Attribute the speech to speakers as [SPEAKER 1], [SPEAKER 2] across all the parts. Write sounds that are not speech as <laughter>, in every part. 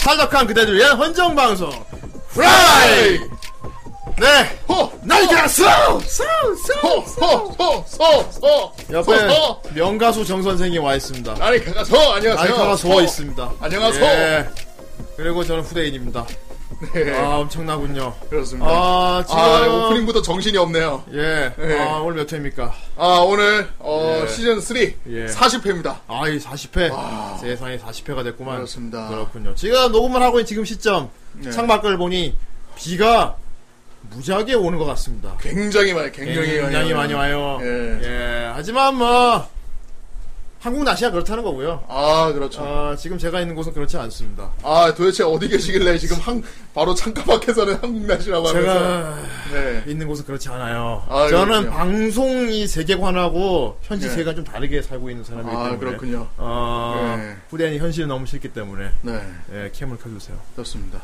[SPEAKER 1] 탈덕한 그대들 위한 헌정 방송 프라이. 네.
[SPEAKER 2] 호!
[SPEAKER 1] 날개가 쏘! 쏘!
[SPEAKER 2] 호!
[SPEAKER 1] 쏘!
[SPEAKER 2] 호! 호! 소! 소!
[SPEAKER 1] 옆에
[SPEAKER 2] 소! 소!
[SPEAKER 1] 명가수 정 선생이 와 있습니다.
[SPEAKER 2] 나리카가 소! 안녕하세요.
[SPEAKER 1] 날카가
[SPEAKER 2] 소.
[SPEAKER 1] 소어 있습니다.
[SPEAKER 2] 안녕하세요. <laughs>
[SPEAKER 1] 예. 그리고 저는 후대인입니다.
[SPEAKER 2] 네.
[SPEAKER 1] 아 엄청나군요.
[SPEAKER 2] 그렇습니다.
[SPEAKER 1] 아
[SPEAKER 2] 아,
[SPEAKER 1] 지금
[SPEAKER 2] 오프닝부터 정신이 없네요.
[SPEAKER 1] 예.
[SPEAKER 2] 예.
[SPEAKER 1] 아 오늘 몇 회입니까?
[SPEAKER 2] 아, 오늘, 어,
[SPEAKER 1] 예.
[SPEAKER 2] 시즌 3
[SPEAKER 1] 예.
[SPEAKER 2] 40회입니다.
[SPEAKER 1] 아이 40회 세상에 40회가 됐구만.
[SPEAKER 2] 그렇습니다.
[SPEAKER 1] 그렇군요. 지금 녹음을 하고 있는 지금 시점
[SPEAKER 2] 네.
[SPEAKER 1] 창밖을 보니 비가 무지하게 오는 것 같습니다.
[SPEAKER 2] 굉장히 많이, 굉장히,
[SPEAKER 1] 굉장히 많이 와요.
[SPEAKER 2] 예.
[SPEAKER 1] 예. 하지만 뭐 한국 날씨가 그렇다는 거고요.
[SPEAKER 2] 아, 그렇죠.
[SPEAKER 1] 아, 지금 제가 있는 곳은 그렇지 않습니다.
[SPEAKER 2] 아, 도대체 어디 계시길래 지금 한, 바로 창가 밖에서는 한국 날씨라고 하면서.
[SPEAKER 1] 제가
[SPEAKER 2] 네.
[SPEAKER 1] 있는 곳은 그렇지 않아요.
[SPEAKER 2] 어, 아,
[SPEAKER 1] 저는
[SPEAKER 2] 그렇군요.
[SPEAKER 1] 방송이 세계관하고 현지
[SPEAKER 2] 네.
[SPEAKER 1] 세계관 좀 다르게 살고 있는 사람이기 때문에.
[SPEAKER 2] 아, 그렇군요.
[SPEAKER 1] 어,
[SPEAKER 2] 네.
[SPEAKER 1] 후대인이 현실을 너무 싫기 때문에
[SPEAKER 2] 네,
[SPEAKER 1] 예, 캠을 켜주세요.
[SPEAKER 2] 그렇습니다.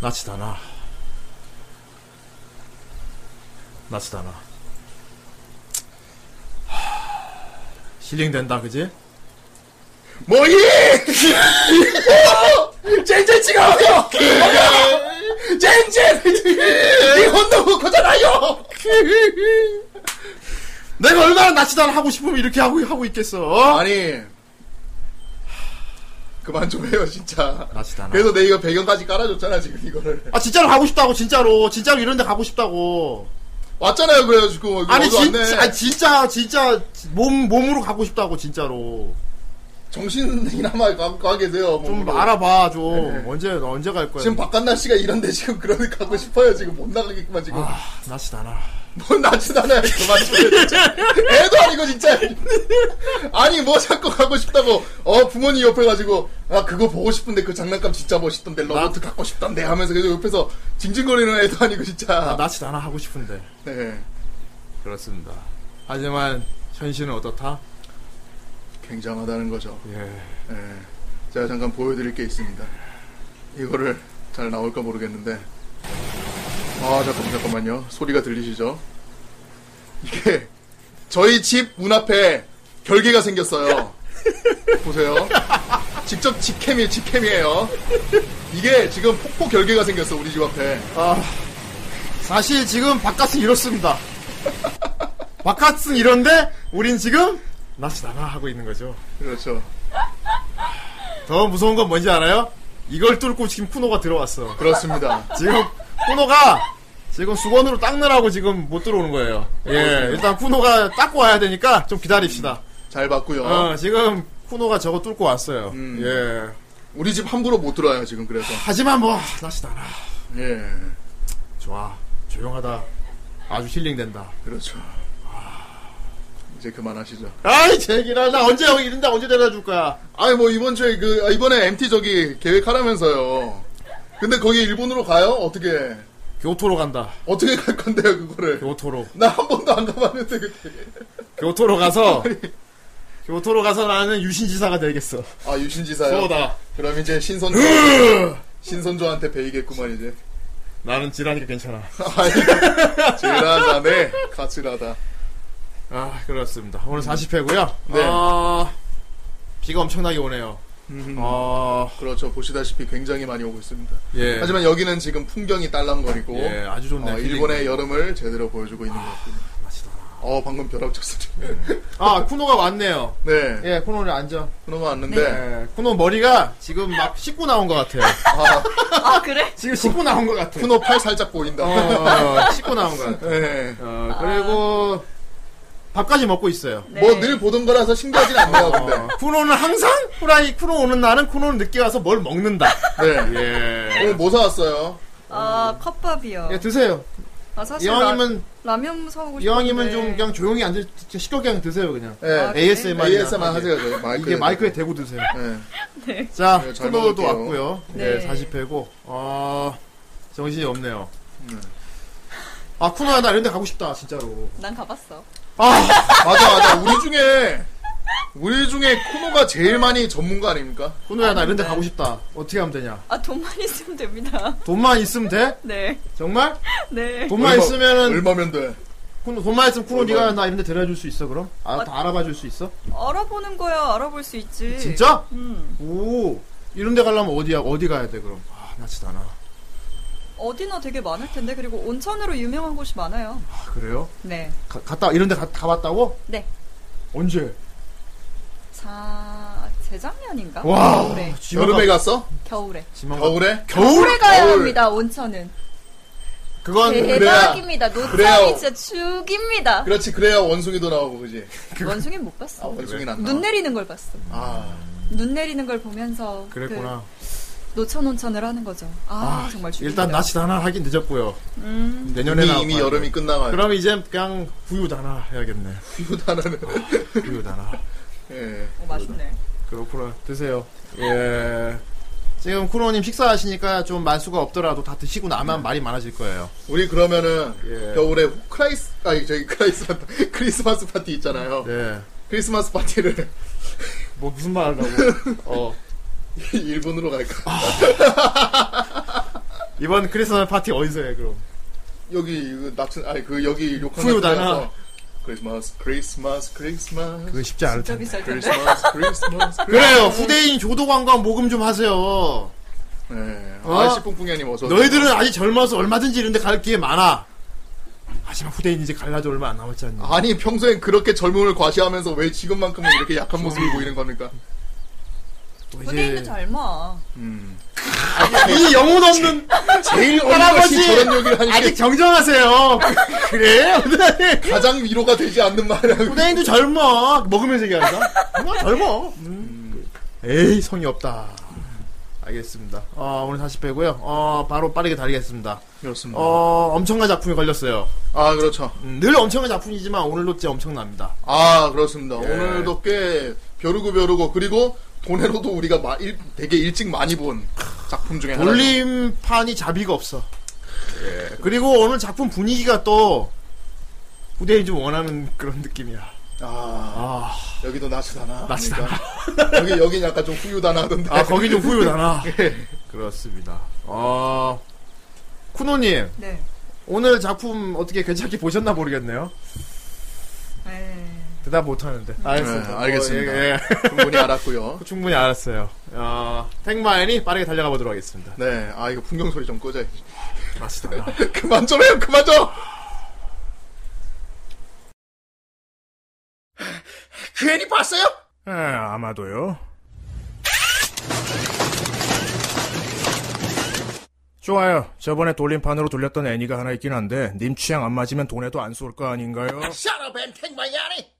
[SPEAKER 1] 나치다 나. 나치다 나. 하, 힐링된다, 그지?
[SPEAKER 2] 뭐이! 젠젠치가 오요! 젠젠! 니 혼도 거잖아요!
[SPEAKER 1] 내가 얼마나 나치다 나 하고 싶으면 이렇게 하고, 하고 있겠어. 어?
[SPEAKER 2] 아니 그만 좀 해요 진짜
[SPEAKER 1] 나치다 나.
[SPEAKER 2] 그래서 내 이거 배경까지 깔아줬잖아 지금 이거를
[SPEAKER 1] 아, 진짜로 가고 싶다고, 진짜로. 진짜로 이런 데 가고 싶다고.
[SPEAKER 2] 왔잖아요 그래가지고
[SPEAKER 1] 아니,
[SPEAKER 2] 뭐 어디 왔네.
[SPEAKER 1] 진짜, 아니, 진짜, 진짜, 몸, 몸으로 가고 싶다고, 진짜로.
[SPEAKER 2] 정신이나마 가- 가고 계세요
[SPEAKER 1] 좀
[SPEAKER 2] 몸으로.
[SPEAKER 1] 알아봐, 좀.
[SPEAKER 2] 네.
[SPEAKER 1] 언제, 언제 갈 거야?
[SPEAKER 2] 지금 바깥 날씨가 이런데 지금 그러니 가고 싶어요 지금 못 나가겠구만 지금
[SPEAKER 1] 아, 나치다 나.
[SPEAKER 2] 뭔뭐 나지도 않아요 그만 좀 해요 진짜. 애도 아니고 진짜 아니 뭐 자꾸 가고 싶다고 어 부모님 옆에 가지고 아 그거 보고 싶은데 그 장난감 진짜 멋있던데 로봇 갖고 싶던데 하면서 계속 옆에서 징징거리는 애도 아니고
[SPEAKER 1] 아,
[SPEAKER 2] 진짜
[SPEAKER 1] 나치다 나 하고 싶은데.
[SPEAKER 2] 네.
[SPEAKER 1] 그렇습니다. 하지만, 현실은 어떻다?
[SPEAKER 2] 굉장하다는 거죠.
[SPEAKER 1] 예.
[SPEAKER 2] 예. 제가 잠깐 보여드릴 게 있습니다. 이거를 잘 나올까 모르겠는데. 아, 잠깐만, 잠깐만요. 소리가 들리시죠? 이게 저희 집 문 앞에 결계가 생겼어요. 보세요. 직접 직캠이, 직캠이에요. 이게 지금 폭포 결계가 생겼어, 우리 집 앞에.
[SPEAKER 1] 아, 사실 지금 바깥은 이렇습니다. 바깥은 이런데 우린 지금 나치 나나 하고 있는 거죠.
[SPEAKER 2] 그렇죠.
[SPEAKER 1] 더 무서운 건 뭔지 알아요? 이걸 뚫고 지금 쿠노가 들어왔어.
[SPEAKER 2] 그렇습니다.
[SPEAKER 1] 지금 쿠노가 지금 수건으로 닦느라고 지금 못 들어오는 거예요. 예, 일단 쿠노가 닦고 와야 되니까 좀 기다립시다.
[SPEAKER 2] 잘 봤고요.
[SPEAKER 1] 어, 지금 쿠노가 저거 뚫고 왔어요.
[SPEAKER 2] 음.
[SPEAKER 1] 예.
[SPEAKER 2] 우리 집 함부로 못 들어와요, 지금 그래서.
[SPEAKER 1] 하지만 뭐 나치 나나
[SPEAKER 2] 예.
[SPEAKER 1] 좋아 조용하다 아주 힐링된다.
[SPEAKER 2] 그렇죠. 이제 그만하시죠.
[SPEAKER 1] 아이 제기라 나 언제 여기 이른다 언제 데려다 줄 거야.
[SPEAKER 2] 아니 뭐 이번 주에 그 아, 이번에 MT 저기 계획하라면서요. 근데 거기 일본으로 가요? 어떻게
[SPEAKER 1] 교토로 간다.
[SPEAKER 2] 어떻게 갈 건데요 그거를?
[SPEAKER 1] 교토로.
[SPEAKER 2] 나 한 번도 안 가봤는데 그게.
[SPEAKER 1] 교토로 <laughs> 가서 교토로 가서 나는 유신지사가 되겠어.
[SPEAKER 2] 아 유신지사요.
[SPEAKER 1] 소다.
[SPEAKER 2] 그럼
[SPEAKER 1] <laughs>
[SPEAKER 2] 이제 신선조 신선조한테 배이겠구만 이제.
[SPEAKER 1] 나는 지라니까 괜찮아.
[SPEAKER 2] 아니 지라다네 가지라다.
[SPEAKER 1] 아 그렇습니다. 오늘 40회고요.
[SPEAKER 2] 네.
[SPEAKER 1] 아, 비가 엄청나게 오네요. 아,
[SPEAKER 2] 그렇죠 보시다시피 굉장히 많이 오고 있습니다.
[SPEAKER 1] 예.
[SPEAKER 2] 하지만 여기는 지금 풍경이 딸랑거리고
[SPEAKER 1] 예, 아주 좋네.
[SPEAKER 2] 어, 일본의 여름을 제대로 보여주고 있는 것 같군요. 어 방금 벼락 쳤어요.
[SPEAKER 1] 아 쿠노가 왔네요.
[SPEAKER 2] 네.
[SPEAKER 1] 예, 쿠노를 앉아.
[SPEAKER 2] 그놈 왔는데.
[SPEAKER 1] 예, 쿠노 머리가 지금 막 씻고 나온 것 같아요.
[SPEAKER 2] 아,
[SPEAKER 3] 아
[SPEAKER 1] <laughs>
[SPEAKER 3] 그래?
[SPEAKER 1] 지금 씻고 나온 것 같아.
[SPEAKER 2] 쿠노 팔 살짝 보인다.
[SPEAKER 1] 어, 씻고 나온 것 같아.
[SPEAKER 2] <laughs> 네.
[SPEAKER 1] 어, 그리고
[SPEAKER 2] 아.
[SPEAKER 1] 밥까지 먹고 있어요.
[SPEAKER 3] 네.
[SPEAKER 2] 뭐 늘 보던 거라서 신기하진 않네요,
[SPEAKER 1] 어,
[SPEAKER 2] 근데.
[SPEAKER 1] 쿠노는 항상 후라이 쿠노 오는 날은 쿠노는 늦게 와서 뭘 먹는다.
[SPEAKER 2] 네.
[SPEAKER 1] 예.
[SPEAKER 2] 오늘 뭐 사왔어요?
[SPEAKER 3] 아 컵밥이요.
[SPEAKER 1] 예 드세요.
[SPEAKER 3] 아 사실
[SPEAKER 1] 이왕이면
[SPEAKER 3] 라, 라면 사오고 싶은데.
[SPEAKER 1] 이왕이면 좀 그냥 조용히 앉아 시끄럽게 그냥 드세요 그냥.
[SPEAKER 2] 예.
[SPEAKER 3] 아, 그래?
[SPEAKER 1] ASMR.
[SPEAKER 2] AS만 하세요, 저희 마이크.
[SPEAKER 1] 이게 마이크에 대고 드세요.
[SPEAKER 2] 예.
[SPEAKER 3] 네.
[SPEAKER 1] 자,
[SPEAKER 2] 네, 잘
[SPEAKER 1] 쿠노도
[SPEAKER 2] 먹을게요.
[SPEAKER 1] 왔고요.
[SPEAKER 3] 네.
[SPEAKER 1] 예, 40회고. 어, 정신이 없네요.
[SPEAKER 2] 네.
[SPEAKER 3] 음.
[SPEAKER 1] 아, 쿠노야 나 이런 데 가고 싶다, 진짜로.
[SPEAKER 3] 난 가봤어.
[SPEAKER 1] 아,
[SPEAKER 2] 맞아, 맞아. 우리 중에, 우리 중에 쿠노가 제일 많이 전문가 아닙니까?
[SPEAKER 1] 쿠노야 나 이런 데
[SPEAKER 3] 네.
[SPEAKER 1] 가고 싶다. 어떻게 하면 되냐?
[SPEAKER 3] 아 돈만 <laughs> 있으면 됩니다.
[SPEAKER 1] 돈만 있으면 돼?
[SPEAKER 3] 네.
[SPEAKER 1] 정말?
[SPEAKER 3] 네.
[SPEAKER 1] 돈만
[SPEAKER 2] 얼마-
[SPEAKER 1] 있으면은
[SPEAKER 2] 얼마면 돼?
[SPEAKER 1] 쿠노 돈만 있으면 쿠노
[SPEAKER 2] 얼마야?
[SPEAKER 1] 니가 나 이런 데 데려줄 수 있어 그럼? 아, 다 알아봐 줄 수 있어?
[SPEAKER 3] 알아보는 거야 알아볼 수 있지.
[SPEAKER 1] 진짜?
[SPEAKER 3] 음.
[SPEAKER 1] 오 이런 데 가려면 어디야 어디 가야 돼 그럼? 아 나지도 않아
[SPEAKER 3] 어디나 되게 많을 텐데 그리고 온천으로 유명한 곳이 많아요.
[SPEAKER 1] 아 그래요?
[SPEAKER 3] 네.
[SPEAKER 1] 가, 갔다 이런 데 가, 가봤다고?
[SPEAKER 3] 네.
[SPEAKER 1] 언제?
[SPEAKER 3] 자 재작년인가?
[SPEAKER 1] 와
[SPEAKER 3] 아, 겨울에.
[SPEAKER 1] 지만
[SPEAKER 2] 여름에
[SPEAKER 1] 가-
[SPEAKER 2] 갔어?
[SPEAKER 3] 겨울에.
[SPEAKER 1] 지만 가-
[SPEAKER 2] 겨울에?
[SPEAKER 1] 겨울?
[SPEAKER 3] 겨울에 가야
[SPEAKER 2] 겨울.
[SPEAKER 3] 합니다 온천은.
[SPEAKER 1] 그건
[SPEAKER 3] 네. 대박입니다.
[SPEAKER 2] 그래요.
[SPEAKER 3] 노천이 진짜 죽입니다.
[SPEAKER 2] 그렇지 그래야 원숭이도 나오고 그지?
[SPEAKER 3] 원숭이는 못
[SPEAKER 2] 아
[SPEAKER 3] 봤어.
[SPEAKER 2] 원숭이는 안 나와.
[SPEAKER 3] 눈 내리는 걸 봤어.
[SPEAKER 2] 아
[SPEAKER 3] 눈 내리는 걸 보면서
[SPEAKER 1] 그랬구나
[SPEAKER 3] 그 노천 온천을 하는 거죠. 아, 정말 죽입니다.
[SPEAKER 1] 일단 나치다나 하긴 늦었고요
[SPEAKER 3] 음,
[SPEAKER 1] 내년에
[SPEAKER 2] 이미
[SPEAKER 1] 나올
[SPEAKER 2] 이미
[SPEAKER 1] 거야.
[SPEAKER 2] 여름이 끝나가요.
[SPEAKER 1] 그럼 이제 그냥 부유다나 해야겠네
[SPEAKER 2] 비우다는.
[SPEAKER 1] 부유다나
[SPEAKER 2] <laughs> 예.
[SPEAKER 3] 어, 맛있네.
[SPEAKER 1] 그렇구나 드세요 예 지금 쿠로님 식사하시니까 좀 말수가 없더라도 다 드시고
[SPEAKER 2] 네.
[SPEAKER 1] 나면 말이 많아질 거예요
[SPEAKER 2] 우리 그러면은
[SPEAKER 1] 예.
[SPEAKER 2] 겨울에 크라이스 아니 저기 크라이스 <laughs> 크리스마스 파티 있잖아요.
[SPEAKER 1] 예뭐
[SPEAKER 2] 크리스마스 파티를
[SPEAKER 1] 뭐 무슨 말 하려고 <laughs> 어
[SPEAKER 2] 일본으로
[SPEAKER 1] 아.
[SPEAKER 2] 갈까?
[SPEAKER 1] 이번 크리스마스 파티 어디서 해 그럼
[SPEAKER 2] 여기 그 납천 아니 그 여기 욕한
[SPEAKER 1] 후유다나.
[SPEAKER 2] 크리스마스 크리스마스 크리스마스
[SPEAKER 1] 그거 쉽지 않을
[SPEAKER 3] 진짜
[SPEAKER 1] 텐데
[SPEAKER 3] 비쌀 텐데.
[SPEAKER 2] 크리스마스 크리스마스
[SPEAKER 1] 그래요 후대인 교도관광 모금 좀 하세요
[SPEAKER 2] 네.
[SPEAKER 1] 어?
[SPEAKER 2] 아저씨 뿡뿡이님 어서 오세요.
[SPEAKER 1] 너희들은 아직 젊어서 얼마든지 이런 데 갈 기회 많아 하지만 후대인 이제 갈라져 얼마 안 남았지 않니
[SPEAKER 2] 아니 평소엔 그렇게 젊음을 과시하면서 왜 지금만큼은 이렇게
[SPEAKER 1] 음.
[SPEAKER 2] 약한 모습을 보이는 겁니까?
[SPEAKER 1] 또
[SPEAKER 3] 후대인도 젊어.
[SPEAKER 2] 음.
[SPEAKER 1] 이 영혼 없는
[SPEAKER 2] 제일 어린
[SPEAKER 1] 할아버지!
[SPEAKER 2] 것이 저런 얘기를 하는 게
[SPEAKER 1] 아직 정정하세요 <laughs> 그래요 후대인
[SPEAKER 2] 가장 위로가 되지 않는 말이라고.
[SPEAKER 1] 후대인도 젊어. 먹으면서 얘기한다. 정말 젊어. 음. 에이, 성의 없다. 알겠습니다. 어, 오늘 다시 빼고요. 어, 바로 빠르게 달리겠습니다.
[SPEAKER 2] 그렇습니다.
[SPEAKER 1] 어, 엄청난 작품이 걸렸어요.
[SPEAKER 2] 아 그렇죠.
[SPEAKER 1] 음, 늘 엄청난 작품이지만 오늘도 진짜 엄청납니다.
[SPEAKER 2] 아 그렇습니다.
[SPEAKER 1] 예.
[SPEAKER 2] 오늘도 꽤 벼르고 벼르고 그리고 돈에로도 우리가 마, 일, 되게 일찍 많이 본 작품 중에 하나.
[SPEAKER 1] 돌림판이 자비가 없어. 그리고 오늘 작품 분위기가 또 후대인이 좀 원하는 그런 느낌이야.
[SPEAKER 2] 아
[SPEAKER 1] 아,
[SPEAKER 2] 여기도 나스다나.
[SPEAKER 1] 나스다나.
[SPEAKER 2] 그러니까 여기 여기 약간 좀 후유다나 하던데.
[SPEAKER 1] 아 거기 좀 <laughs> 후유다나. 그렇습니다. 어, 쿠노님.
[SPEAKER 3] 네.
[SPEAKER 1] 오늘 작품 어떻게 괜찮게 보셨나 모르겠네요.
[SPEAKER 3] 에이.
[SPEAKER 1] 대답 못하는데.
[SPEAKER 2] 네, 알겠습니다.
[SPEAKER 1] 어, 예, <laughs> 예.
[SPEAKER 2] 충분히 알았고요.
[SPEAKER 1] 충분히 알았어요. 어, 택마인이 빠르게 달려가 보도록 하겠습니다.
[SPEAKER 2] 네. 아 이거 풍경 소리 좀 끄자.
[SPEAKER 1] 맞습니다.
[SPEAKER 2] 그만 좀 해요. 그만 좀. 괜히 봤어요?
[SPEAKER 4] 에, 예, 아마도요. 좋아요. 저번에 돌림판으로 돌렸던 애니가 하나 있긴 한데 님 취향 안 맞으면 돈에도 안 쏠 거 아닌가요?
[SPEAKER 2] 샤라 뱀탱 마야니.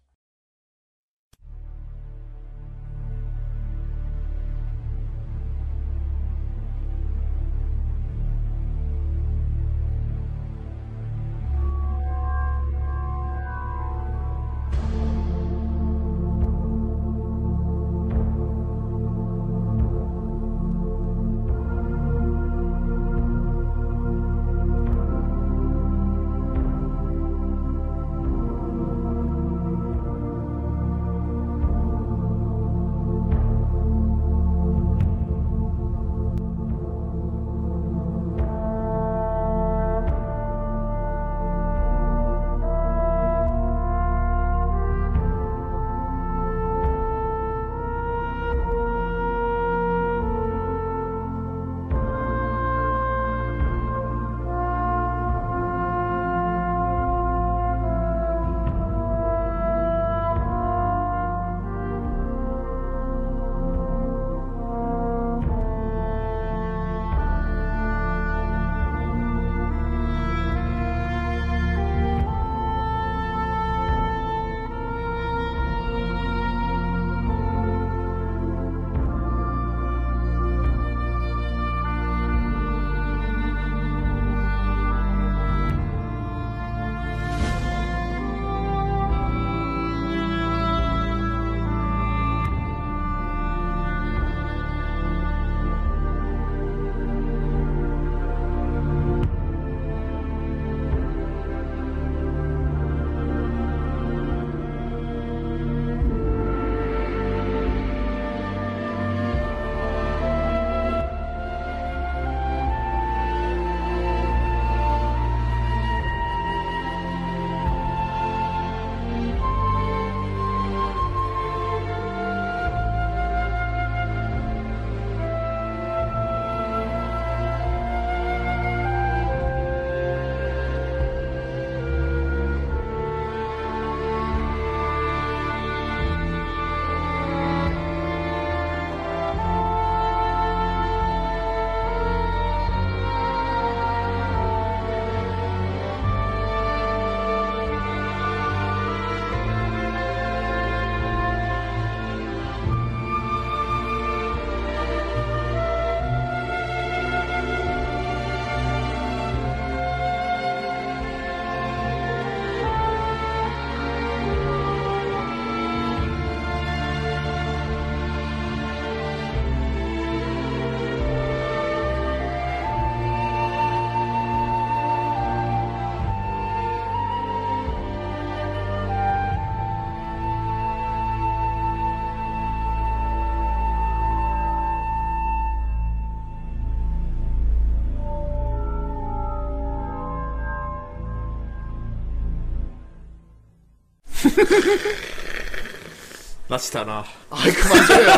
[SPEAKER 1] 나치타나.
[SPEAKER 2] 아이 그만 줘요.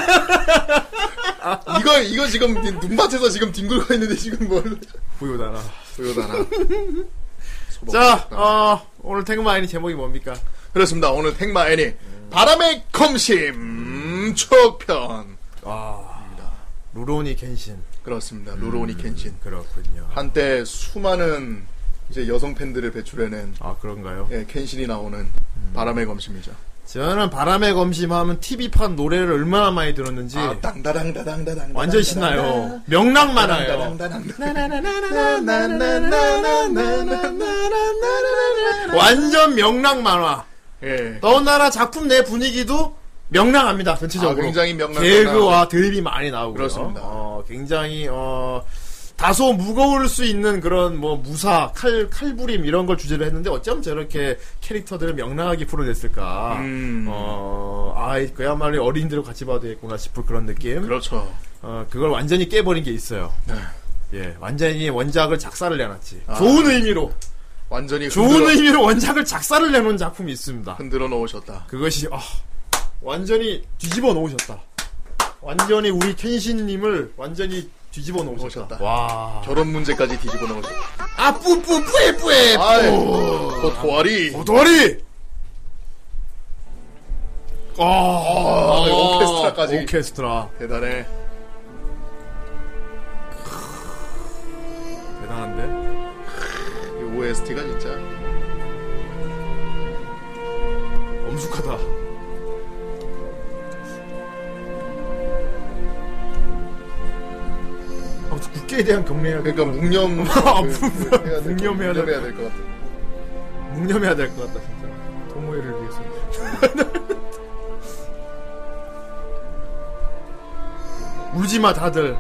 [SPEAKER 2] 이거 이거 지금 눈밭에서 지금 뒹굴고 있는데 지금 뭘?
[SPEAKER 1] 부요다나.
[SPEAKER 2] 소요다나.
[SPEAKER 1] 자, 어, 오늘 태그마인이 제목이 뭡니까?
[SPEAKER 2] 그렇습니다. 오늘 택마 애니 바람의 검심 초편
[SPEAKER 1] 아, 루로니 켄신.
[SPEAKER 2] 그렇습니다. 루로우니 켄신
[SPEAKER 1] 그렇군요.
[SPEAKER 2] 한때 수많은 이제 여성 팬들을 배출해낸
[SPEAKER 1] 아, 그런가요?
[SPEAKER 2] 예, 켄신이 나오는
[SPEAKER 1] 음.
[SPEAKER 2] 바람의 검심이죠.
[SPEAKER 1] 저는 바람의 검심하면 TV판 노래를 얼마나 많이 들었는지
[SPEAKER 2] 아, 땅다랑다당다당
[SPEAKER 1] 완전 신나요. 음. 명랑 만화예요. 완전 명랑 만화.
[SPEAKER 2] 예.
[SPEAKER 1] 더군다나 작품 내 분위기도 명랑합니다. 전체적으로.
[SPEAKER 2] 아, 굉장히 명랑하다.
[SPEAKER 1] 개그와 드립이 많이 나오고요.
[SPEAKER 2] 그렇습니다.
[SPEAKER 1] 어, 굉장히 어, 다소 무거울 수 있는 그런 뭐 무사, 칼 칼부림 이런 걸 주제로 했는데 어쩜 저렇게 캐릭터들을 명랑하게 풀어냈을까.
[SPEAKER 2] 음.
[SPEAKER 1] 어, 아, 그야말로 어린이들과 같이 봐도 되겠구나 싶을 그런 느낌.
[SPEAKER 2] 그렇죠.
[SPEAKER 1] 어, 그걸 완전히 깨버린 게 있어요.
[SPEAKER 2] 네.
[SPEAKER 1] 예, 완전히 원작을 작사를 내놨지.
[SPEAKER 2] 아.
[SPEAKER 1] 좋은 의미로,
[SPEAKER 2] 완전히
[SPEAKER 1] 좋은
[SPEAKER 2] 흔들어,
[SPEAKER 1] 의미로 원작을 작사를 내놓은 작품이 있습니다.
[SPEAKER 2] 흔들어 놓으셨다.
[SPEAKER 1] 그것이 아, 완전히 뒤집어 놓으셨다. 완전히 우리 켄신님을 완전히 뒤집어 놓으셨다.
[SPEAKER 2] 놓으셨다.
[SPEAKER 1] 와.
[SPEAKER 2] 결혼 문제까지 뒤집어 놓으셨다.
[SPEAKER 1] 아, 뿌뿌, 뿌에, 뿌에,
[SPEAKER 2] 아이,
[SPEAKER 1] 뿌.
[SPEAKER 2] 그 도와리.
[SPEAKER 1] 도다리! 아,
[SPEAKER 2] 오케스트라까지.
[SPEAKER 1] 오케스트라.
[SPEAKER 2] 대단해.
[SPEAKER 1] 대단한데?
[SPEAKER 2] 이 OST가 진짜.
[SPEAKER 1] 엄숙하다. 아무튼 국기에 대한 경례야.
[SPEAKER 2] 그러니까 묵념.
[SPEAKER 1] <laughs> 아,
[SPEAKER 2] 그- 그- 해야 될 거-
[SPEAKER 1] 묵념해야 될
[SPEAKER 2] 묵념해야 될 것 같아.
[SPEAKER 1] 묵념해야 될 것 같다 진짜 동호회를 위해서 <laughs> 울지마 다들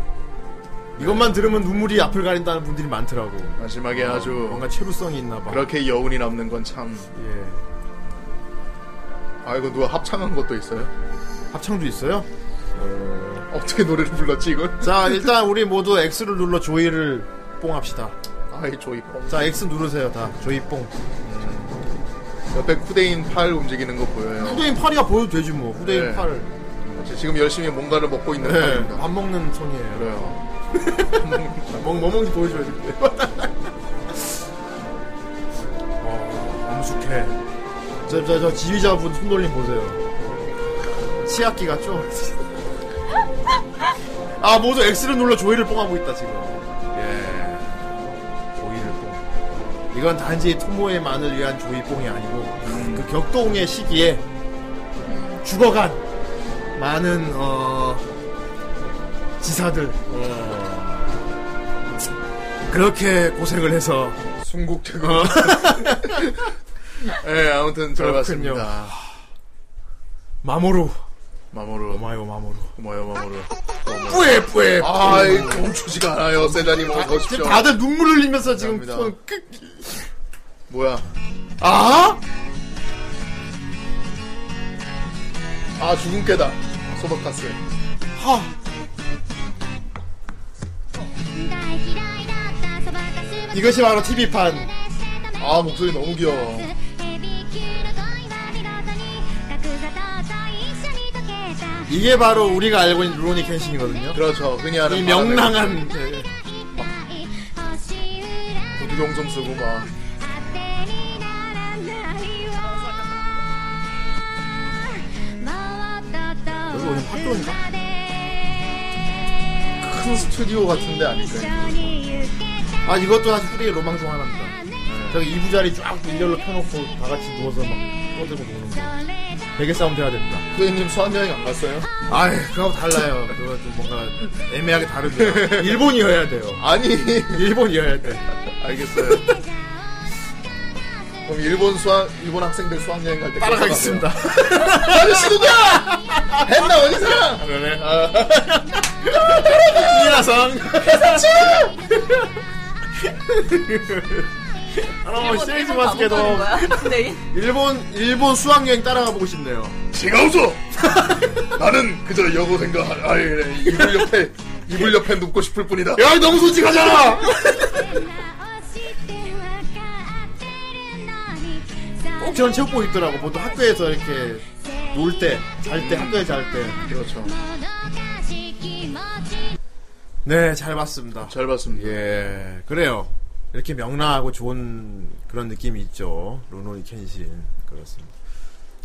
[SPEAKER 1] 이것만 들으면 눈물이 앞을 가린다는 분들이 많더라고
[SPEAKER 2] 마지막에 아주
[SPEAKER 1] 뭔가 체루성이 있나봐
[SPEAKER 2] 그렇게 여운이 남는 건 참.
[SPEAKER 1] 예.
[SPEAKER 2] 아이고 누가 합창한 것도 있어요?
[SPEAKER 1] 합창도 있어요?
[SPEAKER 2] 어떻게 노래를 불렀지 이건?
[SPEAKER 1] 자 일단 우리 모두 X를 눌러 조이를 뽕합시다
[SPEAKER 2] 아이 조이 폼.
[SPEAKER 1] 자 X 누르세요 다 조이 뽕
[SPEAKER 2] 옆에 쿠데인 팔 움직이는 거 보여요.
[SPEAKER 1] 후대인 팔이야 보여도 되지 뭐 후대인
[SPEAKER 2] 네.
[SPEAKER 1] 팔을
[SPEAKER 2] 지금 열심히 뭔가를 먹고 있는
[SPEAKER 1] 네.
[SPEAKER 2] 팔입니다.
[SPEAKER 1] 밥 먹는 손이에요
[SPEAKER 2] 그래요. <laughs>
[SPEAKER 1] 뭐, 뭐 먹는지 <laughs> 보여줘야 돼. 어, 엄숙해. 저, 저, 저 지휘자분 손돌림 보세요. 치약기 <laughs> 같죠? 아, 모두 X를 눌러 조이를 뽕하고 있다, 지금. 예. 조이를 뽕. 이건 단지 토모의만을 위한 조이 뽕이 아니고, 그 격동의 시기에 죽어간 많은, 어, 지사들, 그렇게 고생을 해서 어.
[SPEAKER 2] 순국태국. <laughs> 예, 아무튼 잘
[SPEAKER 1] 그렇군요.
[SPEAKER 2] 봤습니다.
[SPEAKER 1] 마모루
[SPEAKER 2] 마모루.
[SPEAKER 1] 고마요 마모루
[SPEAKER 2] 고마워요, 마모루. 고마워요.
[SPEAKER 1] 뿌에 뿌에
[SPEAKER 2] 아이, 멈추지가 않아요. 세자님 어서
[SPEAKER 1] 지금
[SPEAKER 2] 오십시오.
[SPEAKER 1] 음. 다들 눈물을 흘리면서 지금
[SPEAKER 2] 감사합니다.
[SPEAKER 1] 손 끝.
[SPEAKER 2] 뭐야.
[SPEAKER 1] 아?
[SPEAKER 2] 아, 죽은 깨다. 소박카스.
[SPEAKER 1] 하.
[SPEAKER 5] 大嫌いだったそばかすは
[SPEAKER 1] 이것이 바로 TV판
[SPEAKER 2] 아, 목소리 너무 귀여워.
[SPEAKER 5] ヘビー級の恋は見事に角砂糖と一緒に溶けた
[SPEAKER 1] 이게 바로 우리가 알고 있는 루로니 켄신이거든요
[SPEAKER 2] 그렇죠. 흔히 하는
[SPEAKER 1] 이
[SPEAKER 2] 바람의
[SPEAKER 1] 명랑한
[SPEAKER 2] 네.
[SPEAKER 1] 예.
[SPEAKER 5] いっぱい星占
[SPEAKER 2] 부두경 좀 쓰고 막.
[SPEAKER 5] い当てにならないわ
[SPEAKER 1] 여기
[SPEAKER 5] もう
[SPEAKER 1] 오늘
[SPEAKER 5] と遠く
[SPEAKER 1] 학교인가?
[SPEAKER 5] まで
[SPEAKER 2] 큰 스튜디오 같은데
[SPEAKER 5] 一
[SPEAKER 2] 아닐까요?
[SPEAKER 5] 緒に行けた
[SPEAKER 1] 아 이것도 사실 후대의 로망 중 하나입니다 네.
[SPEAKER 5] ね
[SPEAKER 1] 저기 이부자리 쫙 일렬로 펴놓고 다 같이 누워서 막 떠들고 노는 거
[SPEAKER 5] それだ
[SPEAKER 1] 베개 싸움 돼야 됩니다
[SPEAKER 2] 후대님 수학여행 안 갔어요?
[SPEAKER 1] 아이 그거하고 달라요 그거 좀 뭔가 애매하게
[SPEAKER 2] <laughs>
[SPEAKER 1] 다르죠 일본이어야 돼요
[SPEAKER 2] 아니.
[SPEAKER 1] 일본이어야 돼
[SPEAKER 2] 알겠어요. 그럼 일본 수학, 일본 학생들 수학여행 갈때
[SPEAKER 1] 따라가겠습니다
[SPEAKER 2] 아저씨 누구야? 했나 어디 사람?
[SPEAKER 1] 그러네. 아. <laughs>
[SPEAKER 3] <laughs>
[SPEAKER 1] 이라상. 여러분
[SPEAKER 3] 일본
[SPEAKER 1] 아, 뭐, 어, 시리즈
[SPEAKER 3] 일본
[SPEAKER 1] 마스게도
[SPEAKER 3] 감옥 가는 <laughs> 거야? 네. 내일
[SPEAKER 1] 일본 일본 수학 여행 따라가 보고 싶네요.
[SPEAKER 2] 지가우소! <laughs> 나는 그저 여고생과 하- 아이 예, 그래. 이불 옆에 이불 옆에 눕고 싶을 뿐이다.
[SPEAKER 1] 야 너무 <laughs> 솔직하잖아.
[SPEAKER 5] 直して分かってるのにさ
[SPEAKER 1] 저는 체육복 입더라고. 보통 학교에서 이렇게 놀 때, 잘 때, 학교에 잘 때.
[SPEAKER 2] 그렇죠.
[SPEAKER 5] もどかし気持ち
[SPEAKER 1] 네, 잘 봤습니다.
[SPEAKER 2] 잘 봤습니다.
[SPEAKER 1] 예, 그래요. 이렇게 명랑하고 좋은 그런 느낌이 있죠. 루노이 켄신. 그렇습니다.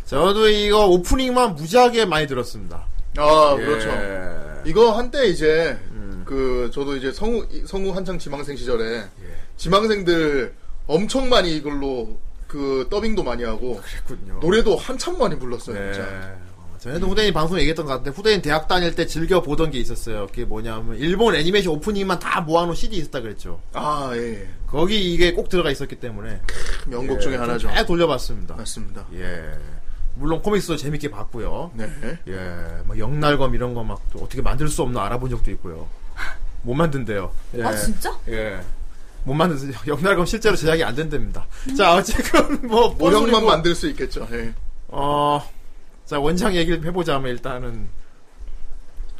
[SPEAKER 1] 저도 이거 오프닝만 무지하게 많이 들었습니다.
[SPEAKER 2] 아
[SPEAKER 1] 예.
[SPEAKER 2] 그렇죠. 이거 한때 이제 그 저도 이제 성우 성우 한창 지망생 시절에 지망생들 엄청 많이 이걸로 그 더빙도 많이 하고
[SPEAKER 1] 그랬군요.
[SPEAKER 2] 노래도 한참 많이 불렀어요.
[SPEAKER 1] 네.
[SPEAKER 2] 진짜.
[SPEAKER 1] 어, 전에도 후대인 방송 얘기했던 것 같은데 후대인 대학 다닐 때 즐겨 보던 게 있었어요. 그게 뭐냐면 일본 애니메이션 오프닝만 다 모아놓은 CD 있었다 그랬죠.
[SPEAKER 2] 아 예.
[SPEAKER 1] 거기 이게 꼭 들어가 있었기 때문에
[SPEAKER 2] 그 명곡
[SPEAKER 1] 예,
[SPEAKER 2] 중에
[SPEAKER 1] 좀
[SPEAKER 2] 하나죠.
[SPEAKER 1] 잘 돌려봤습니다.
[SPEAKER 2] 맞습니다.
[SPEAKER 1] 예, 물론 코믹스도 재밌게 봤고요.
[SPEAKER 2] 네.
[SPEAKER 1] 예, 뭐 영날검 이런 거 막 또 어떻게 만들 수 없나 알아본 적도 있고요. 못 만든대요. 예.
[SPEAKER 3] 아, 진짜?
[SPEAKER 1] 예. 못 만든 영날검 실제로 제작이 안 된답니다. 자 어쨌건 뭐
[SPEAKER 2] 모형만
[SPEAKER 1] 뻔소리고.
[SPEAKER 2] 만들 수 있겠죠. 예.
[SPEAKER 1] 어, 자 원장 얘기를 해보자면 일단은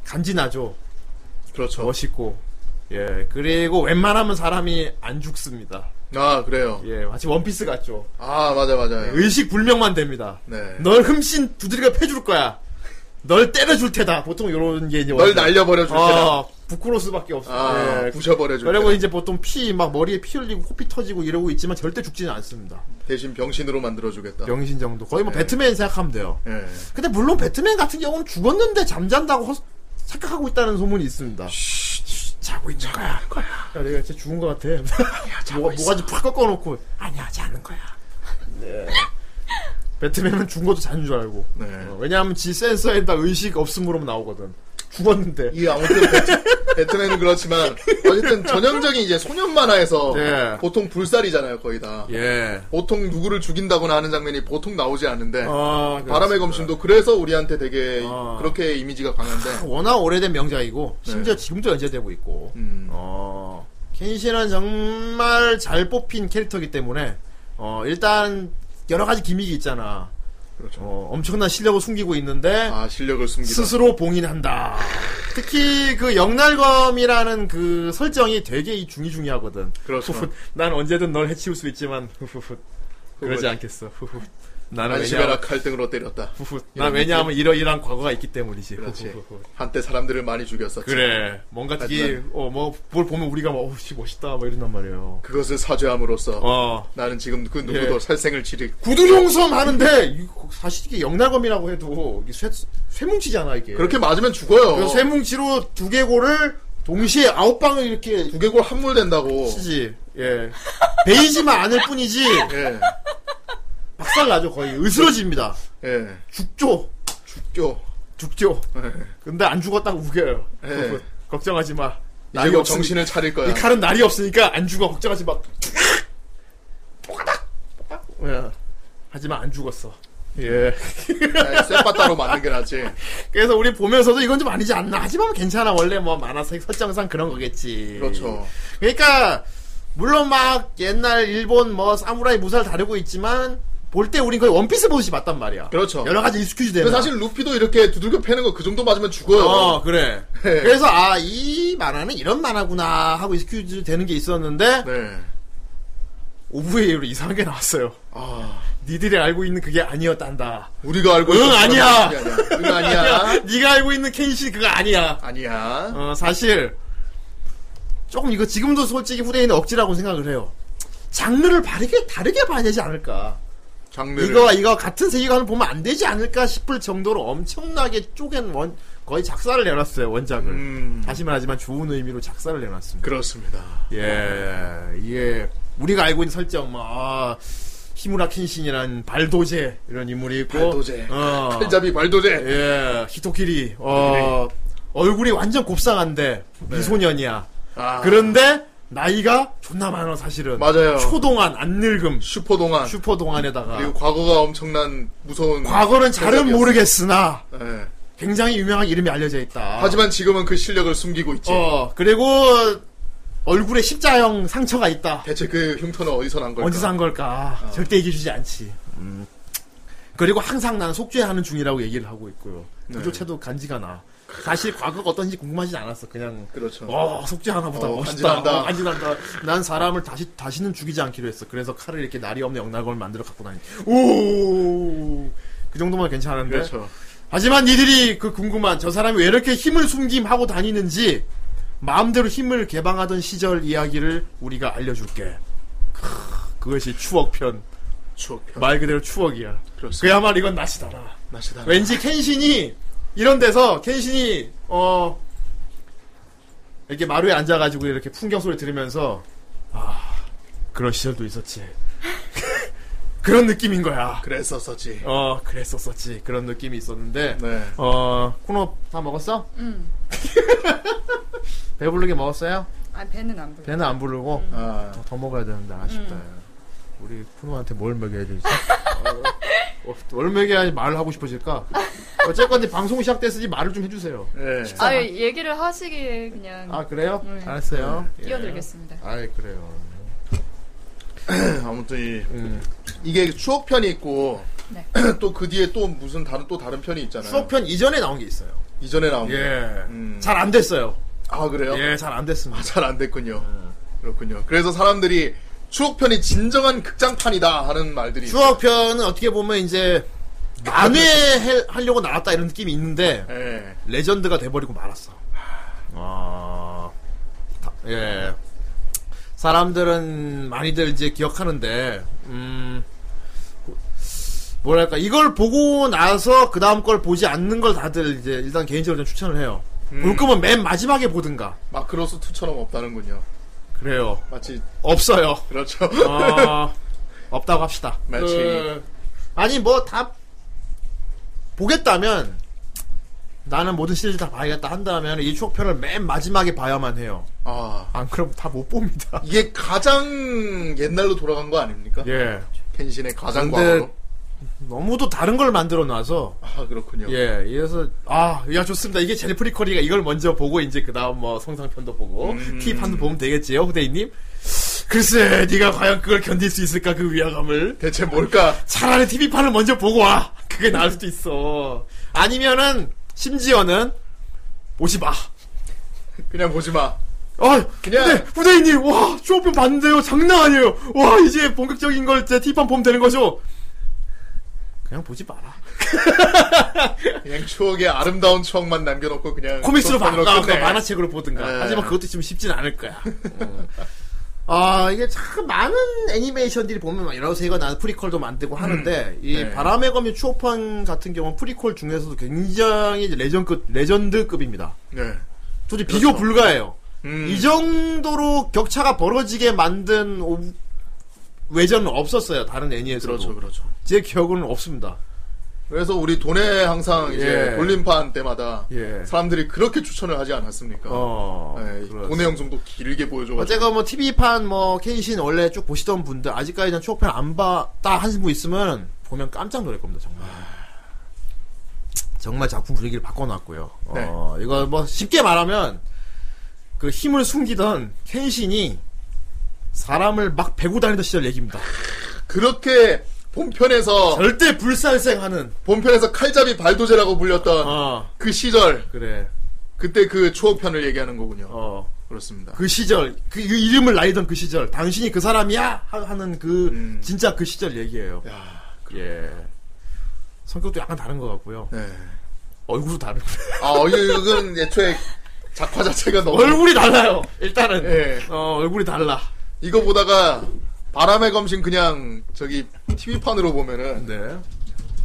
[SPEAKER 1] 간지나죠.
[SPEAKER 2] 그렇죠.
[SPEAKER 1] 멋있고 예 그리고 웬만하면 사람이 안 죽습니다.
[SPEAKER 2] 아 그래요.
[SPEAKER 1] 예 마치 원피스 같죠.
[SPEAKER 2] 아 맞아 맞아.
[SPEAKER 1] 의식 불명만 됩니다.
[SPEAKER 2] 네.
[SPEAKER 1] 널 흠씬 두드리가 패줄 거야. 널 때려줄 테다. 보통 요런 게 이제
[SPEAKER 2] 널
[SPEAKER 1] 원장.
[SPEAKER 2] 날려버려 줄 테다.
[SPEAKER 1] 아, 부끄러스밖에 없어.
[SPEAKER 2] 아,
[SPEAKER 1] 예.
[SPEAKER 2] 부셔버려 줄
[SPEAKER 1] 그리고
[SPEAKER 2] 테다.
[SPEAKER 1] 이제 보통 피 막 머리에 피 흘리고 코피 터지고 이러고 있지만 절대 죽지는 않습니다.
[SPEAKER 2] 대신 병신으로 만들어 주겠다.
[SPEAKER 1] 병신 정도. 거의 뭐
[SPEAKER 2] 예.
[SPEAKER 1] 배트맨 생각하면 돼요.
[SPEAKER 2] 예.
[SPEAKER 1] 근데 물론 배트맨 같은 경우는 죽었는데 잠잔다고 헛- 착각하고 있다는 소문이 있습니다. 자고 있는 거야. 거야. 야, 내가 진짜 죽은 것 같아. <laughs> 뭐, 모가지 팍 꺾어놓고 아니야 자는 거야. 네. 배트맨은 죽은 것도 자는 줄 알고.
[SPEAKER 2] 네.
[SPEAKER 1] 어, 왜냐하면 지 센서에다 의식 없음으로 나오거든. 죽었는데.
[SPEAKER 2] 이 아무튼 배트, 배트맨은 그렇지만 어쨌든 전형적인 이제 소년 만화에서
[SPEAKER 1] 예.
[SPEAKER 2] 보통 불살이잖아요 거의 다.
[SPEAKER 1] 예.
[SPEAKER 2] 보통 누구를 죽인다거나 하는 장면이 보통 나오지 않는데
[SPEAKER 1] 아,
[SPEAKER 2] 바람의
[SPEAKER 1] 그렇습니다.
[SPEAKER 2] 검심도 그래서 우리한테 되게
[SPEAKER 1] 아.
[SPEAKER 2] 그렇게 이미지가 강한데
[SPEAKER 1] 워낙 오래된 명작이고 심지어 지금도 연재되고 있고
[SPEAKER 2] 네. 음.
[SPEAKER 1] 어, 켄신은 정말 잘 뽑힌 캐릭터이기 때문에 어, 일단 여러 가지 기믹이 있잖아
[SPEAKER 2] 그렇죠.
[SPEAKER 1] 어, 엄청난 실력을 숨기고 있는데
[SPEAKER 2] 아 실력을 숨기다.
[SPEAKER 1] 스스로 봉인한다 특히 그 영날검이라는 그 설정이 되게 이 중이중이하거든
[SPEAKER 2] 그렇죠.
[SPEAKER 1] 후훗, 난 언제든 널 해치울 수 있지만 후훗, 그러지 않겠어 후훗. 나는 왜냐하면,
[SPEAKER 2] 안시베라 아, 칼등으로 때렸다.
[SPEAKER 1] 후훗, 난 왜냐하면 이러이러한 과거가 있기 때문이지
[SPEAKER 2] 그렇지.
[SPEAKER 1] 후훗.
[SPEAKER 2] 한때 사람들을 많이 죽였었지.
[SPEAKER 1] 그래 뭔가 되게
[SPEAKER 2] 하지만-
[SPEAKER 1] 어뭐뭘 보면 우리가 막 어우씨 멋있다 막 이런단 말이에요
[SPEAKER 2] 그것을 사죄함으로써
[SPEAKER 1] 어
[SPEAKER 2] 나는 지금 그 누구도
[SPEAKER 1] 예.
[SPEAKER 2] 살생을 지르.
[SPEAKER 1] 구두용섬 하는데 이거 사실 이게 영날검이라고 해도 이게 쇠, 쇠뭉치잖아 이게
[SPEAKER 2] 그렇게 맞으면 죽어요.
[SPEAKER 1] 그래서 쇠뭉치로 두개골을 동시에 아홉 방을 이렇게
[SPEAKER 2] 두개골 함몰된다고.
[SPEAKER 1] 치지 예 베이지만 않을 뿐이지
[SPEAKER 2] 예.
[SPEAKER 1] 박살나죠 거의 으스러집니다
[SPEAKER 2] 예.
[SPEAKER 1] 죽죠
[SPEAKER 2] 껴.
[SPEAKER 1] 죽죠
[SPEAKER 2] 예.
[SPEAKER 1] 근데 안 죽었다고 우겨요
[SPEAKER 2] 예. <laughs>
[SPEAKER 1] 걱정하지 마
[SPEAKER 2] 이제
[SPEAKER 1] 날이
[SPEAKER 2] 곧
[SPEAKER 1] 없으니-
[SPEAKER 2] 정신을 차릴 거야.
[SPEAKER 1] 이 칼은 날이 없으니까 안 죽어 걱정하지 마. <laughs> 뽀가닥 뽀가닥. 예. 하지만 안 죽었어. 예.
[SPEAKER 2] 아, 쇠바 따로 맞는 게 낫지.
[SPEAKER 1] 그래서 우리 보면서도 이건 좀 아니지 않나. 하지만 괜찮아. 원래 뭐 만화 설- 설정상 그런 거겠지.
[SPEAKER 2] 그렇죠.
[SPEAKER 1] 그러니까 물론 막 옛날 일본 뭐 사무라이 무사를 다루고 있지만 볼 때 우린 거의 원피스 보듯이 봤단 말이야.
[SPEAKER 2] 그렇죠.
[SPEAKER 1] 여러 가지 익스큐즈 되는.
[SPEAKER 2] 근데 사실 루피도 이렇게 두들겨 패는 거 그 정도 맞으면 죽어요.
[SPEAKER 1] 어, 그래.
[SPEAKER 2] 네.
[SPEAKER 1] 그래서 아, 이 만화는 이런 만화구나 하고 익스큐즈 되는 게 있었는데
[SPEAKER 2] 네.
[SPEAKER 1] 오브웨이로 이상한 게 나왔어요.
[SPEAKER 2] 아,
[SPEAKER 1] 니들이 알고 있는 그게 아니었단다.
[SPEAKER 2] 우리가 알고
[SPEAKER 1] 응,
[SPEAKER 2] 있던 사람은
[SPEAKER 1] 아니야.
[SPEAKER 2] 응
[SPEAKER 1] <laughs>
[SPEAKER 2] 아니야.
[SPEAKER 1] 네가 알고 있는 켄시 그거 아니야.
[SPEAKER 2] 아니야.
[SPEAKER 1] 어, 사실 조금 이거 지금도 솔직히 후대인은 억지라고 생각을 해요. 장르를 바르게 다르게 봐야 되지 않을까.
[SPEAKER 2] 장르.
[SPEAKER 1] 이거와 이거 같은 세계관을 보면 안 되지 않을까 싶을 정도로 엄청나게 쪼갠 원 거의 작사를 내놨어요 원작을.
[SPEAKER 2] 음.
[SPEAKER 1] 다시 말하지만 좋은 의미로 작사를 내놨습니다.
[SPEAKER 2] 그렇습니다.
[SPEAKER 1] 예, 이게 우리가 알고 있는 설정, 뭐 아, 히무라 켄신이란 발도제 이런 인물이 있고,
[SPEAKER 2] 발도제.
[SPEAKER 1] 어,
[SPEAKER 2] <laughs> 칼잡이 발도제.
[SPEAKER 1] 예, 히토키리, 어,
[SPEAKER 2] 네.
[SPEAKER 1] 얼굴이 완전 곱상한데 미소년이야.
[SPEAKER 2] 아,
[SPEAKER 1] 그런데 나이가 존나 많아 사실은.
[SPEAKER 2] 맞아요.
[SPEAKER 1] 초동안, 안 늙음,
[SPEAKER 2] 슈퍼 동안.
[SPEAKER 1] 슈퍼 동안에다가
[SPEAKER 2] 그리고 과거가 엄청난 무서운.
[SPEAKER 1] 과거는 잘은
[SPEAKER 2] 세상이었어.
[SPEAKER 1] 모르겠으나
[SPEAKER 2] 예.
[SPEAKER 1] 굉장히 유명한 이름이 알려져 있다.
[SPEAKER 2] 하지만 지금은 그 실력을 숨기고 있지.
[SPEAKER 1] 아. 어, 그리고 얼굴에 십자형 상처가 있다.
[SPEAKER 2] 대체 그 흉터는 어디서 난 걸까?
[SPEAKER 1] 어디서 한 걸까? 절대 얘기해주지 음. 않지. 그리고 항상 나는 속죄하는 중이라고 얘기를 하고 있고요.
[SPEAKER 2] 네.
[SPEAKER 1] 그조차도 간지가 나. 사실 과거가 어떤지 궁금하진 않았어. 그냥
[SPEAKER 2] 그렇죠.
[SPEAKER 1] 어 속지 하나보다
[SPEAKER 2] 어,
[SPEAKER 1] 멋있다.
[SPEAKER 2] 간지난다.
[SPEAKER 1] 어, 간지난다. 난 사람을 다시 다시는 죽이지 않기로 했어. 그래서 칼을 이렇게 날이 없는 영락을 만들어 갖고 다니. 오그 정도만 괜찮은데.
[SPEAKER 2] 그렇죠.
[SPEAKER 1] 하지만 니들이 그 궁금한 저 사람이 왜 이렇게 힘을 숨김하고 다니는지 마음대로 힘을 개방하던 시절 이야기를 우리가 알려줄게. 크, 그것이 추억편.
[SPEAKER 2] 추억.
[SPEAKER 1] 말 그대로 추억이야.
[SPEAKER 2] 그렇습니다.
[SPEAKER 1] 그야말로 이건 낯이다라.
[SPEAKER 2] 나시다.
[SPEAKER 1] 왠지 켄신이 이런 데서 켄신이 어 이렇게 마루에 앉아가지고 이렇게 풍경 소리 들으면서 아 그런 시절도 있었지. <laughs> 그런 느낌인 거야.
[SPEAKER 2] 그랬었었지.
[SPEAKER 1] 어 그랬었었지 그런 느낌이 있었는데
[SPEAKER 2] 네.
[SPEAKER 1] 어 코너 다 먹었어?
[SPEAKER 3] 음.
[SPEAKER 1] 배부르게 먹었어요?
[SPEAKER 3] 아 배는 안 불러.
[SPEAKER 1] 배는 안 부르고
[SPEAKER 2] 아,
[SPEAKER 1] 더, 더 먹어야 되는데 아쉽다. 우리 쿠노한테 뭘 먹여야 되지? 어, 어, 뭘 먹여야지 말을 하고 싶어질까? 어쨌건 이제 방송 시작됐으니 말을 좀 해주세요.
[SPEAKER 2] 예.
[SPEAKER 3] 아 얘기를 하시기에 그냥
[SPEAKER 1] 아 그래요?
[SPEAKER 3] 네.
[SPEAKER 1] 알았어요. 예.
[SPEAKER 3] 끼어들겠습니다.
[SPEAKER 1] 아 그래요.
[SPEAKER 2] 아무튼 이
[SPEAKER 1] 음.
[SPEAKER 2] 이게 추억 편이 있고
[SPEAKER 3] 네.
[SPEAKER 2] <clears throat> 또 그 뒤에 또 무슨 다른 또 다른 편이 있잖아요.
[SPEAKER 1] 수업편 이전에 나온 게 있어요.
[SPEAKER 2] 이전에 나온 거.
[SPEAKER 1] 예.
[SPEAKER 2] 음.
[SPEAKER 1] 잘 안 됐어요.
[SPEAKER 2] 아 그래요?
[SPEAKER 1] 예, 잘 안 됐습니다.
[SPEAKER 2] 잘 안 됐군요. 그렇군요. 그래서 사람들이 추억 편이 진정한 극장판이다 하는 말들이
[SPEAKER 1] 수업편은 어떻게 보면 이제 네. 만회하려고 나왔다 이런 느낌이 있는데
[SPEAKER 2] 있어요. 예.
[SPEAKER 1] 레전드가 돼버리고 말았어. 아, 다- 예. 사람들은 많이들 이제 기억하는데, 음, 고- 뭐랄까, 이걸 보고 나서 그 다음 걸 보지 않는 걸 다들 이제 일단 개인적으로 좀 추천을 해요. 볼 거면 맨 마지막에 보든가.
[SPEAKER 2] 마크로스 2처럼 없다는군요.
[SPEAKER 1] 그래요.
[SPEAKER 2] 마치
[SPEAKER 1] 없어요.
[SPEAKER 2] 그렇죠.
[SPEAKER 1] 어, 없다고 합시다.
[SPEAKER 2] 마치.
[SPEAKER 1] 그, 아니 뭐 다 보겠다면 나는 모든 시리즈 다 봐야겠다 한다면 이 추억편을 맨 마지막에 봐야만 해요.
[SPEAKER 2] <laughs> 아
[SPEAKER 1] 안 그럼 다 못 봅니다.
[SPEAKER 2] 이게 가장 옛날로 돌아간 거 아닙니까?
[SPEAKER 1] 예.
[SPEAKER 2] 켄신의 가장
[SPEAKER 1] 근데-
[SPEAKER 2] 과거로.
[SPEAKER 1] 너무도 다른 걸 만들어 놔서
[SPEAKER 2] 아 그렇군요.
[SPEAKER 1] 예. 이래서 아, 야 좋습니다. 이게 제니프리 커리가 이걸 먼저 보고 이제 그다음 뭐 성상편도 보고
[SPEAKER 2] 음.
[SPEAKER 1] 티판도 보면 되겠지요, 후대인 님. 글쎄, 네가 과연 그걸 견딜 수 있을까 그 위화감을.
[SPEAKER 2] 대체 뭘까?
[SPEAKER 1] 차라리 TV판을 먼저 보고 와. 그게 나을 수도 있어. 아니면은, 심지어는, 오지 마.
[SPEAKER 2] 그냥 보지 마.
[SPEAKER 1] 아,
[SPEAKER 2] 그냥-
[SPEAKER 1] 근데, 후대인님, 와, 쇼핑 봤는데요. 장난 아니에요. 와, 이제 본격적인 걸 이제 TV판 보면 되는 거죠. 그냥 보지 마라.
[SPEAKER 2] 그냥 추억의 아름다운 추억만 남겨놓고 그냥
[SPEAKER 1] 코믹스로 봐.
[SPEAKER 2] 소설로
[SPEAKER 1] 나, 나
[SPEAKER 2] 끝내.
[SPEAKER 1] 만화책으로 보든가.
[SPEAKER 2] 네.
[SPEAKER 1] 하지만 그것도 좀 쉽진 않을 <laughs> 거야. 음. 아, 이게 참 많은 애니메이션들이 보면 막 여러 세가 나는 프리퀄도 만들고 하는데, 이
[SPEAKER 2] 네.
[SPEAKER 1] 바람의 검이 추억판 같은 경우는 프리퀄 중에서도 굉장히 이제 레전급, 레전드급입니다.
[SPEAKER 2] 네.
[SPEAKER 1] 도저히 비교 불가해요.
[SPEAKER 2] 음.
[SPEAKER 1] 이 정도로 격차가 벌어지게 만든 오- 외전은 없었어요. 다른 애니에서도.
[SPEAKER 2] 그렇죠, 그렇죠.
[SPEAKER 1] 제 기억은 없습니다.
[SPEAKER 2] 그래서 우리 돈에 항상 이제
[SPEAKER 1] 예.
[SPEAKER 2] 돌림판 때마다
[SPEAKER 1] 예.
[SPEAKER 2] 사람들이 그렇게 추천을 하지 않았습니까?
[SPEAKER 1] 어.
[SPEAKER 2] 네,
[SPEAKER 1] 그렇습니다.
[SPEAKER 2] 돈의 영상도 길게 보여줘가지고
[SPEAKER 1] 어쨌건 뭐 TV판 뭐 켄신 원래 쭉 보시던 분들 아직까지는 추억편 안 봤다 하신 분 있으면 보면 깜짝 놀랄 겁니다 정말 정말 작품 분위기를 바꿔놨고요
[SPEAKER 2] 네.
[SPEAKER 1] 어, 이거 뭐 쉽게 말하면 그 힘을 숨기던 켄신이 사람을 막 베고 다니던 시절 얘기입니다
[SPEAKER 2] 그렇게 본편에서
[SPEAKER 1] 절대 불살생하는
[SPEAKER 2] 본편에서 칼잡이 발도제라고 불렸던
[SPEAKER 1] 어
[SPEAKER 2] 그 시절
[SPEAKER 1] 그래
[SPEAKER 2] 그때 그 추억편을 얘기하는 거군요.
[SPEAKER 1] 어
[SPEAKER 2] 그렇습니다.
[SPEAKER 1] 그 시절 그, 그 이름을 날리던 그 시절 당신이 그 사람이야 하- 하는 그
[SPEAKER 2] 음.
[SPEAKER 1] 진짜 그 시절 얘기예요.
[SPEAKER 2] 야,
[SPEAKER 1] 예. 성격도 약간 다른 것 같고요.
[SPEAKER 2] 네.
[SPEAKER 1] 얼굴도 다른.
[SPEAKER 2] 아 어, 이건 애초에 작화 자체가
[SPEAKER 1] <laughs>
[SPEAKER 2] 너무
[SPEAKER 1] 얼굴이 달라요. 일단은
[SPEAKER 2] 예.
[SPEAKER 1] 어 얼굴이 달라.
[SPEAKER 2] 이거 보다가 바람의 검신 그냥 저기 TV 판으로 보면은
[SPEAKER 1] 네.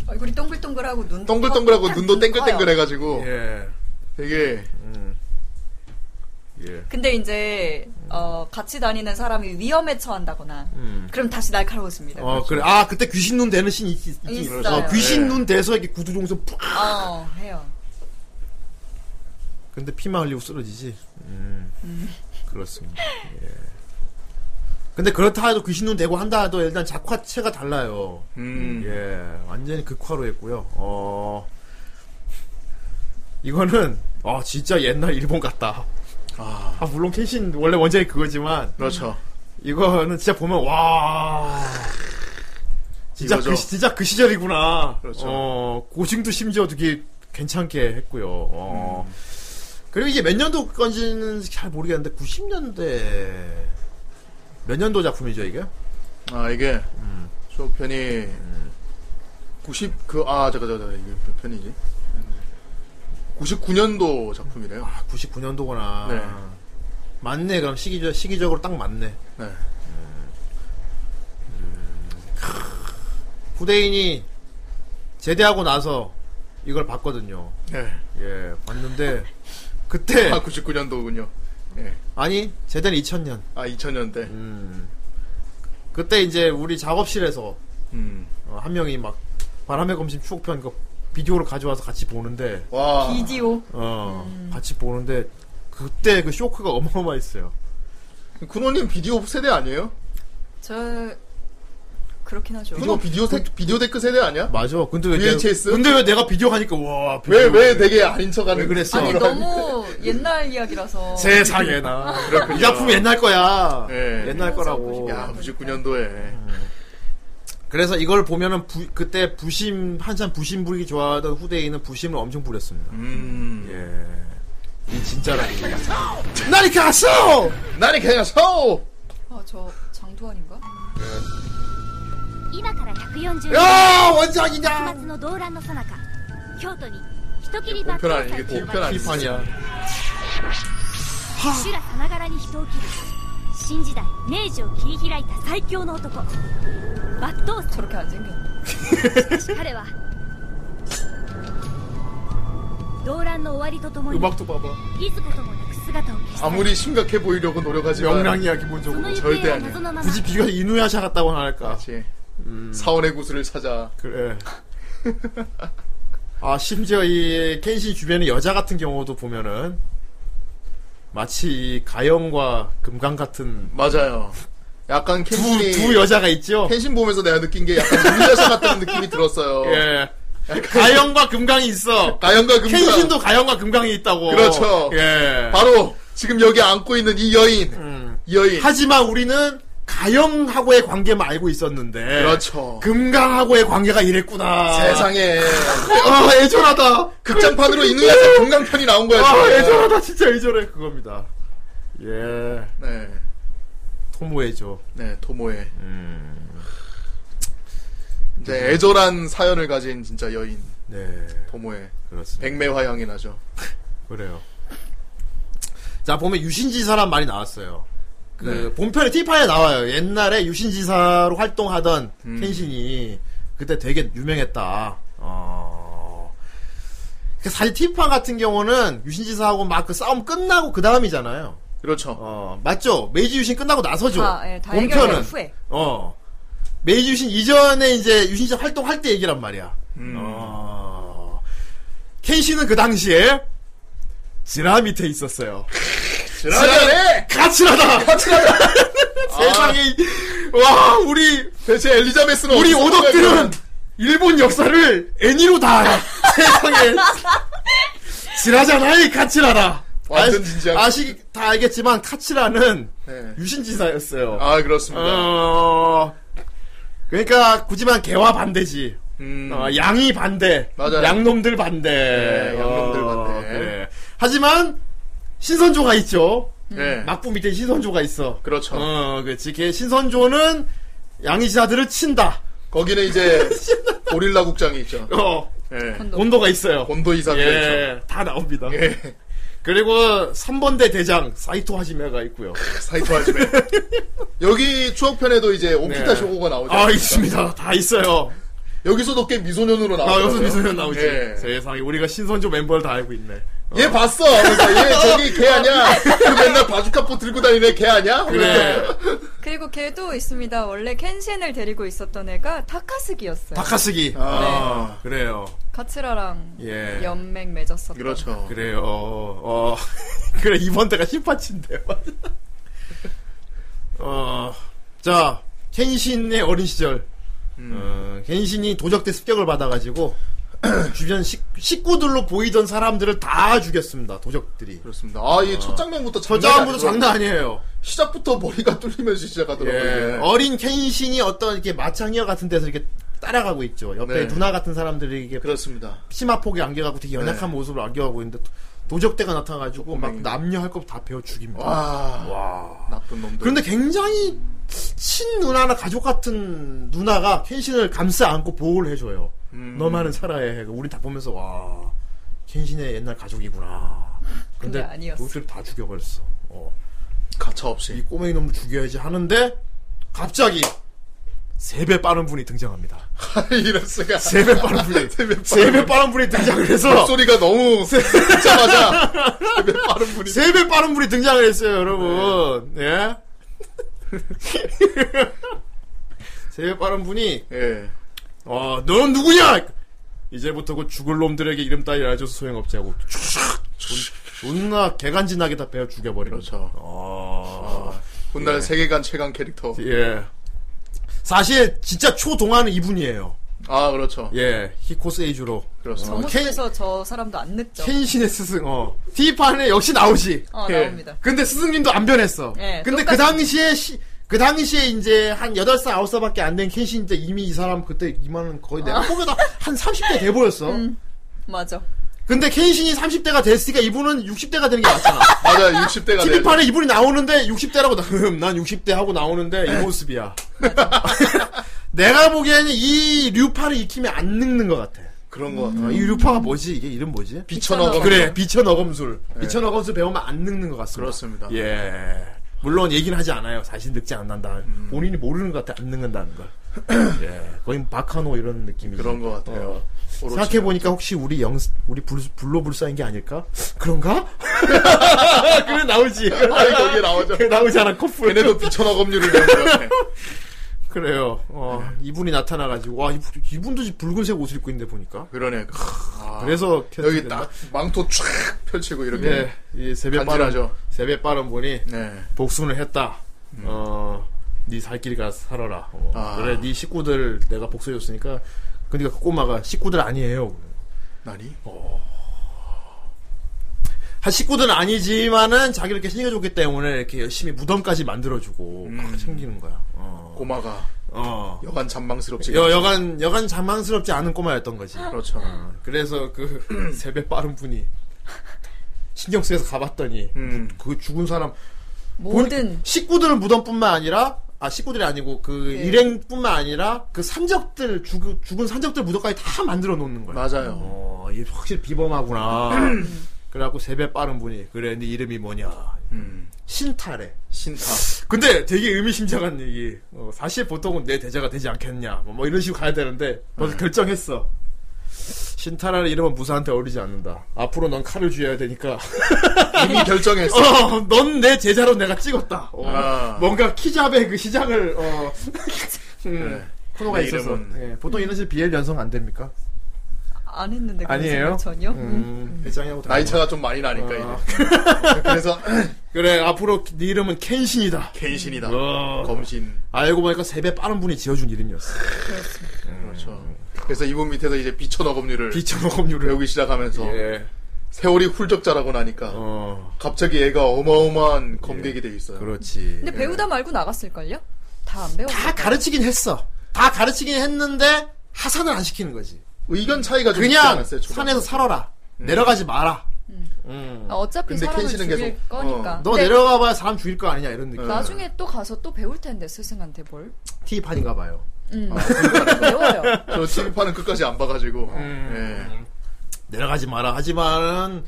[SPEAKER 3] 얼굴이 동글동글하고
[SPEAKER 2] 음.
[SPEAKER 3] 눈
[SPEAKER 2] 동글동글하고 눈도 땡글땡글
[SPEAKER 3] 커요.
[SPEAKER 2] 해가지고
[SPEAKER 1] 예. 음.
[SPEAKER 2] 되게
[SPEAKER 1] 예.
[SPEAKER 3] 근데 이제 어, 같이 다니는 사람이 위험에 처한다거나
[SPEAKER 1] 음.
[SPEAKER 3] 그럼 다시 날카로워집니다.
[SPEAKER 1] 어 그래. 아 그때 귀신 눈 되는 신 있, 있, 있
[SPEAKER 3] 있어요.
[SPEAKER 1] 어, 귀신
[SPEAKER 2] 예.
[SPEAKER 1] 눈 돼서 이렇게 구두 종소 푹.
[SPEAKER 3] 어, 해요.
[SPEAKER 1] 근데 피만 흘리고 쓰러지지. 음. 그렇습니다. 예. 근데 그렇다 해도 귀신 눈 되고 한다 해도 일단 작화체가 달라요.
[SPEAKER 2] 음.
[SPEAKER 1] 예, 완전히 극화로 했고요. 어, 이거는 아 진짜 옛날 일본 같다.
[SPEAKER 2] 아
[SPEAKER 1] 아 물론 켄신 원래 원작이 그거지만
[SPEAKER 2] 그렇죠.
[SPEAKER 1] 이거는 진짜 보면 와 진짜
[SPEAKER 2] 이거죠.
[SPEAKER 1] 그 시- 진짜 그 시절이구나.
[SPEAKER 2] 그렇죠.
[SPEAKER 1] 어 고증도 심지어 되게 괜찮게 했고요. 어. 그리고 이게 몇 년도 건지는 잘 모르겠는데 90년대 몇 년도 작품이죠 이게?
[SPEAKER 2] 아 이게 저 편이 90 그 아 잠깐 잠깐 잠깐, 이게 몇 편이지? 99년도 작품이래요.
[SPEAKER 1] 아 99년도구나.
[SPEAKER 2] 네.
[SPEAKER 1] 맞네 그럼 시기적 시기적으로 딱 맞네.
[SPEAKER 2] 네.
[SPEAKER 1] 후대인이 제대하고 나서 이걸 봤거든요.
[SPEAKER 2] 네.
[SPEAKER 1] 예 봤는데 그때
[SPEAKER 2] 아 99년도군요. 예.
[SPEAKER 1] 아니 제대는 2000년.
[SPEAKER 2] 아 2000년대. 음.
[SPEAKER 1] 음. 그때 이제 우리 작업실에서
[SPEAKER 2] 음.
[SPEAKER 1] 어, 한 명이 막 바람의 검심 추억편 그 비디오를 가져와서 같이 보는데
[SPEAKER 2] 와.
[SPEAKER 3] 비디오.
[SPEAKER 1] 어
[SPEAKER 2] 음.
[SPEAKER 1] 같이 보는데 그때 그 쇼크가 <laughs> 어마어마했어요.
[SPEAKER 2] 군호님 비디오 세대 아니에요?
[SPEAKER 3] 저 그렇긴 하죠.
[SPEAKER 2] 군호 비디오 세, 비디오 데크 세대 아니야?
[SPEAKER 1] 맞아. 근데 왜
[SPEAKER 2] VHS?
[SPEAKER 1] 내가, 근데 왜 내가 비디오 하니까 와. 비디오.
[SPEAKER 2] 왜 왜 되게 아닌 척하는
[SPEAKER 1] 왜 그랬어?
[SPEAKER 3] 아니
[SPEAKER 1] 그런-
[SPEAKER 3] 너무 옛날 이야기라서
[SPEAKER 1] 세상에 나. 네. 이 작품 옛날 거야.
[SPEAKER 2] 예.
[SPEAKER 1] 옛날 거라고.
[SPEAKER 2] 야 99년도에.
[SPEAKER 1] 그래서 이걸 보면은 부- 그때 부심 한참 부심 부리기 좋아하던 후대인은 부심을 엄청 부렸습니다.
[SPEAKER 2] 음.
[SPEAKER 1] 예. 이 진짜라고. 나니 가서.
[SPEAKER 2] 나는 그냥 서.
[SPEAKER 3] 아, 저 장도환인가?
[SPEAKER 5] 今から140
[SPEAKER 1] 야
[SPEAKER 5] 年
[SPEAKER 1] 원작이냐.
[SPEAKER 5] 末の動乱の最中京都に人斬り抜
[SPEAKER 2] 편
[SPEAKER 5] 刀
[SPEAKER 2] 안
[SPEAKER 5] 斎
[SPEAKER 2] 이게
[SPEAKER 5] と呼ば
[SPEAKER 2] 편
[SPEAKER 5] れ
[SPEAKER 2] 안
[SPEAKER 5] る
[SPEAKER 1] 야
[SPEAKER 5] 修羅さながらに人を斬る新時代明治を切り開いた最強の男抜刀斎
[SPEAKER 3] 저렇게 안 생겼네.
[SPEAKER 5] しかし彼は動乱の終わりとともに
[SPEAKER 2] 음악도 봐봐.
[SPEAKER 5] いずこともなく姿を消した
[SPEAKER 2] 아무리 심각해 보이려고 노력하지만
[SPEAKER 1] 명랑이야
[SPEAKER 5] その
[SPEAKER 1] 기본적으로.
[SPEAKER 5] 行
[SPEAKER 2] 절대
[SPEAKER 5] 方
[SPEAKER 2] 아니야
[SPEAKER 5] を謎のまま
[SPEAKER 1] 굳이 비교해서 이누야샤 같다고는 안 할까.
[SPEAKER 2] 그렇지. 사원의 구슬을 찾아.
[SPEAKER 1] 그래. 아 심지어 이 켄신 주변의 여자 같은 경우도 보면은 마치 이 가영과 금강 같은
[SPEAKER 2] 맞아요. 약간
[SPEAKER 1] 두,
[SPEAKER 2] 켄신이
[SPEAKER 1] 두 여자가 있죠.
[SPEAKER 2] 켄신 보면서 내가 느낀 게 약간 유리여사 같다는 느낌이 들었어요.
[SPEAKER 1] 예. 가영과 금강이 있어.
[SPEAKER 2] 가연과 금가
[SPEAKER 1] 켄신도 가영과 금강이 있다고.
[SPEAKER 2] 그렇죠.
[SPEAKER 1] 예.
[SPEAKER 2] 바로 지금 여기 안고 있는 이 여인.
[SPEAKER 1] 음.
[SPEAKER 2] 이 여인.
[SPEAKER 1] 하지만 우리는 가영하고의 관계만 알고 있었는데.
[SPEAKER 2] 그렇죠.
[SPEAKER 1] 금강하고의 관계가 이랬구나.
[SPEAKER 2] 세상에
[SPEAKER 1] 아, 애절하다.
[SPEAKER 2] 극장판으로 이누야사 공강편이 나온 거야.
[SPEAKER 1] 아,
[SPEAKER 2] 지금.
[SPEAKER 1] 애절하다. 진짜 애절해. 그겁니다. 예.
[SPEAKER 2] 네.
[SPEAKER 1] 토모애죠.
[SPEAKER 2] 네, 토모의
[SPEAKER 1] 음.
[SPEAKER 2] 이제 애절한 사연을 가진 진짜 여인
[SPEAKER 1] 네.
[SPEAKER 2] 토모의
[SPEAKER 1] 그렇습니다.
[SPEAKER 2] 백매화 향이 나죠.
[SPEAKER 1] 그래요. 자, 보면 유신지사란 말이 나왔어요. 그, 본편에 티파에 나와요. 옛날에 유신지사로 활동하던 켄신이 그때 되게 유명했다. 어. 그 사실 티파 같은 경우는 유신지사하고 막 그 싸움 끝나고 그 다음이잖아요.
[SPEAKER 2] 그렇죠.
[SPEAKER 1] 어, 맞죠? 메이지 유신 끝나고 나서죠.
[SPEAKER 3] 다, 예, 다
[SPEAKER 1] 본편은.
[SPEAKER 3] 해결된 후에.
[SPEAKER 1] 어. 메이지 유신 이전에 이제 유신지사 활동할 때 얘기란 말이야.
[SPEAKER 2] 음.
[SPEAKER 1] 어. 켄시는 그 당시에 지라 밑에 있었어요.
[SPEAKER 2] 지랄해! <laughs>
[SPEAKER 1] 가치라다. <laughs> 세상에 와 우리
[SPEAKER 2] 대체 엘리자베스는
[SPEAKER 1] 우리
[SPEAKER 2] 어디서
[SPEAKER 1] 오덕들은
[SPEAKER 2] 생각하면
[SPEAKER 1] 일본 역사를 애니로 다
[SPEAKER 2] <laughs>
[SPEAKER 1] 알아. 세상에 지라잖아이 카치라다.
[SPEAKER 2] 완전 진지하게.
[SPEAKER 1] 아시 다 알겠지만 카치라는
[SPEAKER 2] 네.
[SPEAKER 1] 유신지사였어요.
[SPEAKER 2] 아 그렇습니다.
[SPEAKER 1] 어. 그러니까 굳이만 개와 반대지.
[SPEAKER 2] 음.
[SPEAKER 1] 어, 양이 반대.
[SPEAKER 2] 맞아요.
[SPEAKER 1] 양놈들 반대.
[SPEAKER 2] 네, 양놈들
[SPEAKER 1] 어,
[SPEAKER 2] 반대.
[SPEAKER 1] 그래. 하지만 신선조가 있죠.
[SPEAKER 2] 네.
[SPEAKER 1] 음. 막부 밑에 신선조가 있어.
[SPEAKER 2] 그렇죠.
[SPEAKER 1] 어, 그렇지. 걔 신선조는 양이지사들을 친다.
[SPEAKER 2] 거기는 <laughs> 이제 고릴라 국장이 있죠.
[SPEAKER 1] 어,
[SPEAKER 2] 예.
[SPEAKER 3] 곤도.
[SPEAKER 1] 곤도가 있어요.
[SPEAKER 2] 본도 이사가 있죠.
[SPEAKER 1] 예, 다 나옵니다. 그리고 3번대 대장 사이토 하지메가 있고요.
[SPEAKER 2] 그 사이토 하지메. 여기 추억편에도 이제 오키타
[SPEAKER 1] 네.
[SPEAKER 2] 쇼고가 나오죠.
[SPEAKER 1] 아 있습니다. 다 있어요.
[SPEAKER 2] 여기서도 꽤 미소년으로
[SPEAKER 1] 아,
[SPEAKER 2] 나오죠.
[SPEAKER 1] 여기서 미소년 나오지.
[SPEAKER 2] 예.
[SPEAKER 1] 세상에 우리가 신선조 멤버를 다 알고 있네.
[SPEAKER 2] 얘 봤어. 그래서 <laughs> 얘 저기 걔 아니야. 그 맨날 바주카포 들고 다니네 걔 아니야? 그러니까.
[SPEAKER 1] 그래.
[SPEAKER 3] 그리고 걔도 있습니다. 원래 켄신을 데리고 있었던 애가 타카스기였어요.
[SPEAKER 1] 다카스기.
[SPEAKER 2] 아,
[SPEAKER 1] 그래요.
[SPEAKER 3] 카츠라랑
[SPEAKER 1] 예.
[SPEAKER 3] 연맹 맺었었던.
[SPEAKER 2] 그렇죠.
[SPEAKER 1] 그래요. 어, <laughs> 어. 그래 이번 때가 심파친데. <laughs> 어. 자, 켄신의 어린 시절. 어, 켄신이 도적대 습격을 받아가지고 <clears throat> 주변 식, 식구들로 보이던 사람들을 다 죽였습니다. 도적들이.
[SPEAKER 2] 그렇습니다. 아, 이 첫 장면부터
[SPEAKER 1] 저
[SPEAKER 2] 장난이
[SPEAKER 1] 자부도
[SPEAKER 2] 아니고
[SPEAKER 1] 장난 아니에요.
[SPEAKER 2] 시작부터 머리가 뚫리면서 시작하더라고요.
[SPEAKER 1] 예.
[SPEAKER 2] 이게.
[SPEAKER 1] 어린 켄신이 어떤 이렇게 마창이와 같은 데서 이렇게 따라가고 있죠. 옆에
[SPEAKER 2] 네.
[SPEAKER 1] 누나 같은 사람들이 이게
[SPEAKER 2] 그렇습니다.
[SPEAKER 1] 치마 폭이 안겨가고 되게
[SPEAKER 2] 네.
[SPEAKER 1] 연약한 모습을 안겨가고 있는데 도- 도적대가 나타나가지고 막
[SPEAKER 2] 조금맹이.
[SPEAKER 1] 남녀 할 것 다 베어 죽입니다.
[SPEAKER 2] 네. 와, 네.
[SPEAKER 1] 와.
[SPEAKER 2] 나쁜 놈들.
[SPEAKER 1] 그런데 굉장히 친 누나나 가족 같은 누나가 켄신을 감싸 안고 보호를 해줘요.
[SPEAKER 2] 음.
[SPEAKER 1] 너만은 살아야 해. 우리 다 보면서 와 켄신의 옛날 가족이구나.
[SPEAKER 3] 근데 아니었어.
[SPEAKER 1] 도둑들 다 죽여버렸어. 어.
[SPEAKER 2] 가차
[SPEAKER 1] 이
[SPEAKER 2] 없이.
[SPEAKER 1] 꼬맹이 놈을 죽여야지 하는데 갑자기 세 배 빠른 분이 등장합니다.
[SPEAKER 2] <laughs> 이럴 수가.
[SPEAKER 1] 세 배 빠른 분이
[SPEAKER 2] <laughs> 세배
[SPEAKER 1] 세
[SPEAKER 2] 빠른
[SPEAKER 1] 배 빠른 분이 등장을 해서
[SPEAKER 2] 목소리가 너무 듣자마자 세배 빠른 분이
[SPEAKER 1] 세 배 빠른 분이 등장을 했어요, 여러분.
[SPEAKER 2] 네.
[SPEAKER 1] 예. <laughs> 세 배 빠른 분이
[SPEAKER 2] 예.
[SPEAKER 1] 어, 넌 누구냐? 이제부터 곧 죽을 놈들에게 이름 따위 알려줘서 소용없지 하고 촤악! 존- 존나 개간지나게 다 베어 죽여버리고
[SPEAKER 2] 그렇죠.
[SPEAKER 1] 어...
[SPEAKER 2] 훗날 세계관 최강 캐릭터.
[SPEAKER 1] 예. 사실 진짜 초동화는 이분이에요.
[SPEAKER 2] 아, 그렇죠.
[SPEAKER 1] 예, 히코세이주로.
[SPEAKER 2] 그렇습니다.
[SPEAKER 1] 어,
[SPEAKER 3] 정모습에서 저 사람도 안 늙죠.
[SPEAKER 1] 켄신의 스승, 어. 티판에 역시 나오지.
[SPEAKER 3] 어,
[SPEAKER 2] 예.
[SPEAKER 3] 나옵니다.
[SPEAKER 1] 근데 스승님도 안 변했어.
[SPEAKER 3] 예,
[SPEAKER 1] 근데 그
[SPEAKER 3] 똑같이.
[SPEAKER 1] 당시에 시- 그 당시에 이제 한 8살, 9살밖에 안 된 켄신인데 이미 이 사람 그때 이만은 거의
[SPEAKER 3] 아.
[SPEAKER 1] 내가 보기에도 한 30대 돼 보였어.
[SPEAKER 3] 음. 맞아.
[SPEAKER 1] 근데 켄신이 30대가 됐으니까 이분은 60대가 되는 게
[SPEAKER 3] <laughs>
[SPEAKER 1] 맞잖아.
[SPEAKER 2] 맞아요. 60대가
[SPEAKER 1] TV판에 이분이 나오는데 60대라고 나, 흠, 난 60대 하고 나오는데
[SPEAKER 3] 네.
[SPEAKER 1] 이 모습이야. <laughs> 내가 보기에는 이 류파를 익히면 안 늙는 것 같아. 음.
[SPEAKER 2] 그런 것 같아요.
[SPEAKER 1] 이 류파가 뭐지? 이게 이름 뭐지?
[SPEAKER 2] 비천어가 네.
[SPEAKER 1] 그래, 비천 어검술. 비천 어검술 배우면 안 늙는 것 같습니다.
[SPEAKER 2] 그렇습니다. 네.
[SPEAKER 1] 예. 물론 얘기는 하지 않아요. 사실 늙지 않는다.
[SPEAKER 2] 음.
[SPEAKER 1] 본인이 모르는 것 같아. 안 늙는다는
[SPEAKER 2] <clears throat>
[SPEAKER 1] 걸. 예. 거의 바카노 이런 느낌이죠.
[SPEAKER 2] 그런 것 같아요.
[SPEAKER 1] 어.
[SPEAKER 2] 오로치.
[SPEAKER 1] 생각해 보니까 혹시 우리 영 우리 불, 불로불사인 게 아닐까?
[SPEAKER 2] <laughs>
[SPEAKER 1] 그런가? 그래 나오지.
[SPEAKER 2] 아니, 거기에 나오죠.
[SPEAKER 1] 그 나오잖아 커플.
[SPEAKER 2] 걔네도 비천어 검률을 내는
[SPEAKER 1] <laughs>
[SPEAKER 2] 거네. 예.
[SPEAKER 1] 그래요. 어 이분이 나타나가지고 와 이분, 이분도 지금 붉은색 옷을 입고 있는데 보니까.
[SPEAKER 2] 그러네. 아,
[SPEAKER 1] 그래서
[SPEAKER 2] 여기
[SPEAKER 1] 캐스팅됐나?
[SPEAKER 2] 딱 망토 촥 펼치고 이렇게.
[SPEAKER 1] 예, 이 세배 빠른
[SPEAKER 2] 간지나죠.
[SPEAKER 1] 세배 빠른 분이
[SPEAKER 2] 네.
[SPEAKER 1] 복수를 했다. 어, 네살 길이 가 살아라. 어,
[SPEAKER 2] 아.
[SPEAKER 1] 그래, 네 식구들 내가 복수해줬으니까. 그러니까 그 꼬마가 식구들 아니에요.
[SPEAKER 2] 나니?
[SPEAKER 1] 어. 한 아, 식구들은 아니지만은 자기를 이렇게 챙겨줬기 때문에 이렇게 열심히 무덤까지 만들어주고
[SPEAKER 2] 음.
[SPEAKER 1] 막 챙기는 거야. 어,
[SPEAKER 2] 꼬마가
[SPEAKER 1] 어.
[SPEAKER 2] 여간 잔망스럽지.
[SPEAKER 1] 여, 여간 여간 장망스럽지 않은 꼬마였던 거지.
[SPEAKER 2] 그렇죠.
[SPEAKER 1] 어, 그래서 그 <clears throat> 세배 빠른 분이 신경 쓰여서 가봤더니
[SPEAKER 2] 음.
[SPEAKER 1] 그 죽은 사람
[SPEAKER 3] 모든
[SPEAKER 1] 식구들 무덤뿐만 아니라 아 식구들이 아니고 그
[SPEAKER 3] 네.
[SPEAKER 1] 일행뿐만 아니라 그 산적들 죽, 죽은 산적들 무덤까지 다 만들어 놓는 거야.
[SPEAKER 2] 맞아요.
[SPEAKER 1] 어, 이게 확실히 비범하구나. 그래갖고 세배 빠른 분이 그래, 네 이름이 뭐냐?
[SPEAKER 2] 음.
[SPEAKER 1] 신타래.
[SPEAKER 2] 신타.
[SPEAKER 1] <laughs> 근데 되게 의미심장한 얘기. 어, 사실 보통은 내 대자가 되지 않겠냐. 뭐, 뭐 이런 식으로 가야 되는데 벌써 결정했어. 신타라는 이름은 무사한테 어울리지 않는다. 앞으로 넌 칼을 쥐어야 되니까. <laughs>
[SPEAKER 2] 이미 결정했어.
[SPEAKER 1] 어, 넌 내 제자로 내가 찍었다. 어,
[SPEAKER 2] 아.
[SPEAKER 1] 뭔가 키잡의 그 시작을 어, 음,
[SPEAKER 2] 네.
[SPEAKER 1] 코너가
[SPEAKER 2] 내
[SPEAKER 1] 있어서
[SPEAKER 2] 이름은-
[SPEAKER 1] 예, 보통 이런 식으로 BL 연성 안 됩니까?
[SPEAKER 3] 안 했는데 그런
[SPEAKER 1] 아니에요?
[SPEAKER 3] 생각 전혀. 음.
[SPEAKER 1] 음, 배짱이하고 다
[SPEAKER 2] 나이 차가 좀 많이 나니까
[SPEAKER 1] 어. <laughs>
[SPEAKER 2] 이제. 그래서 <clears throat>
[SPEAKER 1] 그래 앞으로 네 이름은 켄신이다.
[SPEAKER 2] 갱신이다.
[SPEAKER 1] 어.
[SPEAKER 2] 검신.
[SPEAKER 1] 알고 보니까 세배 빠른 분이 지어준 이름이었어.
[SPEAKER 2] 그렇죠. 그래서 이분 밑에서 이제 비천어 검률을
[SPEAKER 1] 음. 비천호 검률을.
[SPEAKER 2] 배우기 시작하면서
[SPEAKER 1] 예.
[SPEAKER 2] 세월이 훌쩍 자라고 나니까
[SPEAKER 1] 어, 예.
[SPEAKER 2] 갑자기 애가 어마어마한 검객이 돼 있어요.
[SPEAKER 1] 그렇지.
[SPEAKER 3] 근데 배우다 말고 나갔을걸요? 다 안 배웠어.
[SPEAKER 1] 다 가르치긴 했어. 다 가르치긴 했는데 하산을 안 시키는 거지.
[SPEAKER 2] 의견 차이가 좀 있지
[SPEAKER 1] 그냥
[SPEAKER 2] 않았어요. 초반에?
[SPEAKER 1] 산에서 살아라. 내려가지 마라.
[SPEAKER 3] 아, 어차피
[SPEAKER 2] 근데
[SPEAKER 3] 사람을
[SPEAKER 2] 켄신은
[SPEAKER 3] 죽일
[SPEAKER 2] 계속,
[SPEAKER 3] 거니까.
[SPEAKER 2] 어,
[SPEAKER 1] 너
[SPEAKER 3] 근데 어.
[SPEAKER 1] 내려가봐야 사람 죽일 거 아니냐 이런 느낌.
[SPEAKER 3] 나중에 또 가서 또 배울 텐데 스승한테 뭘?
[SPEAKER 1] 티판인가 봐요.
[SPEAKER 3] 음. 배워요.
[SPEAKER 2] 저 TV판은 끝까지 안 봐가지고.
[SPEAKER 1] 음.
[SPEAKER 2] 예.
[SPEAKER 1] 내려가지 마라. 하지만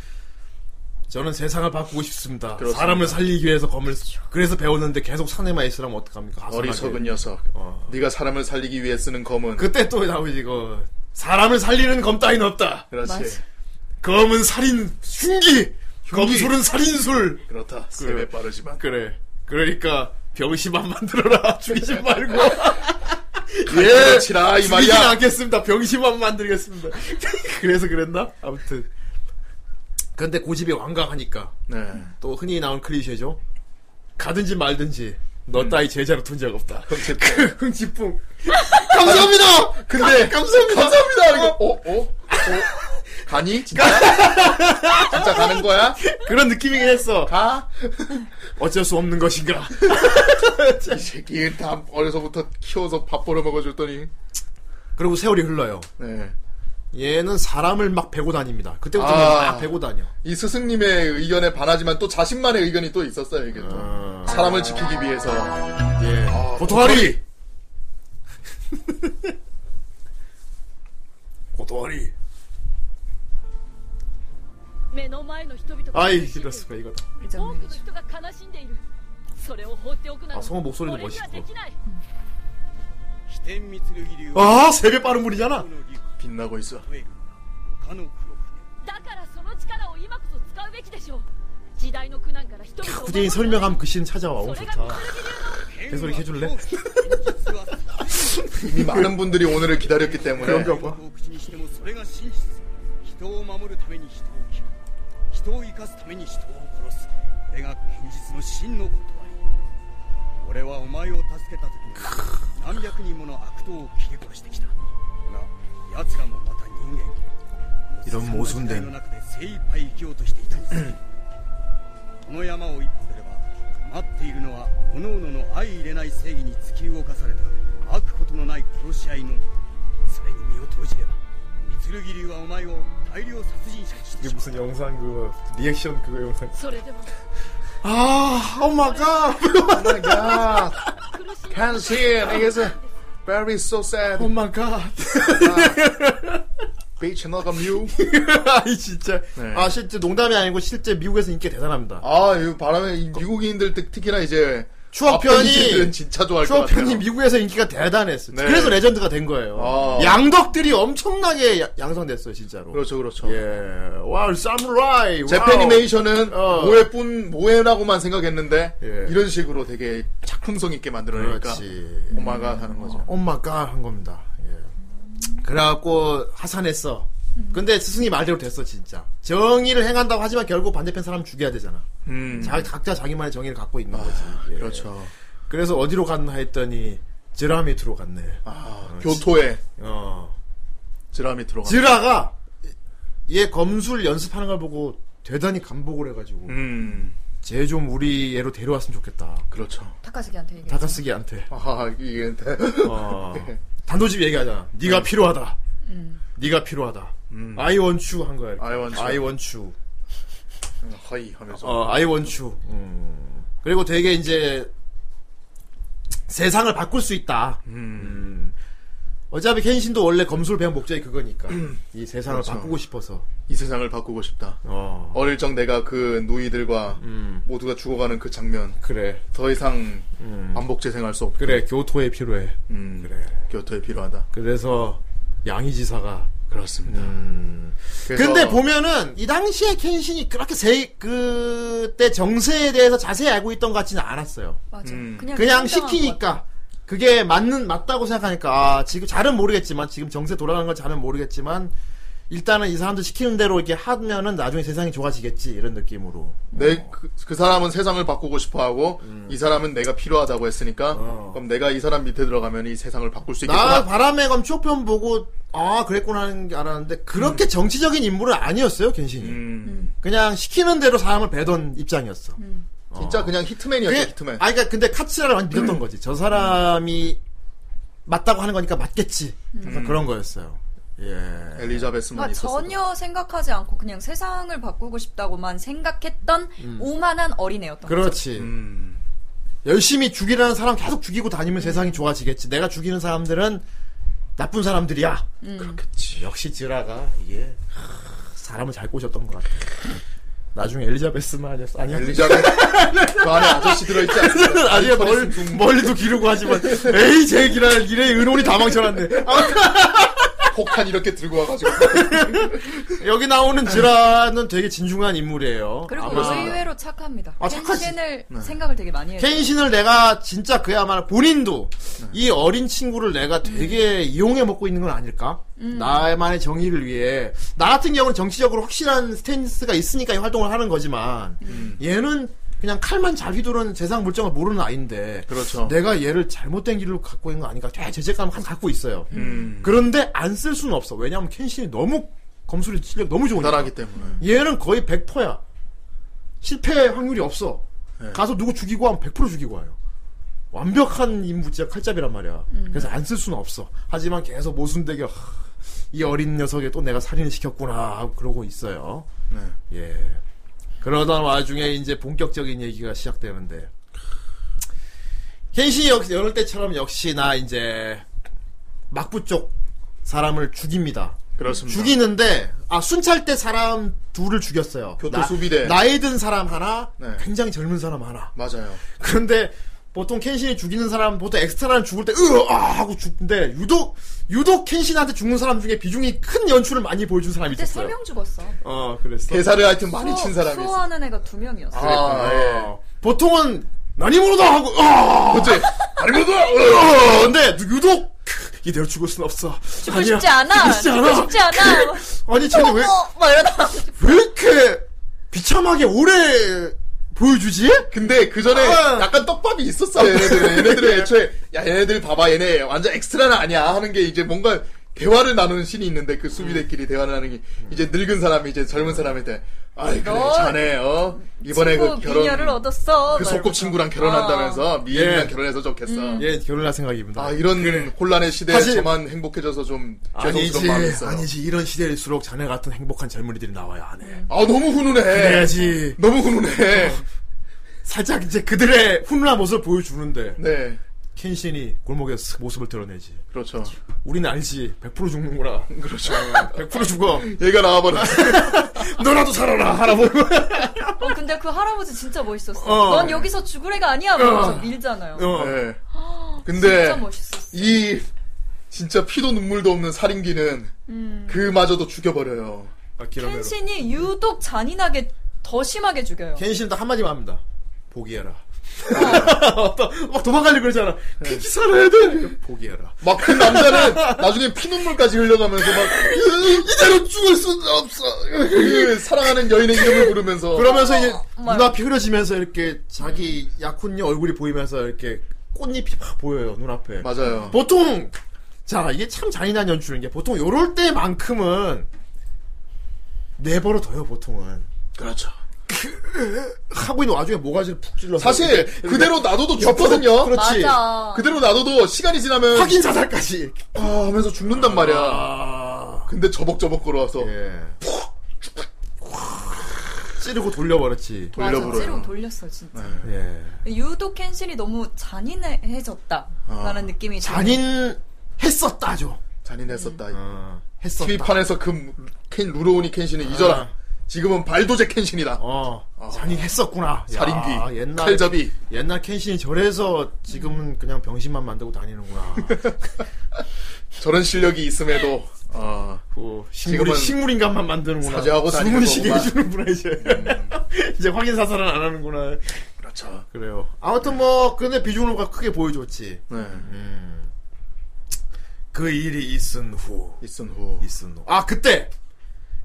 [SPEAKER 1] 저는 세상을 바꾸고 싶습니다.
[SPEAKER 2] 그렇습니다.
[SPEAKER 1] 사람을 살리기 위해서 검을 그래서 배웠는데 계속 산에만 있으라면 어떡합니까?
[SPEAKER 2] 예.
[SPEAKER 1] 가슴하게.
[SPEAKER 2] 어리석은 녀석.
[SPEAKER 1] 어.
[SPEAKER 2] 네가 사람을 살리기 위해 쓰는 검은.
[SPEAKER 1] 그때 또 나오지 이거. 사람을 살리는 검 따윈 없다.
[SPEAKER 2] 그렇지.
[SPEAKER 3] 맞아.
[SPEAKER 1] 검은 살인 흉기. 검술은 살인술.
[SPEAKER 2] 그렇다. 세배 빠르지만.
[SPEAKER 1] 그래. 그러니까 병신만 만들어라. <laughs> 죽이지 말고.
[SPEAKER 2] <laughs> 예. 치라 아, 이
[SPEAKER 1] 죽이진
[SPEAKER 2] 말이야.
[SPEAKER 1] 않겠습니다. 병신만 만들겠습니다. <laughs> 그래서 그랬나? 아무튼. 근데 고집이 완강하니까
[SPEAKER 2] 네.
[SPEAKER 1] 또 흔히 나온 클리셰죠. 가든지 말든지 너 따위 제자로 둔 적 없다. 그
[SPEAKER 2] 어쨌든.
[SPEAKER 1] <laughs> 흥지풍. 감사합니다. 그, 근데 감사합니다.
[SPEAKER 2] 감사합니다. 이거. 아, 어? 어? 어? 가니? 진짜? 진짜 가는 거야?
[SPEAKER 1] 그런 느낌이긴 했어.
[SPEAKER 2] 가?
[SPEAKER 1] 어쩔 수 없는 것인가.
[SPEAKER 2] 이 새끼 다 어려서부터 키워서 밥 벌어 먹어줬더니
[SPEAKER 1] 그리고 세월이 흘러요.
[SPEAKER 2] 네.
[SPEAKER 1] 얘는 사람을 막 베고 다닙니다. 그때부터
[SPEAKER 2] 아.
[SPEAKER 1] 그냥 막 베고 다녀.
[SPEAKER 2] 이 스승님의 의견에 반하지만 또 자신만의 의견이 또 있었어요, 이게 또. 사람을 지키기 위해서.
[SPEAKER 1] 예.
[SPEAKER 2] 아,
[SPEAKER 1] 고토하리! <laughs> 고토하리.
[SPEAKER 5] 目の前の人々が
[SPEAKER 1] 아이,
[SPEAKER 5] 苦しんでいる
[SPEAKER 1] 이럴수가 이거다.
[SPEAKER 5] 多
[SPEAKER 3] 뭐
[SPEAKER 5] くの人が悲しんでいるそれを放っておくなど
[SPEAKER 1] あその목소리도
[SPEAKER 5] 俺には
[SPEAKER 1] 멋있고
[SPEAKER 5] できない
[SPEAKER 1] 아, 세배 빠른 분이잖아.
[SPEAKER 2] 빛나고 있어.
[SPEAKER 5] だからその力を今こそ使うべきでしょう時代の苦難から人々を守る
[SPEAKER 1] 후대인 설명하면 그 신 찾아와. 오,
[SPEAKER 5] それが見
[SPEAKER 1] 좋다.
[SPEAKER 5] つける理由
[SPEAKER 1] 개소리 해줄래?
[SPEAKER 4] <laughs>
[SPEAKER 2] 이미 많은 분들이 오늘을 기다렸기 때문에.
[SPEAKER 1] 그런가 봐.
[SPEAKER 6] を口にしてもそれが真実人を守るために人を切る人を生かすために人を殺すこれが現実の真のことわり俺はお前を助けた時に何百人もの悪党を切り殺してきたが奴らもまた人間
[SPEAKER 4] いろんな
[SPEAKER 6] もう
[SPEAKER 4] 모순된
[SPEAKER 6] 凄まじい時代の中で精一杯生きようとしていたにすぎるこの山を一歩出れば待っているのは各々の相入れない正義に突き動かされた悪ことのない殺し合いのみそれに身を投じれば三剣流はお前を大量殺人者にし
[SPEAKER 1] 이게
[SPEAKER 6] てしまう
[SPEAKER 1] 무슨 영상 그거, 리액션 그거 영상.
[SPEAKER 5] それでも
[SPEAKER 1] 아,
[SPEAKER 2] oh
[SPEAKER 1] 엄마가.
[SPEAKER 2] 야,
[SPEAKER 5] 苦しい
[SPEAKER 2] can't see it. It is very so sad.
[SPEAKER 1] 엄마가.
[SPEAKER 2] Bitch, not a mule.
[SPEAKER 1] <laughs> 아이, 진짜.
[SPEAKER 2] 네.
[SPEAKER 1] 아, 실제 농담이 아니고 실제 미국에서 인기 대단합니다.
[SPEAKER 2] 아, 이거 바람에 이 미국인들 특- 특히나 이제
[SPEAKER 1] 추억편이-
[SPEAKER 2] 앞편들은 아, 진짜 좋아할 것 같아요.
[SPEAKER 1] 추어편이 미국에서 인기가 대단했어.
[SPEAKER 2] 네.
[SPEAKER 1] 그래서 레전드가 된 거예요.
[SPEAKER 2] 아.
[SPEAKER 1] 양덕들이 엄청나게 야- 양성됐어요, 진짜로.
[SPEAKER 2] 그렇죠, 그렇죠.
[SPEAKER 1] 예. 와우, 사무라이. 와우.
[SPEAKER 2] 재패니메이션은
[SPEAKER 1] 어.
[SPEAKER 2] 모해뿐 모해라고만 생각했는데
[SPEAKER 1] 예.
[SPEAKER 2] 이런 식으로 되게 작품성 있게 만들어내니까
[SPEAKER 1] 그렇지.
[SPEAKER 2] 엄마가 하는 거죠.
[SPEAKER 1] 엄마가 한 겁니다. 예. 그래갖고 하산했어. 근데 스승이 말대로 됐어, 진짜. 정의를 행한다고 하지만 결국 반대편 사람 죽여야 되잖아.
[SPEAKER 2] 음, 아,
[SPEAKER 1] 자, 각자 자기만의 정의를 갖고 있는 거지. 예.
[SPEAKER 2] 그렇죠.
[SPEAKER 1] 그래서 어디로 갔나 했더니 지라 밑으로 갔네.
[SPEAKER 2] 아, 교토에
[SPEAKER 1] 어.
[SPEAKER 2] 지람이 들어가.
[SPEAKER 1] 지라가 얘 검술 연습하는 걸 보고 대단히 감복을 해가지고
[SPEAKER 2] 음,
[SPEAKER 1] 쟤 좀 우리 얘로 데려왔으면 좋겠다.
[SPEAKER 2] 그렇죠.
[SPEAKER 3] 다카스기한테 얘기해.
[SPEAKER 1] 다카스기한테
[SPEAKER 2] 아, 이게
[SPEAKER 1] 어, <laughs> 단도집 얘기하잖아.
[SPEAKER 2] 음.
[SPEAKER 1] 네가 필요하다. 네가 필요하다. I want you 한 거야. 이렇게.
[SPEAKER 2] I want you.
[SPEAKER 1] I want you.
[SPEAKER 2] 허이 하면서
[SPEAKER 1] 어, I want you. 음. 그리고 되게 이제 세상을 바꿀 수 있다. 음. 어차피 켄신도 원래 검술 배운 목적이 <clears throat> 그거니까 이 세상을
[SPEAKER 2] 그렇죠.
[SPEAKER 1] 바꾸고 싶어서.
[SPEAKER 2] 이 세상을 바꾸고 싶다.
[SPEAKER 1] 어,
[SPEAKER 2] 어릴 적 내가 그 누이들과
[SPEAKER 1] 음.
[SPEAKER 2] 모두가 죽어가는 그 장면
[SPEAKER 1] 그래,
[SPEAKER 2] 더 이상 반복 재생할 수 없고
[SPEAKER 1] 음. 그래 교토에 필요해.
[SPEAKER 2] 음,
[SPEAKER 1] 그래.
[SPEAKER 2] 교토에 필요하다.
[SPEAKER 1] 그래서 양이지사가 음.
[SPEAKER 2] 그렇습니다. 그래서-
[SPEAKER 1] 근데 보면은 이 당시에 켄신이 그렇게 세 그때 정세에 대해서 자세히 알고 있던 것 같지는 않았어요.
[SPEAKER 3] 맞아.
[SPEAKER 2] 음.
[SPEAKER 3] 그냥,
[SPEAKER 1] 그냥
[SPEAKER 3] 상당한 것 같아.
[SPEAKER 1] 시키니까 그게 맞는 맞다고 생각하니까 아, 지금 잘은 모르겠지만 지금 정세 돌아가는 걸 잘은 모르겠지만 일단은 이 사람들 시키는 대로 이렇게 하면은 나중에 세상이 좋아지겠지 이런 느낌으로.
[SPEAKER 2] 내, 그, 그 사람은 세상을 바꾸고 싶어 하고,
[SPEAKER 1] 음.
[SPEAKER 2] 이 사람은 내가 필요하다고 했으니까, 그럼 내가 이 사람 밑에 들어가면 이 세상을 바꿀 수
[SPEAKER 1] 어. 나
[SPEAKER 2] 있겠구나.
[SPEAKER 1] 바람의 검 초편 보고 아 그랬구나 하는 게 알았는데 그렇게 정치적인 인물은 아니었어요 켄신이.
[SPEAKER 2] 음.
[SPEAKER 1] 그냥 시키는 대로 사람을 베던 입장이었어.
[SPEAKER 3] 음.
[SPEAKER 2] 진짜 그냥 히트맨이었죠,
[SPEAKER 1] 그게,
[SPEAKER 2] 히트맨.
[SPEAKER 1] 아, 그니까, 근데 카츠라를 많이 믿었던
[SPEAKER 2] 음.
[SPEAKER 1] 거지. 저 사람이 맞다고 하는 거니까 맞겠지.
[SPEAKER 3] 음.
[SPEAKER 1] 약간 그런 거였어요. 예.
[SPEAKER 2] 엘리자베스만
[SPEAKER 3] 그러니까
[SPEAKER 2] 있었어.
[SPEAKER 3] 전혀 생각하지 않고 그냥 세상을 바꾸고 싶다고만 생각했던 오만한 어린애였던 거죠.
[SPEAKER 1] 그렇지.
[SPEAKER 2] 음.
[SPEAKER 1] 열심히 죽이라는 사람 계속 죽이고 다니면 세상이 좋아지겠지. 내가 죽이는 사람들은 나쁜 사람들이야. 그렇겠지. 역시 지라가 이게 하, 사람을 잘 꼬셨던 것 같아. 나중에 엘리자베스만 아니었어. 아니야.
[SPEAKER 2] 엘리자베스. 그 안에 아저씨 들어있지
[SPEAKER 1] <laughs>
[SPEAKER 2] 않습니까?
[SPEAKER 1] 아니야
[SPEAKER 2] 털이
[SPEAKER 1] 멀,
[SPEAKER 2] 숭숭.
[SPEAKER 1] 멀리도 기르고 하지만 에이 제기라 이래 은혼이 다 망쳐놨네. 아,
[SPEAKER 2] 폭탄 이렇게
[SPEAKER 1] <laughs>
[SPEAKER 2] 들고 와가지고.
[SPEAKER 1] 여기 나오는 지라는 되게 진중한 인물이에요.
[SPEAKER 3] 그리고
[SPEAKER 1] 아마
[SPEAKER 3] 의외로 착합니다.
[SPEAKER 1] 아, 착하지.
[SPEAKER 3] 켄신을
[SPEAKER 2] 네.
[SPEAKER 3] 생각을 되게 많이 해요.
[SPEAKER 1] 켄신을 네. 내가 진짜 그야말로 본인도 이 어린 친구를 내가 되게 이용해 먹고 있는 건 아닐까?
[SPEAKER 2] 음.
[SPEAKER 1] 나만의 정의를 위해 나 같은 경우는 정치적으로 확실한 스탠스가 있으니까 이 활동을 하는 거지만
[SPEAKER 2] 음.
[SPEAKER 1] 얘는 그냥 칼만 잘 휘두르는 세상 물정을 모르는 아이인데
[SPEAKER 2] 그렇죠.
[SPEAKER 1] 내가 얘를 잘못된 길로 갖고 있는 거 아닌가 되게 죄책감을 한 갖고 있어요.
[SPEAKER 2] 음.
[SPEAKER 1] 그런데 안 쓸 수는 없어. 왜냐하면 켄신이 너무 검술이 실력 너무 좋으니까.
[SPEAKER 2] 달하기 때문에.
[SPEAKER 1] 얘는 거의 100%야. 실패 확률이 없어.
[SPEAKER 2] 네.
[SPEAKER 1] 가서 누구 죽이고 하면 100% 죽이고 와요. 완벽한 인물자 칼잡이란 말이야. 그래서 안 쓸 수는 없어. 하지만 계속 모순되게 하, 이 어린 녀석에 또 내가 살인을 시켰구나 하고 그러고 있어요.
[SPEAKER 2] 네.
[SPEAKER 1] 예. 그러던 와중에 이제 본격적인 얘기가 시작되는데 켄신이 역 여럴 때처럼 역시나 이제 막부 쪽 사람을 죽입니다.
[SPEAKER 2] 그렇습니다.
[SPEAKER 1] 죽이는데 아 순찰 때 사람 둘을 죽였어요.
[SPEAKER 2] 교토 수비대.
[SPEAKER 1] 나이 든 사람 하나,
[SPEAKER 2] 네.
[SPEAKER 1] 굉장히 젊은 사람 하나.
[SPEAKER 2] 맞아요.
[SPEAKER 1] 그런데 보통 켄신이 죽이는 사람 보통 엑스트라는 죽을 때 으아 하고 죽는데 유독 유독 켄신한테 죽는 사람 중에 비중이 큰 연출을 많이 보여준 사람이
[SPEAKER 3] 그때 세
[SPEAKER 1] 있었어요.
[SPEAKER 3] 명 죽었어.
[SPEAKER 1] 어 그랬어.
[SPEAKER 2] 대사를 하여튼 많이
[SPEAKER 3] 수호-
[SPEAKER 2] 친 사람이 있어.
[SPEAKER 3] 수호하는 애가 두 명이었어.
[SPEAKER 2] 아, 예.
[SPEAKER 1] 어, 보통은 난이모로다 하고 아
[SPEAKER 2] 그치? 아니, 모두!
[SPEAKER 1] 어, 근데 유독 이대로 죽을 순 없어.
[SPEAKER 3] 죽고 싶지 않아.
[SPEAKER 1] 죽고 싶지 않아.
[SPEAKER 3] 싶지 않아.
[SPEAKER 2] <laughs>
[SPEAKER 1] 아니 쟤네 왜 왜
[SPEAKER 3] 어, 막 이러다가
[SPEAKER 1] 이렇게 비참하게 오래 보여주지?
[SPEAKER 2] 근데 그 전에
[SPEAKER 1] 아.
[SPEAKER 2] 약간 떡밥이
[SPEAKER 1] <laughs>
[SPEAKER 2] 있었어 얘네들은 얘네들은 애초에 야 얘네들 봐봐 얘네 완전 엑스트라는 아니야 하는 게 이제 뭔가 대화를 나누는 신이 있는데 그 수비대끼리
[SPEAKER 1] 음.
[SPEAKER 2] 대화를 하는 게 이제 늙은 사람이 이제 젊은 사람한테 아이 그래
[SPEAKER 3] 너
[SPEAKER 2] 자네 어 이번에 그
[SPEAKER 3] 친구 미녀를
[SPEAKER 2] 결혼
[SPEAKER 3] 얻었어.
[SPEAKER 2] 그
[SPEAKER 3] 막
[SPEAKER 2] 소꿉 친구랑 결혼한다면서 미인이랑
[SPEAKER 1] 예.
[SPEAKER 2] 결혼해서 좋겠어
[SPEAKER 1] 예 결혼할 생각입니다.
[SPEAKER 2] 아 이런 혼란의 시대에
[SPEAKER 1] 사실-
[SPEAKER 2] 저만 행복해져서 좀 죄송스러운
[SPEAKER 1] 아니지
[SPEAKER 2] 마음이 있어요
[SPEAKER 1] 아니지 이런 시대일수록 자네 같은 행복한 젊은이들이 나와야 하네.
[SPEAKER 3] 음.
[SPEAKER 2] 아 너무 훈훈해
[SPEAKER 1] 그래야지 어.
[SPEAKER 2] 너무 훈훈해
[SPEAKER 1] 살짝 이제 그들의 훈훈한 모습을 보여주는데
[SPEAKER 2] 네
[SPEAKER 1] 켄신이 골목에서 쓱 모습을 드러내지.
[SPEAKER 2] 그렇죠
[SPEAKER 1] 우리는 알지 100%
[SPEAKER 3] <laughs>
[SPEAKER 1] 죽는구나.
[SPEAKER 2] 그렇죠 <laughs>
[SPEAKER 1] 100% 죽어.
[SPEAKER 2] 얘가 나와버렸어
[SPEAKER 1] 너라도 살아라 뭐 하라고.
[SPEAKER 3] 어, 근데 그 할아버지 진짜 멋있었어.
[SPEAKER 1] 어.
[SPEAKER 3] 넌 여기서 죽을 애가 아니야. 그래서 밀잖아요.
[SPEAKER 1] 어.
[SPEAKER 3] <gasps>
[SPEAKER 2] 네. 근데
[SPEAKER 3] 진짜 멋있었어.
[SPEAKER 2] 이 진짜 피도 눈물도 없는 살인기는
[SPEAKER 3] 음.
[SPEAKER 2] 그마저도 죽여버려요.
[SPEAKER 1] 아키라메로.
[SPEAKER 3] 켄신이 유독 잔인하게 더 심하게 죽여요.
[SPEAKER 1] 켄신은 딱 한마디만 합니다. 포기해라. <laughs>
[SPEAKER 3] 아.
[SPEAKER 1] 또 막 도망가려고 그러잖아.
[SPEAKER 3] 네.
[SPEAKER 1] 그 기사를 해야 돼. 포기해라.
[SPEAKER 3] 어,
[SPEAKER 2] 막 그
[SPEAKER 3] <laughs>
[SPEAKER 2] 남자는 나중에 피눈물까지 흘려가면서 막 이대로 죽을 순 없어. 그 사랑하는 여인의 이름을 부르면서
[SPEAKER 1] 그러면서 이제
[SPEAKER 3] 어머. 네.
[SPEAKER 1] 눈앞이 흐려지면서 이렇게 자기 약혼녀 얼굴이 보이면서 이렇게 꽃잎이 막 보여요 눈앞에.
[SPEAKER 2] 맞아요.
[SPEAKER 1] 보통 자 이게 참 잔인한 연출인 게 보통 요럴 때만큼은 내버려둬요 보통은
[SPEAKER 2] 그렇죠.
[SPEAKER 1] 하고 있는 와중에 모가지를 푹 찔러
[SPEAKER 2] 사실
[SPEAKER 1] 뭐,
[SPEAKER 2] 그대로 놔둬도 죽거든요.
[SPEAKER 3] 그렇죠.
[SPEAKER 1] 그렇지
[SPEAKER 3] 맞아.
[SPEAKER 2] 그대로 놔둬도 시간이 지나면
[SPEAKER 1] 확인 자살까지
[SPEAKER 2] 아 하면서 죽는단 말이야.
[SPEAKER 1] 아,
[SPEAKER 2] 근데 저벅저벅 걸어와서
[SPEAKER 1] 예. 찌르고 돌려버렸지
[SPEAKER 3] 맞아,
[SPEAKER 2] 돌려버려요.
[SPEAKER 3] 찌르고 돌렸어
[SPEAKER 2] 네,
[SPEAKER 3] 진짜.
[SPEAKER 1] 예.
[SPEAKER 3] 유독 켄신이 너무
[SPEAKER 1] 아,
[SPEAKER 3] 잔인해졌다라는 느낌이 드는
[SPEAKER 1] 잔인했었다죠
[SPEAKER 2] 잔인했었다.
[SPEAKER 1] 어, 했었다
[SPEAKER 2] TV판에서 그 켄, 루로우니 켄신을
[SPEAKER 1] 아.
[SPEAKER 2] 잊어라. 지금은 발도제 켄신이다.
[SPEAKER 1] 어 잔인했었구나
[SPEAKER 2] 아. 살인귀,
[SPEAKER 1] 야, 옛날
[SPEAKER 2] 칼잡이.
[SPEAKER 1] 옛날 켄신이 저래서 지금은 그냥 병신만 만들고 다니는구나
[SPEAKER 2] <laughs> 저런 실력이 있음에도 아,
[SPEAKER 1] 그 식물,
[SPEAKER 2] 지금은
[SPEAKER 1] 식물인간만 만드는구나.
[SPEAKER 2] 사죄하고
[SPEAKER 1] 숨은
[SPEAKER 2] 다니는
[SPEAKER 1] 쉬게
[SPEAKER 2] 거구만.
[SPEAKER 1] 해주는구나 이제. <laughs> 이제 확인 사살은 안 하는구나.
[SPEAKER 2] 음, 그렇죠.
[SPEAKER 1] 그래요. 아무튼 뭐 근데 비중로가 크게 보여줬지. 음.
[SPEAKER 2] 네.
[SPEAKER 1] 그 일이 있은 후,
[SPEAKER 2] 있은 후.
[SPEAKER 1] 있은 후. 아 그때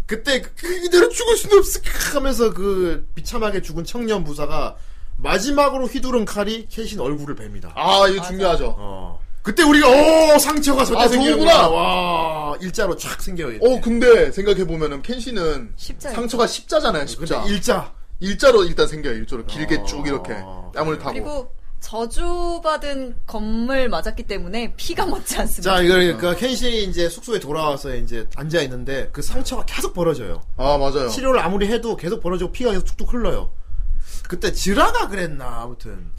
[SPEAKER 1] 그때 그- 그대로 죽을 수는 없어 하면서 그 비참하게 죽은 청년 부사가 마지막으로 휘두른 칼이 켄신 얼굴을 뱀니다.
[SPEAKER 2] 아, 이거 중요하죠.
[SPEAKER 1] 어. 그때 우리가 오 상처가 저때
[SPEAKER 2] 아,
[SPEAKER 1] 생기구나.
[SPEAKER 2] 저거구나.
[SPEAKER 1] 와 일자로 촥 생겨요.
[SPEAKER 2] 어, 근데 생각해보면은 켄신은
[SPEAKER 3] 십자였죠.
[SPEAKER 2] 상처가 십자잖아요,
[SPEAKER 1] 근데
[SPEAKER 2] 십자.
[SPEAKER 1] 일자.
[SPEAKER 2] 일, 자로 일단 생겨요, 일자로. 길게 쭉 이렇게. 땀을 타고.
[SPEAKER 3] 그리고 저주받은 건물 맞았기 때문에 피가 멎지 않습니다.
[SPEAKER 1] 자, 이거 그러니까 켄신이 이제 숙소에 돌아와서 이제 앉아 있는데 그 상처가 계속 벌어져요.
[SPEAKER 2] 아, 맞아요.
[SPEAKER 1] 치료를 아무리 해도 계속 벌어지고 피가 계속 툭툭 흘러요. 그때 지라가 그랬나 아무튼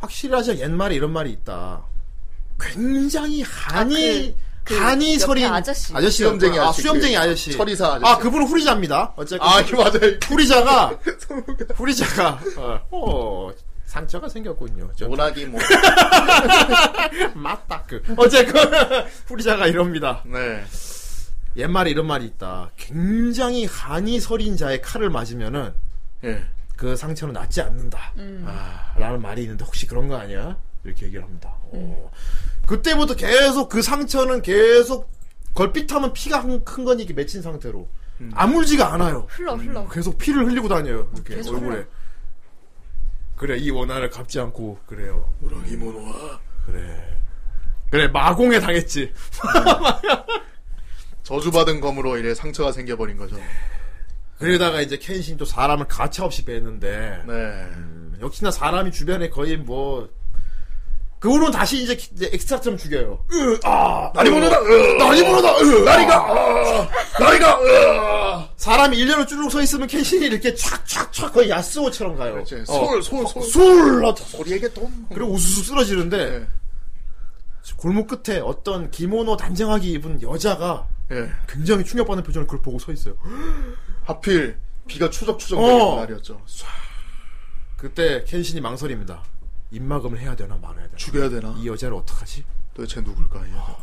[SPEAKER 1] 확실하지 옛말에 이런 말이 있다. 굉장히 한이
[SPEAKER 3] 그
[SPEAKER 1] 한이
[SPEAKER 3] 옆에
[SPEAKER 1] 서린
[SPEAKER 3] 아저씨.
[SPEAKER 1] 아저씨
[SPEAKER 2] 수염쟁이
[SPEAKER 1] 아,
[SPEAKER 2] 아저씨.
[SPEAKER 1] 수염쟁이 아저씨
[SPEAKER 2] 처리사 아저씨.
[SPEAKER 1] 아 그분은 후리자입니다. 어쨌든
[SPEAKER 2] 아, 이거 맞아요.
[SPEAKER 1] 후리자가 후리자가 어, 상처가 생겼군요. 저
[SPEAKER 2] 모나기 뭐.
[SPEAKER 1] <laughs> 맞다 그 어쨌건 <laughs> 후리자가 이럽니다.
[SPEAKER 2] 네.
[SPEAKER 1] 옛말에 이런 말이 있다. 굉장히 한이 서린 자의 칼을 맞으면은
[SPEAKER 2] 예.
[SPEAKER 1] 그 상처는 낫지 않는다. 아, 라는 말이 있는데 혹시 그런 거 아니야? 이렇게 얘기를 합니다. 어. 그때부터 계속 그 상처는 계속 걸핏하면 피가 큰, 큰 거니 이렇게 맺힌 상태로 아물지가 않아요.
[SPEAKER 3] 흘러 흘러.
[SPEAKER 1] 계속 피를 흘리고 다녀요. 이렇게
[SPEAKER 3] 계속
[SPEAKER 1] 얼굴에.
[SPEAKER 3] 흘러.
[SPEAKER 1] 그래 이 원한을 갚지 않고 그래요.
[SPEAKER 2] 모나기 모노와.
[SPEAKER 1] 그래. 그래 마공에 당했지. <laughs>
[SPEAKER 2] 저주받은 검으로 이래 상처가 생겨버린 거죠.
[SPEAKER 1] 그러다가 이제 켄신도 사람을 가차없이 뺐는데
[SPEAKER 2] 네.
[SPEAKER 1] 음, 역시나 사람이 주변에 거의 뭐. 그 후로는 다시 이제, 기- 이제 엑스트라처럼 죽여요. 아,
[SPEAKER 2] 날이 모르다! 날이 모르다! 날이가! 날이가!
[SPEAKER 1] 사람이 1년을 쭈룩 서 있으면 켄신이 이렇게 촥촥촥 거의 야스오처럼 가요.
[SPEAKER 2] 그렇지.
[SPEAKER 1] 어.
[SPEAKER 2] 솔, 솔, 솔.
[SPEAKER 1] 솔! 어,
[SPEAKER 2] 소리에게 돈.
[SPEAKER 1] 그리고 우수수 쓰러지는데
[SPEAKER 2] 예.
[SPEAKER 1] 골목 끝에 어떤 기모노 단정하게 입은 여자가
[SPEAKER 2] 예.
[SPEAKER 1] 굉장히 충격받는 표정을 그걸 보고 서 있어요.
[SPEAKER 2] 하필 비가 추적추적
[SPEAKER 1] 어.
[SPEAKER 2] 내리는 날이었죠. 쏴,
[SPEAKER 1] 그때 켄신이 망설입니다. 입막음을 해야 되나 말아야 되나.
[SPEAKER 2] 죽여야 되나?
[SPEAKER 1] 이 여자를 어떡하지?
[SPEAKER 2] 도대체 누굴까? 이 애가.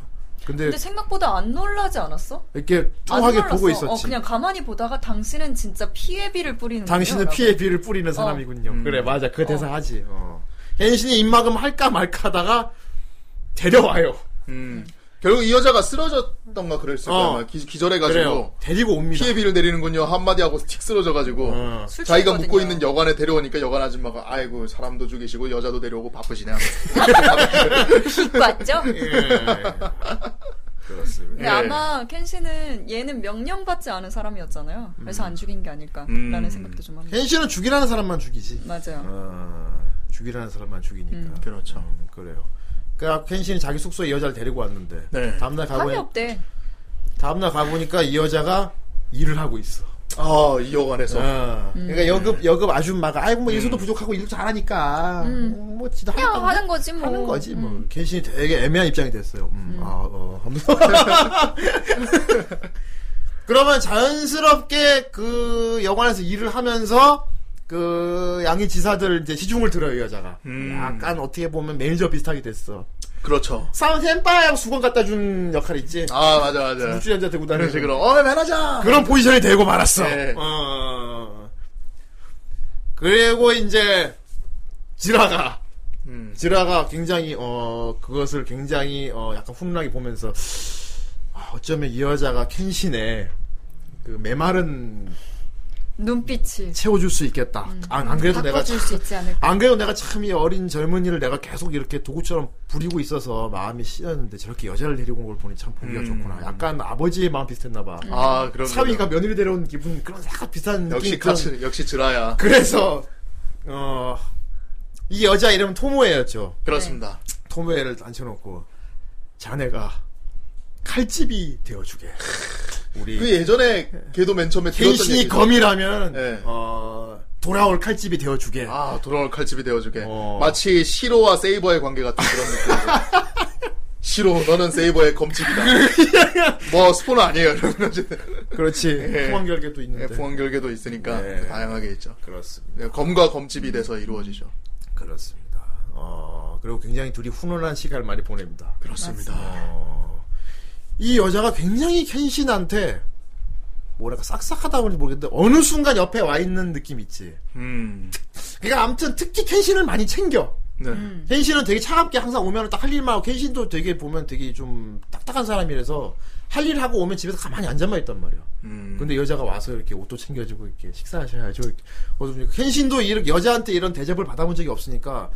[SPEAKER 1] 근데
[SPEAKER 3] 근데 생각보다 안 놀라지 않았어?
[SPEAKER 1] 이렇게
[SPEAKER 3] 안
[SPEAKER 1] 뚱하게 보고
[SPEAKER 3] 놀랐어. 어,
[SPEAKER 1] 있었지.
[SPEAKER 3] 그냥 가만히 보다가 당신은 진짜 피해비를 뿌리는
[SPEAKER 1] 당신은 피해 비를
[SPEAKER 3] 어.
[SPEAKER 1] 뿌리는 사람이군요. 그래 맞아 그 대사 하지. 어. 켄신이 입막음 할까 말까 하다가 데려와요.
[SPEAKER 2] 음. 결국 이 여자가 쓰러졌던가 그랬을 거야.
[SPEAKER 1] 어.
[SPEAKER 2] 아마 기, 기절해가지고
[SPEAKER 1] 그래요. 데리고 옵니다.
[SPEAKER 2] 피해비를 내리는군요. 한마디 하고 틱 쓰러져가지고
[SPEAKER 1] 어.
[SPEAKER 3] 술
[SPEAKER 2] 자기가
[SPEAKER 3] 취했거든요.
[SPEAKER 2] 묵고 있는 여관에 데려오니까 여관 아줌마가 아이고 사람도 죽이시고 여자도 데려오고 바쁘시네.
[SPEAKER 1] <laughs>
[SPEAKER 3] 맞죠?
[SPEAKER 1] 예. 그렇습니다. 예.
[SPEAKER 3] 근데 아마 켄시는 얘는 명령받지 않은 사람이었잖아요.
[SPEAKER 1] 음.
[SPEAKER 3] 그래서 안 죽인 게 아닐까라는
[SPEAKER 2] 음.
[SPEAKER 3] 생각도 좀 합니다.
[SPEAKER 1] 켄신은 죽이라는 사람만 죽이지.
[SPEAKER 3] 맞아요.
[SPEAKER 1] 어, 죽이라는 사람만 죽이니까.
[SPEAKER 2] 그렇죠.
[SPEAKER 1] 음, 그래요. 그러니까 켄신이 자기 숙소에 이 여자를 데리고 왔는데
[SPEAKER 2] 네.
[SPEAKER 1] 다음날
[SPEAKER 3] 밤이
[SPEAKER 1] 가보니
[SPEAKER 3] 없대.
[SPEAKER 1] 다음날 가보니까 이 여자가 일을 하고 있어.
[SPEAKER 2] 아, 이 여관에서.
[SPEAKER 1] 어. 그러니까 여급 여급 아줌마가 아이고
[SPEAKER 2] 음.
[SPEAKER 1] 뭐 일수도 부족하고 일도 잘하니까 음, 뭐 지도
[SPEAKER 3] 그냥
[SPEAKER 1] 하니까
[SPEAKER 3] 하는 거지 뭐.
[SPEAKER 2] 어,
[SPEAKER 1] 하는 거지
[SPEAKER 2] 음.
[SPEAKER 1] 뭐 켄신이 되게 애매한 입장이 됐어요. 음, 아, 어, 하면서 <laughs> 그러면 자연스럽게 그 여관에서 일을 하면서 그 양이 지사들 이제 시중을 들어요 이 여자가
[SPEAKER 2] 음.
[SPEAKER 1] 약간 어떻게 보면 매니저 비슷하게 됐어.
[SPEAKER 2] 그렇죠.
[SPEAKER 1] 사람 샘바하고 수건 갖다 준 역할 있지.
[SPEAKER 2] 아, 맞아, 맞아.
[SPEAKER 1] 물주연자 들고
[SPEAKER 2] 그런
[SPEAKER 1] 다니는
[SPEAKER 2] 식으로 어, 맨하자.
[SPEAKER 1] 그런 포지션이 되고 말았어.
[SPEAKER 2] 네.
[SPEAKER 1] 어. 그리고 이제 지라가
[SPEAKER 2] 음.
[SPEAKER 1] 지라가 굉장히 어 그것을 굉장히 어 약간 훈훈하게 보면서 아, 어쩌면 이 여자가 켄신의 그 메마른
[SPEAKER 3] 눈빛이
[SPEAKER 1] 채워줄 수 있겠다. 음. 안, 안 그래도 내가
[SPEAKER 3] 음. 바꿔줄 수 있지 않을까.
[SPEAKER 1] 안 그래도 내가 참 이 어린 젊은이를 내가 계속 이렇게 도구처럼 부리고 있어서 마음이 씌었는데 저렇게 여자를 데리고 온 걸 보니 참 보기가
[SPEAKER 2] 음.
[SPEAKER 1] 좋구나. 약간 아버지의 마음 비슷했나 봐.
[SPEAKER 2] 아, 그럼
[SPEAKER 1] 사위가 며느리 데려온 기분 그런 약간 비슷한
[SPEAKER 2] 역시
[SPEAKER 1] 느낌이 좀-
[SPEAKER 2] 카츠 역시 드라야.
[SPEAKER 1] 그래서 어, 이 여자 이름은 토모에였죠.
[SPEAKER 2] 그렇습니다.
[SPEAKER 1] 토모에를 앉혀놓고 자네가 칼집이 되어주게.
[SPEAKER 2] 그
[SPEAKER 1] 우리
[SPEAKER 2] 예전에 걔도 맨 처음에 들었던
[SPEAKER 1] 켄신이
[SPEAKER 2] 얘기죠.
[SPEAKER 1] 검이라면
[SPEAKER 2] 네.
[SPEAKER 1] 어, 돌아올 칼집이 되어주게.
[SPEAKER 2] 아, 돌아올 칼집이 되어주게.
[SPEAKER 1] 어.
[SPEAKER 2] 마치 시로와 세이버의 관계 같은 그런 느낌. <laughs> 시로, 너는
[SPEAKER 1] <laughs>
[SPEAKER 2] 세이버의 검집이다. 뭐, 스포는 아니에요. 이러면
[SPEAKER 1] 네.
[SPEAKER 2] 이제
[SPEAKER 1] 그렇지.
[SPEAKER 2] 예.
[SPEAKER 1] 포항결계도 있는데.
[SPEAKER 2] 네, 부원결계도 있으니까 그
[SPEAKER 1] 네. 음.
[SPEAKER 2] 다양하게 있죠.
[SPEAKER 1] 그렇습니다.
[SPEAKER 2] 네, 검과 검집이 돼서 이루어지죠.
[SPEAKER 1] 그렇습니다. 어, 그리고 굉장히 둘이 훈훈한 시간을 많이 보냅니다.
[SPEAKER 2] 그렇습니다.
[SPEAKER 1] 어, 이 여자가 굉장히 켄신한테 뭐랄까 싹싹하다 그런지 모르겠는데 어느 순간 옆에 와 있는 느낌 있지.
[SPEAKER 2] 음.
[SPEAKER 1] 그러니까 아무튼 특히 켄신을 많이 챙겨.
[SPEAKER 2] 네.
[SPEAKER 1] 켄신은 되게 차갑게 항상 오면 딱 할 일만 하고 켄신도 되게 보면 되게 좀 딱딱한 사람이라서 할 일 하고 오면 집에서 가만히 앉아만 있단 말이야.
[SPEAKER 2] 음.
[SPEAKER 1] 근데 여자가 와서 이렇게 옷도 챙겨주고 이렇게 식사하셔야죠. 이렇게. 어두우니까 켄신도 이렇게 여자한테 이런 대접을 받아본 적이 없으니까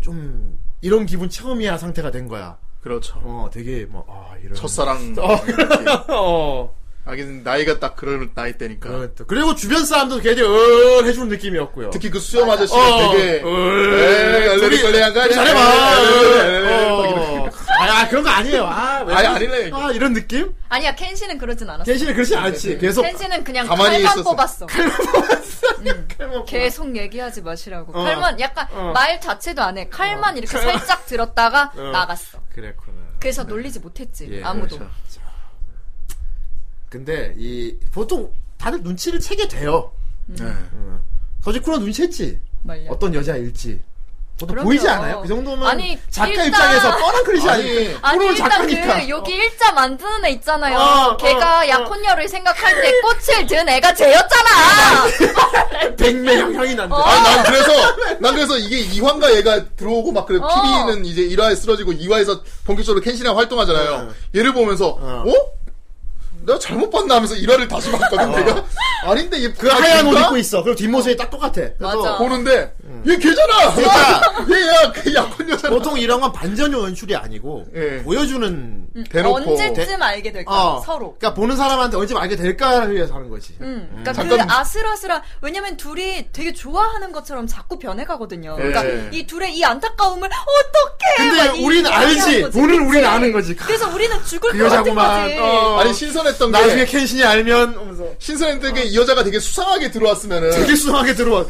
[SPEAKER 1] 좀 이런 기분 처음이야 상태가 된 거야.
[SPEAKER 2] 그렇죠.
[SPEAKER 1] 어, 되게 뭐 아, 이런
[SPEAKER 2] 첫사랑.
[SPEAKER 1] 어.
[SPEAKER 2] 느낌.
[SPEAKER 1] 어.
[SPEAKER 2] 하긴, 나이가 딱 그런 나이 때니까.
[SPEAKER 1] 어, 또. 그리고 주변 사람도 굉장히 어 해주는 느낌이었고요.
[SPEAKER 2] 특히 그 수염 아저씨가
[SPEAKER 1] 어,
[SPEAKER 2] 되게.
[SPEAKER 1] 어,
[SPEAKER 2] 에이, 얼레리걸레한 거 아니야?
[SPEAKER 1] 잘해봐.
[SPEAKER 2] 어.
[SPEAKER 1] 어. 아, 아, 그런 거 아니에요. 아, 왜
[SPEAKER 2] 아니,
[SPEAKER 1] 그러지?
[SPEAKER 2] 아니래.
[SPEAKER 1] 아, 이런 느낌?
[SPEAKER 3] 아니야 켄시는 그러진 않았어.
[SPEAKER 1] 대신에 그렇지
[SPEAKER 3] 네,
[SPEAKER 1] 않지. 계속
[SPEAKER 3] 켄시는 그냥
[SPEAKER 2] 가만히
[SPEAKER 3] 칼만
[SPEAKER 2] 있었어.
[SPEAKER 3] 뽑았어.
[SPEAKER 1] 칼만
[SPEAKER 3] 계속 얘기하지 마시라고.
[SPEAKER 1] 어.
[SPEAKER 3] 칼만 약간
[SPEAKER 1] 어.
[SPEAKER 3] 말 자체도 안 해. 칼만 이렇게 살짝 들었다가
[SPEAKER 1] 어.
[SPEAKER 3] 나갔어.
[SPEAKER 1] 그랬구나.
[SPEAKER 3] 그래서 놀리지 못했지
[SPEAKER 1] 예,
[SPEAKER 3] 네, 아무도.
[SPEAKER 2] 그렇죠.
[SPEAKER 1] 근데 이 보통 다들 눈치를 채게 돼요.
[SPEAKER 2] 네.
[SPEAKER 1] 서지쿠는 눈치챘지.
[SPEAKER 3] 말려.
[SPEAKER 1] 어떤 여자일지. 보통
[SPEAKER 3] 그럼요.
[SPEAKER 1] 보이지 않아요? 그 정도면
[SPEAKER 3] 아니,
[SPEAKER 1] 작가
[SPEAKER 3] 일단-
[SPEAKER 1] 입장에서 뻔한 그릇이
[SPEAKER 2] 아니,
[SPEAKER 1] 아니니까.
[SPEAKER 3] 아니
[SPEAKER 1] 프로
[SPEAKER 3] 일단
[SPEAKER 1] 작가니까.
[SPEAKER 3] 그 여기 일자 만드는 애 있잖아요.
[SPEAKER 1] 어,
[SPEAKER 3] 걔가
[SPEAKER 1] 어, 어.
[SPEAKER 3] 약혼녀를 생각할 때 꽃을 든 애가 쟤였잖아.
[SPEAKER 1] 백매형
[SPEAKER 3] 어.
[SPEAKER 1] 향이 난다.
[SPEAKER 2] 아니, 난
[SPEAKER 3] <laughs>
[SPEAKER 2] 그래서, 난 그래서 이게 이화인가 얘가 들어오고 막 그래.
[SPEAKER 3] 어.
[SPEAKER 2] TV는 이제
[SPEAKER 1] 네.
[SPEAKER 2] 1화에 쓰러지고 2화에서 본격적으로 켄신이랑 활동하잖아요. 얘를 보면서, 어? 내가 잘못 봤나 하면서 1화를 다시 봤거든 내가 아닌데 얘
[SPEAKER 1] 어. 그 하얀
[SPEAKER 2] 그러니까?
[SPEAKER 1] 옷 입고 있어. 그리고 뒷모습이 딱 똑같아. 그래서
[SPEAKER 3] 맞아.
[SPEAKER 2] 보는데 얘 걔잖아
[SPEAKER 1] 그러니까.
[SPEAKER 2] <laughs> 얘야 그 약혼 여자
[SPEAKER 1] 보통 이런 건 반전 연출이 아니고
[SPEAKER 2] 예.
[SPEAKER 1] 보여주는
[SPEAKER 2] 대놓고
[SPEAKER 3] 언제쯤 알게 될까?
[SPEAKER 1] 어.
[SPEAKER 3] 음. 서로.
[SPEAKER 1] 그러니까 보는 사람한테 언제 알게 될까를 위해서 하는 거지.
[SPEAKER 3] 음, 그러니까
[SPEAKER 2] 잠깐-
[SPEAKER 3] 그 아슬아슬한 왜냐면 둘이 되게 좋아하는 것처럼 자꾸 변해가거든요.
[SPEAKER 2] 예.
[SPEAKER 3] 그러니까 이 둘의 이 안타까움을 어떻게?
[SPEAKER 1] 근데 우리는 알지. 우리는 우리는 아는 거지.
[SPEAKER 3] 그래서 우리는 죽을
[SPEAKER 1] 그
[SPEAKER 3] 것 같은
[SPEAKER 1] 여자구만.
[SPEAKER 3] 거지.
[SPEAKER 1] 어.
[SPEAKER 2] 아니 신선했던 게
[SPEAKER 1] 나중에 켄신이 알면 하면서
[SPEAKER 2] 신선했던 게 이 여자가 되게 수상하게 들어왔으면은
[SPEAKER 1] 되게 수상하게 들어와.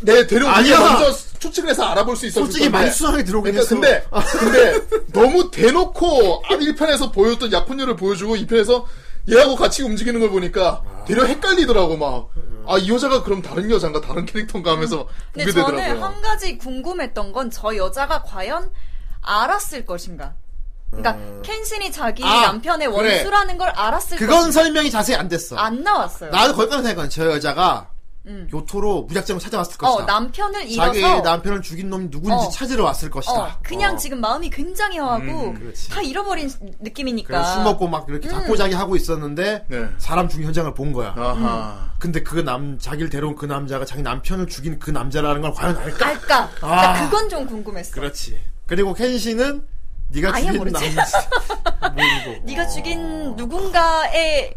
[SPEAKER 2] 내 데려오기
[SPEAKER 1] 아니야.
[SPEAKER 2] 먼저 추측을 해서 알아볼 수 있었을
[SPEAKER 1] 솔직히
[SPEAKER 2] 건데.
[SPEAKER 1] 많이 수상하게 들어오긴
[SPEAKER 2] 그러니까
[SPEAKER 1] 했어.
[SPEAKER 2] 근데 근데 너무 대놓고 1편에서 보였던 약혼녀를 보여주고 2편에서 얘하고 같이 움직이는 걸 보니까 되려 헷갈리더라고 막. 아, 이 여자가 그럼 다른 여잔가 다른 캐릭터인가 하면서 보게
[SPEAKER 3] 근데 저는
[SPEAKER 2] 되더라고요.
[SPEAKER 3] 한 가지 궁금했던 건 저 여자가 과연 알았을 것인가? 그러니까 켄신이 자기
[SPEAKER 1] 어. 아,
[SPEAKER 3] 남편의
[SPEAKER 1] 그래.
[SPEAKER 3] 원수라는 걸 알았을
[SPEAKER 1] 그건
[SPEAKER 3] 것인가?
[SPEAKER 1] 설명이 자세히 안 됐어.
[SPEAKER 3] 안 나왔어요.
[SPEAKER 1] 나는 거기까지 생각한 저 여자가 교토로 무작정 찾아왔을
[SPEAKER 3] 어,
[SPEAKER 1] 것이다.
[SPEAKER 3] 남편을 잃어서
[SPEAKER 1] 자기 남편을 죽인 놈이 누군지
[SPEAKER 3] 어.
[SPEAKER 1] 찾으러 왔을 것이다.
[SPEAKER 3] 어, 그냥
[SPEAKER 1] 어.
[SPEAKER 3] 지금 마음이 굉장히 허하고
[SPEAKER 1] 그렇지.
[SPEAKER 3] 다 잃어버린 느낌이니까. 음.
[SPEAKER 1] 그래서 술 먹고 막 이렇게 자포자기 하고 있었는데
[SPEAKER 2] 네.
[SPEAKER 1] 사람 죽인 현장을 본 거야.
[SPEAKER 2] 아하.
[SPEAKER 1] 근데 그 남 자기를 데려온 그 남자가 자기 남편을 죽인 그 남자라는 걸 과연 알까?
[SPEAKER 3] 알까?
[SPEAKER 1] 아.
[SPEAKER 3] 그건좀 궁금했어.
[SPEAKER 1] 그렇지. 그리고 켄시는 네가
[SPEAKER 3] 아예
[SPEAKER 1] 죽인
[SPEAKER 3] 모르지.
[SPEAKER 1] 남자
[SPEAKER 2] <laughs>
[SPEAKER 1] 모르고.
[SPEAKER 3] 네가 죽인 누군가의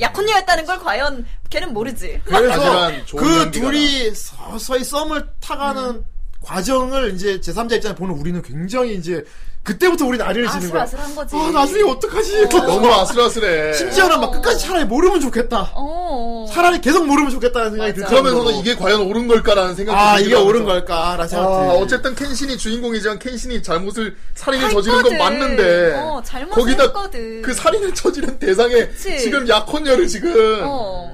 [SPEAKER 3] 약혼녀였다는 걸 과연 걔는 모르지.
[SPEAKER 1] 그래서
[SPEAKER 2] 하지만 좋은
[SPEAKER 1] 그
[SPEAKER 2] 연기가
[SPEAKER 1] 둘이 서서히 썸을 타가는
[SPEAKER 3] 음.
[SPEAKER 1] 과정을 이제 제3자 입장에 보는 우리는 굉장히 이제 그때부터 우리는 아리를 지는 거야.
[SPEAKER 3] 아슬아슬한 거지.
[SPEAKER 1] 아 나중에 어떡하지?
[SPEAKER 2] 너무 아슬아슬해.
[SPEAKER 1] 심지어는 막 끝까지 차라리 모르면 좋겠다.
[SPEAKER 3] 어.
[SPEAKER 1] 차라리 계속 모르면 좋겠다는 생각이
[SPEAKER 3] 맞아.
[SPEAKER 1] 들더라고
[SPEAKER 2] 그러면서도 이게 과연 옳은 걸까라는 생각이
[SPEAKER 1] 아
[SPEAKER 2] 들기도
[SPEAKER 1] 이게
[SPEAKER 2] 하면서.
[SPEAKER 1] 옳은 걸까라는
[SPEAKER 2] 아,
[SPEAKER 1] 생각이 들지.
[SPEAKER 2] 어쨌든 켄신이 주인공이지만 켄신이 잘못을 살인을
[SPEAKER 3] 아,
[SPEAKER 2] 저지른 건
[SPEAKER 3] 했거든.
[SPEAKER 2] 맞는데
[SPEAKER 3] 어, 잘못을
[SPEAKER 2] 거기다
[SPEAKER 3] 했거든.
[SPEAKER 2] 그 살인을 저지른 대상에
[SPEAKER 3] 그치.
[SPEAKER 2] 지금 약혼녀를 지금
[SPEAKER 3] 어.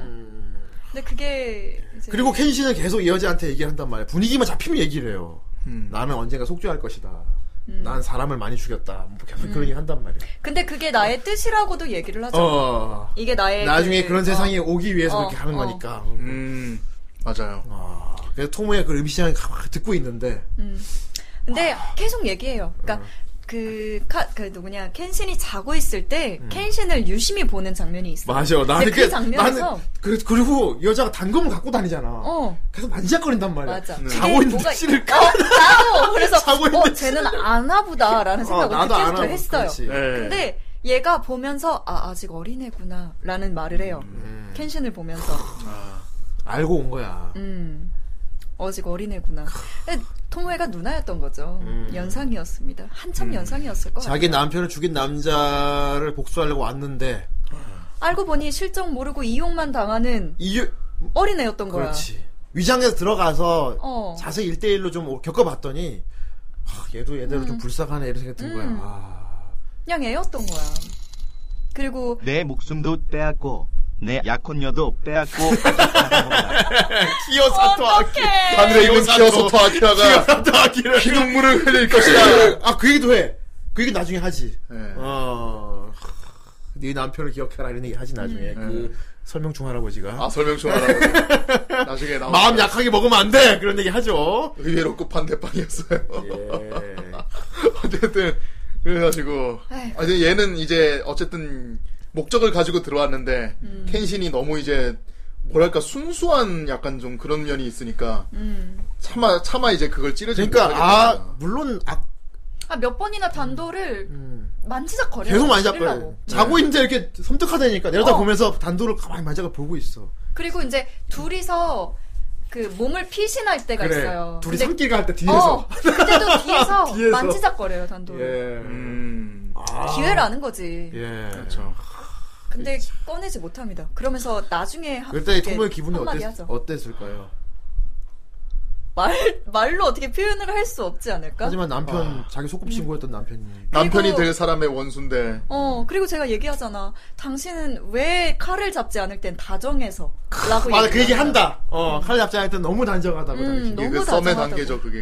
[SPEAKER 3] 근데 그게 이제
[SPEAKER 1] 그리고 켄시는 계속 이 여자한테 얘기를 한단 말이야. 분위기만 잡히면 얘기를 해요.
[SPEAKER 2] 음.
[SPEAKER 1] 나는 언젠가 속죄할 것이다.
[SPEAKER 3] 음.
[SPEAKER 1] 난 사람을 많이 죽였다. 뭐 계속 그런 얘기 한단 말이야.
[SPEAKER 3] 근데 그게 나의 뜻이라고도 얘기를 하죠.
[SPEAKER 1] 어.
[SPEAKER 3] 이게 나의
[SPEAKER 1] 나중에
[SPEAKER 3] 그-
[SPEAKER 1] 그런
[SPEAKER 3] 어.
[SPEAKER 1] 세상에 오기 위해서
[SPEAKER 3] 어,
[SPEAKER 1] 그렇게 하는
[SPEAKER 3] 어.
[SPEAKER 1] 거니까.
[SPEAKER 2] 음 맞아요.
[SPEAKER 1] 아, 그래서 토모의 그 음식을 듣고 있는데.
[SPEAKER 3] 음. 근데 계속 얘기해요.
[SPEAKER 1] 어.
[SPEAKER 3] 그러니까 그, 카, 그 누구냐 켄신이 자고 있을 때
[SPEAKER 1] 음.
[SPEAKER 3] 켄신을 유심히 보는 장면이 있어.
[SPEAKER 1] 맞아. 나는
[SPEAKER 3] 근데 그 장면에서-
[SPEAKER 1] 나는 그, 그리고 이 여자가 단검을 갖고 다니잖아.
[SPEAKER 3] 어.
[SPEAKER 1] 계속 만지작거린단 말이야.
[SPEAKER 3] 맞아.
[SPEAKER 1] 음.
[SPEAKER 3] 그게
[SPEAKER 1] 자고 있는데
[SPEAKER 3] 뭐가-
[SPEAKER 1] 씨를까?
[SPEAKER 3] 어, 나도 그래서
[SPEAKER 1] <laughs> 자고
[SPEAKER 3] 어
[SPEAKER 1] 있는데
[SPEAKER 3] 쟤는 아나보다라는 생각을 그때부터
[SPEAKER 1] 하고,
[SPEAKER 3] 했어요.
[SPEAKER 1] 그렇지.
[SPEAKER 6] 네.
[SPEAKER 3] 근데 얘가 보면서 아 아직 어린애구나라는 말을 해요.
[SPEAKER 1] 음.
[SPEAKER 3] 켄신을 보면서
[SPEAKER 1] 알고 온 거야.
[SPEAKER 3] 음 아직 어린애구나. 근데 토모에가 누나였던 거죠. 연상이었습니다. 한참 연상이었을 것
[SPEAKER 1] 음. 자기
[SPEAKER 3] 같아요.
[SPEAKER 1] 남편을 죽인 남자를 복수하려고 왔는데
[SPEAKER 3] 알고 보니 실정 모르고 이용만 당하는
[SPEAKER 1] 이유
[SPEAKER 3] 어린애였던 거야.
[SPEAKER 1] 그렇지. 위장에서 들어가서
[SPEAKER 3] 어.
[SPEAKER 1] 자세히 일대일로좀 겪어봤더니 아, 얘도 얘대로 좀 불쌍하네 이런 생각이 든 거야.
[SPEAKER 3] 음.
[SPEAKER 1] 아.
[SPEAKER 3] 그냥 애였던 거야. 그리고
[SPEAKER 7] 내 목숨도 빼앗고 내 약혼녀도 빼앗고 아깝다.
[SPEAKER 1] 기어사토
[SPEAKER 2] 하늘에 있는 기어소토 아키라가
[SPEAKER 1] 아키를
[SPEAKER 2] <laughs> 피눈물을 흘릴 것이다.
[SPEAKER 1] 아그 얘기도 해. 그 얘기 나중에 하지.
[SPEAKER 2] 네.
[SPEAKER 1] 어. 하, 네 남편을 기억해라 이런 얘기 하지 나중에 그 설명 중 할아버지가
[SPEAKER 2] 아 설명
[SPEAKER 1] <laughs>
[SPEAKER 2] 좀 하라고. 나중에 나오
[SPEAKER 1] 마음 약하게 먹으면 안 돼 그런 얘기 하죠.
[SPEAKER 2] 의외로 급한 대빵이었어요.
[SPEAKER 1] 예.
[SPEAKER 2] <laughs> 어쨌든 그래가지고
[SPEAKER 3] 에휴.
[SPEAKER 2] 아 근데 얘는 이제 어쨌든 목적을 가지고 들어왔는데
[SPEAKER 1] 음.
[SPEAKER 2] 켄신이 너무 이제 뭐랄까 순수한 약간 좀 그런 면이 있으니까
[SPEAKER 3] 음.
[SPEAKER 2] 차마 차마 이제 그걸 찌르지
[SPEAKER 1] 그러니까 아
[SPEAKER 2] 못하겠다.
[SPEAKER 1] 물론 아,
[SPEAKER 3] 아, 몇 번이나 단도를 만지작거려.
[SPEAKER 1] 음. 계속 많이 잡고
[SPEAKER 3] 네.
[SPEAKER 1] 자고 있는데 이렇게 섬뜩하다니까
[SPEAKER 3] 어.
[SPEAKER 1] 내려다 보면서 단도를 가만히 만져가 보고 있어.
[SPEAKER 3] 그리고 이제 둘이서 그 몸을 피신할 때가 있어요.
[SPEAKER 1] 둘이
[SPEAKER 3] 근데-
[SPEAKER 1] 산길 갈 때 <laughs> 뒤에서.
[SPEAKER 3] 어, 그때도 뒤에서,
[SPEAKER 1] <laughs> 뒤에서.
[SPEAKER 3] 만지작거려요, 단도를.
[SPEAKER 2] 음.
[SPEAKER 1] 아,
[SPEAKER 3] 기회라는 거지.
[SPEAKER 1] 예.
[SPEAKER 2] 그렇죠.
[SPEAKER 3] 근데 꺼내지 못합니다. 그러면서 나중에 하-
[SPEAKER 1] 그때 이
[SPEAKER 3] 이렇게
[SPEAKER 1] 토모의 기분이
[SPEAKER 3] 한마디
[SPEAKER 1] 어땠,
[SPEAKER 3] 하죠.
[SPEAKER 1] 어땠을까요?
[SPEAKER 3] 말 말로 어떻게 표현을 할 수 없지 않을까? 어. 음.
[SPEAKER 1] 하지만 남편 자기 소꿉친구였던 남편이
[SPEAKER 2] 남편이
[SPEAKER 3] 그리고-
[SPEAKER 2] 될 사람의 원수인데
[SPEAKER 3] 어 그리고 제가 얘기하잖아. 당신은 왜 칼을 잡지 않을 땐 다정해서라고.
[SPEAKER 1] 맞아 그 얘기 한다. 어 칼 잡지 않을 때 너무 단정하다고
[SPEAKER 3] 음,
[SPEAKER 1] 당신이.
[SPEAKER 2] 이게
[SPEAKER 3] 너무
[SPEAKER 2] 그 썸의
[SPEAKER 3] 다정하다고.
[SPEAKER 2] 단계죠 그게.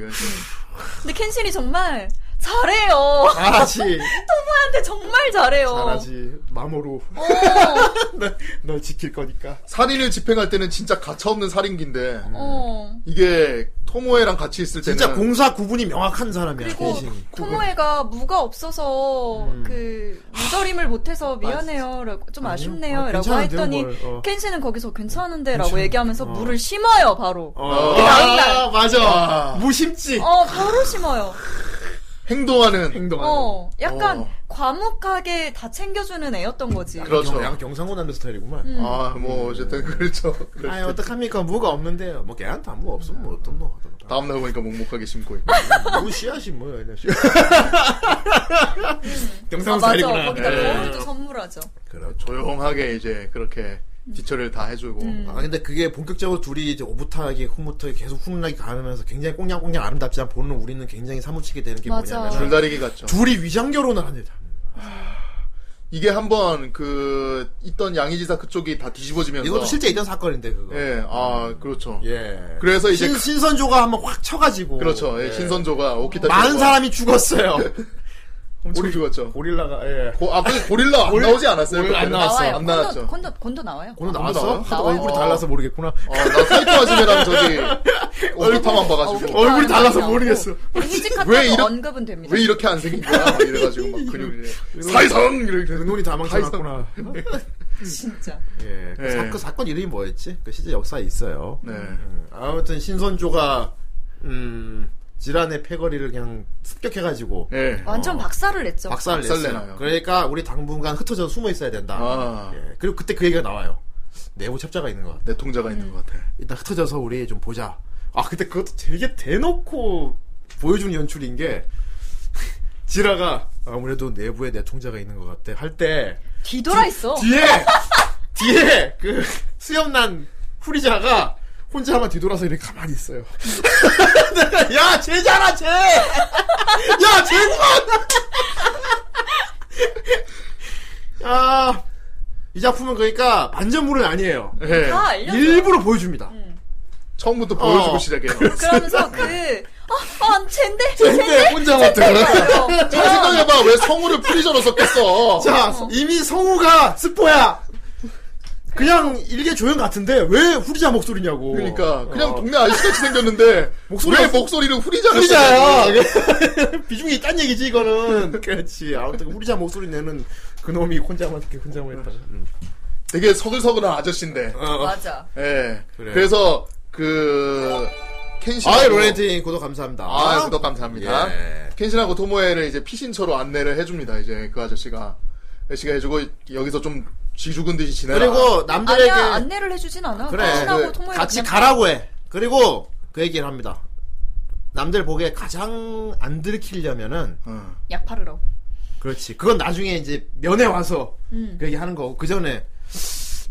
[SPEAKER 3] 근데 켄신이 정말 잘해요. <laughs>
[SPEAKER 1] 잘하지.
[SPEAKER 3] 토모한테 정말 잘해요.
[SPEAKER 1] 잘하지. 마모로.
[SPEAKER 3] 어.
[SPEAKER 1] <laughs> 널, 널 지킬 거니까.
[SPEAKER 2] 살인을 집행할 때는 진짜 가차 없는 살인기인데
[SPEAKER 3] 어.
[SPEAKER 2] 이게 토모에랑 같이 있을 때는
[SPEAKER 1] 진짜 공사 구분이 명확한 사람이야,
[SPEAKER 3] 그리고
[SPEAKER 1] 켄신이. 음.
[SPEAKER 3] 토모에가 무가 없어서 그 무저림을 못해서 미안해요라고 좀
[SPEAKER 1] 아, 아니요.
[SPEAKER 3] 아쉽네요라고
[SPEAKER 1] 아, 괜찮은데요,
[SPEAKER 3] 했더니
[SPEAKER 1] 뭘. 어.
[SPEAKER 3] 켄시는 거기서 괜찮은데라고 얘기하면서 물을 심어요 바로.
[SPEAKER 1] 어,
[SPEAKER 2] 어.
[SPEAKER 1] 아, 맞아.
[SPEAKER 2] 아.
[SPEAKER 1] 무심지.
[SPEAKER 3] 어 바로 심어요.
[SPEAKER 2] 행동하는
[SPEAKER 1] 행동하는.
[SPEAKER 3] 어 약간
[SPEAKER 2] 어.
[SPEAKER 3] 과묵하게 다 챙겨주는 애였던 거지.
[SPEAKER 2] 그렇죠.
[SPEAKER 1] 경- 약간 경상도 남자 스타일이구만.
[SPEAKER 3] 음.
[SPEAKER 2] 아 뭐 어쨌든 그렇죠. 그럴
[SPEAKER 1] 아이
[SPEAKER 2] 수 있죠.
[SPEAKER 1] 어떡합니까 무가 없는데요 뭐 걔한테 안무 없으면 뭐 어떤 놈 하던가
[SPEAKER 2] 다음 날 보니까 묵묵하게 심고 있고.
[SPEAKER 1] 무 씨앗이 뭐야 그냥 씨앗
[SPEAKER 3] 음. 아,
[SPEAKER 1] <laughs> 경상
[SPEAKER 3] 맞아.
[SPEAKER 1] 스타일이구나
[SPEAKER 3] 거기다
[SPEAKER 1] 예.
[SPEAKER 3] 거울도 선물하죠.
[SPEAKER 1] 그렇죠
[SPEAKER 2] 조용하게 이제 그렇게
[SPEAKER 1] 음.
[SPEAKER 2] 뒤처리를 다 해주고
[SPEAKER 1] 아 근데 그게 본격적으로 둘이 이제 오붓하게 후무터에 계속 훈훈하게 가면서 굉장히 꽁냥꽁냥 아름답지만 보는 우리는 굉장히 사무치게 되는 게
[SPEAKER 3] 맞아.
[SPEAKER 1] 뭐냐면
[SPEAKER 2] 줄다리기 같죠.
[SPEAKER 1] 둘이 위장 결혼을 합니다
[SPEAKER 2] 이게 한번 그 있던 양의지사 그쪽이 다 네. 뒤집어지면서
[SPEAKER 1] 이것도 실제 있던 사건인데 그거 예,
[SPEAKER 2] 예, 아 그렇죠. 그래서 이제
[SPEAKER 1] 신,
[SPEAKER 2] 그-
[SPEAKER 1] 신선조가 한번 확 쳐가지고
[SPEAKER 2] 그렇죠. 예, 신선조가 오키타
[SPEAKER 1] 많은 사람이 죽었어요
[SPEAKER 2] 우리 죽었죠.
[SPEAKER 1] 고릴라가 예
[SPEAKER 2] <laughs> 고, 아 근데 고릴라 안 나오지 않았어요?
[SPEAKER 1] 고릴라 안
[SPEAKER 2] 그때는?
[SPEAKER 1] 나왔어.
[SPEAKER 3] 나와요.
[SPEAKER 2] 안 나왔죠.
[SPEAKER 3] 곤도 곤도 곤도 나와요.
[SPEAKER 1] 오늘
[SPEAKER 2] 아,
[SPEAKER 1] 나왔어?
[SPEAKER 2] 나와요?
[SPEAKER 1] 하도 얼굴이
[SPEAKER 3] 나와.
[SPEAKER 1] 달라서 모르겠구나
[SPEAKER 2] 어, 아나 사이토 아즈메랑 저기 오키타만 봐가지고
[SPEAKER 3] 어,
[SPEAKER 1] 얼굴이 달라서
[SPEAKER 3] 나오고. 아,
[SPEAKER 1] 모르겠어
[SPEAKER 3] 히지카타도
[SPEAKER 2] 왜 이런-
[SPEAKER 3] 언급은 됩니다.
[SPEAKER 2] 왜 이렇게 안 생긴 거야? 막 이래가지고 막 근육이 사이성 이렇게
[SPEAKER 1] 음. 그 눈이 다 망쳐놨구나.
[SPEAKER 3] 진짜.
[SPEAKER 1] 예, 그
[SPEAKER 2] 예.
[SPEAKER 1] 사, 그 사건 이름이 뭐였지? 그 실제 역사에 있어요.
[SPEAKER 2] 네.
[SPEAKER 1] 음, 아무튼 신선조가 음, 지란의 패거리를 그냥 습격해가지고
[SPEAKER 2] 예.
[SPEAKER 3] 완전 박살을 냈죠.
[SPEAKER 1] 어. 박살을
[SPEAKER 2] 박살
[SPEAKER 1] 냈어요.
[SPEAKER 2] 내나요?
[SPEAKER 1] 그러니까 우리 당분간 흩어져 숨어 있어야 된다.
[SPEAKER 2] 아.
[SPEAKER 1] 예, 그리고 그때 그 얘기가 나와요. 내부 첩자가 있는 것 같아.
[SPEAKER 2] 내 통자가 있는 것 같아.
[SPEAKER 1] 일단 흩어져서 우리 좀 보자. 아 근데 그것도 되게 대놓고 보여준 연출인 게 <laughs> 지라가 아무래도 내부에 내 통자가 있는 것 같아 할 때
[SPEAKER 3] 뒤돌아 있어.
[SPEAKER 1] 뒤에 뒤에 그 수염난 후리자가 혼자만 뒤돌아서 이렇게 가만히 있어요. <laughs> 내가 야 쟤잖아 쟤. 야 쟤구만. <laughs> 야. 이 작품은 그러니까 반전물은 아니에요.
[SPEAKER 2] 예.
[SPEAKER 3] 다 알려줘. 음.
[SPEAKER 1] 일부러 보여줍니다.
[SPEAKER 2] 처음부터 보여주고
[SPEAKER 1] 어. <laughs>
[SPEAKER 2] 시작해요.
[SPEAKER 3] 그러면서 그, 아, 아, 젠데,
[SPEAKER 1] 근데 혼자만
[SPEAKER 2] 잘 생각해봐. 왜 성우를 프리저로 썼겠어?
[SPEAKER 1] 자, 이미 성우가 스포야. 그냥 일개 조연 같은데 왜 후리자 목소리냐고.
[SPEAKER 2] 그러니까 그냥 동네 아저씨같이 생겼는데
[SPEAKER 1] 어. 목소리가
[SPEAKER 2] 왜
[SPEAKER 1] 없어.
[SPEAKER 2] 목소리를 후리자를
[SPEAKER 1] 후리자야.
[SPEAKER 2] 쓰냐고.
[SPEAKER 1] 비중이 있단 얘기지 이거는. 그렇지. 아무튼 후리자 목소리 내는 그 놈이 혼자만 이렇게 혼자만 했다. 음.
[SPEAKER 2] 되게 서글서글한 아저씨인데.
[SPEAKER 1] 어.
[SPEAKER 3] 맞아.
[SPEAKER 2] 예.
[SPEAKER 1] 그래요.
[SPEAKER 2] 그래서그 켄신.
[SPEAKER 1] 아이 로렌틴 구독 감사합니다.
[SPEAKER 2] 아, 구독 감사합니다.
[SPEAKER 1] 예.
[SPEAKER 2] 켄신하고 토모에를 이제 피신처로 안내를 해줍니다. 이제 그 아저씨가 아저씨가 해주고 여기서 좀 쥐죽은 듯이 지내라.
[SPEAKER 1] 그리고 남들에게
[SPEAKER 3] 아니야, 안내를 해주진 않아.
[SPEAKER 1] 그래
[SPEAKER 3] 신하고
[SPEAKER 1] 그
[SPEAKER 3] 토모에
[SPEAKER 1] 같이 가라고 해. 그리고 그 얘기를 합니다. 남들 보기에 가장 안 들키려면은
[SPEAKER 2] 어.
[SPEAKER 3] 약 바르러.
[SPEAKER 1] 그렇지. 그건 나중에 이제 면회 와서
[SPEAKER 3] 음.
[SPEAKER 1] 그 얘기 하는 거고 그 전에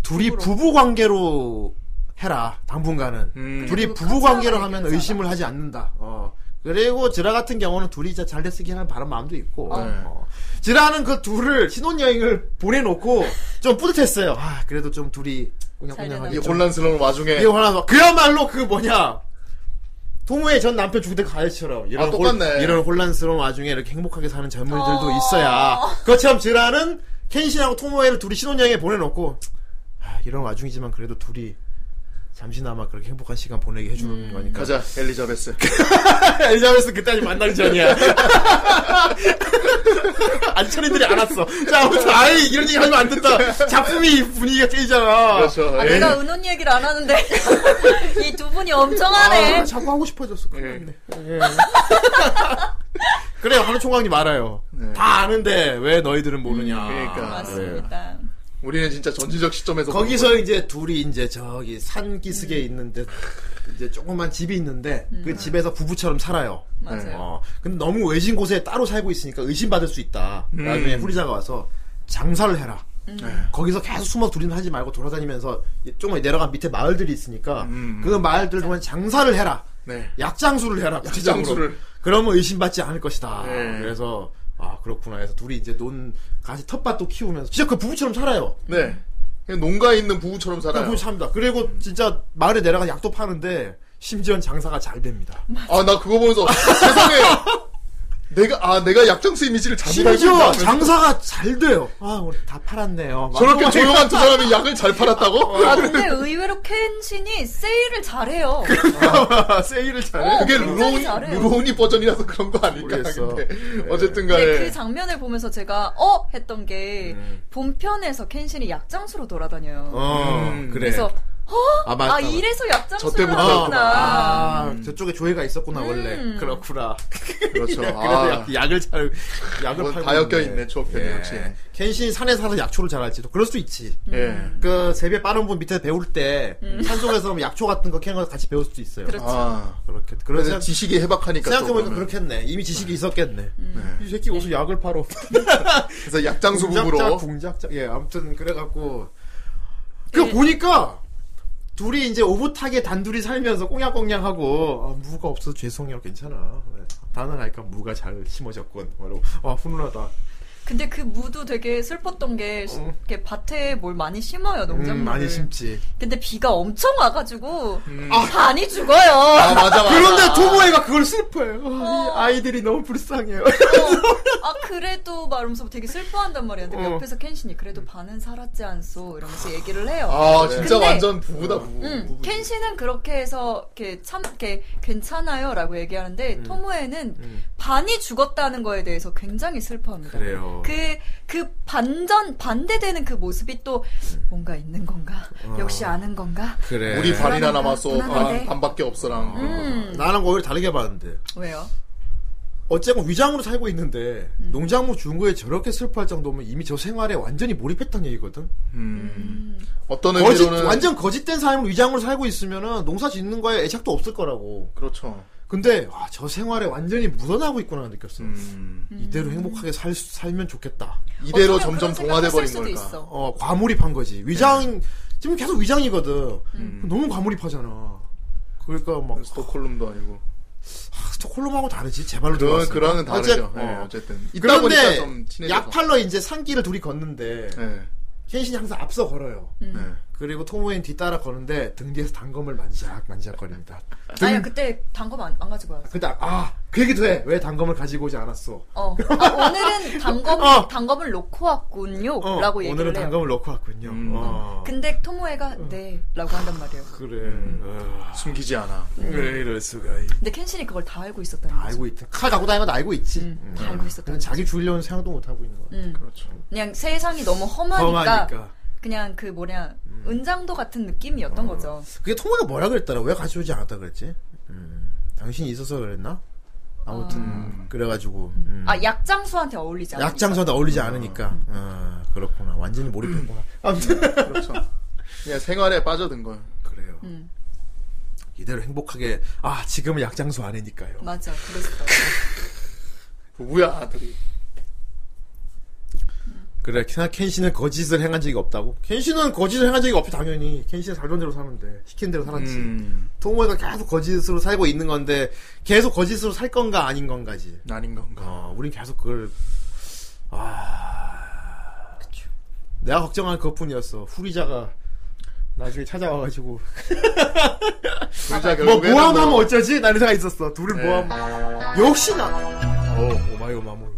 [SPEAKER 1] 둘이 부부 관계로 해라. 당분간은
[SPEAKER 2] 음.
[SPEAKER 1] 둘이
[SPEAKER 3] 그리고
[SPEAKER 1] 부부 관계로
[SPEAKER 3] 컨트롤
[SPEAKER 1] 하면
[SPEAKER 3] 얘기하잖아.
[SPEAKER 1] 의심을 하지 않는다. 어. 그리고 지라 같은 경우는 둘이 진짜 잘 됐으기 하는 바람 마음도 있고 어. 지라는 그 둘을 신혼여행을 보내놓고 좀 뿌듯했어요. 아 그래도 좀 둘이
[SPEAKER 3] 잘
[SPEAKER 1] 꽁냥꽁냥하게
[SPEAKER 2] 이
[SPEAKER 1] 좀
[SPEAKER 2] 혼란스러운 와중에
[SPEAKER 1] 이게 화나서 그야말로 그 뭐냐 토모의 전 남편 죽을 때 가해처럼 이런,
[SPEAKER 2] 아, 똑같네.
[SPEAKER 1] 혼- 이런 혼란스러운 와중에 이렇게 행복하게 사는 젊은이들도
[SPEAKER 3] 어.
[SPEAKER 1] 있어야 그것처럼 지라는 켄신하고 토모에를 둘이 신혼여행에 보내놓고 아, 이런 와중이지만 그래도 둘이 잠시나마 그렇게 행복한 시간 보내게
[SPEAKER 3] 음.
[SPEAKER 1] 해주는 거니까
[SPEAKER 2] 가자 엘리자베스.
[SPEAKER 1] <laughs> 엘자베스 그때까지 만나기 <laughs> 전이야 안철인들이 알았어 자 아무튼 아예 이런 얘기 하면 안 된다 작품이 분위기가 깨지잖아
[SPEAKER 2] 그렇죠.
[SPEAKER 3] 아,
[SPEAKER 2] 예.
[SPEAKER 3] 내가 은혼 얘기를 안 하는데. <laughs> 이 두 분이 엄청 하네.
[SPEAKER 1] 아, 자꾸 하고 싶어졌어.
[SPEAKER 2] 예.
[SPEAKER 1] 그래요, 한우 총각님 알아요.
[SPEAKER 2] 네.
[SPEAKER 1] 다 아는데 왜 너희들은 모르냐. 네.
[SPEAKER 2] 그러니까.
[SPEAKER 1] 그래요.
[SPEAKER 3] 맞습니다.
[SPEAKER 2] 우리는 진짜 전지적 시점에서
[SPEAKER 1] 거기서 이제 둘이 이제 저기 산
[SPEAKER 3] 음.
[SPEAKER 1] 기슭에 있는데 이제 조그만 집이 있는데 그 집에서 부부처럼 살아요.
[SPEAKER 3] 맞아요.
[SPEAKER 1] 어. 근데 너무 외진 곳에 따로 살고 있으니까 의심받을 수 있다.
[SPEAKER 2] 음.
[SPEAKER 1] 나중에 후리자가 와서 장사를 해라.
[SPEAKER 3] 음.
[SPEAKER 1] 네. 거기서 계속 숨어서 둘이는 하지 말고 돌아다니면서 조금 내려간 밑에 마을들이 있으니까
[SPEAKER 2] 음.
[SPEAKER 1] 그 마을들 동안 장사를 해라.
[SPEAKER 2] 네.
[SPEAKER 1] 약장수를 해라.
[SPEAKER 2] 약장수를.
[SPEAKER 1] 구체적으로. 그러면 의심받지 않을 것이다.
[SPEAKER 2] 네.
[SPEAKER 1] 그래서 아 그렇구나 해서 둘이 이제 논 같이 텃밭도 키우면서 진짜 그 부부처럼 살아요.
[SPEAKER 2] 네. 그냥 농가 있는 부부처럼
[SPEAKER 1] 그
[SPEAKER 2] 살아요.
[SPEAKER 1] 부부 삽니다. 그리고 진짜 마을에 내려가 약도
[SPEAKER 2] 음,
[SPEAKER 1] 파는데 심지어 장사가 잘 됩니다.
[SPEAKER 2] 아, 나 그거 보면서 세상에 내가 아 내가 약장수 이미지를 잘못 알고
[SPEAKER 1] 심지어
[SPEAKER 2] 있다.
[SPEAKER 1] 장사가 잘 돼요. 아, 오늘 다 팔았네요. 막
[SPEAKER 2] 저렇게 조용한 두 사람이 약을 잘
[SPEAKER 1] 예.
[SPEAKER 2] 팔았다고?
[SPEAKER 3] 아, 근데 의외로 켄신이 세일을 잘해요.
[SPEAKER 1] 그러니까, 세일을 잘해.
[SPEAKER 2] 그게
[SPEAKER 3] 어, 굉장히
[SPEAKER 2] 루로우니,
[SPEAKER 3] 잘해.
[SPEAKER 2] 루로우니 버전이라서 그런 거 아닐까
[SPEAKER 1] 모르겠어. 네.
[SPEAKER 2] 근데 어쨌든
[SPEAKER 1] 예.
[SPEAKER 3] 근데 그
[SPEAKER 2] 간에
[SPEAKER 3] 장면을 보면서 제가 어 했던 게 본편에서 켄신이 약장수로 돌아다녀요.
[SPEAKER 1] 음. 어,
[SPEAKER 2] 음,
[SPEAKER 1] 그래.
[SPEAKER 3] 그래서
[SPEAKER 1] 아, 맞다.
[SPEAKER 3] 아 이래서
[SPEAKER 2] 저 때부터
[SPEAKER 3] 약장수를
[SPEAKER 1] 아,
[SPEAKER 3] 하구나.
[SPEAKER 1] 아, 저쪽에 조회가 있었구나, 원래. 그렇구나.
[SPEAKER 2] 그렇죠.
[SPEAKER 1] <laughs> 그래서
[SPEAKER 2] 아,
[SPEAKER 1] 약, 약을 잘, 약을
[SPEAKER 2] 그건
[SPEAKER 1] 팔고.
[SPEAKER 2] 다 엮여
[SPEAKER 1] 있는데.
[SPEAKER 2] 있네 추억편이
[SPEAKER 1] 예.
[SPEAKER 2] 역시.
[SPEAKER 1] 켄신이 산에 살아서 약초를 잘 알지도. 그럴 수 있지.
[SPEAKER 2] 예.
[SPEAKER 1] 그, 세배 빠른 분 밑에 배울 때, 산속에서 뭐 약초 같은 거 캐는 거 같이 배울 수도 있어요.
[SPEAKER 3] 그렇죠.
[SPEAKER 2] 아,
[SPEAKER 1] 그렇게.
[SPEAKER 2] 그래서
[SPEAKER 1] 그래서
[SPEAKER 2] 지식이 해박하니까 또
[SPEAKER 1] 생각해보니까
[SPEAKER 2] 그러면.
[SPEAKER 1] 그렇겠네. 이미 지식이 있었겠네. 음. 이 새끼 옷을 약을 팔어.
[SPEAKER 2] 그래서 약장수
[SPEAKER 1] 궁작자,
[SPEAKER 2] 부부로
[SPEAKER 1] 궁작자. 예, 아무튼 그래갖고 그 보니까 둘이 이제 오붓하게 단둘이 살면서 꽁냥꽁냥하고 아, 무가 없어서 죄송해요, 괜찮아. 단을 하니까 무가 잘 심어졌군. 말고 와 훈훈하다. 음,
[SPEAKER 3] 근데 그 무도 되게 슬펐던 게 시- 이렇게 밭에 뭘 많이 심어요
[SPEAKER 1] 음,
[SPEAKER 3] 농작물을.
[SPEAKER 1] 많이 심지. 음.
[SPEAKER 3] 근데 비가 엄청 와가지고 반이 죽어요.
[SPEAKER 2] 아 맞아 맞아
[SPEAKER 1] 그런데 토모에가 그걸 슬퍼해요. 아, 이 아이들이 너무 불쌍해요.
[SPEAKER 3] 아 그래도 말하면서 되게 슬퍼한단 말이야. 근데
[SPEAKER 1] 어.
[SPEAKER 3] 옆에서 켄신이 그래도 반은 살았지 않소 이러면서 얘기를 해요.
[SPEAKER 2] 아 진짜
[SPEAKER 3] 근데-
[SPEAKER 2] 완전 부부다
[SPEAKER 1] 어.
[SPEAKER 2] 부부
[SPEAKER 3] 음,
[SPEAKER 2] 부부지.
[SPEAKER 3] 켄신은 그렇게 해서 이렇게 참 이렇게 괜찮아요라고 얘기하는데 토모에는
[SPEAKER 1] 음.
[SPEAKER 3] 반이 죽었다는 거에 대해서 굉장히 슬퍼합니다.
[SPEAKER 1] 그래요.
[SPEAKER 3] 그, 그 반전 반대되는 그 모습이 또
[SPEAKER 1] 음.
[SPEAKER 3] 뭔가 있는 건가?
[SPEAKER 1] 어.
[SPEAKER 3] 역시 아는 건가?
[SPEAKER 1] 그래.
[SPEAKER 2] 우리 네. 반이나 남았어
[SPEAKER 3] 불안한데.
[SPEAKER 2] 반, 반밖에 없어랑
[SPEAKER 3] 네. 음.
[SPEAKER 1] 나는 오히려 다르게 봤는데
[SPEAKER 3] 왜요?
[SPEAKER 1] 어쨌건 위장으로 살고 있는데 농작물 준 거에 저렇게 슬퍼할 정도면 이미 저 생활에 완전히 몰입했다는 얘기거든.
[SPEAKER 2] 음. 어떤
[SPEAKER 1] 거짓,
[SPEAKER 2] 의미로는
[SPEAKER 1] 완전 거짓된 삶을 위장으로 살고 있으면은 농사 짓는 거에 애착도 없을 거라고.
[SPEAKER 2] 그렇죠
[SPEAKER 1] 근데 와, 저 생활에 완전히 묻어나고 있구나 느꼈어.
[SPEAKER 2] 음.
[SPEAKER 1] 이대로 행복하게 살, 수- 살면 좋겠다.
[SPEAKER 2] 이대로 점점
[SPEAKER 3] 어쩌면 그런 생각을
[SPEAKER 2] 동화돼 버린
[SPEAKER 3] 했을
[SPEAKER 2] 걸까
[SPEAKER 3] 수도 있어.
[SPEAKER 1] 어, 과몰입한 거지.
[SPEAKER 2] 네.
[SPEAKER 1] 위장, 지금 계속 위장이거든.
[SPEAKER 2] 음.
[SPEAKER 1] 너무 과몰입하잖아. 그러니까 막
[SPEAKER 2] 스톡홀름도 아니고
[SPEAKER 1] 아, 스톡홀름하고 다르지. 제발로
[SPEAKER 2] 그런
[SPEAKER 1] 들어왔으니까.
[SPEAKER 2] 그랑은 다르죠
[SPEAKER 1] 어째-
[SPEAKER 2] 예,
[SPEAKER 1] 어.
[SPEAKER 2] 어쨌든 있다 보니까 좀
[SPEAKER 1] 그런데
[SPEAKER 2] 친해져서
[SPEAKER 1] 약팔러 이제 산길을 둘이 걷는데
[SPEAKER 2] 예.
[SPEAKER 1] 켄신이 항상 앞서 걸어요.
[SPEAKER 2] 네.
[SPEAKER 1] 그리고 토모엔 뒤따라 거는데 등 뒤에서 단검을 만지작 만지작거립니다.
[SPEAKER 3] 아니야 그때 단검 안, 안 가지고 왔어.
[SPEAKER 1] 근데 아그 얘기도 해. 왜 단검을 가지고 오지 않았어?
[SPEAKER 3] 어. 아,
[SPEAKER 1] <laughs>
[SPEAKER 3] 오늘은 단검
[SPEAKER 1] 어.
[SPEAKER 3] 단검을 놓고
[SPEAKER 1] 어,
[SPEAKER 3] 왔군요라고 얘기를
[SPEAKER 1] 오늘은
[SPEAKER 3] 해요.
[SPEAKER 1] 단검을 넣고 왔군요.
[SPEAKER 2] 음.
[SPEAKER 1] 어.
[SPEAKER 3] 근데 토모에가 네라고 한단 말이에요.
[SPEAKER 1] 그래. 어.
[SPEAKER 2] 숨기지 않아
[SPEAKER 3] 음.
[SPEAKER 1] 그래 이럴 수가.
[SPEAKER 3] 근데 켄신이 그걸 다 알고 있었다는 거지.
[SPEAKER 1] 알고 있다. 칼 갖고 다니는 건 알고 있지.
[SPEAKER 3] 음, 다 알고 있었다는
[SPEAKER 1] 근데 자기 죽이려는 생각도 못 하고 있는 거야.
[SPEAKER 3] 음.
[SPEAKER 2] 그렇죠
[SPEAKER 3] 그냥 세상이 너무 험하니까,
[SPEAKER 1] 험하니까.
[SPEAKER 3] 그냥 그 뭐냐 은장도 같은 느낌이었던
[SPEAKER 1] 어.
[SPEAKER 3] 거죠.
[SPEAKER 1] 그게 토모가 뭐라 그랬더라. 왜 가져오지 않았다 그랬지? 음. 당신이 있어서 그랬나? 아무튼 그래가지고 음.
[SPEAKER 3] 아 약장수한테 어울리지 않아.
[SPEAKER 1] 약장선도 어울리지 않으니까. 어, 그렇구나. 완전히
[SPEAKER 2] 음.
[SPEAKER 1] 몰입했구나. 아무튼
[SPEAKER 2] 그렇죠 그냥 생활에 빠져든 걸
[SPEAKER 1] 그래요.
[SPEAKER 3] 음.
[SPEAKER 1] 이대로 행복하게 아 지금은 약장수 아니니까요.
[SPEAKER 3] 맞아, 그랬어.
[SPEAKER 2] 부부야 아들이
[SPEAKER 1] 그래 켄- 켄시는 거짓을 행한 적이 없다고. 켄시는 거짓을 행한 적이 없지 당연히. 켄시는 살던 대로 사는데 시킨 대로 살았지.
[SPEAKER 2] 음.
[SPEAKER 1] 동호회가 계속 거짓으로 살고 있는 건데 계속 거짓으로 살 건가 아닌 건가지.
[SPEAKER 2] 아닌 건가
[SPEAKER 1] 어, 우린 계속 그걸 아, 내가 걱정한 그것뿐이었어. 후리자가 나중에 찾아와가지고 뭐
[SPEAKER 2] 둘다 결국에는
[SPEAKER 1] 모함하면 어쩌지? 나는 생각 있었어. 둘을
[SPEAKER 2] 네.
[SPEAKER 1] 모함. 역시나. 어, 오 오마이 오마몰.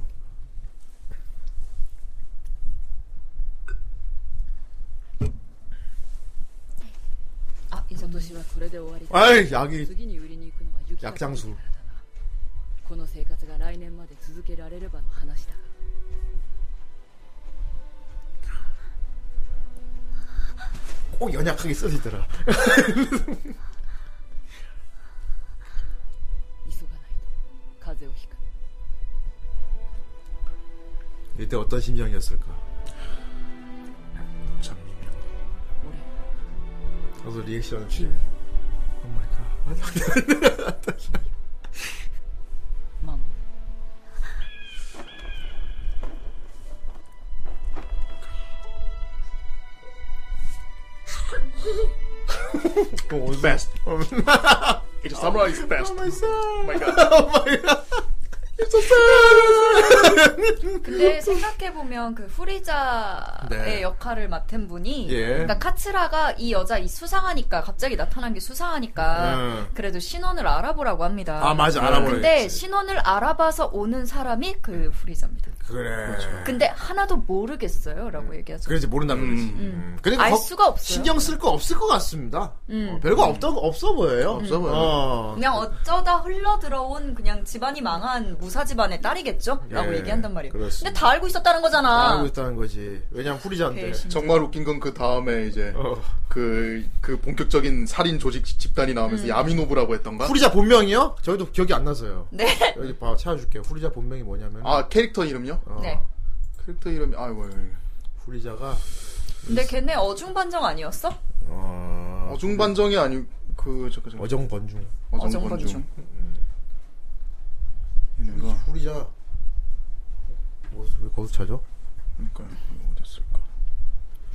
[SPEAKER 8] あいざ年はこれで終わりだ
[SPEAKER 1] 아이 약이
[SPEAKER 8] 次に売りに行くのは雪が降ってくるからだなこの生活が来年まで続けられればの話だが
[SPEAKER 1] 꼭 연약하게 써지더라.
[SPEAKER 8] 急がないと風邪をひく
[SPEAKER 1] 이때 어떤 심정이었을까?
[SPEAKER 2] 참 미묘.
[SPEAKER 8] 俺
[SPEAKER 1] 그래서 리액션 없이. 오마이 갓.
[SPEAKER 8] 守る
[SPEAKER 2] It's best. It's summarized best.
[SPEAKER 1] <laughs> 오마이 갓.
[SPEAKER 2] my god.
[SPEAKER 3] 근데 생각해보면 그 후리자의
[SPEAKER 1] 네.
[SPEAKER 3] 역할을 맡은 분이
[SPEAKER 1] 예.
[SPEAKER 3] 그러니까 카츠라가 이 여자 이 수상하니까 갑자기 나타난 게 수상하니까
[SPEAKER 1] 음.
[SPEAKER 3] 그래도 신원을 알아보라고 합니다.
[SPEAKER 1] 아 맞아 알아보래.
[SPEAKER 3] 근데 신원을 알아봐서 오는 사람이 그 후리자입니다.
[SPEAKER 1] 그래.
[SPEAKER 3] 근데 하나도 모르겠어요라고
[SPEAKER 1] 그렇죠. 네. 음.
[SPEAKER 3] 얘기하죠.
[SPEAKER 1] 그런지 모른다는 거지. 음. 그러니까
[SPEAKER 3] 알
[SPEAKER 1] 거-
[SPEAKER 3] 수가 없어요.
[SPEAKER 1] 신경 쓸 거 없을 것 같습니다.
[SPEAKER 3] 음.
[SPEAKER 1] 어, 별거 없다 없어 보여요.
[SPEAKER 2] 없어 보여요.
[SPEAKER 1] 어.
[SPEAKER 3] 그냥 어쩌다 흘러 들어온 그냥 집안이 망한 무사 집안의 딸이겠죠라고
[SPEAKER 1] 예,
[SPEAKER 3] 얘기한단 말이에요.
[SPEAKER 1] 그렇습니다.
[SPEAKER 3] 근데 다 알고 있었다는
[SPEAKER 1] 다
[SPEAKER 3] 거잖아.
[SPEAKER 1] 알고 있다는 거지. 왜냐면 후리자인데.
[SPEAKER 3] 배신.
[SPEAKER 2] 정말 웃긴 건 그 다음에 이제
[SPEAKER 1] 어.
[SPEAKER 2] 그, 그 본격적인 살인 조직 집단이 나오면서
[SPEAKER 3] 음.
[SPEAKER 2] 야미노부라고 했던가?
[SPEAKER 1] 후리자 본명이요? 저희도 기억이 안 나서요.
[SPEAKER 3] 네.
[SPEAKER 1] 여기 봐 찾아줄게요. 후리자 본명이 뭐냐면
[SPEAKER 2] 아, 캐릭터 이름요?
[SPEAKER 1] 어,
[SPEAKER 3] 네.
[SPEAKER 2] 캐릭터 이름이, 아이고, 뭐, 아이고.
[SPEAKER 1] 후리자가
[SPEAKER 3] 근데 걔네 어중반정 아니었어?
[SPEAKER 1] 어,
[SPEAKER 2] 어중반정이 아니, 그, 잠깐, 잠깐.
[SPEAKER 1] 어정번중.
[SPEAKER 3] 어정건중.
[SPEAKER 2] 얘네가,
[SPEAKER 1] 후리자 뭐, 왜 거기서 찾아?
[SPEAKER 2] 그러니까, 어딨을까.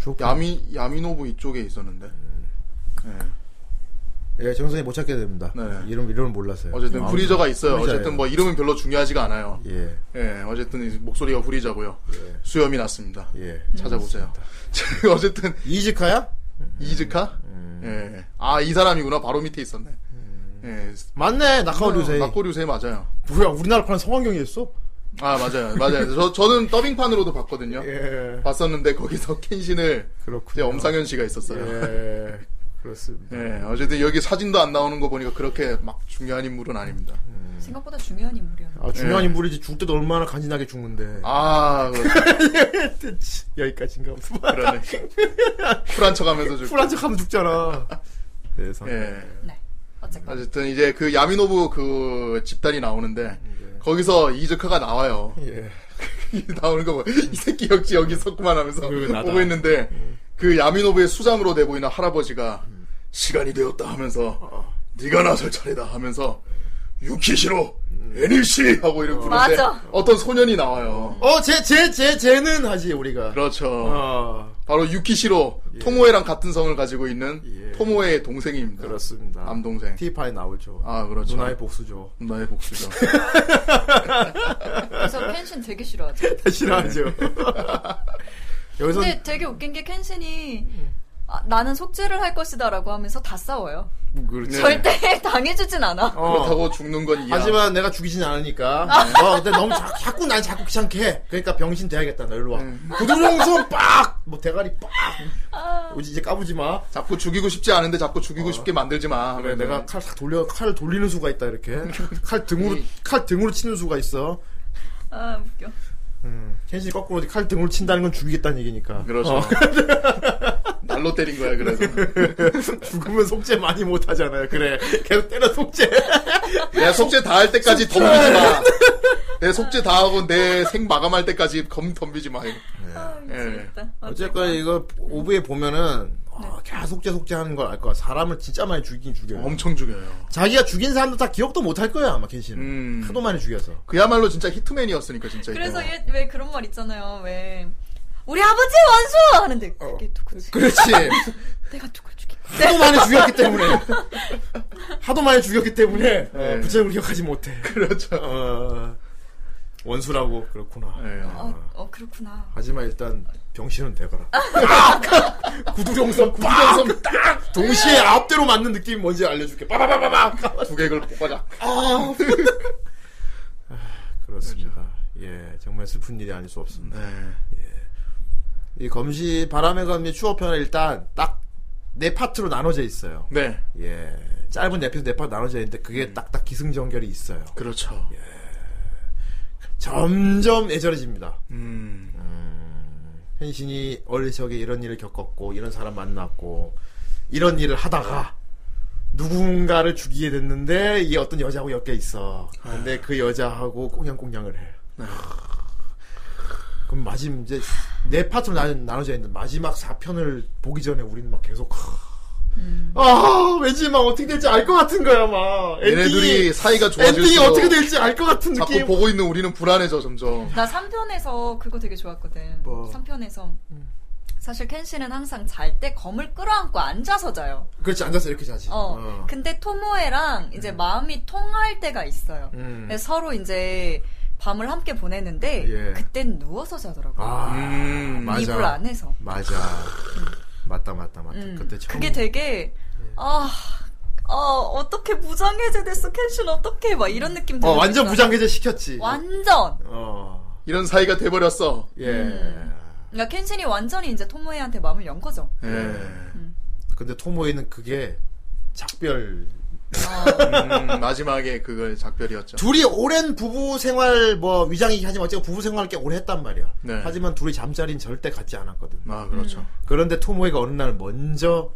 [SPEAKER 1] 쭉
[SPEAKER 2] 야미, 야미노부 이쪽에 있었는데. 네.
[SPEAKER 1] 예, 정선이 못 찾게 됩니다.
[SPEAKER 2] 네.
[SPEAKER 1] 이름 이름을 몰라서요.
[SPEAKER 2] 어쨌든
[SPEAKER 1] 아,
[SPEAKER 2] 후리저가 있어요.
[SPEAKER 1] 후리자예요.
[SPEAKER 2] 어쨌든 뭐 이름은 별로 중요하지가 않아요.
[SPEAKER 1] 예.
[SPEAKER 2] 예, 어쨌든 이 목소리가 후리자고요.
[SPEAKER 1] 예.
[SPEAKER 2] 수염이 났습니다.
[SPEAKER 1] 예.
[SPEAKER 2] 음. 찾아보세요. <laughs> 어쨌든
[SPEAKER 1] 이즈카야?
[SPEAKER 2] 이즈카?
[SPEAKER 1] 음.
[SPEAKER 2] 예. 아, 이 사람이구나. 바로 밑에 있었네. 예.
[SPEAKER 1] 맞네. 나카오류세.
[SPEAKER 2] 막고류세 맞아요.
[SPEAKER 1] 뭐야, 우리나라 파는 성환경이었어?
[SPEAKER 2] 아, 맞아요. 맞아요. 저 저는 더빙판으로도 봤거든요.
[SPEAKER 1] 예.
[SPEAKER 2] 봤었는데 거기서 <laughs> 켄신을 이제
[SPEAKER 1] 그렇군요.
[SPEAKER 2] 네, 엄상현 씨가 있었어요.
[SPEAKER 1] 예. 그렇습니다.
[SPEAKER 2] 예. 어쨌든 여기 사진도 안 나오는 거 보니까 그렇게 막 중요한 인물은 아닙니다.
[SPEAKER 1] 네. 음.
[SPEAKER 3] 생각보다 중요한 인물이야.
[SPEAKER 1] 아, 중요한
[SPEAKER 2] 예.
[SPEAKER 1] 인물이지 죽을 때도 얼마나 간지나게 죽는데.
[SPEAKER 2] 아,
[SPEAKER 1] <laughs> 여기까지인가 보다. <laughs>
[SPEAKER 2] 그러네. 쿨한 척하면서 좀.
[SPEAKER 1] 쿨한 척 하면 <laughs> 죽잖아. 세상에.
[SPEAKER 2] 예.
[SPEAKER 3] 네. 어쨌건
[SPEAKER 2] 어쨌든 이제 그 야미노부 그 집단이 나오는데
[SPEAKER 1] 네.
[SPEAKER 2] 거기서 이즈카가 나와요.
[SPEAKER 1] 예.
[SPEAKER 2] <laughs> 나오는 거 봐. 이 새끼 역시 여기 있었구만 하면서
[SPEAKER 1] 그 나다. 음.
[SPEAKER 2] 보고 있는데 그 야미노부의 수장으로 돼 보이는 할아버지가 시간이 되었다 하면서 네가 나설 차례다 하면서 유키시로
[SPEAKER 1] 음.
[SPEAKER 2] 애니시 하고 이렇게 부르는데
[SPEAKER 3] 맞아.
[SPEAKER 2] 어떤 소년이 나와요.
[SPEAKER 1] 어, 쟤, 쟤, 쟤, 쟤는 하지, 우리가.
[SPEAKER 2] 그렇죠.
[SPEAKER 1] 아,
[SPEAKER 2] 바로 유키시로 토모에랑 같은 성을 가지고 있는
[SPEAKER 1] 예.
[SPEAKER 2] 토모에의 동생입니다.
[SPEAKER 1] 그렇습니다.
[SPEAKER 2] 남동생.
[SPEAKER 1] 티파에 나오죠.
[SPEAKER 2] 아 그렇죠.
[SPEAKER 1] 누나의 복수죠. <laughs>
[SPEAKER 2] 누나의 복수죠.
[SPEAKER 3] 그래서 켄신
[SPEAKER 1] <laughs>
[SPEAKER 3] 되게 싫어하죠.
[SPEAKER 1] 네, 싫어하죠. <laughs> 여기서 음.
[SPEAKER 3] 근데 되게 웃긴 게 켄신이 아, 나는 속죄를 할 것이다라고 하면서 다 싸워요.
[SPEAKER 1] 그렇죠.
[SPEAKER 2] 네.
[SPEAKER 3] 절대 <laughs> 당해주진 않아.
[SPEAKER 1] 어.
[SPEAKER 2] 그렇다고 죽는 건 이해.
[SPEAKER 1] 하지만 내가 죽이진 않으니까. 어, 근데 너무 자, 자꾸 난 자꾸 귀찮게 해. 그러니까 병신 돼야겠다. 너 일로 와. 구두정수 빡! 뭐 대가리 빡! 우지 이제 까부지 마.
[SPEAKER 2] 자꾸 죽이고 싶지 않은데 자꾸 죽이고 싶게 만들지 마.
[SPEAKER 1] 어. 아, 그래, 내가 칼 탁 돌려 칼 돌리는 수가 있다
[SPEAKER 3] <laughs>
[SPEAKER 1] 이렇게. 칼 등으로 칼 등으로 치는 수가 있어. 음,
[SPEAKER 3] 아 웃겨.
[SPEAKER 1] 켄신이 거꾸로 어디 칼 등으로 친다는 건 죽이겠다는 얘기니까.
[SPEAKER 2] 그렇죠.
[SPEAKER 1] 어,
[SPEAKER 2] <laughs> 날로 때린 거야
[SPEAKER 1] <laughs>
[SPEAKER 2] 그래서.
[SPEAKER 1] 죽으면 속죄 많이 못 하잖아요. 그래. 계속 때려 속죄.
[SPEAKER 2] 내 속죄 다 할 때까지 덤비지 마. 내 속죄 다 하고 내 생 마감할 때까지 검 덤비지 마.
[SPEAKER 3] 아 네. 미치겠다.
[SPEAKER 1] 어쨌거나 이거 오브에 보면은 아, 계속 속죄 속죄 하는 걸 알 거야. 사람을 진짜 많이 죽이긴 죽여요.
[SPEAKER 2] 엄청 죽여요.
[SPEAKER 1] 자기가 죽인 사람도 다 기억도 못 할 거야 아마 켄신.
[SPEAKER 2] 음.
[SPEAKER 1] 하도 많이 죽여서.
[SPEAKER 2] 그야말로 진짜 히트맨이었으니까 진짜.
[SPEAKER 3] 그래서
[SPEAKER 2] 이때는.
[SPEAKER 3] 얘, 왜 그런 말 있잖아요. 왜 우리 아버지 원수 하는데 그게 누구지?
[SPEAKER 1] 어. 그렇지.
[SPEAKER 3] <laughs> 내가 누굴 죽인 거야?
[SPEAKER 1] 하도 많이 죽였기 때문에. 하도 많이 죽였기 때문에 어, 부채를 기억하지 못해.
[SPEAKER 2] 그렇죠.
[SPEAKER 1] 어, 원수라고 그렇구나.
[SPEAKER 2] 예.
[SPEAKER 3] 어, 어 그렇구나.
[SPEAKER 1] 하지만 일단 병신은 되거라. <laughs> 구두정선 구두정선 딱 동시에 앞대로 맞는 느낌이 뭔지 알려줄게. 빠바바바바.
[SPEAKER 2] <laughs> 두 개를 뽑아자.
[SPEAKER 1] 그렇습니다. 예, 정말 슬픈 일이 아닐 수 없습니다.
[SPEAKER 2] 네.
[SPEAKER 1] 이 검시 바람의 검시 추억편은 일단 딱 네 파트로 나눠져 있어요.
[SPEAKER 2] 네.
[SPEAKER 1] 예. 짧은 에피소드 네파 나눠져 있는데 그게 딱딱 기승전결이 있어요.
[SPEAKER 2] 그렇죠.
[SPEAKER 1] 점점 애절해집니다.
[SPEAKER 2] 음.
[SPEAKER 1] 현신이 어릴 적에 이런 일을 겪었고 이런 사람 만났고 이런 일을 하다가 누군가를 죽이게 됐는데 이게 어떤 여자하고 엮여 있어.
[SPEAKER 2] 아.
[SPEAKER 1] 근데 그 여자하고 꽁냥꽁냥을 해. 그럼 마지막 이제 네 파트로 나, 나눠져 있는 마지막 4편을 보기 전에 우리는 막 계속 아 왠지 막 어떻게 될지 알 것 같은 거야 막
[SPEAKER 2] 얘네들이 사이가
[SPEAKER 1] 엔딩이
[SPEAKER 2] 좋아질수록
[SPEAKER 1] 어떻게 될지 알 것 같은
[SPEAKER 2] 자꾸
[SPEAKER 1] 느낌.
[SPEAKER 2] 보고 있는 우리는 불안해져 점점.
[SPEAKER 3] 나 3편에서 그거 되게 좋았거든.
[SPEAKER 1] 뭐?
[SPEAKER 3] 3편에서 사실 켄시는 항상 잘 때 검을 끌어안고 앉아서 자요.
[SPEAKER 1] 그렇지 앉아서 이렇게 자지.
[SPEAKER 3] 어. 근데 토모에랑 이제 마음이 통할 때가 있어요.
[SPEAKER 1] 음.
[SPEAKER 3] 그래서 서로 이제 밤을 함께 보내는데
[SPEAKER 1] 예.
[SPEAKER 3] 그땐 누워서 자더라고요.
[SPEAKER 1] 아
[SPEAKER 2] 음,
[SPEAKER 1] 맞아.
[SPEAKER 3] 이불 안에서.
[SPEAKER 1] 맞아. 맞다 맞다 맞다.
[SPEAKER 3] 음.
[SPEAKER 1] 그때 처음 네.
[SPEAKER 3] 그게 되게 아. 어, 어떻게 무장해제 됐어, 켄신 어떻게 막 이런 느낌
[SPEAKER 1] 어
[SPEAKER 3] 들었어요.
[SPEAKER 1] 완전 무장해제 시켰지.
[SPEAKER 3] 완전.
[SPEAKER 1] 어.
[SPEAKER 2] 이런 사이가 돼버렸어.
[SPEAKER 1] 예.
[SPEAKER 3] 그러니까 켄신이 완전히 이제 토모에한테 마음을 연 거죠.
[SPEAKER 2] 예.
[SPEAKER 1] 근데 토모이는 그게 작별.
[SPEAKER 2] 음, <laughs> 마지막에 그걸 작별이었죠.
[SPEAKER 1] 둘이 오랜 부부 생활 뭐 위장이긴 하지만 어쨌든 부부 생활을 꽤 오래 했단 말이야.
[SPEAKER 2] 네.
[SPEAKER 1] 하지만 둘이 잠자리는 절대 같지 않았거든.
[SPEAKER 2] 아 그렇죠.
[SPEAKER 1] 그런데 토모이가 어느 날 먼저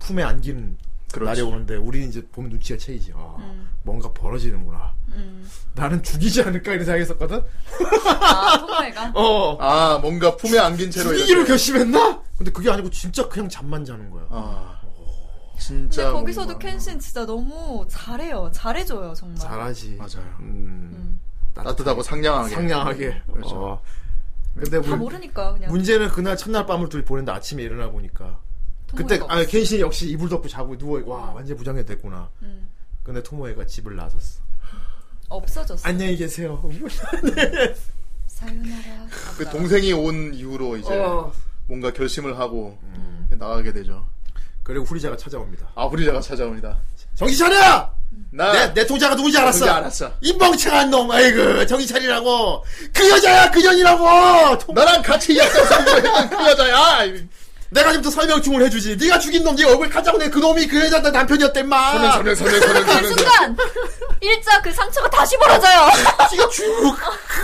[SPEAKER 1] 품에 안기는
[SPEAKER 2] 그렇지.
[SPEAKER 1] 날이 오는데 우리는 이제 보면 눈치가 채이지. 아,
[SPEAKER 3] 음.
[SPEAKER 1] 뭔가 벌어지는구나. 나는 죽이지 않을까 이런 생각했었거든.
[SPEAKER 3] 아,
[SPEAKER 1] <laughs>
[SPEAKER 3] 토모에가?
[SPEAKER 1] 어.
[SPEAKER 2] 아 뭔가 품에 안긴 채로
[SPEAKER 1] 죽이기로
[SPEAKER 2] 이렇게.
[SPEAKER 1] 결심했나? 어. 근데 그게 아니고 진짜 그냥 잠만 자는 거야.
[SPEAKER 2] 아
[SPEAKER 3] 근데
[SPEAKER 2] 진짜.
[SPEAKER 3] 거기서도
[SPEAKER 2] 뭔가-
[SPEAKER 3] 켄신 진짜 너무 잘해요. 잘해줘요, 정말.
[SPEAKER 1] 잘하지.
[SPEAKER 2] 맞아요.
[SPEAKER 1] 음.
[SPEAKER 2] 따뜻하고 상냥하게.
[SPEAKER 1] 상냥하게.
[SPEAKER 2] 그렇죠.
[SPEAKER 1] 어. 근데
[SPEAKER 3] 다
[SPEAKER 1] 문-
[SPEAKER 3] 모르니까, 그냥.
[SPEAKER 1] 문제는 그날 첫날 밤을 둘이 보냈는데 아침에 일어나 보니까
[SPEAKER 3] 토모에가
[SPEAKER 1] 그때 아 켄신이 역시 이불 덮고 자고 누워 있고 와 완전 무장해 됐구나.
[SPEAKER 3] 음.
[SPEAKER 1] 근데 토모에가 집을 나섰어.
[SPEAKER 3] 없어졌어.
[SPEAKER 1] 안녕히 <laughs> 계세요.
[SPEAKER 3] 사요나라.
[SPEAKER 2] 그
[SPEAKER 3] 아빠.
[SPEAKER 2] 동생이 온 이후로 이제
[SPEAKER 1] 어.
[SPEAKER 2] 뭔가 결심을 하고 나가게 되죠.
[SPEAKER 1] 그리고 후리자가 찾아옵니다.
[SPEAKER 2] 아브리자가 찾아옵니다.
[SPEAKER 1] 정신 차려!
[SPEAKER 2] 나
[SPEAKER 1] 내, 내 통자가 누군지 알았어.
[SPEAKER 2] 아. 누군지 알았어.
[SPEAKER 1] 이 멍청한 놈, 아이고, 정신 차리라고. 그 여자야, 그 년이라고! 통-
[SPEAKER 2] 나랑 같이 약속 성공했던 그 여자야.
[SPEAKER 1] 내가 지금부터 설명충을 해주지. 네가 죽인 놈, 네 얼굴 가자고 내 그 놈이 그 여자 내 남편이었단
[SPEAKER 2] 서면
[SPEAKER 1] 말.
[SPEAKER 2] 서면 서면 서면
[SPEAKER 3] 그
[SPEAKER 2] 서면 서면.
[SPEAKER 3] 순간! 일자 그 상처가 다시 벌어져요!
[SPEAKER 1] 지가 쭉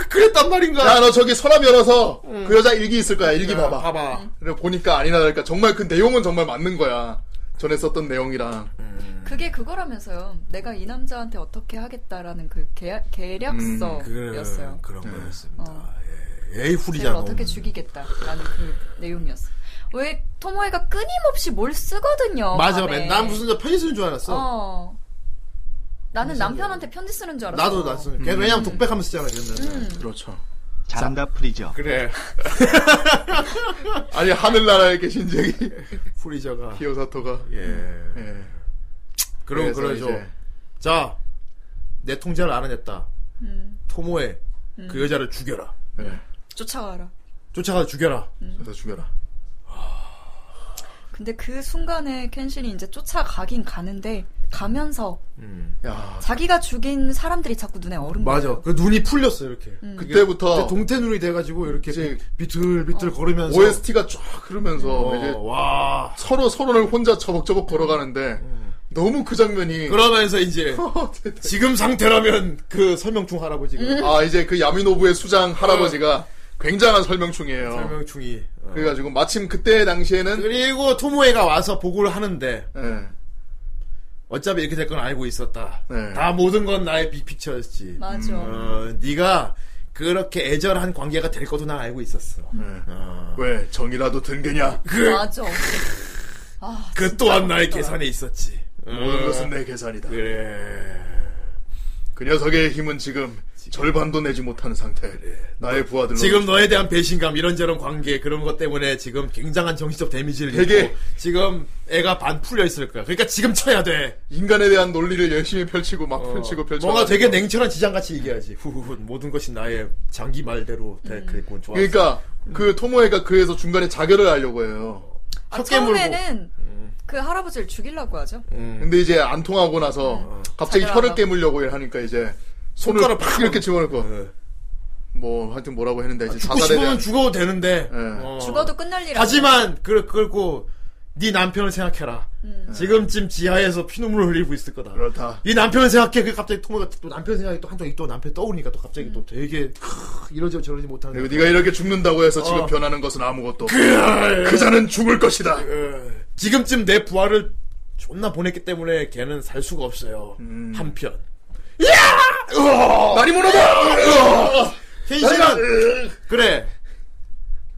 [SPEAKER 1] 그랬단 말인가.
[SPEAKER 2] 야너 저기 서랍 열어서 그 여자 일기 있을 거야. 일기 봐봐.
[SPEAKER 1] 봐봐.
[SPEAKER 2] 그래 보니까 아니나 다를까 정말 그 내용은 정말 맞는 거야. 전에 썼던 내용이랑
[SPEAKER 3] 그게 그거라면서요. 내가 이 남자한테 어떻게 하겠다라는 그 계약, 계략서였어요.
[SPEAKER 1] 그,
[SPEAKER 2] 네.
[SPEAKER 1] 런 거였습니다.
[SPEAKER 3] 어.
[SPEAKER 1] 예. 에이, 후리자
[SPEAKER 3] 쟤를
[SPEAKER 1] 놈.
[SPEAKER 3] 어떻게 죽이겠다라는 그 내용이었어. 왜 토모에가 끊임없이 뭘 쓰거든요.
[SPEAKER 1] 맞아,
[SPEAKER 3] 밤에.
[SPEAKER 1] 맨. 난 무슨 저 편지 쓰는 줄 알았어.
[SPEAKER 3] 어. 나는 남편한테 편지 쓰는 줄 알았어. 음.
[SPEAKER 1] 나도, 나 쓰는.
[SPEAKER 2] 음.
[SPEAKER 1] 걔 왜냐면 독백하면 쓰잖아, 걔는.
[SPEAKER 2] 그렇죠.
[SPEAKER 7] 잘한다 프리저.
[SPEAKER 1] 그래.
[SPEAKER 2] 아니 하늘나라에 계신 <laughs> 적이
[SPEAKER 1] 후리자가.
[SPEAKER 2] 기요사토가
[SPEAKER 1] 예.
[SPEAKER 2] 예.
[SPEAKER 1] 그럼,
[SPEAKER 2] 그래서
[SPEAKER 1] 그러죠.
[SPEAKER 2] 이제-
[SPEAKER 1] 자, 내 통제를 알아냈다. 토모에 그 여자를 죽여라.
[SPEAKER 2] 예.
[SPEAKER 3] 음. 쫓아가라.
[SPEAKER 1] 쫓아가서 죽여라.
[SPEAKER 2] 다 죽여라.
[SPEAKER 3] 근데 그 순간에 켄신이 이제 쫓아가긴 가는데 가면서
[SPEAKER 2] 야
[SPEAKER 3] 자기가 죽인 사람들이 자꾸 눈에 얼음.
[SPEAKER 1] 맞아. 그 눈이 풀렸어, 이렇게.
[SPEAKER 2] 그때부터
[SPEAKER 1] 동태 눈이 돼가지고 이렇게
[SPEAKER 2] 음. 어. 이제
[SPEAKER 1] 비- 비틀비틀 걸으면서.
[SPEAKER 2] OST가 쫙 흐르면서
[SPEAKER 1] 어,
[SPEAKER 2] 이제
[SPEAKER 1] 와.
[SPEAKER 2] 서로 서로를 혼자 저벅저벅 걸어가는데 너무 그 장면이
[SPEAKER 1] 음.
[SPEAKER 2] <laughs>
[SPEAKER 1] 그러면서 이제
[SPEAKER 2] 어.
[SPEAKER 1] 지금 상태라면 그 설명충 할아버지가
[SPEAKER 2] 아 이제 그 야미노부의 수장 할아버지가 굉장한 설명충이에요.
[SPEAKER 1] 음. 설명충이 어.
[SPEAKER 2] 그래가지고 마침 그때 당시에는
[SPEAKER 1] 그리고 토모에가 와서 보고를 하는데
[SPEAKER 2] 예.
[SPEAKER 1] 어차피 이렇게 될 건 알고 있었다.
[SPEAKER 2] 네.
[SPEAKER 1] 다 모든 건 나의 빅피처였지.
[SPEAKER 3] 맞아.
[SPEAKER 1] 어, 네가 그렇게 애절한 관계가 될 것도 난 알고 있었어.
[SPEAKER 2] 예.
[SPEAKER 1] 어.
[SPEAKER 2] 왜 정이라도 든 게냐?
[SPEAKER 1] 음.
[SPEAKER 3] 맞아. 아,
[SPEAKER 1] 그 또한 나의 계산에 있었지. 어.
[SPEAKER 2] 모든 것은 내 계산이다.
[SPEAKER 1] 그 그래.
[SPEAKER 2] 그 녀석의 힘은 지금, 절반도 내지 못하는 상태. 나의 부하들로
[SPEAKER 1] 지금 너에 대한 배신감, 이런저런 관계, 그런 것 때문에 지금 굉장한 정신적 데미지를
[SPEAKER 2] 되게-
[SPEAKER 1] 입고 지금 애가 반 풀려 있을 거야. 그러니까 지금 쳐야 돼.
[SPEAKER 2] 인간에 대한 논리를 열심히 어, 펼치고 막 펼치고 펼쳐.
[SPEAKER 1] 어. 뭔가 되게 냉철한 지장같이 얘기하지. 후후후, 모든 것이 나의 장기 말대로
[SPEAKER 3] 음.
[SPEAKER 1] 돼. 그랬군. 좋았어.
[SPEAKER 2] 그러니까 그 토모에가 그래서 중간에 자결을 하려고 해요.
[SPEAKER 3] 아,
[SPEAKER 1] 첫 깨물고.
[SPEAKER 3] 처음에는 그 할아버지를 죽이려고 하죠.
[SPEAKER 1] 음.
[SPEAKER 2] 근데 이제 안 통하고 나서 갑자기
[SPEAKER 3] 자결하려고.
[SPEAKER 2] 혀를 깨물려고 하니까 이제 손을
[SPEAKER 1] 손가락
[SPEAKER 2] 팍
[SPEAKER 1] 팍
[SPEAKER 2] 이렇게 집어넣고
[SPEAKER 1] 예.
[SPEAKER 2] 뭐 하여튼 뭐라고 했는데 이제
[SPEAKER 1] 아, 죽고
[SPEAKER 2] 자살에
[SPEAKER 1] 싶으면
[SPEAKER 2] 대한
[SPEAKER 1] 죽어도 되는데.
[SPEAKER 2] 예.
[SPEAKER 1] 어.
[SPEAKER 3] 죽어도 끝날 일.
[SPEAKER 1] 하지만 그 그렇고 네 남편을 생각해라.
[SPEAKER 3] 음.
[SPEAKER 1] 지금쯤 지하에서 피눈물을 흘리고 있을 거다.
[SPEAKER 2] 그렇다.
[SPEAKER 1] 네 남편을 생각해. 그 갑자기 토모가 또 남편 생각이 또 한쪽이 또 남편 떠오르니까 또 갑자기
[SPEAKER 3] 음.
[SPEAKER 1] 또 되게 크, 이러지 저러지 못하는.
[SPEAKER 2] 그리고 네가 이렇게 죽는다고 해서 지금
[SPEAKER 1] 어. 그-
[SPEAKER 2] 변하는 것은 아무것도 없다. 그자는 죽을 것이다.
[SPEAKER 1] 예. 지금쯤 내 부하를 존나 보냈기 때문에 걔는 살 수가 없어요. 한편. 어.
[SPEAKER 2] 날이 무너져.
[SPEAKER 1] 켄신은 그래.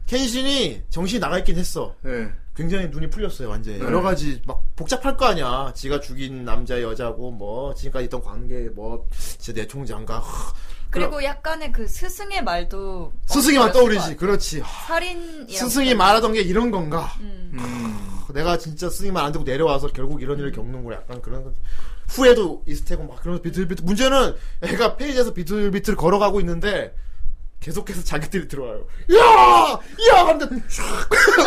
[SPEAKER 1] 켄신이 정신이 나가 있긴 했어.
[SPEAKER 2] 예.
[SPEAKER 1] 굉장히 눈이 풀렸어요, 완전히. 여러 가지 막 복잡할 거 아니야. 지가 죽인 남자, 여자고, 뭐, 지금까지 있던 관계, 뭐, 진짜 내 총장과, 하,
[SPEAKER 3] 그리고 약간의 그 스승의 말도
[SPEAKER 1] 스승이만
[SPEAKER 3] 엉터리였을
[SPEAKER 1] 떠오르지.
[SPEAKER 3] 것 같아요.
[SPEAKER 1] 그렇지.
[SPEAKER 3] 살인
[SPEAKER 1] 스승이 말하던 게 이런 건가?
[SPEAKER 3] 음.
[SPEAKER 1] 크, 내가 진짜 스승이 말 안 듣고 내려와서 결국 이런 일을 겪는 거야. 약간 그런 후회도 있을 테고 막 그런 비틀비틀 문제는 애가 페이지에서 비틀비틀 걸어가고 있는데 계속해서 자기들이 들어와요. 야! 야! 하는데 촥!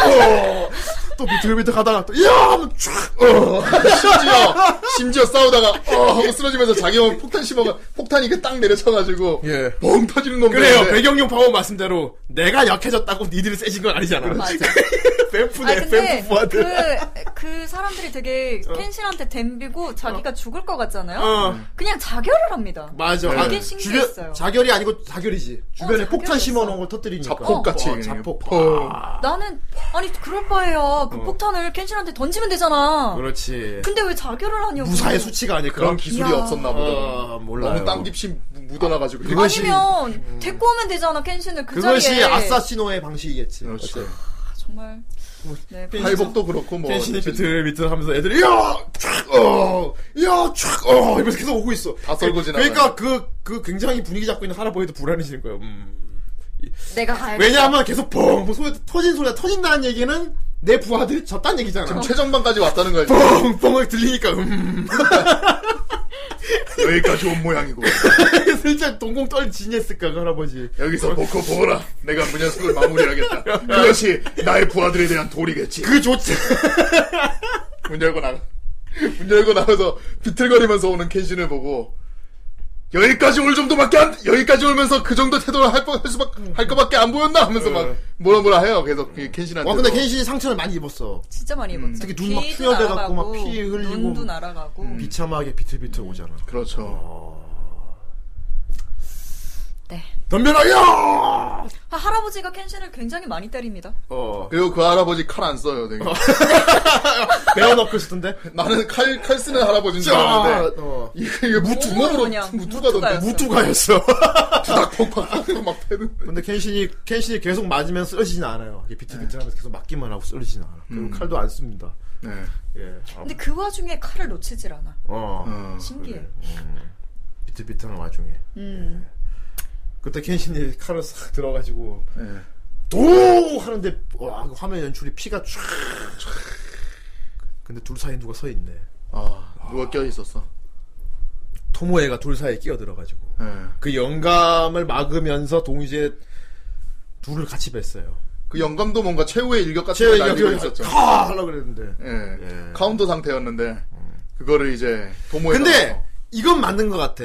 [SPEAKER 1] 어! 또 비틀비틀 가다가 또 야! 하면 촥! 어!
[SPEAKER 2] 심지어 <laughs> 심지어 싸우다가 어 하고 쓰러지면서 자기 몸 폭탄 씹어가 폭탄이 이렇게 딱 내려쳐가지고
[SPEAKER 4] 예.
[SPEAKER 2] 뻥 터지는 건데
[SPEAKER 1] 그래요. 배경용 파워 말씀대로 내가 약해졌다고 니들이 세진 건 아니잖아.
[SPEAKER 3] 맞아. 아
[SPEAKER 1] <laughs> 뱀프네.
[SPEAKER 3] 근데
[SPEAKER 1] 뱀프 부하들.
[SPEAKER 3] 그, 그 사람들이 되게 켄신한테 덤비고 자기가 죽을 것 같잖아요.
[SPEAKER 1] 어.
[SPEAKER 3] 그냥 자결을 합니다.
[SPEAKER 1] 맞아.
[SPEAKER 2] 네.
[SPEAKER 3] 되게
[SPEAKER 1] 아,
[SPEAKER 3] 신기했어요.
[SPEAKER 1] 주변- 자결이 아니고 자결이지. 주변에
[SPEAKER 3] 어,
[SPEAKER 1] 폭탄
[SPEAKER 3] 자결이었어.
[SPEAKER 1] 심어놓은 걸 터뜨리니까.
[SPEAKER 2] 자폭같이
[SPEAKER 1] 어,
[SPEAKER 2] 그냥
[SPEAKER 1] 자폭.
[SPEAKER 2] 펑.
[SPEAKER 1] 아,
[SPEAKER 3] 나는 아니 그럴 바에야 그 폭탄을 켄신한테 던지면 되잖아.
[SPEAKER 1] 어. 그렇지.
[SPEAKER 3] 근데 왜 자결을 하냐고.
[SPEAKER 1] 무사의 수치가 아닐까?
[SPEAKER 2] 그런 기술이
[SPEAKER 3] 이야.
[SPEAKER 2] 없었나 보다.
[SPEAKER 1] 아, 몰라요.
[SPEAKER 2] 너무 땅 깊이 묻어나가지고
[SPEAKER 1] 그것이- 음.
[SPEAKER 3] 아니면 데리고 오면 되잖아 켄신을 그
[SPEAKER 1] 그것이
[SPEAKER 3] 자리에.
[SPEAKER 1] 아사시노의 방식이겠지.
[SPEAKER 2] 그렇지.
[SPEAKER 3] 아, 정말. 네,
[SPEAKER 1] 음.
[SPEAKER 2] 팔복도 그렇고 뭐
[SPEAKER 1] 펜신이
[SPEAKER 2] 어쨌든
[SPEAKER 1] 비틀비틀 하면서 애들이 야촥어 야촥어 이러면서 계속 오고 있어.
[SPEAKER 2] 다 썰고 지나가요.
[SPEAKER 1] 그러니까 그 그 굉장히 분위기 잡고 있는 할아버지도 불안해지는 거예요. 음.
[SPEAKER 3] 내가 가야
[SPEAKER 1] 왜냐하면 계속 펑펑 소리 터진 소리가 터진다는 얘기는 내 부하들이 졌다는 얘기잖아.
[SPEAKER 2] 지금 최전방까지 왔다는 거야.
[SPEAKER 1] 뭐?
[SPEAKER 2] 지금.
[SPEAKER 1] 펑펑 들리니까 음
[SPEAKER 2] 여기까지 온 모양이고
[SPEAKER 1] <laughs> 슬쩍 동공 떨 지냈을까 그 할아버지.
[SPEAKER 2] 여기서 놓고 보라. 내가 문현숙을 마무리하겠다. 그것이 나의 부하들에 대한 도리겠지.
[SPEAKER 1] 그 좋지.
[SPEAKER 2] 문 열고 나가. 문 열고 나가서 비틀거리면서 오는 켄신을 보고 여기까지 올 정도밖에 안 여기까지 오면서 그 정도 태도를 할, 뻔- 할 수밖 할 것밖에 안 보였나 하면서 막 뭐라 뭐라 해요. 계속 그 켄신한테.
[SPEAKER 1] <laughs> 네. 와 근데 켄신이 상처를 많이 입었어.
[SPEAKER 3] 진짜 많이 입었어.
[SPEAKER 1] 음. 특히 눈막
[SPEAKER 3] 귀도
[SPEAKER 1] 투여돼갖고
[SPEAKER 3] 날아가고,
[SPEAKER 1] 막피 흘리고.
[SPEAKER 3] 눈도 날아가고.
[SPEAKER 1] 음. 비참하게 비틀비틀 오잖아.
[SPEAKER 2] 그렇죠.
[SPEAKER 3] 네.
[SPEAKER 1] 덤벼라 야.
[SPEAKER 3] 아, 할아버지가 켄신을 굉장히 많이 때립니다.
[SPEAKER 1] 어
[SPEAKER 2] 그리고 그 할아버지 칼 안 써요. 되게.
[SPEAKER 1] <laughs> 베어너클 쓰던데.
[SPEAKER 2] 나는 칼, 칼 쓰는 할아버지인 줄
[SPEAKER 1] 짜.
[SPEAKER 2] 알았는데
[SPEAKER 1] 어.
[SPEAKER 2] 이게 무두
[SPEAKER 3] 몸으로
[SPEAKER 2] 몸으로
[SPEAKER 3] 그냥
[SPEAKER 2] 무투가던데
[SPEAKER 3] 무투가요.
[SPEAKER 1] 무투가였어.
[SPEAKER 2] 무투닥 퍽퍽 뭐 막
[SPEAKER 1] <laughs>
[SPEAKER 2] 패는.
[SPEAKER 1] 근데 켄신이 켄신이 계속 맞으면 쓰러지진 않아요. 이게 비틀비틀하면서 계속 맞기만 하고 쓰러지진 않아. 그리고
[SPEAKER 2] 음.
[SPEAKER 1] 칼도 안 씁니다.
[SPEAKER 2] 네.
[SPEAKER 1] 예. 아,
[SPEAKER 3] 근데 그 와중에 칼을 놓치질 않아.
[SPEAKER 1] 어. 음.
[SPEAKER 2] 어.
[SPEAKER 3] 신기해.
[SPEAKER 1] 비틀비틀한 와중에.
[SPEAKER 3] 음.
[SPEAKER 1] 그때 켄신이 칼을 싹 들어가지고
[SPEAKER 2] 네.
[SPEAKER 1] 도 하는데 와, 그 화면 연출이 피가 쫙. 근데 둘 사이에 누가 서 있네.
[SPEAKER 2] 아 누가 껴 있었어.
[SPEAKER 1] 토모에가 둘 사이에 끼어들어가지고
[SPEAKER 2] 네.
[SPEAKER 1] 그 영감을 막으면서 동시에 둘을 같이 뵀어요.
[SPEAKER 2] 그 영감도 뭔가 최후의 일격 같은 걸
[SPEAKER 1] 제가
[SPEAKER 2] 날리고
[SPEAKER 1] 이거
[SPEAKER 2] 있었죠.
[SPEAKER 1] 하 하려고 그랬는데.
[SPEAKER 2] 예.
[SPEAKER 1] 예.
[SPEAKER 2] 카운터 상태였는데 그거를 이제 도모에
[SPEAKER 1] 근데 이건 맞는 것 같아.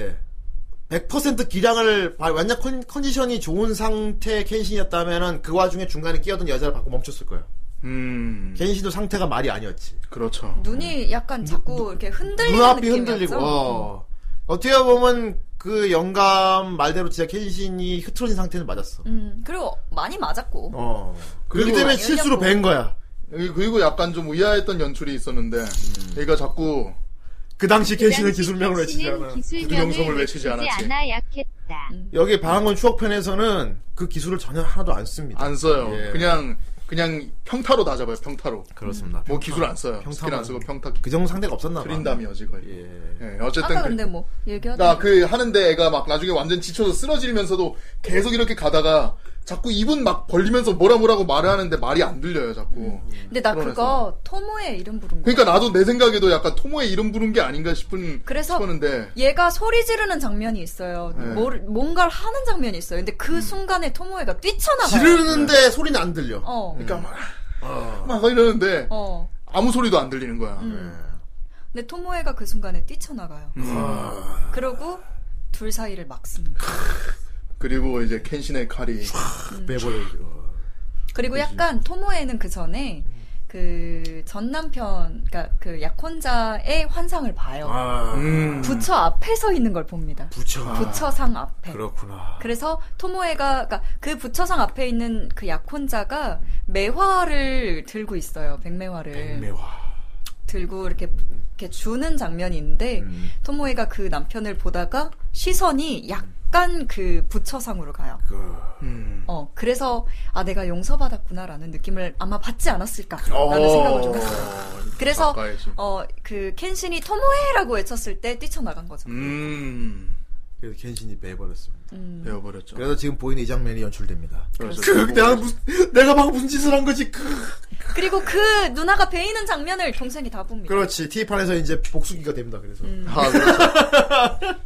[SPEAKER 1] 100% 기량을 바- 완전 컨, 컨디션이 좋은 상태 켄신이었다면은 그 와중에 중간에 끼어든 여자를 받고 멈췄을 거야.
[SPEAKER 2] 음
[SPEAKER 1] 켄신도 상태가 말이 아니었지.
[SPEAKER 2] 그렇죠
[SPEAKER 3] 눈이 약간 자꾸 이렇게 흔들리는
[SPEAKER 1] 눈앞이
[SPEAKER 3] 느낌이었죠.
[SPEAKER 1] 흔들리고. 어. 어떻게 보면 그 영감 말대로 진짜 켄신이 흐트러진 상태는 맞았어.
[SPEAKER 3] 음. 그리고 많이 맞았고.
[SPEAKER 1] 어. 그렇기
[SPEAKER 2] 그리고-
[SPEAKER 1] 때문에 실수로 뵌 거야.
[SPEAKER 2] 여기 그리고 약간 좀 의아했던 연출이 있었는데 얘가 자꾸
[SPEAKER 1] 그 당시 켄신은 기술명을 외치지 않아.
[SPEAKER 2] 부정성을 외치지 않았지.
[SPEAKER 5] 않아 약했다.
[SPEAKER 1] 여기 방황건 추억편에서는 그 기술을 전혀 하나도 안 씁니다.
[SPEAKER 2] 안 써요
[SPEAKER 1] 예.
[SPEAKER 2] 그냥 그냥 평타로 다 잡아요 평타로
[SPEAKER 1] 그렇습니다.
[SPEAKER 2] 뭐 기술 안 써요
[SPEAKER 1] 평타만.
[SPEAKER 2] 스킬 안 쓰고 평타
[SPEAKER 1] 그 정도 상대가 없었나 봐.
[SPEAKER 2] 그린담이어지 거의 예.
[SPEAKER 1] 예.
[SPEAKER 2] 어쨌든 그
[SPEAKER 3] 아까 근데 뭐 얘기하다.
[SPEAKER 2] 나그 하는데 애가 막 나중에 완전 지쳐서 쓰러지면서도 계속 이렇게 가다가 자꾸 입은 막 벌리면서 뭐라 뭐라고 말을 하는데 말이 안 들려요 자꾸
[SPEAKER 3] 근데 나 그거
[SPEAKER 2] 그러면서.
[SPEAKER 3] 토모의 이름 부른 거.
[SPEAKER 2] 그러니까 나도 내 생각에도 약간 토모의 이름 부른 게 아닌가 싶은
[SPEAKER 3] 그래서
[SPEAKER 2] 싶었는데
[SPEAKER 3] 얘가 소리 지르는 장면이 있어요.
[SPEAKER 2] 네. 음.
[SPEAKER 3] 뭘, 뭔가를 하는 장면이 있어요. 근데 그 순간에 토모에가
[SPEAKER 1] 아,
[SPEAKER 3] 뛰쳐나가요.
[SPEAKER 1] 지르는데
[SPEAKER 2] 네.
[SPEAKER 1] 소리는 안 들려.
[SPEAKER 3] 어.
[SPEAKER 2] 그러니까 막, 막 이러는데
[SPEAKER 3] 어. 음.
[SPEAKER 2] 아무 소리도 안 들리는 거야.
[SPEAKER 3] 근데 토모에가 그 순간에 뛰쳐나가요.
[SPEAKER 2] 음.
[SPEAKER 1] 아,
[SPEAKER 3] 그러고 둘 사이를 막습니다.
[SPEAKER 2] 그리고 이제 켄신의 칼이
[SPEAKER 1] 빼버려. 어.
[SPEAKER 3] 그리고 약간 토모에는 그 전에 그 전남편, 그러니까 그 약혼자의 환상을 봐요.
[SPEAKER 1] 아,
[SPEAKER 2] 음.
[SPEAKER 3] 부처 앞에 서 있는 걸 봅니다.
[SPEAKER 1] 부처. 아,
[SPEAKER 3] 부처상 앞에.
[SPEAKER 1] 그렇구나.
[SPEAKER 3] 그래서 토모에가 그러니까 그 부처상 앞에 있는 그 약혼자가 매화를 들고 있어요. 백매화를
[SPEAKER 1] 매화.
[SPEAKER 3] 들고 이렇게 이렇게 주는 장면이 있는데
[SPEAKER 1] 음.
[SPEAKER 3] 토모에가 그 남편을 보다가 시선이 약간 그 부처상으로 가요.
[SPEAKER 1] 그.
[SPEAKER 2] 음.
[SPEAKER 3] 어 그래서 아 내가 용서받았구나라는 느낌을 아마 받지 않았을까라는 생각을 좀 했어요. 그,
[SPEAKER 2] 어,
[SPEAKER 3] 그래서
[SPEAKER 2] 가까이 지금.
[SPEAKER 3] 어그 켄신이 토모에라고 외쳤을 때 뛰쳐나간 거죠.
[SPEAKER 2] 음.
[SPEAKER 1] 그래서 켄신이 배버렸습니다.
[SPEAKER 3] 음.
[SPEAKER 2] 배워버렸죠.
[SPEAKER 1] 그래서 지금 보이는 이 장면이 연출됩니다.
[SPEAKER 2] 그렇죠. 그래서
[SPEAKER 1] 그 내가 무슨 내가 방금 무슨 짓을 한 거지? 그.
[SPEAKER 3] 그리고 그 누나가 베이는 장면을 동생이 다 봅니다.
[SPEAKER 1] 그렇지. T판에서 이제 복수기가 됩니다. 그래서
[SPEAKER 2] 아, 그렇죠.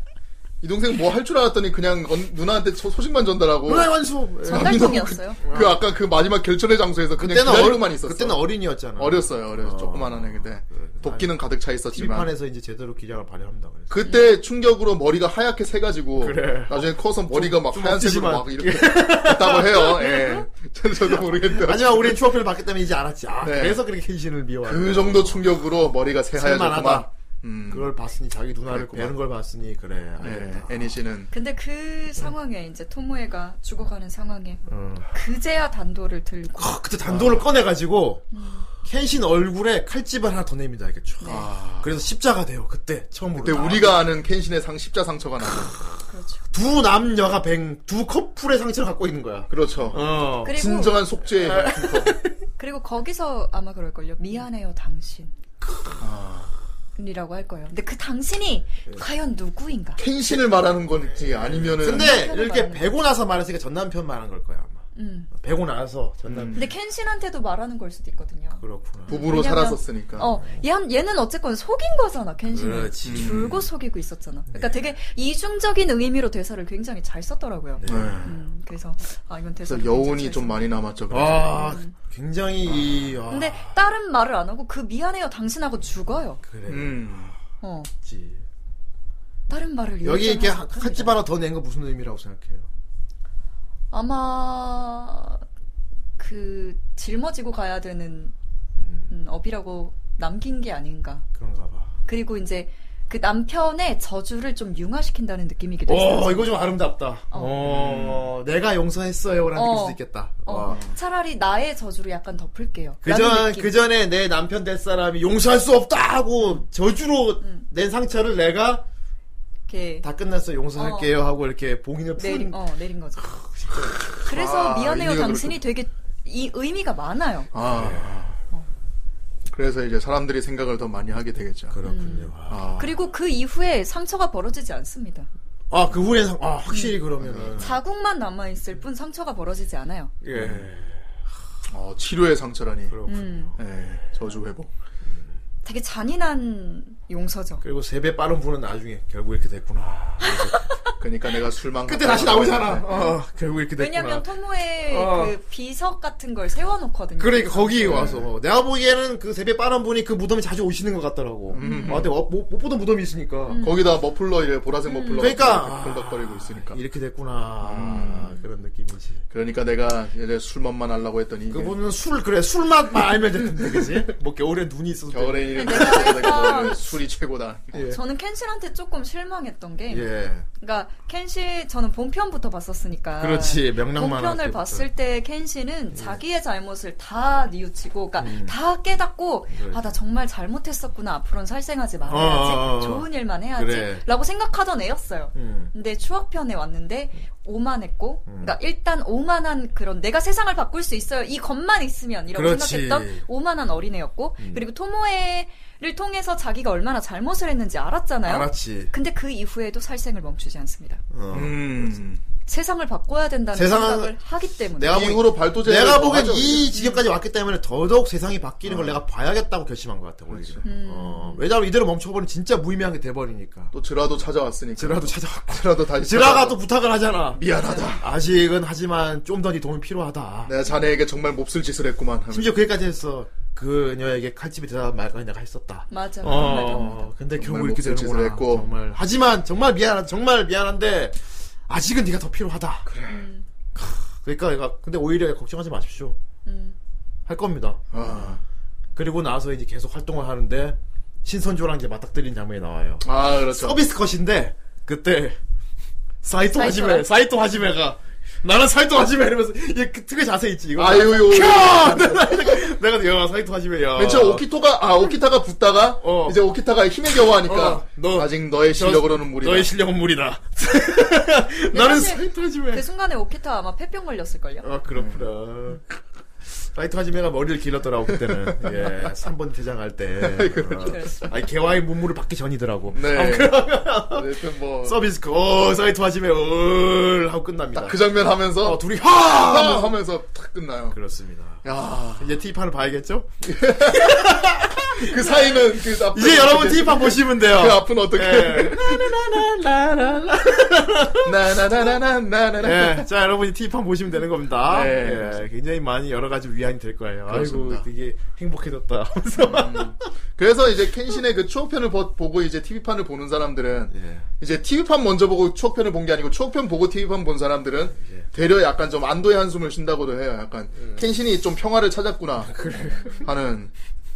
[SPEAKER 2] 이 동생 뭐 할 줄 알았더니 그냥 언- 누나한테 소, 식만 전달하고
[SPEAKER 1] 문화의 완수. 예.
[SPEAKER 3] 전달통이었어요.
[SPEAKER 2] 그 아까 그 마지막 결전의 장소에서 그냥
[SPEAKER 1] 그때는
[SPEAKER 2] 기다리고만
[SPEAKER 1] 어린
[SPEAKER 2] 있었어.
[SPEAKER 1] 그때는 어린이였잖아.
[SPEAKER 2] 어렸어요, 어렸어.
[SPEAKER 1] 어. 네.
[SPEAKER 2] 조그만 한애 그때 도끼는 가득 차 있었지만
[SPEAKER 1] TV판에서 이제 제대로 기량을 발휘합니다. 그래서.
[SPEAKER 2] 그때 충격으로 머리가 하얗게 새가지고
[SPEAKER 1] 그래.
[SPEAKER 2] 나중에 커서 머리가 막
[SPEAKER 1] 좀
[SPEAKER 2] 하얀색으로
[SPEAKER 1] 없지만.
[SPEAKER 2] 막 이렇게 됐다고
[SPEAKER 1] <laughs>
[SPEAKER 2] 해요. 예. 저도, 저도 모르겠는데
[SPEAKER 1] 하지만 우린 추억을 받기 때문에 이제 알았지. 아,
[SPEAKER 2] 네.
[SPEAKER 1] 그래서 그렇게 켄신을 미워하는
[SPEAKER 2] 그 정도 충격으로 머리가 새하얘졌구만.
[SPEAKER 1] 살만하다.
[SPEAKER 2] 음.
[SPEAKER 1] 그걸 봤으니 자기 누나를
[SPEAKER 2] 그랬구만.
[SPEAKER 1] 배는 걸 봤으니 그래.
[SPEAKER 2] 네,
[SPEAKER 1] 알겠다.
[SPEAKER 2] 애니 씨는
[SPEAKER 3] 근데 그 상황에 이제 토모에가 죽어가는 상황에
[SPEAKER 1] 음.
[SPEAKER 3] 그제야 단도를 들고
[SPEAKER 1] 아, 그때 단도를 꺼내가지고 켄신 얼굴에 칼집을 하나 더 냅니다. 이렇게 쫙. 그래서 십자가 돼요. 그때 처음으로.
[SPEAKER 2] 아. 그때
[SPEAKER 1] 아,
[SPEAKER 2] 우리가 아는 켄신의 상 십자 상처가 나고
[SPEAKER 3] 그렇죠.
[SPEAKER 1] 두 남녀가 뱅, 두 커플의 상처를 갖고 있는 거야.
[SPEAKER 2] 그렇죠.
[SPEAKER 1] 어.
[SPEAKER 3] 그리고
[SPEAKER 2] 진정한 속죄.
[SPEAKER 3] 그리고 거기서 아마 그럴걸요. 미안해요 당신. 이라고 할 거예요. 근데 그 당신이 과연 누구인가?
[SPEAKER 2] 그 켄신을 말하는 건지 아니면은
[SPEAKER 1] 근데
[SPEAKER 3] 남편을
[SPEAKER 1] 이렇게
[SPEAKER 3] 말하는
[SPEAKER 1] 배고 나서 말했으니까 전 남편 말한 걸 거야 아마.
[SPEAKER 3] 음.
[SPEAKER 1] 배고 나서 전 남편.
[SPEAKER 3] 근데 켄신한테도 말하는 걸 수도 있거든요.
[SPEAKER 1] 그렇구나.
[SPEAKER 2] 부부로
[SPEAKER 3] 왜냐면-
[SPEAKER 2] 살았었으니까.
[SPEAKER 3] 어, 얘, 얘는 어쨌건 속인 거잖아, 켄신을.
[SPEAKER 2] 음.
[SPEAKER 1] 그렇지.
[SPEAKER 3] 줄곧 속이고 있었잖아. 그러니까 되게 이중적인 의미로 대사를 굉장히 잘 썼더라고요.
[SPEAKER 2] 네.
[SPEAKER 3] 음, 그래서, 아, 이건 대사
[SPEAKER 2] 그래서 여운이 좀 많이 남았죠.
[SPEAKER 1] 아, 굉장히 이. 아,
[SPEAKER 3] 음. 근데 다른 말을 안 하고 그 미안해요 당신하고 죽어요.
[SPEAKER 1] 그랬지.
[SPEAKER 2] 음.
[SPEAKER 3] 어, 다른 말을
[SPEAKER 1] 여기 이렇게
[SPEAKER 3] 일절 하지
[SPEAKER 1] 칼집
[SPEAKER 3] 못합니다.
[SPEAKER 1] 하나 더 낸 거 무슨 의미라고 생각해요?
[SPEAKER 3] 아마 그 짊어지고 가야 되는 음, 업이라고 남긴 게 아닌가.
[SPEAKER 1] 그런가 봐.
[SPEAKER 3] 그리고 이제 그 남편의 저주를 좀 융화시킨다는 느낌이기도 했어요.
[SPEAKER 1] 오, 이거 좀 아름답다. 어, 내가 용서했어요라는
[SPEAKER 3] 어.
[SPEAKER 1] 느낄 수도 있겠다.
[SPEAKER 3] 어,
[SPEAKER 1] 어.
[SPEAKER 3] 차라리 나의 저주를 약간 덮을게요. 라는
[SPEAKER 1] 그전
[SPEAKER 3] 느낌.
[SPEAKER 1] 그전에 내 남편 될 사람이 용서할 수 없다 하고 저주로
[SPEAKER 3] 음.
[SPEAKER 1] 낸 상처를 내가
[SPEAKER 3] 이렇게
[SPEAKER 1] 다 끝났어 용서할게요 하고 이렇게 봉인을
[SPEAKER 3] 내린
[SPEAKER 1] 푸는
[SPEAKER 3] 어 내린 거죠. 그래서
[SPEAKER 2] 아,
[SPEAKER 3] 미안해요
[SPEAKER 2] 의미가
[SPEAKER 3] 당신이 되게 이 의미가 많아요.
[SPEAKER 2] 아. 그래서 이제 사람들이 생각을 더 많이 하게 되겠죠.
[SPEAKER 1] 그렇군요.
[SPEAKER 3] 음.
[SPEAKER 2] 아.
[SPEAKER 3] 그리고 그 이후에 상처가 벌어지지 않습니다.
[SPEAKER 1] 아 그 후에 상, 아 확실히
[SPEAKER 3] 음.
[SPEAKER 1] 그러면은
[SPEAKER 3] 자국만 남아 있을 뿐 상처가 벌어지지 않아요.
[SPEAKER 1] 예
[SPEAKER 2] 어, 치료의 상처라니.
[SPEAKER 1] 그렇군.
[SPEAKER 3] 음,
[SPEAKER 2] 예, 저주 회복.
[SPEAKER 3] 되게 잔인한 용서죠.
[SPEAKER 1] 그리고 세배 빠른 분은 나중에 결국 이렇게 됐구나.
[SPEAKER 2] 그러니까 내가 술만
[SPEAKER 1] 그때
[SPEAKER 2] 갖다가
[SPEAKER 1] 다시 나오잖아.
[SPEAKER 2] 먹었는데.
[SPEAKER 1] 어, 결국 이렇게 됐구나.
[SPEAKER 3] 왜냐면 토모의
[SPEAKER 1] 어.
[SPEAKER 3] 그 비석 같은 걸 세워놓거든요.
[SPEAKER 1] 그러니까 거기 와서 내가 보기에는 그 세배 빠른 분이 그 무덤에 자주 오시는 것 같더라고. 아, 근데 와- 못, 못 보던 무덤이 있으니까
[SPEAKER 2] 네.
[SPEAKER 3] 음.
[SPEAKER 2] 거기다 머플러 이래 보라색 머플러
[SPEAKER 1] 그러니까. 아,
[SPEAKER 2] 펄덕거리고 있으니까.
[SPEAKER 1] 이렇게 됐구나 그런 느낌이지.
[SPEAKER 2] 그러니까 내가 이제 술맛만 하려고 했더니 이게
[SPEAKER 1] 그분은 술 그래 술만 알면 됐는데 그지? 뭐 겨울에 눈이 있어서
[SPEAKER 2] 겨울에 이래 술이 최고다.
[SPEAKER 1] 예.
[SPEAKER 3] 저는 켄실한테 조금 실망했던 게,
[SPEAKER 1] 예
[SPEAKER 3] 그러니까 켄실 저는 본편부터 봤었으니까.
[SPEAKER 1] 그렇지 그렇죠. 명랑만
[SPEAKER 3] 아,
[SPEAKER 1] 예.
[SPEAKER 3] 본편을 봤을 때 켄시는 자기의 잘못을 다 뉘우치고, 그러니까
[SPEAKER 1] 음.
[SPEAKER 3] 다 깨닫고,
[SPEAKER 1] 그러니까.
[SPEAKER 3] 아, 나 정말 잘못했었구나. 앞으로는 살생하지 말아야지.
[SPEAKER 1] 어, 어, 어.
[SPEAKER 3] 좋은 일만 해야지.
[SPEAKER 1] 그래.
[SPEAKER 3] 라고 생각하던 애였어요.
[SPEAKER 1] 음.
[SPEAKER 3] 근데 추억편에 왔는데, 오만했고, 그러니까 일단 오만한 그런, 내가 세상을 바꿀 수 있어요. 이 것만 있으면. 이라고
[SPEAKER 1] 그렇지. 음.
[SPEAKER 3] 생각했던 오만한 어린애였고, 그리고 토모에를 통해서 자기가 얼마나 잘못을 했는지 알았잖아요.
[SPEAKER 1] 알았지
[SPEAKER 3] 근데 그 이후에도 살생을 멈추지 않습니다.
[SPEAKER 1] 어.
[SPEAKER 2] 음.
[SPEAKER 3] 세상을 바꿔야 된다는
[SPEAKER 1] 세상은-
[SPEAKER 3] 생각을 하기 때문에
[SPEAKER 1] 내가 보기-
[SPEAKER 2] 이후로 발도제
[SPEAKER 1] 내가 보기엔 이 지경까지 왔기 때문에 더더욱 세상이 바뀌는
[SPEAKER 3] 어.
[SPEAKER 1] 걸 내가 봐야겠다고 결심한 것 같아
[SPEAKER 2] 그렇지.
[SPEAKER 1] 오히려 어,
[SPEAKER 3] 음.
[SPEAKER 1] 왜냐면 이대로 멈춰버리면 진짜 무의미한 게 돼버리니까
[SPEAKER 2] 또 지라도 찾아왔으니까.
[SPEAKER 1] 지라도 <laughs> 찾아왔고
[SPEAKER 2] 지라도 다시
[SPEAKER 1] 지라가
[SPEAKER 2] 찾아와서
[SPEAKER 1] 또 부탁을 하잖아
[SPEAKER 2] 미안하다.
[SPEAKER 1] 아직은 하지만 좀 더 네 도움이 필요하다
[SPEAKER 2] 내가 자네에게 정말 몹쓸 짓을 했구만. 하면서.
[SPEAKER 1] 심지어 그기까지 했어 그녀에게 칼집이 되다 말까 내가 했었다
[SPEAKER 3] 맞아 음, 정말 병
[SPEAKER 1] 어, 근데
[SPEAKER 2] 정말
[SPEAKER 1] 결국 이렇게
[SPEAKER 2] 몹쓸 짓을
[SPEAKER 1] 되는구나.
[SPEAKER 2] 했고.
[SPEAKER 1] 정말. 하지만 정말 미안, 정말 미안한데 아직은 네가 더 필요하다. 그래. 그러니까 얘가 근데 오히려 걱정하지 마십시오.
[SPEAKER 3] 음.
[SPEAKER 1] 할 겁니다.
[SPEAKER 2] 아,
[SPEAKER 1] 그리고 나서 이제 계속 활동을 하는데 신선조랑 이제 맞닥뜨린 장면이 나와요.
[SPEAKER 2] 아 그렇죠.
[SPEAKER 1] 서비스 컷인데 그때 사이토
[SPEAKER 3] 사이토.
[SPEAKER 1] 하지메, 사이토 하지메가 나는 사이토 하지메 이러면서 얘 그, 특유 자세 있지 이거.
[SPEAKER 2] 아유요.
[SPEAKER 1] 야! <laughs> 내가 야 사이토 하지메야.
[SPEAKER 2] 맨 처음 오키토가 아 오키타가 붙다가
[SPEAKER 1] 어.
[SPEAKER 2] 이제 오키타가 힘에 겨워하니까
[SPEAKER 1] 어, 너-
[SPEAKER 2] 아직 너의 실력으로는 무리다.
[SPEAKER 1] 너의 실력은 <laughs> 무리다. 나는
[SPEAKER 3] 사실
[SPEAKER 1] 네. 사이토 하지메.
[SPEAKER 3] 그 순간에 오키타 아마 폐병 걸렸을걸요?
[SPEAKER 1] 아 그렇구나. 라이트 하지메가 머리를 길렀더라고 그때는 예 3번 퇴장할 때
[SPEAKER 2] <laughs> 그렇죠.
[SPEAKER 1] 어. 아니 개화의 문물을 받기 전이더라고
[SPEAKER 2] 네. 어쨌든 뭐.
[SPEAKER 1] 서비스 오 사이트 하지메 올 하고 끝납니다
[SPEAKER 2] 딱 그 장면 하면서. 아,
[SPEAKER 1] 어, 둘이 하
[SPEAKER 2] 하면- 하면서 탁 끝나요.
[SPEAKER 1] 그렇습니다
[SPEAKER 2] 야,
[SPEAKER 1] 이제 티판을 봐야겠죠
[SPEAKER 2] 그 사이는 그 앞에
[SPEAKER 1] 이제 여러분 티판 보시면 돼요
[SPEAKER 2] 그 앞은 어떻게?
[SPEAKER 1] 예.
[SPEAKER 2] 나나나나나나나나.
[SPEAKER 1] 예, 자 여러분이 티판 보시면 되는 겁니다.
[SPEAKER 2] 네.
[SPEAKER 1] 예, 굉장히 많이 여러 가지 위안이 될 거예요.
[SPEAKER 2] 그렇습니다.
[SPEAKER 1] 아이고 되게 행복해졌다. 하면서
[SPEAKER 2] 그래서 이제 켄신의 그 추억편을 보, 보고 이제 TV판을 보는 사람들은
[SPEAKER 1] 예.
[SPEAKER 2] 이제 TV판 먼저 보고 추억편을 본 게 아니고 추억편 보고 TV판 본 사람들은 되려 약간 좀 안도의 한숨을 쉰다고도 해요. 약간 켄신이 좀 평화를 찾았구나 <laughs> 하는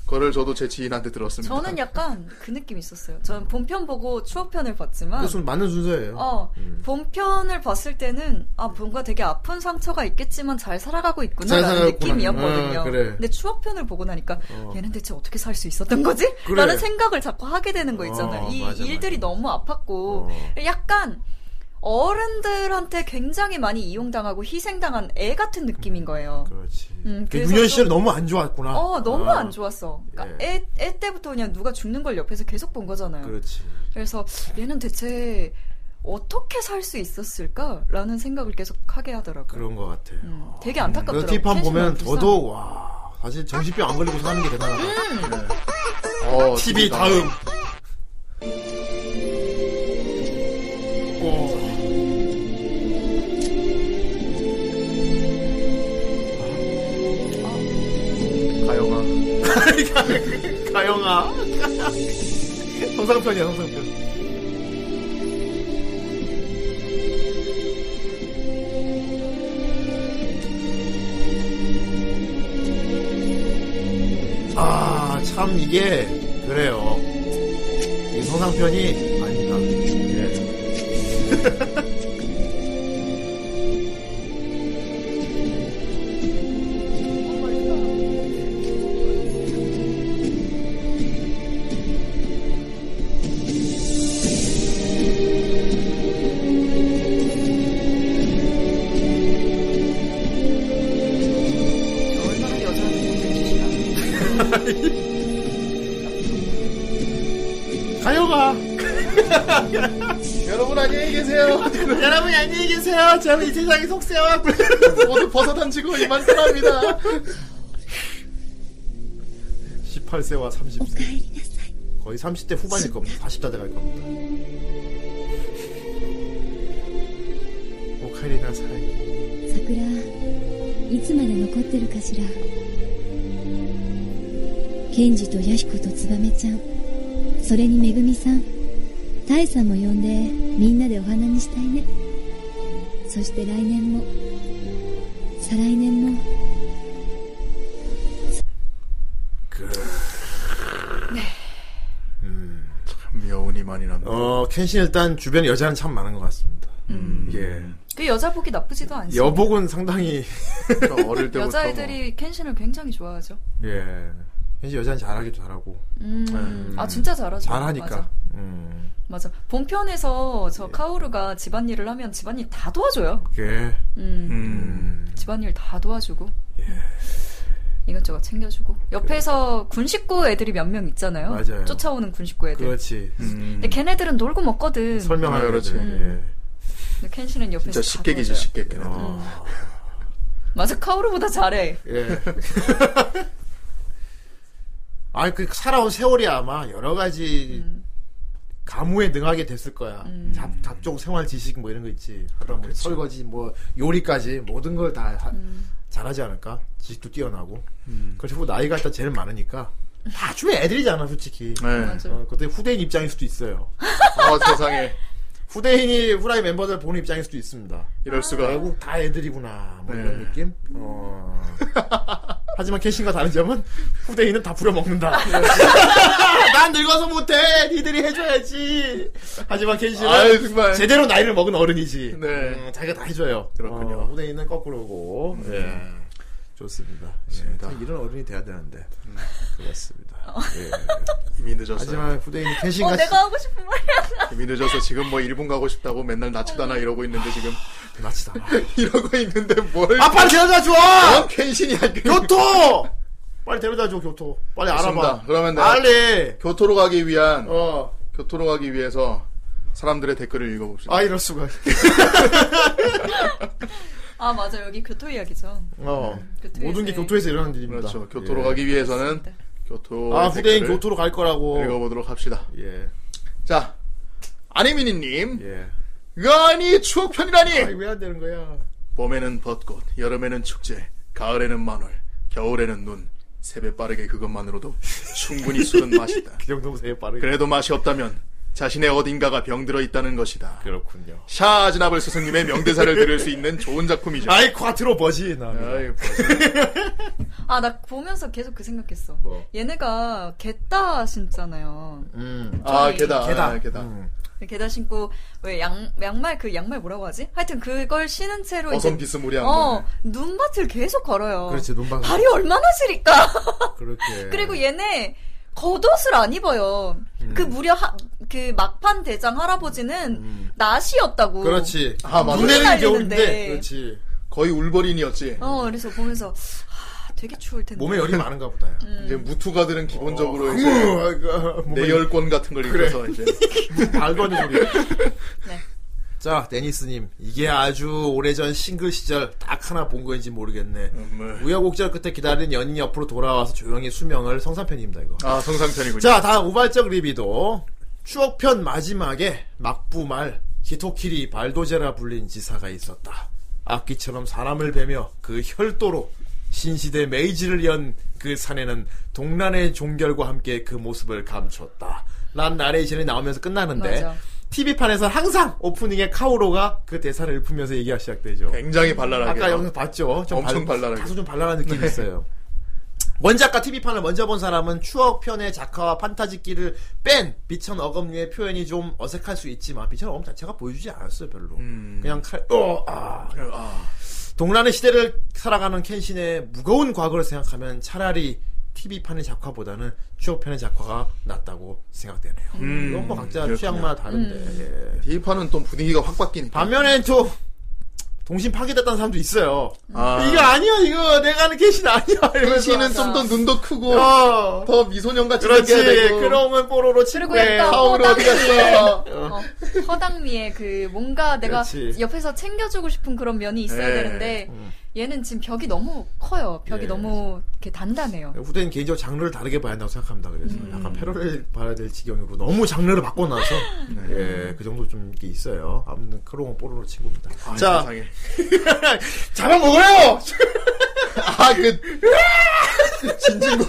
[SPEAKER 2] 거를 저도 제 지인한테 들었습니다.
[SPEAKER 3] 저는 약간 그 느낌이 있었어요. 저는 본편 보고 추억편을 봤지만
[SPEAKER 1] 무슨 음. 맞는 순서예요.
[SPEAKER 3] 어, 본편을 봤을 때는 아 뭔가 되게 아픈 상처가 있겠지만 잘 살아가고
[SPEAKER 1] 잘
[SPEAKER 3] 있구나라는
[SPEAKER 1] 살아가고
[SPEAKER 3] 느낌이었거든요.
[SPEAKER 1] 있구나. 아, 그래.
[SPEAKER 3] 근데 추억편을 보고 나니까 얘는 대체 어떻게 살 수 있었던 거지?
[SPEAKER 1] 그래.
[SPEAKER 3] 라는 생각을 자꾸 하게 되는 거 있잖아요.
[SPEAKER 1] 어,
[SPEAKER 3] 이
[SPEAKER 1] 맞아,
[SPEAKER 3] 일들이 너무 아팠고
[SPEAKER 1] 어.
[SPEAKER 3] 약간 어른들한테 굉장히 많이 이용당하고 희생당한 애 같은 느낌인 거예요.
[SPEAKER 1] 그렇지.
[SPEAKER 3] 음,
[SPEAKER 1] 그
[SPEAKER 3] 그래서
[SPEAKER 1] 유년
[SPEAKER 3] 좀-
[SPEAKER 1] 시절 너무 안 좋았구나.
[SPEAKER 3] 어, 너무
[SPEAKER 1] 아,
[SPEAKER 3] 안 좋았어. 그러니까
[SPEAKER 1] 예. 그렇죠.
[SPEAKER 3] 애, 애 때부터 그냥 누가 죽는 걸 옆에서 계속 본 거잖아요.
[SPEAKER 1] 그렇지.
[SPEAKER 3] 그래서 얘는 대체 어떻게 살 수 있었을까라는 생각을 계속 하게 하더라고요.
[SPEAKER 1] 그런 것 같아.
[SPEAKER 3] 음, 되게
[SPEAKER 1] 그
[SPEAKER 3] 안타깝더라고요.
[SPEAKER 1] 티판
[SPEAKER 3] 켄시는
[SPEAKER 1] 보면
[SPEAKER 3] 불쌍해.
[SPEAKER 1] 더더욱 와 사실 정신병 안 걸리고 사는 게 대단하다.
[SPEAKER 3] 아,
[SPEAKER 2] 어,
[SPEAKER 1] TV
[SPEAKER 2] 진짜.
[SPEAKER 1] 다음.
[SPEAKER 2] 가영아.
[SPEAKER 1] <laughs> 가영아. 성상편이야 성상편. 아 참 이게 그래요. 이 성상편이 아니다. 예.
[SPEAKER 3] 얼마나 여자한테 못해주시나.
[SPEAKER 1] 가영아. <laughs>
[SPEAKER 2] 아, 여러분 안녕히 계세요.
[SPEAKER 1] 여러분 안녕히 계세요. 저는 이 세상의 속세와
[SPEAKER 2] <laughs> 모두 버섯 한 치고 이만 <laughs> 떠납니다.
[SPEAKER 1] 18세와 30세. 거의 30대 후반일 겁니다. 40대 들어갈 겁니다. 오카리나 사이.
[SPEAKER 5] 桜いつまで残ってるかしらケンジとヤヒコとツバメちゃんそれにめぐみさんタイさんも呼んでみんなでお花見したいねそして来年も再来年も
[SPEAKER 2] 여운이 많이 난다.
[SPEAKER 1] 어, 켄신 일단 주변에 여자는 참 많은 것 같습니다. 예.
[SPEAKER 3] 그 여자 보기 나쁘지도 않습니다.
[SPEAKER 1] 여복은 뭐. 상당히,
[SPEAKER 2] 그러니까 어릴 때부터 뭐
[SPEAKER 3] 여자애들이 켄신을 굉장히 좋아하죠.
[SPEAKER 1] 예. 켄신 여자는 잘하기도 잘하고.
[SPEAKER 3] 음, 아 진짜 잘하죠.
[SPEAKER 1] 네. 잘하니까. 예.
[SPEAKER 3] 맞아.
[SPEAKER 1] 음.
[SPEAKER 3] 맞아. 본편에서 저 카오루가 집안일을 하면 집안일 다 도와줘요.
[SPEAKER 1] 예.
[SPEAKER 3] 음,
[SPEAKER 1] 음.
[SPEAKER 3] 집안일 다 도와주고.
[SPEAKER 1] 예.
[SPEAKER 3] 이것저것 챙겨주고 옆에서 군식구 애들이 몇 명 있잖아요.
[SPEAKER 1] 맞아요.
[SPEAKER 3] 쫓아오는 군식구 애들.
[SPEAKER 1] 그렇지.
[SPEAKER 3] 근데 걔네들은 놀고 먹거든.
[SPEAKER 1] 설명하라
[SPEAKER 2] 아,
[SPEAKER 1] 그렇지.
[SPEAKER 2] 그렇지.
[SPEAKER 3] 음.
[SPEAKER 1] 예.
[SPEAKER 3] 근데 켄시는 옆에서
[SPEAKER 2] 진짜
[SPEAKER 3] 다
[SPEAKER 2] 쉽게기지
[SPEAKER 3] 도와줘요. 음.
[SPEAKER 2] 쉽게.
[SPEAKER 1] 어.
[SPEAKER 3] <laughs> 맞아 카오루보다 잘해.
[SPEAKER 1] 예. 아, 그 살아온 세월이 아마 여러 가지
[SPEAKER 3] 음.
[SPEAKER 1] 가무에 능하게 됐을 거야. 잡, 각종 생활 지식 뭐 이런 거 있지. 하다 뭐
[SPEAKER 3] 그렇죠.
[SPEAKER 1] 설거지 뭐 요리까지 모든 걸 다
[SPEAKER 3] 음.
[SPEAKER 1] 잘하지 않을까? 지식도 뛰어나고. 그리고 나이가 일단 제일 많으니까 다 주변 애들이잖아, 솔직히.
[SPEAKER 2] 네.
[SPEAKER 3] 맞아.
[SPEAKER 1] 어, 그때 후대인 입장일 수도 있어요.
[SPEAKER 2] 아 세상에
[SPEAKER 1] 후대인이 후라이 멤버들 보는 입장일 수도 있습니다. 아,
[SPEAKER 2] 이럴 수가.
[SPEAKER 1] 결국 다 애들이구나 뭐
[SPEAKER 2] 네.
[SPEAKER 1] 이런 느낌. 어.
[SPEAKER 2] <laughs>
[SPEAKER 1] 하지만 캐신과 다른 점은 후대인은 다 부려먹는다.
[SPEAKER 2] 네.
[SPEAKER 1] <laughs> 난 늙어서 못해. 니들이 해줘야지. 하지만 캐신은
[SPEAKER 2] 아유 정말.
[SPEAKER 1] 제대로 나이를 먹은 어른이지.
[SPEAKER 2] 네.
[SPEAKER 1] 음, 자기가 다 해줘요.
[SPEAKER 2] 그렇군요. 음.
[SPEAKER 1] 어, 후대인은 거꾸로고. 예. 좋습니다.
[SPEAKER 2] 좋습니다. 음. 어.
[SPEAKER 1] 예, 이런 어른이 돼야 되는데. 그렇습니다. 예.
[SPEAKER 2] 이미 늦었어요.
[SPEAKER 1] 하지만 후대인은
[SPEAKER 3] 어,
[SPEAKER 1] 캐신과
[SPEAKER 3] 내가 하고 싶은 말이야.
[SPEAKER 2] 이미 늦어서 지금 <laughs> 뭐 일본 가고 싶다고 맨날 나치다나 이러고 있는데 지금
[SPEAKER 1] 나치다.
[SPEAKER 2] 이러고 있는데 뭘
[SPEAKER 1] 아 빨리 데려다 줘.
[SPEAKER 2] 어? 켄신이 야
[SPEAKER 1] 교토. <laughs> 빨리 데려다 줘 교토. 빨리 알아봐.
[SPEAKER 2] 좋습니다. 그러면 내가-
[SPEAKER 1] 빨리.
[SPEAKER 2] 교토로 가기 위한
[SPEAKER 1] 어.
[SPEAKER 2] 교토로 가기 위해서 사람들의 댓글을 읽어봅시다.
[SPEAKER 1] 아 이럴 수가.
[SPEAKER 3] 아 맞아 여기 교토 이야기죠.
[SPEAKER 1] 어.
[SPEAKER 3] 교토에서
[SPEAKER 1] 모든 게 교토에서 일어나는 일입니다.
[SPEAKER 2] 그렇죠. 교토로
[SPEAKER 1] 예.
[SPEAKER 2] 가기 위해서는 교토
[SPEAKER 1] 아 후대인 교토로 갈 거라고.
[SPEAKER 2] 읽어보도록 합시다.
[SPEAKER 1] 예.
[SPEAKER 2] 자, 아니미니님,
[SPEAKER 1] 예.
[SPEAKER 2] 아니 추억편이라니.
[SPEAKER 1] 아니 왜안 되는 거야?
[SPEAKER 2] 봄에는 벚꽃, 여름에는 축제, 가을에는 만월, 겨울에는 눈. 세배 빠르게 그것만으로도 충분히 술은 마시다.
[SPEAKER 1] 이 정도면 되게 빠르게.
[SPEAKER 2] 그래도 맛이 없다면 자신의 어딘가가 병들어 있다는 것이다.
[SPEAKER 1] 그렇군요.
[SPEAKER 2] 샤아즈나벨 스승님의 명대사를 들을 수 있는 좋은 작품이죠.
[SPEAKER 1] 아이 콰트로 버지 나.
[SPEAKER 2] 아이,
[SPEAKER 3] 아 나 보면서 계속 그 생각했어.
[SPEAKER 1] 뭐?
[SPEAKER 3] 얘네가 겟다 신잖아요.
[SPEAKER 1] 음.
[SPEAKER 2] 아, 게다.
[SPEAKER 1] 개다.
[SPEAKER 2] 아, 게다.
[SPEAKER 1] 음.
[SPEAKER 3] 게다 신고 왜 양 양말 그 양말 뭐라고 하지? 하여튼 그걸 신은 채로
[SPEAKER 2] 어선
[SPEAKER 3] 이제
[SPEAKER 2] 비스무리한
[SPEAKER 3] 어
[SPEAKER 2] 거.
[SPEAKER 3] 눈밭을 계속 걸어요.
[SPEAKER 1] 뭐. 그렇지 눈방.
[SPEAKER 3] 발이 얼마나 시릴까?
[SPEAKER 1] 네. 그렇게.
[SPEAKER 3] 그리고 얘네 겉옷을 안 입어요.
[SPEAKER 1] 음.
[SPEAKER 3] 그 무려 하, 그 막판 대장 할아버지는 나시였다고.
[SPEAKER 1] 음. 그렇지.
[SPEAKER 2] 아, 맞아.
[SPEAKER 3] 뭐. 눈이
[SPEAKER 1] 눈에는
[SPEAKER 3] 날리는데.
[SPEAKER 1] 겨울인데. 그렇지.
[SPEAKER 2] 거의 울버린이었지.
[SPEAKER 3] 어 그래서 보면서 아, 되게 추울 텐데.
[SPEAKER 1] 몸에 열이 많은가 보다요.
[SPEAKER 3] 음.
[SPEAKER 1] 음.
[SPEAKER 2] 이제 무투가들은 기본적으로
[SPEAKER 1] <laughs>
[SPEAKER 2] 이제
[SPEAKER 1] 으,
[SPEAKER 2] 내열권 같은 걸
[SPEAKER 1] 어. 그래.
[SPEAKER 2] 입어서 이제
[SPEAKER 1] 말도 안 되는 소리.
[SPEAKER 3] 네.
[SPEAKER 1] 자, 데니스님. 이게 아주 오래전 싱글 시절 딱 하나 본 거인지 모르겠네.
[SPEAKER 2] 음,
[SPEAKER 1] 우여곡절 끝에 기다린 연인 옆으로 돌아와서 조용히 수명을 성산편입니다, 이거.
[SPEAKER 2] 아 성상편이군요.
[SPEAKER 1] 자, 다음 우발적 리뷰도 추억편 마지막에 막부말 히토키리 발도제라 불린 지사가 있었다. 악기처럼 사람을 베며 그 혈도로 신시대 메이지를 연 그 사내는 동란의 종결과 함께 그 모습을 감췄다. 란 나레이션이 나오면서 끝나는데
[SPEAKER 3] 맞아.
[SPEAKER 1] TV판에서 항상 오프닝에 카오로가 그 대사를 읊으면서 얘기가 시작되죠.
[SPEAKER 2] 굉장히 발랄하게.
[SPEAKER 1] 아까 영상 봤죠? 좀
[SPEAKER 2] 엄청
[SPEAKER 1] 발-
[SPEAKER 2] 발랄하게. 네.
[SPEAKER 1] 다소 좀 발랄한 느낌이 있어요. 원작과 TV판을 먼저 본 사람은 추억편의 작화와 판타지끼를 뺀 비천 어금니의 표현이 좀 어색할 수 있지만 비천 어금 자체가 보여주지 않았어요 별로
[SPEAKER 2] 음.
[SPEAKER 1] 그냥 칼 어, 아.
[SPEAKER 2] 아,
[SPEAKER 1] 동란의 시대를 살아가는 켄신의 무거운 과거를 생각하면 차라리 TV판의 작화보다는 추억편의 작화가 낫다고 생각되네요
[SPEAKER 2] 음.
[SPEAKER 1] 이건 뭐 각자
[SPEAKER 2] 그렇군요.
[SPEAKER 1] 취향마다 다른데 예.
[SPEAKER 2] 디파는 또 분위기가 확 바뀌니까.
[SPEAKER 1] 반면엔 또 동심 파괴됐다는 사람도 있어요.
[SPEAKER 2] 아.
[SPEAKER 1] 이거 아니야 이거 내가 하는 캐신 아니야. 이러면서.
[SPEAKER 2] 켄시는 좀 더 눈도 크고
[SPEAKER 1] 어.
[SPEAKER 2] 더 미소년 같이
[SPEAKER 1] 그렇지.
[SPEAKER 2] 생겨야 뭐 되고.
[SPEAKER 1] 그러면 뽀로로
[SPEAKER 3] 그리고
[SPEAKER 1] 친구에 네,
[SPEAKER 3] 약간
[SPEAKER 2] 카오로 어디
[SPEAKER 3] 허당미에
[SPEAKER 2] 갔어?
[SPEAKER 3] 어, 허당미에 그 뭔가 내가
[SPEAKER 1] 그렇지. 네. 음.
[SPEAKER 3] 옆에서 챙겨주고 싶은 그런 면이 있어야
[SPEAKER 2] 예.
[SPEAKER 3] 되는데 얘는 지금 벽이 너무 커요. 벽이
[SPEAKER 1] 예.
[SPEAKER 3] 너무 이렇게 단단해요.
[SPEAKER 1] 후대는 개인적으로 장르를 다르게 봐야 한다고 생각합니다. 그래서
[SPEAKER 2] 음.
[SPEAKER 1] 약간 패러를 봐야 될 지경으로 너무 장르를 바꿔놔서
[SPEAKER 2] 네.
[SPEAKER 1] 예, 그 정도 좀 이게 있어요. 아무튼 크롱은 뽀로로 친구입니다.
[SPEAKER 2] 아,
[SPEAKER 1] 자.
[SPEAKER 2] 세상에.
[SPEAKER 1] 잡아먹어요. <laughs>
[SPEAKER 2] 아, 그 진진공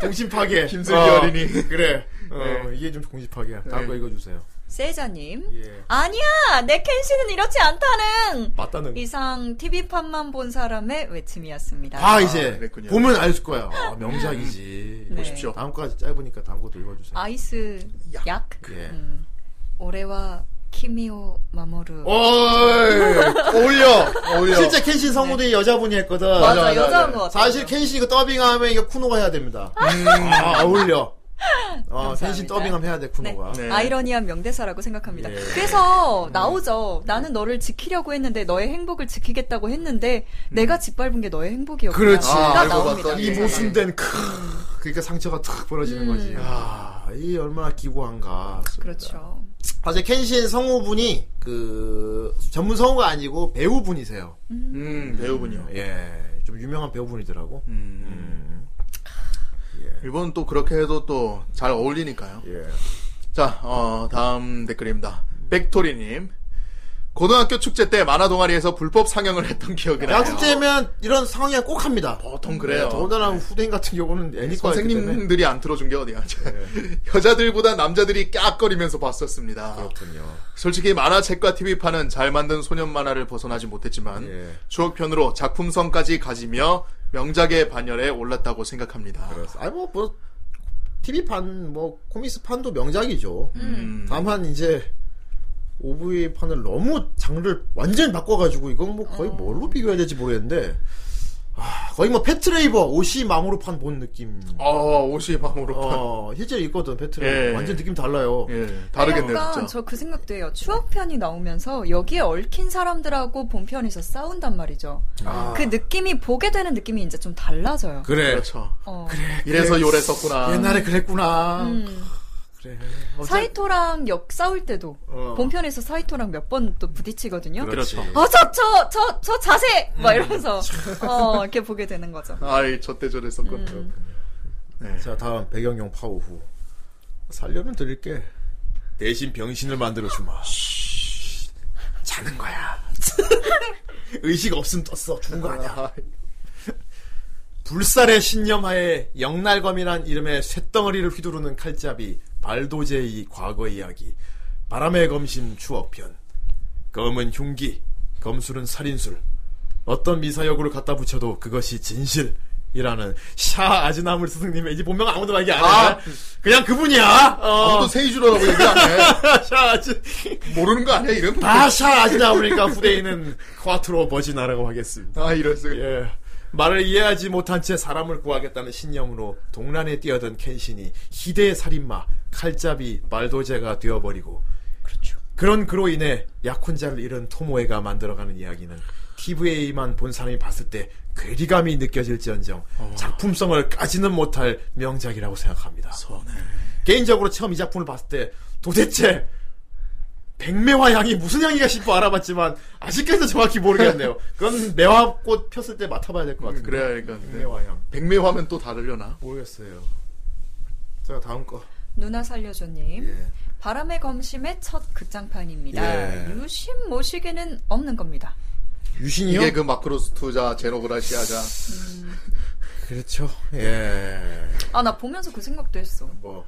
[SPEAKER 1] 동심 파괴.
[SPEAKER 2] 김슬기 어린이.
[SPEAKER 1] 그래. 어, 이게 좀 동심 파괴야. 다음
[SPEAKER 2] 네.
[SPEAKER 1] 거 읽어주세요.
[SPEAKER 3] 세자님
[SPEAKER 1] 예.
[SPEAKER 3] 아니야 내 켄시는 이렇지 않다는
[SPEAKER 1] 맞다는. 거.
[SPEAKER 3] 이상 TV판만 본 사람의 외침이었습니다.
[SPEAKER 1] 아 이제
[SPEAKER 2] 그랬군요.
[SPEAKER 1] 보면 알 거야. 아, 명작이지.
[SPEAKER 3] 음. 네.
[SPEAKER 1] 보십시오. 다음 거까지 짧으니까 다음 것도 읽어주세요.
[SPEAKER 3] 아이스
[SPEAKER 2] 약.
[SPEAKER 3] 약,
[SPEAKER 1] 예.
[SPEAKER 3] 음. 올해와 키미오 마모루
[SPEAKER 1] 어,
[SPEAKER 3] <laughs>
[SPEAKER 1] 어이, 어울려. <laughs>
[SPEAKER 2] 어울려.
[SPEAKER 1] 실제 켄신 성우들이 여자분이 했거든.
[SPEAKER 3] 네. 맞아,
[SPEAKER 2] 맞아,
[SPEAKER 3] 여자인
[SPEAKER 2] 맞아.
[SPEAKER 3] 것 같아요. 음.
[SPEAKER 1] 사실 켄신 이거 그 더빙하면 이거 쿠노가 해야 됩니다. 아,
[SPEAKER 3] <laughs>
[SPEAKER 1] 어울려. 어,
[SPEAKER 3] 감사합니다.
[SPEAKER 1] 켄신 더빙하면 해야 돼 쿠노가.
[SPEAKER 2] 네.
[SPEAKER 3] 아이러니한 명대사라고 생각합니다.
[SPEAKER 1] 예.
[SPEAKER 3] 그래서 나오죠. 나는 너를 지키려고 했는데 너의 행복을 지키겠다고 했는데 내가 짓밟은 게 너의 행복이었구나.
[SPEAKER 1] 그렇지.
[SPEAKER 3] 가
[SPEAKER 2] 아, 알고
[SPEAKER 3] 나옵니다.
[SPEAKER 2] 봤더니
[SPEAKER 1] 이
[SPEAKER 3] 네.
[SPEAKER 1] 모순된 크. 그러니까 상처가 탁 벌어지는 거지. 아, 이 얼마나 기구한가.
[SPEAKER 3] 음. 그렇죠.
[SPEAKER 1] 사실 켄신 성우분이 그 전문 성우가 아니고 배우분이세요.
[SPEAKER 2] 음, 배우군요.
[SPEAKER 1] 예, 좀 유명한 배우분이더라고.
[SPEAKER 2] 음. 일본은 또 그렇게 해도 또 잘 어울리니까요.
[SPEAKER 1] 예.
[SPEAKER 2] 자, 어, 다음 댓글입니다. 백토리님. 고등학교 축제 때 만화 동아리에서 불법 상영을 했던 기억이
[SPEAKER 1] 아,
[SPEAKER 2] 나요.
[SPEAKER 1] 양축제면 이런 상황이 꼭 합니다. 네,
[SPEAKER 2] 보통 그래요.
[SPEAKER 1] 더군다나 후대인 같은 경우는 애니과 때문에.
[SPEAKER 2] 선생님들이 안 틀어준 게 어디야. 여자들보다 남자들이 깍거리면서
[SPEAKER 1] 네.
[SPEAKER 2] 봤었습니다.
[SPEAKER 1] 그렇군요.
[SPEAKER 2] 솔직히 만화책과 TV판은 잘 만든 소년 만화를 벗어나지 못했지만
[SPEAKER 1] 예.
[SPEAKER 2] 추억편으로 작품성까지 가지며 명작의 반열에 올랐다고 생각합니다.
[SPEAKER 1] 아니 뭐, 뭐 TV판 뭐 코믹스판도 명작이죠.
[SPEAKER 2] 음.
[SPEAKER 1] 다만 이제 OVA판을
[SPEAKER 2] 어.
[SPEAKER 1] 너무 장르를 완전히 바꿔가지고 이건 뭐 거의 뭘로 비교해야 될지 모르겠는데 아 거의 뭐 패트레이버 옷이 마모로 판 본 느낌.
[SPEAKER 2] 아 옷이 방으로 판.
[SPEAKER 1] 어, 실제로 있거든 패트레이버.
[SPEAKER 2] 예.
[SPEAKER 1] 완전 느낌 달라요.
[SPEAKER 2] 예 다르겠네요
[SPEAKER 3] 약간
[SPEAKER 2] 진짜.
[SPEAKER 3] 저 그 생각도 해요. 추억편이 나오면서 여기에 얽힌 사람들하고 본편에서 싸운단 말이죠. 그 느낌이 보게 되는 느낌이 이제 좀 달라져요.
[SPEAKER 1] 그래.
[SPEAKER 2] 아. 그렇죠.
[SPEAKER 3] 어.
[SPEAKER 1] 예.
[SPEAKER 2] 이래서 요랬었구나.
[SPEAKER 1] 옛날에 그랬구나.
[SPEAKER 3] 음.
[SPEAKER 1] 그래. 어째-
[SPEAKER 3] 사이토랑 역 싸울 때도
[SPEAKER 1] 어.
[SPEAKER 3] 본편에서 사이토랑 몇 번 또 부딪히거든요. 어,
[SPEAKER 2] 그렇죠.
[SPEAKER 3] 아저저 저 저 저 자세 막
[SPEAKER 2] 음.
[SPEAKER 3] 이러면서 어 이렇게 보게 되는 거죠.
[SPEAKER 2] 아이 저때 저랬었구나.
[SPEAKER 3] 음.
[SPEAKER 2] 네.
[SPEAKER 1] 자 다음 배경용 파워후. 살려면 드릴게. 대신 병신을 만들어 주마. 자는 거야. <laughs> 의식 없음 떴어. 죽은 거 아니야.
[SPEAKER 2] 아,
[SPEAKER 1] 불살의 신념하에 영날검이란 이름의 쇳덩어리를 휘두르는 칼잡이 발도제이 과거 이야기 바람의 검심 추억편 검은 흉기 검술은 살인술 어떤 미사여구를 갖다 붙여도 그것이 진실이라는 샤 아즈나물 스승님의 이제 본명 아무도 말기 안 해.
[SPEAKER 2] 아!
[SPEAKER 1] 그냥 그분이야.
[SPEAKER 2] 아무도
[SPEAKER 1] <laughs> 어.
[SPEAKER 2] 세이주라고 얘기 안 해.
[SPEAKER 1] 샤 아즈
[SPEAKER 2] 모르는 거 아니야 이름?
[SPEAKER 1] 다샤 아즈나물이니까 후대인은 콰트로 버지나라고 하겠습니다.
[SPEAKER 2] 아 이럴 수가.
[SPEAKER 1] 예. 말을 이해하지 못한 채 사람을 구하겠다는 신념으로 동란에 뛰어든 켄신이 희대의 살인마, 칼잡이, 말도제가 되어버리고 그런 그로 인해 약혼자를 잃은 토모에가 만들어가는 이야기는 TVA만 본 사람이 봤을 때 괴리감이 느껴질지언정 작품성을 까지는 못할 명작이라고 생각합니다. 개인적으로 처음 이 작품을 봤을 때 도대체 백매화 향이 무슨 향이가 싶어 알아봤지만 아직까지도 정확히 모르겠네요. 그건 매화꽃 폈을 때 맡아봐야 될 것 같은데.
[SPEAKER 2] 그래야 할 것 같은데.
[SPEAKER 1] 백매화 향.
[SPEAKER 2] 백매화면 또 다르려나?
[SPEAKER 1] 모르겠어요. 자 다음 거.
[SPEAKER 3] 누나 살려줘님.
[SPEAKER 1] 예.
[SPEAKER 3] 바람의 검심의 첫 극장판입니다.
[SPEAKER 1] 예.
[SPEAKER 3] 유심 모시기는 없는 겁니다.
[SPEAKER 1] 유신이요?
[SPEAKER 2] 이게 그 마크로스투자 제노브라시아자.
[SPEAKER 1] 그렇죠. 예.
[SPEAKER 3] 음. 아 나 보면서 그 생각도 했어.
[SPEAKER 1] 뭐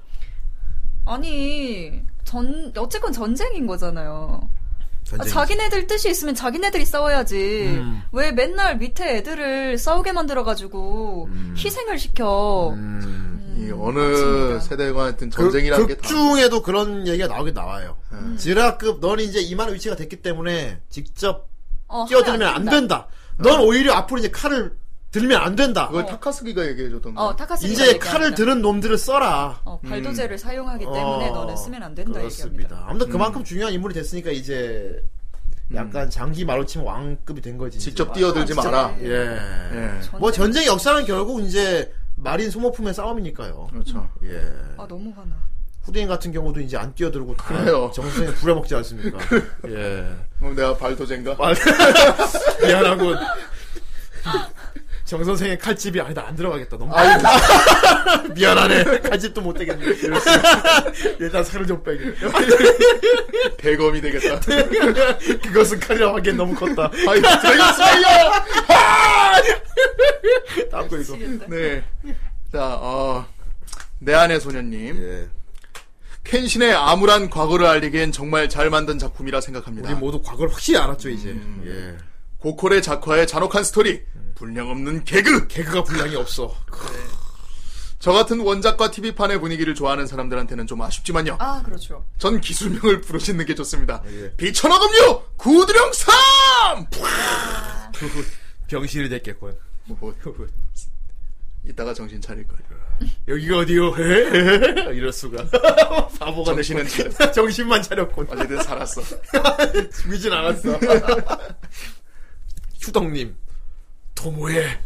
[SPEAKER 3] 아니 전 어쨌건 전쟁인 거잖아요. 아,
[SPEAKER 1] 전쟁.
[SPEAKER 3] 자기네들 뜻이 있으면 자기네들이 싸워야지.
[SPEAKER 1] 음.
[SPEAKER 3] 왜 맨날 밑에 애들을 싸우게 만들어가지고 희생을 시켜.
[SPEAKER 1] 음. 그
[SPEAKER 2] 이 어느
[SPEAKER 3] 맞습니다.
[SPEAKER 2] 세대가 하여튼
[SPEAKER 3] 그
[SPEAKER 2] 전쟁이라는 게
[SPEAKER 1] 극
[SPEAKER 2] 다.
[SPEAKER 1] 중에도 그런 얘기가 나오긴 나와요. 음. 지라급 넌 이제 이만한 위치가 됐기 때문에 직접
[SPEAKER 3] 어,
[SPEAKER 1] 뛰어들면
[SPEAKER 3] 하면
[SPEAKER 1] 안 된다. 넌 오히려 앞으로 이제 칼을 들면 안 된다.
[SPEAKER 2] 그걸 타카스기가 얘기해줬던 거.
[SPEAKER 3] 어 타카스
[SPEAKER 1] 이제 칼을 드는 놈들을 써라.
[SPEAKER 3] 어, 발도제를 사용하기 때문에
[SPEAKER 1] 어,
[SPEAKER 3] 너는 쓰면 안 된다 음.
[SPEAKER 1] 그렇습니다.
[SPEAKER 3] 얘기합니다.
[SPEAKER 1] 아무튼 그만큼 중요한 인물이 됐으니까 이제
[SPEAKER 3] 음.
[SPEAKER 1] 약간 장기 말로 치면 왕급이 된 거지. 이제.
[SPEAKER 2] 직접 뛰어들지
[SPEAKER 3] 진짜.
[SPEAKER 2] 마라.
[SPEAKER 1] 예.
[SPEAKER 2] 예.
[SPEAKER 1] 뭐 전쟁 역사는 결국 이제 마린 소모품의 싸움이니까요.
[SPEAKER 2] 그렇죠.
[SPEAKER 1] 예.
[SPEAKER 3] 아 너무 화나.
[SPEAKER 1] 후대인 같은 경우도 이제 안 뛰어들고 그냥
[SPEAKER 2] 그래요.
[SPEAKER 1] 정수에 부려먹지 않습니까? 예.
[SPEAKER 2] <laughs> 그럼 내가 발도젠가?
[SPEAKER 1] 아, 미안하고 정 선생의 칼집이 아니다 안 들어가겠다 너무 <laughs> 미안하네 칼집도 못 되겠네 일단 살을 좀 빼기
[SPEAKER 2] 대검이 되겠다.
[SPEAKER 1] <laughs> 그것은 칼이라고 하기엔 너무 컸다
[SPEAKER 2] 아이, 드래곤
[SPEAKER 1] <laughs>
[SPEAKER 2] 슬레이어! 아!
[SPEAKER 1] 다음 거 이거
[SPEAKER 2] 네. 자, 어, 내 안의 소녀님.
[SPEAKER 1] 예.
[SPEAKER 2] 켄신의 암울한 과거를 알리기엔 정말 잘 만든 작품이라 생각합니다.
[SPEAKER 1] 우리 모두 과거를 확실히 알았죠 이제
[SPEAKER 2] 음,
[SPEAKER 1] 예.
[SPEAKER 2] 고퀄의 작화의 잔혹한 스토리, 분량 없는 개그!
[SPEAKER 1] 개그가 분량이 없어
[SPEAKER 2] 저 같은 원작과 TV판의 분위기를 좋아하는 사람들한테는 좀 아쉽지만요.
[SPEAKER 3] 아 그렇죠.
[SPEAKER 2] 전 기술명을 부르짖는 게 좋습니다.
[SPEAKER 1] 예. 뭐,
[SPEAKER 2] 비천어금류 구드령 3!
[SPEAKER 1] 병신이 됐겠군
[SPEAKER 2] 뭐, 이따가 정신 차릴 거예요.
[SPEAKER 1] 여기가 어디요 <laughs> 이럴 수가 <laughs> 바보가
[SPEAKER 2] 정신은
[SPEAKER 1] 됐군. <laughs> 정신만 차렸군
[SPEAKER 2] 어쨌든 살았어.
[SPEAKER 1] 죽이진 않았어. <laughs> 휴덕님, 도모에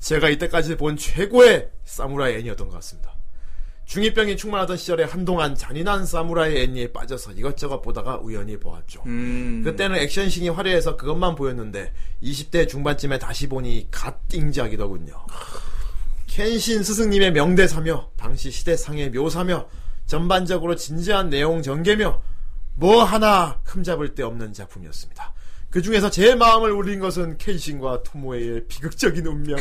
[SPEAKER 1] 제가 이때까지 본 최고의 사무라이 애니였던 것 같습니다. 중2병이 충만하던 시절에 한동안 잔인한 사무라이 애니에 빠져서 이것저것 보다가 우연히 보았죠.
[SPEAKER 2] 음.
[SPEAKER 1] 그때는 액션씬이 화려해서 그것만 보였는데 20대 중반쯤에 다시 보니 갓 띵작이더군요. 켄신 스승님의 명대사며 당시 시대상의 묘사며 전반적으로 진지한 내용 전개며 뭐 하나 흠잡을 데 없는 작품이었습니다. 그 중에서 제 마음을 울린 것은 켄신과 토모에의 비극적인 운명.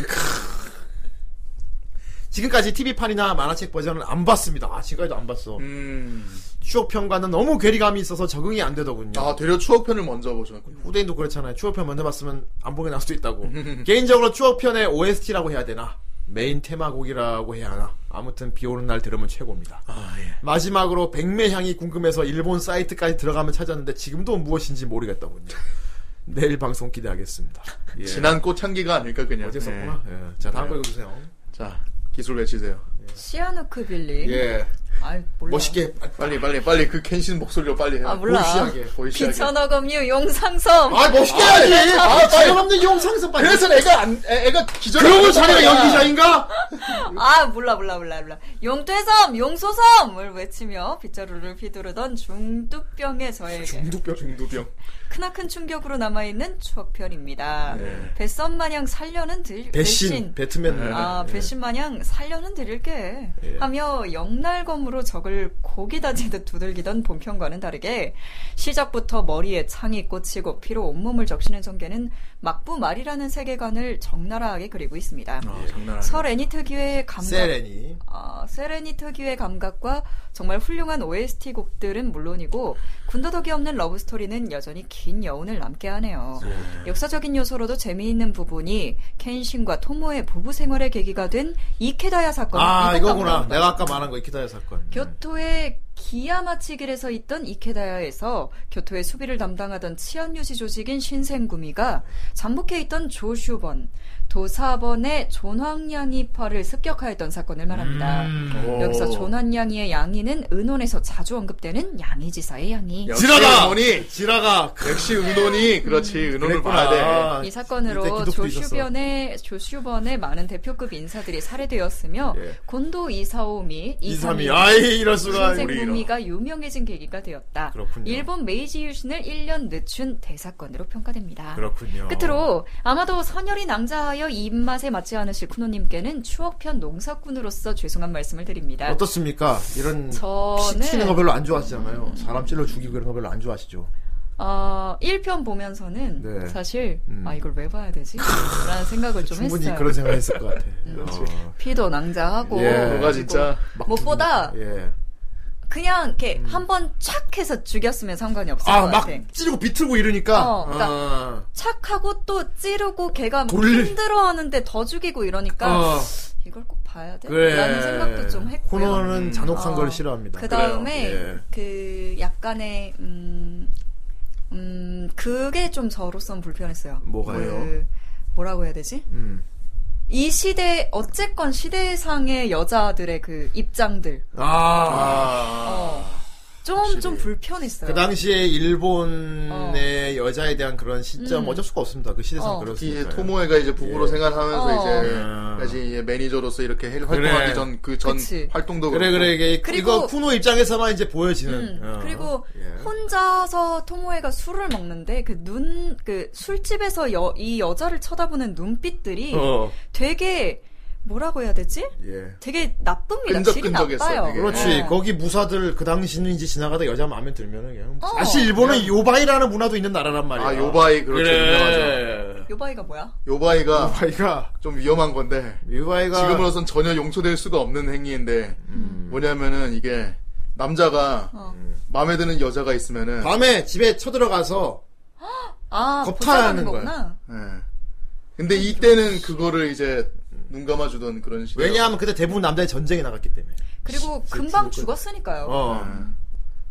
[SPEAKER 1] 지금까지 TV판이나 만화책 버전을 안 봤습니다. 아, 지금까지도 안 봤어.
[SPEAKER 2] 음.
[SPEAKER 1] 추억편과는 너무 괴리감이 있어서 적응이 안 되더군요.
[SPEAKER 2] 아, 되려 추억편을 먼저 보셨군요.
[SPEAKER 1] 후대인도 그렇잖아요. 추억편 먼저 봤으면 안 보게 날 수도 있다고.
[SPEAKER 2] <laughs>
[SPEAKER 1] 개인적으로 추억편의 OST라고 해야 되나? 메인 테마곡이라고 해야 하나? 아무튼 비 오는 날 들으면 최고입니다.
[SPEAKER 2] 아, 예.
[SPEAKER 1] 마지막으로
[SPEAKER 2] <laughs>
[SPEAKER 1] 백매향이 궁금해서 일본 사이트까지 들어가면 찾았는데 지금도 무엇인지 모르겠더군요. 내일 방송 기대하겠습니다. 예.
[SPEAKER 2] 진한 꽃 향기가 아닐까 그냥.
[SPEAKER 1] 어제
[SPEAKER 2] 예.
[SPEAKER 1] 썼구나. 예. 자 다음 거
[SPEAKER 2] 그래요.
[SPEAKER 1] 읽어주세요.
[SPEAKER 2] 자 기술 외치세요.
[SPEAKER 3] 시아노크 빌리.
[SPEAKER 2] 예.
[SPEAKER 3] 아, 몰라.
[SPEAKER 1] 멋있게
[SPEAKER 2] 빨리 빨리 빨리 그 켄신 목소리로 빨리 해요.
[SPEAKER 3] 아, 몰라.
[SPEAKER 2] 보이시하게 보이시하게.
[SPEAKER 3] 비천어 검유 용상섬.
[SPEAKER 1] 아 멋있게 해야지. 아 지금 없는 용상서 빨리.
[SPEAKER 2] 그래서 애가 안 애, 애가 기절.
[SPEAKER 1] 그러고 자네가 연기자인가?
[SPEAKER 3] 아 몰라 몰라 몰라 몰라 용퇴섬 용소섬을 외치며 빗자루를 휘두르던 중두병의 저에게
[SPEAKER 2] 중두병 중두병.
[SPEAKER 3] 크나큰 충격으로 남아있는 추억편입니다
[SPEAKER 1] 네.
[SPEAKER 3] 배썸 마냥 살려는 들
[SPEAKER 1] 배신 네. 배트맨. 예.
[SPEAKER 3] 아 배신 마냥 살려는 드릴게
[SPEAKER 1] 네.
[SPEAKER 3] 하며 영날검으로 적을 고기 다지듯 두들기던 본편과는 다르게 시작부터 머리에 창이 꽂히고 피로 온몸을 적시는 전개는 막부 말이라는 세계관을 적나라하게 그리고 있습니다
[SPEAKER 2] 아 장난 아니야.
[SPEAKER 3] 설 애니 특유의 감각
[SPEAKER 1] 세레니.
[SPEAKER 3] 어, 세레니 특유의 감각과 정말 훌륭한 OST 곡들은 물론이고 군더더기 없는 러브 스토리는 여전히 긴 여운을 남게 하네요. 역사적인 요소로도 재미있는 부분이 켄신과 토모의 부부 생활의 계기가 된 이케다야 사건.
[SPEAKER 1] 아 이거구나.
[SPEAKER 3] 나온다. 네.
[SPEAKER 1] 내가 아까 말한 거 이키다야 사건.
[SPEAKER 3] 교토의 기야마치길에서 있던 이케다야에서 교토의 수비를 담당하던 치안유지 조직인 신생구미가 잠복해 있던 조슈번, 도사번의 존황양이파를 습격하였던 사건을 말합니다.
[SPEAKER 1] 음.
[SPEAKER 2] 오.
[SPEAKER 3] 여기서 존황양이의 양이는 은혼에서 자주 언급되는 양이지사의 양이.
[SPEAKER 2] 역시
[SPEAKER 1] 지라가
[SPEAKER 2] 은혼이
[SPEAKER 1] 지라가 그
[SPEAKER 2] 역시 은혼이 그렇지 은혼을
[SPEAKER 1] 그랬구나.
[SPEAKER 2] 봐야 돼.
[SPEAKER 3] 이
[SPEAKER 1] 아, 이때
[SPEAKER 3] 사건으로
[SPEAKER 1] 기독도
[SPEAKER 3] 조슈변의 조슈번의 많은 대표급 인사들이 살해되었으며
[SPEAKER 1] 예.
[SPEAKER 3] 곤도 이사오미,
[SPEAKER 1] 이삼이
[SPEAKER 3] 이사미,
[SPEAKER 1] 아이 이럴 수가. 우리 이런.
[SPEAKER 3] 신생구미가 유명해진 계기가 되었다.
[SPEAKER 1] 그렇군요.
[SPEAKER 3] 일본 메이지 유신을 1년 늦춘 대사건으로 평가됩니다.
[SPEAKER 1] 그렇군요.
[SPEAKER 3] 끝으로 아마도 선열이 낭자하여 입맛에 맞지 않으실 쿠노님께는 추억편 농사꾼으로서 죄송한 말씀을 드립니다.
[SPEAKER 1] 어떻습니까? 이런
[SPEAKER 3] 저는-
[SPEAKER 1] 피 튀는 거 별로 안 좋아하시잖아요. 사람 찔러 죽이고 그런 거 별로 안 좋아하시죠.
[SPEAKER 3] 어, 1편 보면서는
[SPEAKER 1] 네.
[SPEAKER 3] 사실
[SPEAKER 1] 음.
[SPEAKER 3] 아 이걸 왜 봐야 되지? 라는 생각을 좀
[SPEAKER 1] 충분히
[SPEAKER 3] 했어요. 음.
[SPEAKER 1] 그런 생각을 했을 것
[SPEAKER 3] <laughs>
[SPEAKER 1] 같아. 어.
[SPEAKER 3] 피도 낭자하고
[SPEAKER 1] 예.
[SPEAKER 2] 뭐가 진짜
[SPEAKER 1] 막
[SPEAKER 3] 무엇보다
[SPEAKER 1] 예.
[SPEAKER 3] 그냥 이렇게 한번 착 해서 죽였으면 상관이 없을 것
[SPEAKER 1] 음. 아막
[SPEAKER 3] 같아.
[SPEAKER 1] 찌르고 비틀고 이러니까
[SPEAKER 3] 어, 그러니까
[SPEAKER 1] 아,
[SPEAKER 3] 착하고 또 찌르고 걔가 막
[SPEAKER 1] 돌릴-
[SPEAKER 3] 힘들어하는데 더 죽이고 이러니까
[SPEAKER 1] 어,
[SPEAKER 3] 이걸 꼭 봐야 돼?
[SPEAKER 1] 그래.
[SPEAKER 3] 그러니까 라는 생각도 좀 했고요.
[SPEAKER 1] 코너는 잔혹한
[SPEAKER 3] 어,
[SPEAKER 1] 걸 싫어합니다.
[SPEAKER 3] 그 다음에
[SPEAKER 1] 그래요. 예.
[SPEAKER 3] 그 약간의 음, 음 그게 좀 저로선 불편했어요.
[SPEAKER 1] 뭐가요?
[SPEAKER 3] 그 뭐라고 해야 되지?
[SPEAKER 1] 음.
[SPEAKER 3] 이 시대 어쨌건 시대상의 여자들의 그 입장들
[SPEAKER 1] 아,
[SPEAKER 3] 어좀 좀 불편했어요.
[SPEAKER 1] 그 당시에 일본의 여자에 대한 그런 시점
[SPEAKER 3] 어. 음.
[SPEAKER 1] 어쩔 수가 없습니다. 그 시대상
[SPEAKER 3] 어.
[SPEAKER 2] 이제
[SPEAKER 1] 그렇습니다.
[SPEAKER 2] 토모에가 이제 부부로
[SPEAKER 1] 예.
[SPEAKER 2] 생활하면서
[SPEAKER 3] 어.
[SPEAKER 2] 이제 다시 이제 매니저로서 이렇게 해-
[SPEAKER 1] 그래.
[SPEAKER 2] 활동하기 전 그 전
[SPEAKER 3] 그치.
[SPEAKER 2] 활동도
[SPEAKER 1] 그래
[SPEAKER 2] 그렇고.
[SPEAKER 1] 그래 이게
[SPEAKER 3] 그리고-
[SPEAKER 1] 이거 쿠노 입장에서만 이제 보여지는.
[SPEAKER 3] 음,
[SPEAKER 1] 어.
[SPEAKER 3] 그리고
[SPEAKER 1] 예.
[SPEAKER 3] 혼자서 토모에가 술을 먹는데 그 눈 그 술집에서 여, 이 여자를 쳐다보는 눈빛들이
[SPEAKER 1] 어.
[SPEAKER 3] 되게 뭐라고 해야 되지?
[SPEAKER 1] 예.
[SPEAKER 3] 되게 나쁩니다. 질이
[SPEAKER 2] 끈적끈적했어,
[SPEAKER 3] 나빠요.
[SPEAKER 2] 되게.
[SPEAKER 1] 그렇지.
[SPEAKER 3] 어.
[SPEAKER 1] 거기 무사들 그 당시는 이제 지나가다 여자 마음에 들면은 그냥
[SPEAKER 3] 어.
[SPEAKER 1] 사실 일본은 요바이라는 문화도 있는 나라란 말이야.
[SPEAKER 2] 아 요바이 그렇죠 유명하죠.
[SPEAKER 1] 그래.
[SPEAKER 3] 요바이가 뭐야?
[SPEAKER 2] 요바이가
[SPEAKER 1] 요바이가
[SPEAKER 2] 좀 위험한 건데
[SPEAKER 1] 그러니까 요바이가 음.
[SPEAKER 2] 지금으로선 전혀 용서될 수가 없는 행위인데 뭐냐면은 이게 남자가
[SPEAKER 3] 어.
[SPEAKER 2] 마음에 드는 여자가 있으면은
[SPEAKER 1] 밤에 집에 쳐들어가서
[SPEAKER 3] 아,
[SPEAKER 1] 겁탈하는
[SPEAKER 3] 보자는 거구나.
[SPEAKER 2] 예. 근데 이때는 그거를 이제 눈 감아주던 그런 식이에요.
[SPEAKER 1] 왜냐하면 그때 대부분 남자들이 전쟁에 나갔기 때문에.
[SPEAKER 3] 그리고 금방 죽었으니까요.
[SPEAKER 1] 어.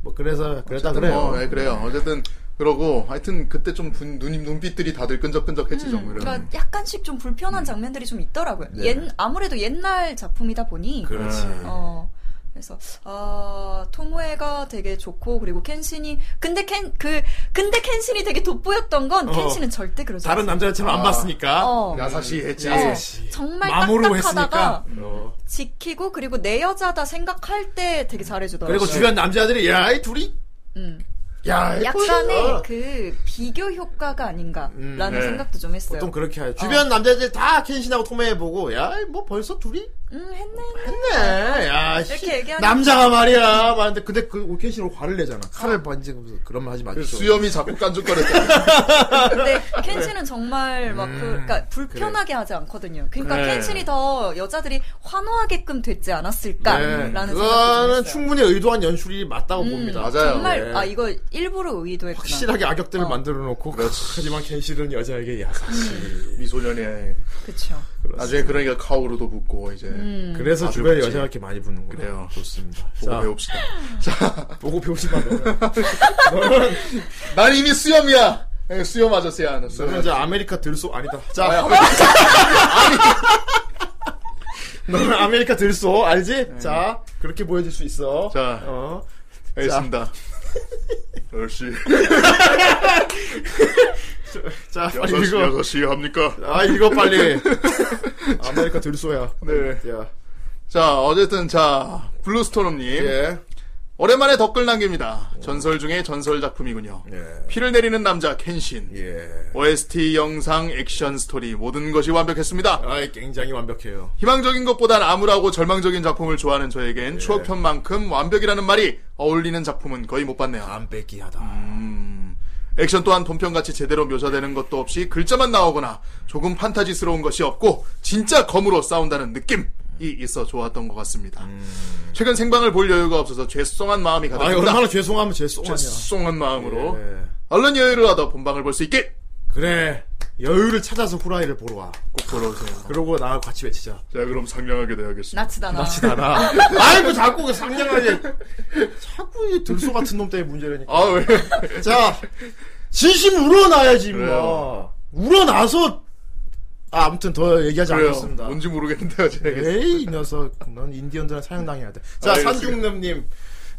[SPEAKER 1] 뭐 그래서 그랬다
[SPEAKER 2] 어쨌든
[SPEAKER 1] 그래요. 네.
[SPEAKER 2] 뭐, 예, 그래요. 어쨌든 그러고 하여튼 그때 좀 분, 눈, 눈빛들이 다들 끈적끈적했지 정
[SPEAKER 3] 음,
[SPEAKER 2] 이런.
[SPEAKER 3] 그러니까 약간씩 좀
[SPEAKER 1] 네.
[SPEAKER 3] 불편한 장면들이 좀 있더라고요. 옛, 아무래도 옛날 작품이다 보니
[SPEAKER 1] 그렇지.
[SPEAKER 2] 네.
[SPEAKER 3] 어, 그래서 아 토모에가 되게 좋고 그리고 켄신이 근데 켄 그 근데 켄신이 되게 돋보였던 건
[SPEAKER 1] 어.
[SPEAKER 3] 켄신은 절대 그러지
[SPEAKER 1] 다른 남자처럼 안
[SPEAKER 2] 아.
[SPEAKER 1] 봤으니까.
[SPEAKER 3] 어.
[SPEAKER 2] 야사시했지. 음.
[SPEAKER 3] 않아요.
[SPEAKER 1] 예. 씨.
[SPEAKER 3] 네. 정말
[SPEAKER 1] 마모로
[SPEAKER 3] 딱딱하다가
[SPEAKER 1] 했으니까. 어.
[SPEAKER 3] 지키고 그리고 내 여자다 생각할 때 되게 잘해주더라고요.
[SPEAKER 1] 그리고 주변 네, 남자들이 야, 이 둘이
[SPEAKER 3] 음.
[SPEAKER 1] 야, 이
[SPEAKER 3] 약간의
[SPEAKER 1] 꼴이야.
[SPEAKER 3] 그 비교 효과가 아닌가라는
[SPEAKER 2] 네.
[SPEAKER 3] 생각도 좀
[SPEAKER 1] 음.
[SPEAKER 3] 했어요.
[SPEAKER 1] 보통 그렇게 하죠. 주변 남자들 다 켄신하고 토매해보고, 야, 이뭐 벌써 둘이
[SPEAKER 3] 음 했네.
[SPEAKER 1] 했네. 야, 씨.
[SPEAKER 3] 이렇게 얘기하는-
[SPEAKER 1] 남자가 말이야. 말는데 근데 그 오켄시로 화를 내잖아. 칼을
[SPEAKER 3] 어.
[SPEAKER 1] 번지면서 그런 말 하지 마십시오.
[SPEAKER 2] 수염이 자꾸
[SPEAKER 1] <laughs>
[SPEAKER 2] 깐죽거렸다.
[SPEAKER 3] 근데
[SPEAKER 1] 네.
[SPEAKER 3] 켄신은 정말 막 그,
[SPEAKER 1] 음,
[SPEAKER 3] 그러니까 불편하게 하지 않거든요. 그러니까
[SPEAKER 1] 그래.
[SPEAKER 3] 켄신이 더 여자들이 환호하게끔 됐지
[SPEAKER 1] 네.
[SPEAKER 3] 음. 않았을까라는 생각이
[SPEAKER 1] 그거는
[SPEAKER 3] 좀 음.
[SPEAKER 1] 충분히 의도한 연출이 맞다고 봅니다.
[SPEAKER 2] 맞아요.
[SPEAKER 3] 정말
[SPEAKER 1] 예.
[SPEAKER 3] 아 이거 일부러 의도했구나.
[SPEAKER 1] 확실하게 악역들을
[SPEAKER 3] 어.
[SPEAKER 1] 만들어 놓고 하지만 켄실은 여자에게 야사시
[SPEAKER 2] 미소년에
[SPEAKER 3] 그렇죠.
[SPEAKER 2] 나중에 그러니까 카오로도 붙고 이제
[SPEAKER 3] 음.
[SPEAKER 1] 그래서
[SPEAKER 2] 아주
[SPEAKER 1] 주변에
[SPEAKER 2] 그렇지.
[SPEAKER 1] 여자가 이렇게 많이 붙는 거예요
[SPEAKER 2] 그래요.
[SPEAKER 1] 좋습니다
[SPEAKER 2] 보고
[SPEAKER 1] 자,
[SPEAKER 2] 배웁시다.
[SPEAKER 1] 보고 배우시면 안 돼요.
[SPEAKER 2] 난 이미 수염이야. 예, 수염 아저씨야. 나
[SPEAKER 1] <laughs>
[SPEAKER 2] 수염
[SPEAKER 1] 저는
[SPEAKER 2] 아저씨.
[SPEAKER 1] 이제 아메리카 들소 아니다.
[SPEAKER 2] 아,
[SPEAKER 1] 자,
[SPEAKER 2] 아메리카.
[SPEAKER 1] 너는 아메리카 들소 알지? 자, 그렇게 보여줄 수 있어.
[SPEAKER 2] 네. 자.
[SPEAKER 1] 어.
[SPEAKER 2] 알겠습니다.
[SPEAKER 1] <laughs>
[SPEAKER 2] 열시
[SPEAKER 1] 자, 빨리
[SPEAKER 2] 여섯 시
[SPEAKER 1] 읽어.
[SPEAKER 2] 여섯 시 합니까?
[SPEAKER 1] 아, 읽어 빨리. <laughs> 아메리카 들소야.
[SPEAKER 2] <laughs> 네.
[SPEAKER 1] 야.
[SPEAKER 2] 자 어쨌든 자 블루스토럼님
[SPEAKER 1] 예.
[SPEAKER 2] 오랜만에 댓글 남깁니다. 전설 중에 전설 작품이군요.
[SPEAKER 4] 예.
[SPEAKER 2] 피를 내리는 남자 켄신
[SPEAKER 4] 예.
[SPEAKER 2] OST 영상 액션 스토리 모든 것이 완벽했습니다.
[SPEAKER 1] 아이, 굉장히 완벽해요.
[SPEAKER 2] 희망적인 것보단 암울하고 절망적인 작품을 좋아하는
[SPEAKER 1] 예.
[SPEAKER 2] 저에겐 추억편만큼 완벽이라는 말이 어울리는 작품은 거의 못 봤네요.
[SPEAKER 1] 담배기하다.
[SPEAKER 2] 음. 액션 또한 본편같이 제대로 묘사되는 것도 없이 글자만 나오거나 조금 판타지스러운 것이 없고 진짜 검으로 싸운다는 느낌이 있어 좋았던 것 같습니다. 최근 생방을 볼 여유가 없어서 죄송한 마음이
[SPEAKER 1] 음. 아니,
[SPEAKER 2] 가득합니다.
[SPEAKER 1] 얼마나 죄송하면 죄송하냐.
[SPEAKER 2] 죄송한 마음으로
[SPEAKER 1] 예.
[SPEAKER 2] 얼른 여유를 얻어 본방을 볼 수 있게
[SPEAKER 1] 그래. 여유를 찾아서 후라이를 보러 와.
[SPEAKER 2] 꼭 보러 오세요.
[SPEAKER 1] 그러고 나랑 같이 외치자.
[SPEAKER 2] 자 그럼 상냥하게 돼야겠습니다.
[SPEAKER 3] 나치다 나.
[SPEAKER 1] 나라. 아. 아이고, 자꾸 그 상냥하게. 자꾸 이 들소 같은 놈 때문에 문제라니까.
[SPEAKER 2] 아 왜?
[SPEAKER 1] 자, 진심 우러나야지, 임마.
[SPEAKER 2] 그래요.
[SPEAKER 1] 우러나서, 아, 아무튼 더 얘기하지
[SPEAKER 2] 그래요.
[SPEAKER 1] 않겠습니다.
[SPEAKER 2] 뭔지 모르겠는데 아직 알겠습니다.
[SPEAKER 1] 에이, 이 녀석. 넌 인디언들한테 사형당해야 돼. 자,
[SPEAKER 2] 알겠습니다.
[SPEAKER 1] 산중남님.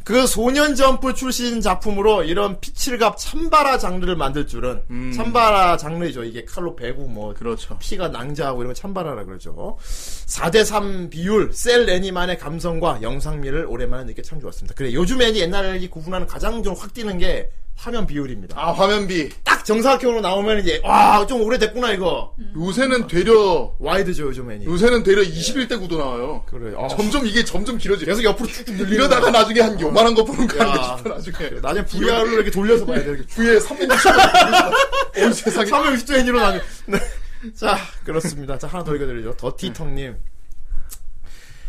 [SPEAKER 1] 그 소년점프 출신 작품으로 이런 피칠갑 참바라 장르를 만들 줄은,
[SPEAKER 2] 음.
[SPEAKER 1] 참바라 장르죠. 이게 칼로 베고 뭐,
[SPEAKER 2] 그렇죠.
[SPEAKER 1] 피가 낭자하고 이런 거 참바라라 그러죠. 4대3 비율, 셀 애니만의 감성과 영상미를 오랜만에 느껴 참 좋았습니다. 그래, 요즘 애니 옛날 애니 구분하는 가장 좀 확 띄는 게 화면 비율입니다.
[SPEAKER 2] 아 화면비
[SPEAKER 1] 딱 정사각형으로 나오면 이제, 와, 좀 오래됐구나, 이거.
[SPEAKER 2] 음. 요새는 되려
[SPEAKER 1] 와이드죠, 요즘 애니.
[SPEAKER 2] 요새는 되려 21대 9도 나와요.
[SPEAKER 1] 그래, 아.
[SPEAKER 2] 점점 이게 점점 길어지.
[SPEAKER 1] 계속 옆으로 쭉쭉 늘리는
[SPEAKER 2] 이러다가
[SPEAKER 1] 거야.
[SPEAKER 2] 나중에 한 요만한 거 보는 거
[SPEAKER 1] 야.
[SPEAKER 2] 아닌가 싶어 <laughs> 나중에
[SPEAKER 1] 나중에 VR로 이렇게 돌려서 봐야 돼. 이렇게.
[SPEAKER 2] <laughs> 뒤에 360도 온 세상에
[SPEAKER 1] 360도 애니로
[SPEAKER 2] <laughs>
[SPEAKER 1] 나뉘. 네. 자, 그렇습니다. 자, 하나 더 읽어드리죠. 더티텅님.
[SPEAKER 2] 음.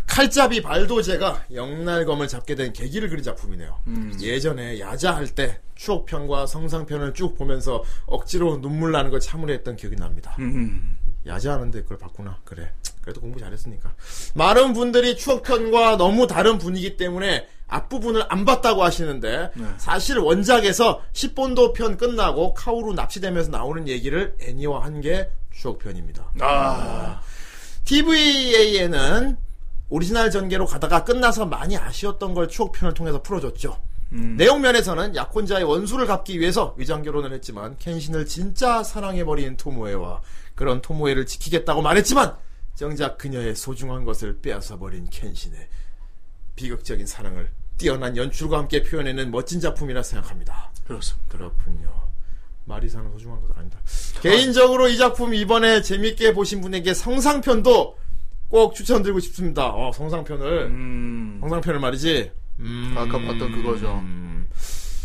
[SPEAKER 1] 칼잡이 발도제가 영날검을 잡게 된 계기를 그린 작품이네요.
[SPEAKER 2] 음.
[SPEAKER 1] 예전에 야자할 때 추억편과 성상편을 쭉 보면서 억지로 눈물 나는 걸 참으려 했던 기억이 납니다.
[SPEAKER 2] 음.
[SPEAKER 1] 야자하는데 그걸 봤구나. 그래. 그래도 공부 잘했으니까. 많은 분들이 추억편과 너무 다른 분위기 때문에 앞부분을 안 봤다고 하시는데 사실 원작에서 10본도 편 끝나고 카오루 납치되면서 나오는 얘기를 애니화한 게 추억편입니다.
[SPEAKER 2] 아
[SPEAKER 1] TVA에는 오리지널 전개로 가다가 끝나서 많이 아쉬웠던 걸 추억편을 통해서 풀어줬죠. 내용 면에서는 약혼자의 원수를 갚기 위해서 위장 결혼을 했지만 켄신을 진짜 사랑해버린 토모에와 그런 토모에를 지키겠다고 말했지만 정작 그녀의 소중한 것을 빼앗아버린 켄신의 비극적인 사랑을 뛰어난 연출과 함께 표현해낸 멋진 작품이라 생각합니다.
[SPEAKER 2] 그렇습니다
[SPEAKER 1] 그렇군요. 말이 사는 소중한 것 아니다. 개인적으로 이 작품 이번에 재밌게 보신 분에게 성상편도 꼭 추천드리고 싶습니다. 어, 성상편을.
[SPEAKER 2] 음
[SPEAKER 1] 성상편을 말이지. 음.
[SPEAKER 2] 아까 봤던 그거죠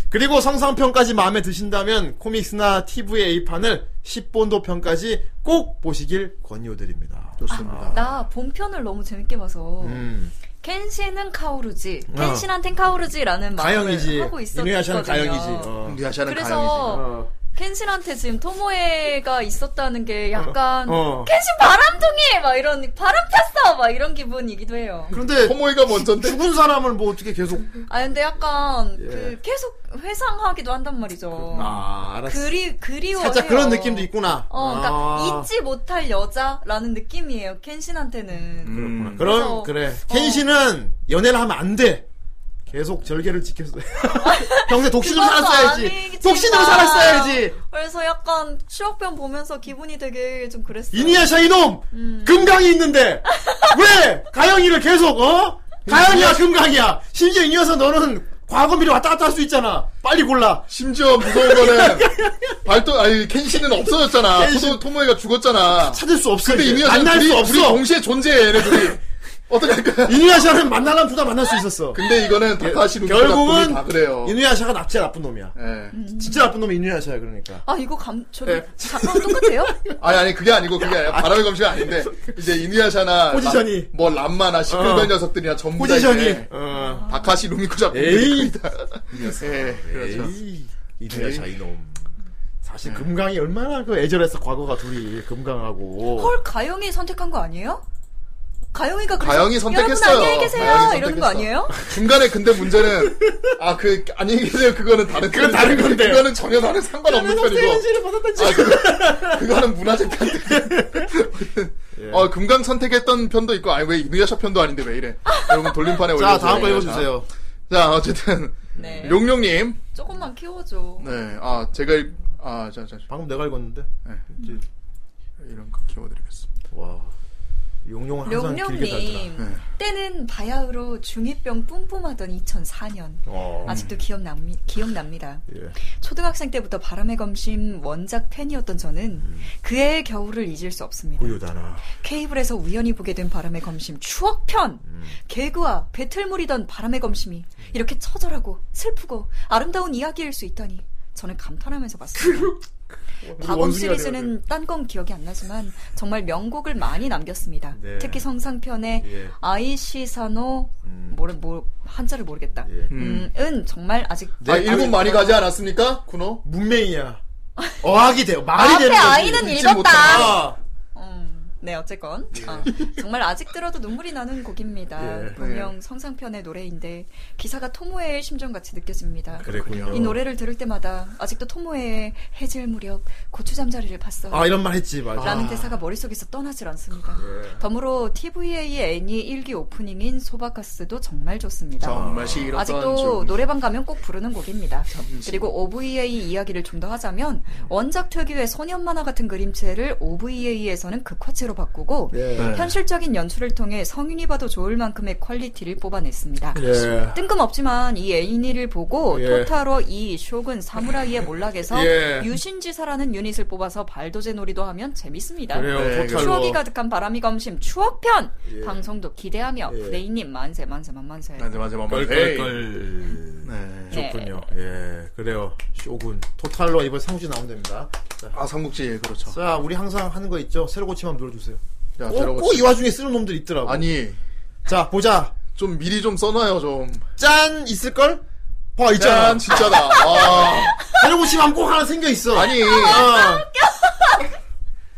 [SPEAKER 1] 그리고 성상편까지 마음에 드신다면 코믹스나 TVA판을 10본도 편까지 꼭 보시길 권유드립니다.
[SPEAKER 2] 좋습니다
[SPEAKER 3] 나 본편을 너무 재밌게 봐서
[SPEAKER 1] 음. 어.
[SPEAKER 3] 켄신은 카오루지, 켄신한텐 카오루지라는 말을
[SPEAKER 1] 가영이지.
[SPEAKER 3] 하고 있었거든요. 음.
[SPEAKER 1] 이누야샤는 가영이지. 어.
[SPEAKER 2] 리아샤는
[SPEAKER 3] 그래서
[SPEAKER 1] 어.
[SPEAKER 3] 켄신한테 지금 토모에가 있다는 게 약간
[SPEAKER 1] 어.
[SPEAKER 3] 켄신 바람둥이 막 이런 바람 탔어 막 이런 기분이기도 해요.
[SPEAKER 1] 그런데
[SPEAKER 2] 토모이가 먼저인데
[SPEAKER 1] 죽은 사람을 뭐 어떻게 계속
[SPEAKER 2] 음.
[SPEAKER 3] 아 근데 약간
[SPEAKER 1] 예.
[SPEAKER 3] 그 계속 회상하기도 한단 말이죠.
[SPEAKER 1] 아 알았어.
[SPEAKER 3] 그리 그리워.
[SPEAKER 1] 살짝 그런 느낌도 있구나.
[SPEAKER 3] 어, 그러니까
[SPEAKER 1] 아.
[SPEAKER 3] 잊지 못할 여자라는 느낌이에요. 켄신한테는.
[SPEAKER 2] 음,
[SPEAKER 1] 그럼
[SPEAKER 3] 그래서-
[SPEAKER 1] 그래
[SPEAKER 3] 어.
[SPEAKER 1] 켄씨는 연애를 하면 안 돼. 계속 절개를 지켰어. <laughs> 평생 독신으로
[SPEAKER 3] 그건
[SPEAKER 1] 살았어야지.
[SPEAKER 3] 아니지만.
[SPEAKER 1] 독신으로 살았어야지.
[SPEAKER 3] 그래서 약간 추억편 보면서 기분이 되게 좀 그랬어요.
[SPEAKER 1] 이니야샤 이놈
[SPEAKER 3] 음.
[SPEAKER 1] 금강이 있는데 왜 가영이를 계속 어? 가영이야 금강이야. 심지어 이녀석 너는 과거 미래 왔다 갔다 할 수 있잖아. 빨리 골라.
[SPEAKER 2] 심지어 무서운 <laughs> 거는 발도 아니 켄신은 없어졌잖아 켄신 토모이가 죽었잖아
[SPEAKER 1] 찾을 수 없어.
[SPEAKER 2] 근데
[SPEAKER 1] 이제.
[SPEAKER 2] 이미
[SPEAKER 1] 만날
[SPEAKER 2] 둘이,
[SPEAKER 1] 수
[SPEAKER 2] 둘이
[SPEAKER 1] 없어.
[SPEAKER 2] 동시에 존재해 얘네 둘이 어떻게 할까
[SPEAKER 1] <laughs> 이니야샤는 만나려면 둘 다 만날 수 있었어.
[SPEAKER 2] 근데 이거는 그- 다시
[SPEAKER 1] 결국은
[SPEAKER 2] 다 그래요
[SPEAKER 1] 이누야샤가 납치 나쁜 놈이야.
[SPEAKER 2] 예.
[SPEAKER 1] 진짜 나쁜 놈이 이누야샤야 그러니까.
[SPEAKER 3] 아 이거 감 저기
[SPEAKER 1] 예.
[SPEAKER 2] 네.
[SPEAKER 3] 잠깐 똑같아요?
[SPEAKER 2] 아니 아니 그게 아니고 그게 아니라 바람의 검시가 아닌데 이제 이누야샤나
[SPEAKER 1] 포지션이. 어.
[SPEAKER 2] 라- 뭐 람마나 시끌거리는 녀석들이나 전부 다
[SPEAKER 1] 포지션이
[SPEAKER 2] 이제
[SPEAKER 1] 어.
[SPEAKER 2] 다카시 루미코 작품들이
[SPEAKER 1] 에이.
[SPEAKER 2] 거의 다 예, 그렇죠.
[SPEAKER 1] 이누야 자이놈. 네. 사실 금강이 얼마나 그 <laughs> 애절했어 과거가 둘이 금강하고.
[SPEAKER 3] 헐 가영이 선택한 거 아니에요? 가영이가 그래서
[SPEAKER 2] 가영이 선택했어요.
[SPEAKER 3] 여러분 안녕히 계세요.
[SPEAKER 2] 가영이
[SPEAKER 3] 이러는 거
[SPEAKER 2] 선택했어.
[SPEAKER 3] 아니에요?
[SPEAKER 2] 중간에 근데 문제는 아 그 안녕히 계세요 그거는 다른
[SPEAKER 1] 그건 다른 건데요.
[SPEAKER 2] 그거는 전혀 다른 상관없는 편이고
[SPEAKER 1] 받았다
[SPEAKER 2] 아, 그, 그거는 문화재 편인데.
[SPEAKER 1] 예.
[SPEAKER 2] 어, 금강 선택했던 편도 있고, 아니, 왜 이누야샤 편도 아닌데 왜 이래. 여러분, 돌림판에 올려주세요.
[SPEAKER 1] 아, 자 다음 거 읽어주세요
[SPEAKER 2] 자, 어쨌든,
[SPEAKER 3] 네.
[SPEAKER 2] 용룡님.
[SPEAKER 3] 조금만 키워줘.
[SPEAKER 2] 네, 아, 제가, 읽- 아, 자, 자,
[SPEAKER 1] 방금 내가 읽었는데
[SPEAKER 2] 네.
[SPEAKER 1] 이제
[SPEAKER 2] 이런 거 키워드리겠습니다.
[SPEAKER 1] 와 용용은 항상 길게 달더라
[SPEAKER 3] 용룡님
[SPEAKER 2] 네.
[SPEAKER 3] 때는 바야흐로 중2병 뿜뿜하던 2004년
[SPEAKER 1] 어.
[SPEAKER 3] 아직도 기억남, 기억납니다.
[SPEAKER 1] 예.
[SPEAKER 3] 초등학생 때부터 바람의 검심 원작 팬이었던 저는 그해의 겨울을 잊을 수 없습니다.
[SPEAKER 1] 우유다나
[SPEAKER 3] 케이블에서 우연히 보게 된 바람의 검심 추억편
[SPEAKER 1] 음.
[SPEAKER 3] 개그와 배틀물이던 바람의 검심이 이렇게 처절하고 슬프고 아름다운 이야기일 수 있다니 저는 감탄하면서 봤습니다. 과거
[SPEAKER 1] 원숭이가
[SPEAKER 3] 시리즈는 딴 건 기억이 안 나지만 정말 명곡을 많이 남겼습니다.
[SPEAKER 1] 네.
[SPEAKER 3] 특히 성상편의
[SPEAKER 1] 예.
[SPEAKER 3] 아이시사노
[SPEAKER 1] 음.
[SPEAKER 3] 뭐를 뭐 한자를 모르겠다.
[SPEAKER 1] 예. 네,
[SPEAKER 3] 음, 은 정말 아직
[SPEAKER 2] 아, 일본 많이 가지 않았습니까? 쿠노?
[SPEAKER 1] 문맹이야 어학이 돼요 말이
[SPEAKER 3] 앞에
[SPEAKER 1] 되는 거지
[SPEAKER 3] 아이는
[SPEAKER 2] 읽지
[SPEAKER 3] 읽었다.
[SPEAKER 1] 아,
[SPEAKER 3] 음, 네, 어쨌건 어, 정말 아직 들어도 눈물이 나는 곡입니다.
[SPEAKER 1] 예.
[SPEAKER 3] 분명 성상편의 노래인데 기사가 토모에의 심정같이 느껴집니다.
[SPEAKER 1] 그랬군요
[SPEAKER 3] 이 노래를 들을 때마다 아직도 토모에의 해질 무렵 고추 잠자리를 봤어요.
[SPEAKER 1] 아 이런 말 했지 맞아
[SPEAKER 3] 라는 대사가 머릿속에서 떠나질 않습니다. 덤으로 TVA의 애니 일기 오프닝인 소바카스도 정말 좋습니다.
[SPEAKER 2] 정말 싫었던
[SPEAKER 3] 아직도
[SPEAKER 2] 중-
[SPEAKER 3] 노래방 가면 꼭 부르는 곡입니다. 그리고 OVA 이야기를 좀 더 하자면 원작 특유의 소년 만화 같은 그림체를 OVA에서는 극화체로 바꾸고
[SPEAKER 1] 예.
[SPEAKER 3] 현실적인 연출을 통해 성인이 봐도 좋을 만큼의 퀄리티를 뽑아냈습니다.
[SPEAKER 1] 예.
[SPEAKER 3] 뜬금없지만 이 애니를 보고
[SPEAKER 1] 예.
[SPEAKER 3] 토타로 이 쇼군 사무라이의 몰락에서
[SPEAKER 1] 예.
[SPEAKER 3] 유신지사라는 유닛을 뽑아서 발도제 놀이도 하면 재밌습니다.
[SPEAKER 1] 그래요
[SPEAKER 2] 네.
[SPEAKER 1] 토탈로
[SPEAKER 3] 추억이 가득한 바람이 검심 추억편
[SPEAKER 1] 예.
[SPEAKER 3] 방송도 기대하며
[SPEAKER 1] 예.
[SPEAKER 3] 부대인님 만세 만세 만만세.
[SPEAKER 1] 네,
[SPEAKER 2] 맞아, 맞아, 맞아.
[SPEAKER 1] 껄껄껄
[SPEAKER 2] 네.
[SPEAKER 1] 좋군요 예 그래요 쇼군 토탈로 이번 상주 나온답니다 자,
[SPEAKER 2] 아, 삼국지, 그렇죠.
[SPEAKER 1] 자 우리 항상 하는 거 있죠 새로 고침함 눌러주세요 어,
[SPEAKER 2] 야, 새로
[SPEAKER 1] 꼭 이 와중에 쓰는 놈들 있더라고
[SPEAKER 2] 아, 아니,
[SPEAKER 1] 자 보자
[SPEAKER 2] 좀 미리 좀 써놔요, 좀.
[SPEAKER 1] 짠 있을걸? 봐 있잖아
[SPEAKER 2] 짠, 진짜다. 아.
[SPEAKER 1] <laughs> 새로 고침함 꼭 하나 생겨있어
[SPEAKER 2] 아니,
[SPEAKER 1] 아,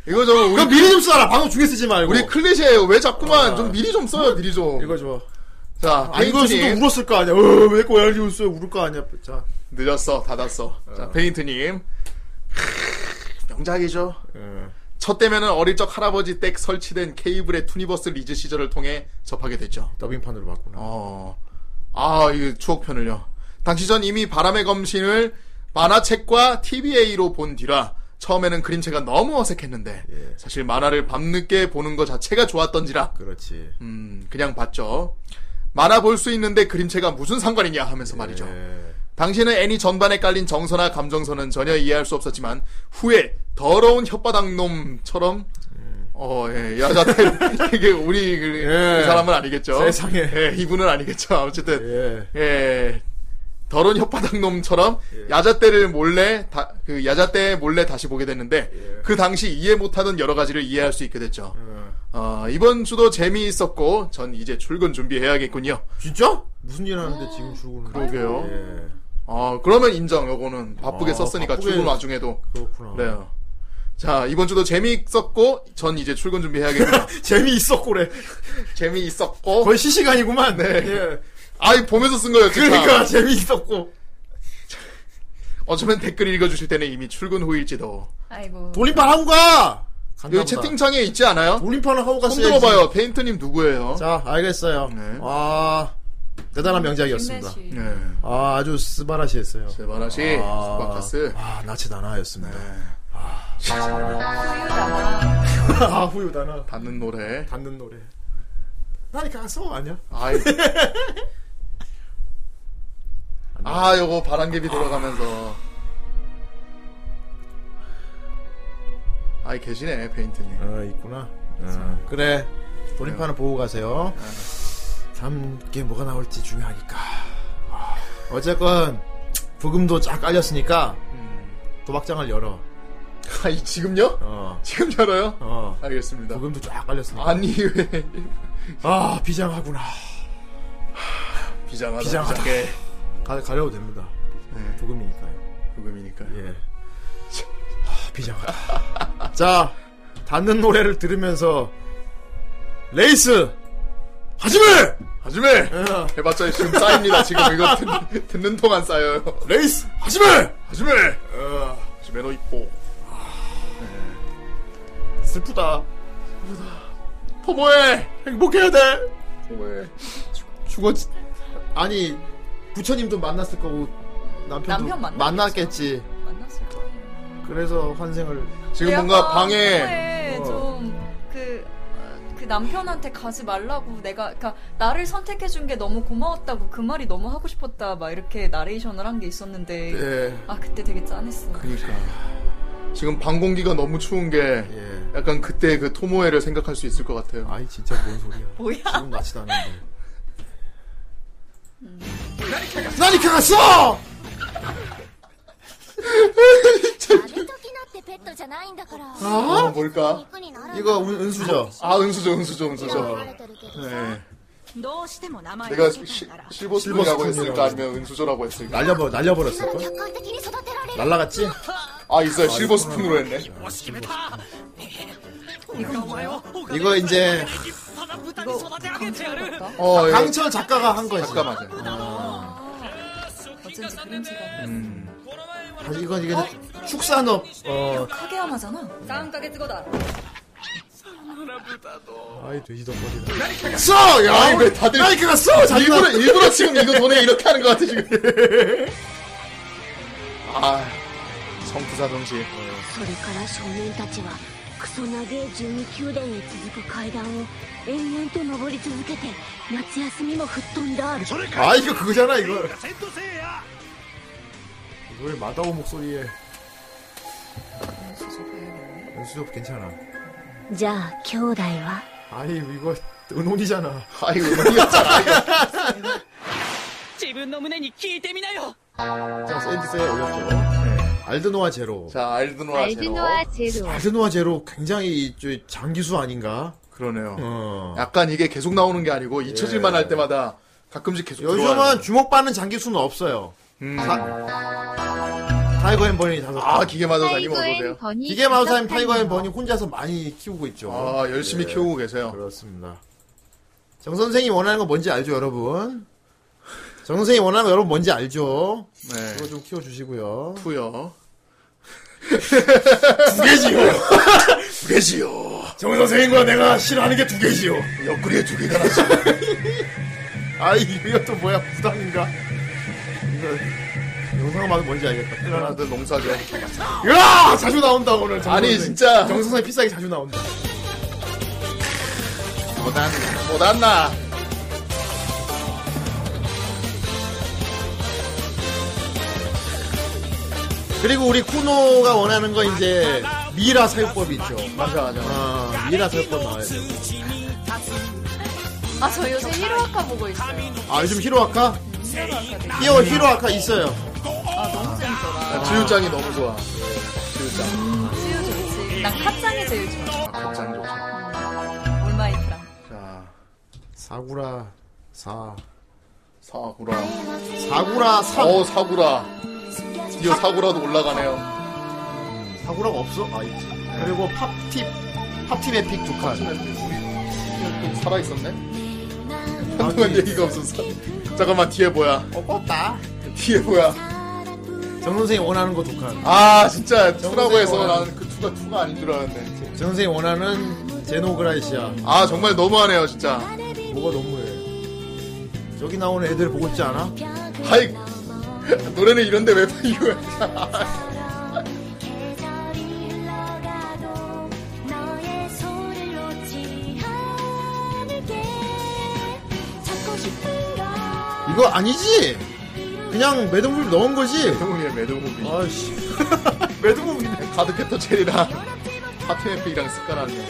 [SPEAKER 2] 이거 좀, 우리
[SPEAKER 1] 그럼 미리 좀 써라 방금 중에 쓰지 말고
[SPEAKER 2] 우리 클리셰예요. 왜 자꾸만
[SPEAKER 1] 아.
[SPEAKER 2] 좀 미리 좀 써요, 미리 좀.
[SPEAKER 1] 읽어줘
[SPEAKER 2] 자,
[SPEAKER 1] 안 읽었어도
[SPEAKER 2] 페인트님
[SPEAKER 1] 울었을 거 아니야 어왜 고양이 웃어요 울을 거 아니야 자
[SPEAKER 2] 늦었어, 닫았어. 자, 페인트님 크으, 명작이죠.
[SPEAKER 1] 예.
[SPEAKER 2] 첫 때면은 어릴 적 할아버지 댁 설치된 케이블의 투니버스 리즈 시절을 통해 접하게 됐죠.
[SPEAKER 1] 더빙판으로 봤구나
[SPEAKER 2] 어, 아, 이 추억편을요. 당시 전 이미 바람의 검신을 만화책과 TVA로 본 뒤라 처음에는 그림체가 너무 어색했는데
[SPEAKER 1] 예.
[SPEAKER 2] 사실 만화를 밤늦게 보는 것 자체가 좋았던지라
[SPEAKER 1] 그렇지
[SPEAKER 2] 음, 그냥 봤죠. 만화 볼 수 있는데 그림체가 무슨 상관이냐 하면서 말이죠.
[SPEAKER 1] 예.
[SPEAKER 2] 당시는 애니 전반에 깔린 정서나 감정선은 전혀 이해할 수 없었지만 후에 더러운 혓바닥놈처럼 어, 예, 여자 텔 <laughs> 이게 우리 그,
[SPEAKER 1] 예.
[SPEAKER 2] 그 사람은 아니겠죠.
[SPEAKER 1] 세상에.
[SPEAKER 2] 예, 이분은 아니겠죠. 어쨌든
[SPEAKER 1] 예.
[SPEAKER 2] 예. 더러운 혓바닥놈처럼 야자떼를 몰래 다, 그 야자떼 몰래 다시 보게 됐는데
[SPEAKER 1] 예.
[SPEAKER 2] 그 당시 이해 못하던 여러 가지를 이해할 수 있게 됐죠.
[SPEAKER 1] 어.
[SPEAKER 2] 어, 이번 주도 재미있었고, 전 이제 출근 준비해야겠군요.
[SPEAKER 1] 진짜? 무슨 일 하는데 지금 출근을
[SPEAKER 2] 그러게요.
[SPEAKER 1] 예.
[SPEAKER 2] 어, 그러면 인정, 요거는. 바쁘게
[SPEAKER 1] 아,
[SPEAKER 2] 썼으니까,
[SPEAKER 1] 바쁘게. 아.
[SPEAKER 2] 출근 와중에도.
[SPEAKER 1] 그렇구나
[SPEAKER 2] 그래요. 자, 이번 주도 재미있었고, 전 이제
[SPEAKER 1] <laughs>
[SPEAKER 2] 출근 준비해야겠군요.
[SPEAKER 1] <laughs> 재미있었고래
[SPEAKER 2] 재미있었고.
[SPEAKER 1] 거의 실시간이구만 네. 예.
[SPEAKER 2] 아이, 보면서 쓴 거예요, 진짜.
[SPEAKER 1] 그러니까 재미있었고
[SPEAKER 2] 어쩌면 댓글 읽어주실 때는 이미 출근 후일지도.
[SPEAKER 3] 아이고.
[SPEAKER 1] 돌림판 하고 가
[SPEAKER 2] 여기 채팅창에 있지 않아요?
[SPEAKER 1] 돌림판을 하고
[SPEAKER 2] 손
[SPEAKER 1] 갔어야지
[SPEAKER 2] 들어봐요. 페인트님 누구예요?
[SPEAKER 1] 자, 알겠어요.
[SPEAKER 2] 네.
[SPEAKER 1] 아, 대단한 명작이었습니다.
[SPEAKER 3] 김래 씨.
[SPEAKER 2] 네.
[SPEAKER 1] 아, 아주 스바라시했어요.
[SPEAKER 2] 제바라시,
[SPEAKER 1] 아,
[SPEAKER 2] 스파카스. 네.
[SPEAKER 1] 아, 나치다나였습니다.
[SPEAKER 3] 후유다나.
[SPEAKER 1] <laughs> 아, 후유다나.
[SPEAKER 2] 닿는 노래.
[SPEAKER 1] 닿는 노래. 나니 가서 아니야?
[SPEAKER 2] 아이. 아, 요거 바람개비 돌아가면서. 아이, 계시네, 페인트님.
[SPEAKER 1] 아, 있구나. 아, 그래. 돌림판을 보고 가세요. 다음 게 뭐가 나올지 중요하니까. 아, 어쨌건, 부금도 쫙 깔렸으니까, 음. 도박장을 열어.
[SPEAKER 2] 아이, 지금요?
[SPEAKER 1] 어,
[SPEAKER 2] 지금 열어요?
[SPEAKER 1] 어.
[SPEAKER 2] 알겠습니다.
[SPEAKER 1] 부금도 쫙 깔렸으니까.
[SPEAKER 2] 아니, 왜.
[SPEAKER 1] 아, 비장하구나.
[SPEAKER 2] 비장하다.
[SPEAKER 1] 비장하다. 예.
[SPEAKER 2] 비장해.
[SPEAKER 1] 가, 가려도 됩니다. 예,
[SPEAKER 2] 네.
[SPEAKER 1] 부금이니까요.
[SPEAKER 2] 부금이니까.
[SPEAKER 1] 예. 아, 비장하다. 자, 닿는 노래를 들으면서 레이스 하지마! 어,
[SPEAKER 2] 하지마! 해봤자 지금 쌓입니다. 지금 이거 듣는, 듣는 동안 쌓여요.
[SPEAKER 1] 레이스! 하지마!
[SPEAKER 2] 하지마!
[SPEAKER 1] 어, 아.
[SPEAKER 2] 하지마 너 이뻐.
[SPEAKER 1] 네. 슬프다.
[SPEAKER 2] 토모에!
[SPEAKER 1] 행복해야 돼!
[SPEAKER 2] 토모에.
[SPEAKER 1] 죽었 아니 부처님도 만났을 거고 남편도
[SPEAKER 3] 남편 만났겠죠.
[SPEAKER 1] 만났겠지.
[SPEAKER 3] 만났을 거예요.
[SPEAKER 1] 그래서 환생을
[SPEAKER 2] 지금 뭔가
[SPEAKER 3] 아,
[SPEAKER 2] 방에
[SPEAKER 1] 어.
[SPEAKER 3] 좀그 그 남편한테 가지 말라고 내가 그러니까 나를 선택해 준 게 너무 고마웠다고 그 말이 너무 하고 싶었다 막 이렇게 나레이션을 한 게 있었는데
[SPEAKER 2] 예.
[SPEAKER 3] 아 그때 되게 짠했어.
[SPEAKER 2] 그러니까 지금 방 공기가 너무 추운 게
[SPEAKER 1] 예.
[SPEAKER 2] 약간 그때 그 토모에를 생각할 수 있을 것 같아요.
[SPEAKER 1] 아이 진짜 뭔 소리야.
[SPEAKER 3] <laughs> 뭐야?
[SPEAKER 1] 지금 같지도 않은데. 나니카가 어, 써!
[SPEAKER 9] あげときなってペットじゃないんだから
[SPEAKER 2] 아 뭘까?
[SPEAKER 9] 肉になるんだ
[SPEAKER 1] 이거 은, 은수죠.
[SPEAKER 2] 아 은수저 은수저
[SPEAKER 9] 嫌わ
[SPEAKER 2] 은수저.
[SPEAKER 9] れてるけどさ
[SPEAKER 2] 네.
[SPEAKER 8] どうしても名前
[SPEAKER 2] 내가
[SPEAKER 8] を
[SPEAKER 2] 시,
[SPEAKER 8] 付けたから
[SPEAKER 2] 실버스푼이라고
[SPEAKER 1] 실버스푼이라고
[SPEAKER 2] 했을까 아니면 은수저라고 했을까?
[SPEAKER 1] 날려버 날려버렸을
[SPEAKER 9] 客
[SPEAKER 1] 걸.
[SPEAKER 9] 観的に育てられる
[SPEAKER 1] 날라갔지?
[SPEAKER 2] 아 있어요 실버스푼으로 했네.
[SPEAKER 1] 이거 이제
[SPEAKER 2] 어 예.
[SPEAKER 1] 강철 작가가 한 거지.
[SPEAKER 2] 작가 맞아요.
[SPEAKER 3] 어쩐지 그림체가
[SPEAKER 1] 사실 이건 이게 축산업 어
[SPEAKER 3] 카게 하나잖아.
[SPEAKER 8] 3ヶ月後だ
[SPEAKER 1] 아이 돼지덩어리다.
[SPEAKER 2] 써! 야 이거 다들
[SPEAKER 1] 나니카가 써! 자기
[SPEAKER 2] 어, 일부러 일부러 지금 이거 돈에 이렇게 하는 것 같아 지금. <laughs> 아 성투사 정신.
[SPEAKER 9] それから少年たちはクソ長い12宮殿へ続く階段を延々と登り続けて夏休みも吹っ飛んだ
[SPEAKER 1] 아 이거 그거잖아 이거. 이 노래 마다오 목소리에 연수업 괜찮아.
[SPEAKER 9] じゃあ兄弟は
[SPEAKER 1] 아니 이거 은혼이잖아.
[SPEAKER 2] 아이고 이겼잖아.
[SPEAKER 8] 自分の胸に聞いてみなよ
[SPEAKER 1] 자 샌디스에 올렸죠. 네. 알드노아 제로.
[SPEAKER 2] 자 알드노아 제로.
[SPEAKER 5] 제로.
[SPEAKER 1] 알드노아 제로 굉장히 이- 저 장기수 아닌가?
[SPEAKER 2] 그러네요.
[SPEAKER 1] 어.
[SPEAKER 2] 약간 이게 계속 나오는 게 아니고 잊혀질만 할 때마다 가끔씩 계속 예. 들어와요.
[SPEAKER 1] 요즘은 주목받는 장기수는 없어요.
[SPEAKER 2] 음.
[SPEAKER 1] 다, 타이거 앤 버니 다섯.
[SPEAKER 2] 아
[SPEAKER 1] 아,
[SPEAKER 2] 기계 마저 다니면 어서세요.
[SPEAKER 1] 기계 마우사님 타이거 앤 버니 혼자서 많이 키우고 있죠.
[SPEAKER 2] 아 열심히
[SPEAKER 1] 예,
[SPEAKER 2] 키우고 계세요.
[SPEAKER 1] 그렇습니다. 정 선생이 원하는 건 뭔지 알죠, 여러분? 정 선생이 원하는 거 여러분 뭔지 알죠?
[SPEAKER 2] 네.
[SPEAKER 1] 그거 좀 키워주시고요.
[SPEAKER 2] 푸요.
[SPEAKER 1] 두 개지요. 두 개지요. 정 선생님과 내가 싫어하는 게 두 개지요.
[SPEAKER 2] 옆구리에 두 개가 <laughs> 났어.
[SPEAKER 1] 아 이거 또 뭐야 부담인가? 이거 영상 봐도 뭔지 알겠다. 큰일 났다.
[SPEAKER 2] 하나들 농사죠.
[SPEAKER 1] 으아! 자주 나온다, 오늘. 정
[SPEAKER 2] 아니,
[SPEAKER 1] 선생.
[SPEAKER 2] 진짜.
[SPEAKER 1] 정 선생 비싸게 자주 나온다.
[SPEAKER 2] 못한 못한 나.
[SPEAKER 1] 그리고 우리 쿠노가 원하는 건 이제 미라 사용법이 있죠.
[SPEAKER 2] 맞아 맞아.
[SPEAKER 1] 아, 미라 사용법 나와야 돼.
[SPEAKER 3] 아 저 요새 히로아카 보고 있어요.
[SPEAKER 1] 아, 요즘 히로아카? 히어, 히로아카 있어요.
[SPEAKER 3] 아 너무 재밌더라.
[SPEAKER 2] 나 주유장이 너무 좋아. 주유장.
[SPEAKER 3] 제일 좋지. 난 카짱이 제일 좋아.
[SPEAKER 2] 아, 가장 좋죠.
[SPEAKER 3] 올마이트랑.
[SPEAKER 2] 자
[SPEAKER 1] 사구라, 사.
[SPEAKER 2] 사구라.
[SPEAKER 1] 사구라, 사.
[SPEAKER 2] 어 사구라. 드디어 사구라도 올라가네요.
[SPEAKER 1] 사구라가 없어? 아, 있지. 그리고 팝팁. 팝팁 에픽 두 칸.
[SPEAKER 2] 살아 있었네. 한동안 얘기가 없었어. 잠깐만 뒤에 뭐야?
[SPEAKER 1] 어, 뻗다.
[SPEAKER 2] 뒤에 뭐야?
[SPEAKER 1] 정 선생이 원하는 거 두 칸.
[SPEAKER 2] 아 진짜 투라고 해서
[SPEAKER 1] 정세원.
[SPEAKER 2] 나는 그 투가 투가 아닌 줄 알았네.
[SPEAKER 1] 정 선생이 원하는 제노그라이시아.
[SPEAKER 2] 아 정말 너무하네요 진짜. <laughs>
[SPEAKER 1] 뭐가 너무해. 저기 나오는 애들 보고 있지 않아?
[SPEAKER 2] 하이 노래는 이런데 왜 이거야?
[SPEAKER 1] 이거 아니지? 그냥 매듭물 넣은 거지?
[SPEAKER 2] 매드무비야 매드무비.
[SPEAKER 1] 아씨.
[SPEAKER 2] 어, 매드무비네. 가드캐터 젤이랑 하트맵이랑 습관하네.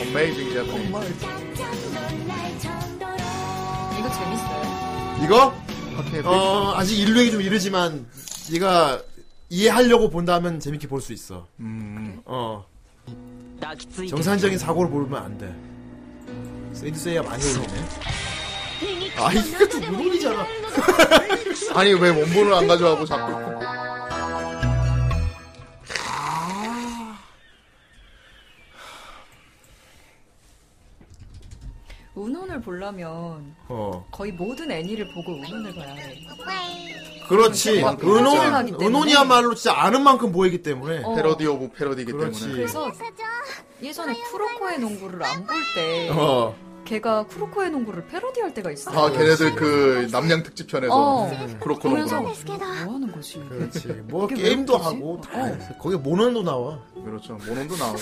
[SPEAKER 2] 어메이징 제품.
[SPEAKER 3] 이거 재밌어요.
[SPEAKER 1] 이거?
[SPEAKER 2] 하트맵.
[SPEAKER 1] 어, 아직 인류에게 좀 이르지만, 얘가 이해하려고 본다면 재밌게 볼 수 있어.
[SPEAKER 2] 음.
[SPEAKER 1] 어. 정상적인 사고를 보면 안 돼. 세이드세이가 많이 올리네. 아 이게 좀 무놀이잖아.
[SPEAKER 2] 아니 왜 원본을 안 가져가고 자꾸
[SPEAKER 3] 운혼을 보려면
[SPEAKER 1] 어.
[SPEAKER 3] 거의 모든 애니를 보고 운혼을 봐야 해.
[SPEAKER 1] 그렇지.
[SPEAKER 2] 그만큼
[SPEAKER 1] 은혼,
[SPEAKER 3] 진짜.
[SPEAKER 1] 은혼이야말로 진짜 아는 만큼 보이기 때문에.
[SPEAKER 3] 어.
[SPEAKER 2] 패러디 오브 패러디이기
[SPEAKER 1] 그렇지.
[SPEAKER 2] 때문에
[SPEAKER 3] 그래서 예전에 쿠로코의 농구를 안 볼 때
[SPEAKER 1] 어.
[SPEAKER 3] 걔가 쿠로코의 농구를 패러디할 때가 있어.
[SPEAKER 2] 아 걔네들 그 남양 특집 편에서
[SPEAKER 3] 어. 보면서
[SPEAKER 2] 그렇구나
[SPEAKER 3] 뭐 하는 거지?
[SPEAKER 1] 그렇지. 뭐
[SPEAKER 3] 그게
[SPEAKER 1] 게임도
[SPEAKER 3] 왜 그러지?
[SPEAKER 1] 하고 다 해. 거기 모난도 나와.
[SPEAKER 2] 그렇죠 모논도 나오고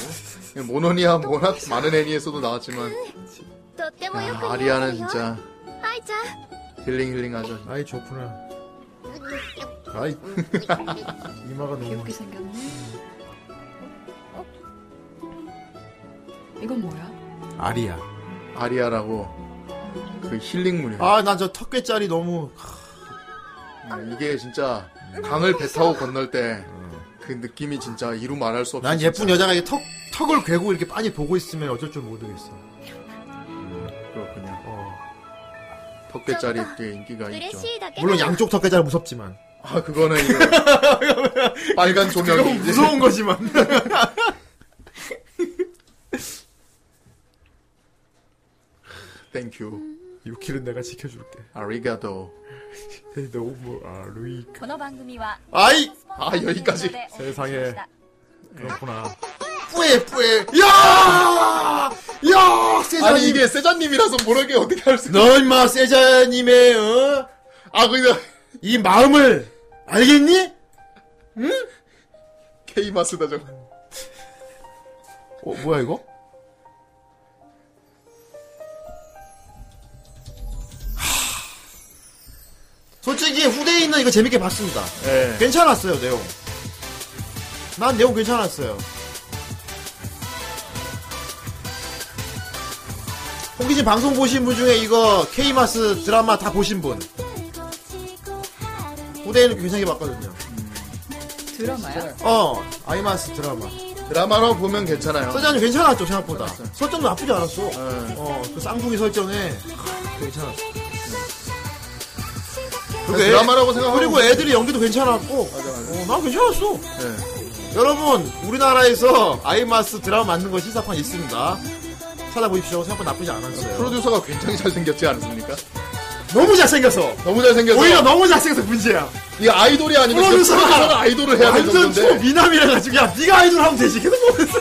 [SPEAKER 2] 모논이야 모나 많은 애니에서도 나왔지만
[SPEAKER 9] とってもよく似合
[SPEAKER 2] 야,
[SPEAKER 9] う
[SPEAKER 2] 아, 아리아는
[SPEAKER 9] よ
[SPEAKER 2] 진짜
[SPEAKER 9] 愛ちゃん
[SPEAKER 2] 힐링 힐링하죠
[SPEAKER 1] 아이 좋구나. 아이 <laughs> 이마가 너무.
[SPEAKER 3] 귀엽게 생겼네. 이건 뭐야?
[SPEAKER 1] 아리야.
[SPEAKER 2] 아리아라고 그 힐링물이에요
[SPEAKER 1] 아 나 저 턱괴짜리 너무.
[SPEAKER 2] 음, 이게 진짜 강을 배 타고 건널 때 그 느낌이 진짜 이루 말할 수 없이
[SPEAKER 1] 난 예쁜
[SPEAKER 2] 진짜
[SPEAKER 1] 여자가 이렇게 턱 턱을 괴고 이렇게 빤히 보고 있으면 어쩔 줄 모르겠어.
[SPEAKER 2] 그렇군요
[SPEAKER 1] 네? 어.
[SPEAKER 2] 턱대짜리 꽤 인기가
[SPEAKER 9] 嬉
[SPEAKER 2] 있죠
[SPEAKER 9] しいだけ
[SPEAKER 1] 물론 양쪽 턱괴짜리 무섭지만.
[SPEAKER 2] 아 그거는
[SPEAKER 1] <laughs>
[SPEAKER 2] 이거 빨간 조명이 이제
[SPEAKER 1] 무서운 거지만.
[SPEAKER 2] 땡큐
[SPEAKER 1] <laughs> 유키는 내가 지켜줄게.
[SPEAKER 2] 아리가도
[SPEAKER 1] 너무 아루이.
[SPEAKER 9] この番組は
[SPEAKER 1] 아이
[SPEAKER 2] 아 여기까지
[SPEAKER 4] 세상에. 그렇구나.
[SPEAKER 1] 뿌에 뿌에. 야. 야 세자님.
[SPEAKER 2] 아니 이게 세자님이라서 모르게 어떻게 할 수 있어
[SPEAKER 1] 너 임마 세자님의 어?
[SPEAKER 2] 아 그냥 <laughs>
[SPEAKER 1] 이 마음을 알겠니?
[SPEAKER 2] 케이마스다 저거
[SPEAKER 1] 어 뭐야 이거? 하. 솔직히 후대인은 이거 재밌게 봤습니다.
[SPEAKER 2] 예
[SPEAKER 1] 괜찮았어요 내용. 난 내용 괜찮았어요. 홍기진 방송 보신 분 중에 이거 케이마스 드라마 다 보신 분 후대인은 굉장히 봤거든요.
[SPEAKER 3] 드라마야?
[SPEAKER 1] 어 아이마스 드라마.
[SPEAKER 2] 드라마로 보면 괜찮아요
[SPEAKER 1] 설정이 괜찮았죠 생각보다. 설정도 나쁘지 않았어.
[SPEAKER 2] 네.
[SPEAKER 1] 어그 쌍둥이 설정에 괜찮았어. 그리고 애-
[SPEAKER 2] 드라마라고 생각하고
[SPEAKER 1] 그리고 애들이 연기도 괜찮았고 어, 난 괜찮았어.
[SPEAKER 2] 예,
[SPEAKER 1] 여러분 우리나라에서 아이마스 드라마 만든 거 시사판 있습니다. 찾아보십시오. 생각보다 나쁘지 않았어요.
[SPEAKER 2] 프로듀서가 굉장히 잘생겼지 않습니까?
[SPEAKER 1] 너무 잘생겨서
[SPEAKER 2] 너무 잘생겨서
[SPEAKER 1] 오히려 너무 잘생겨서 문제야.
[SPEAKER 2] 이 아이돌이 아니면
[SPEAKER 1] 프로듀서가
[SPEAKER 2] 프로듀서가 아이돌을 해야 될
[SPEAKER 1] 완전 초
[SPEAKER 2] 정도인데
[SPEAKER 1] 미남이라 가지고 야 네가 아이돌 하면 되지. 계속 보면서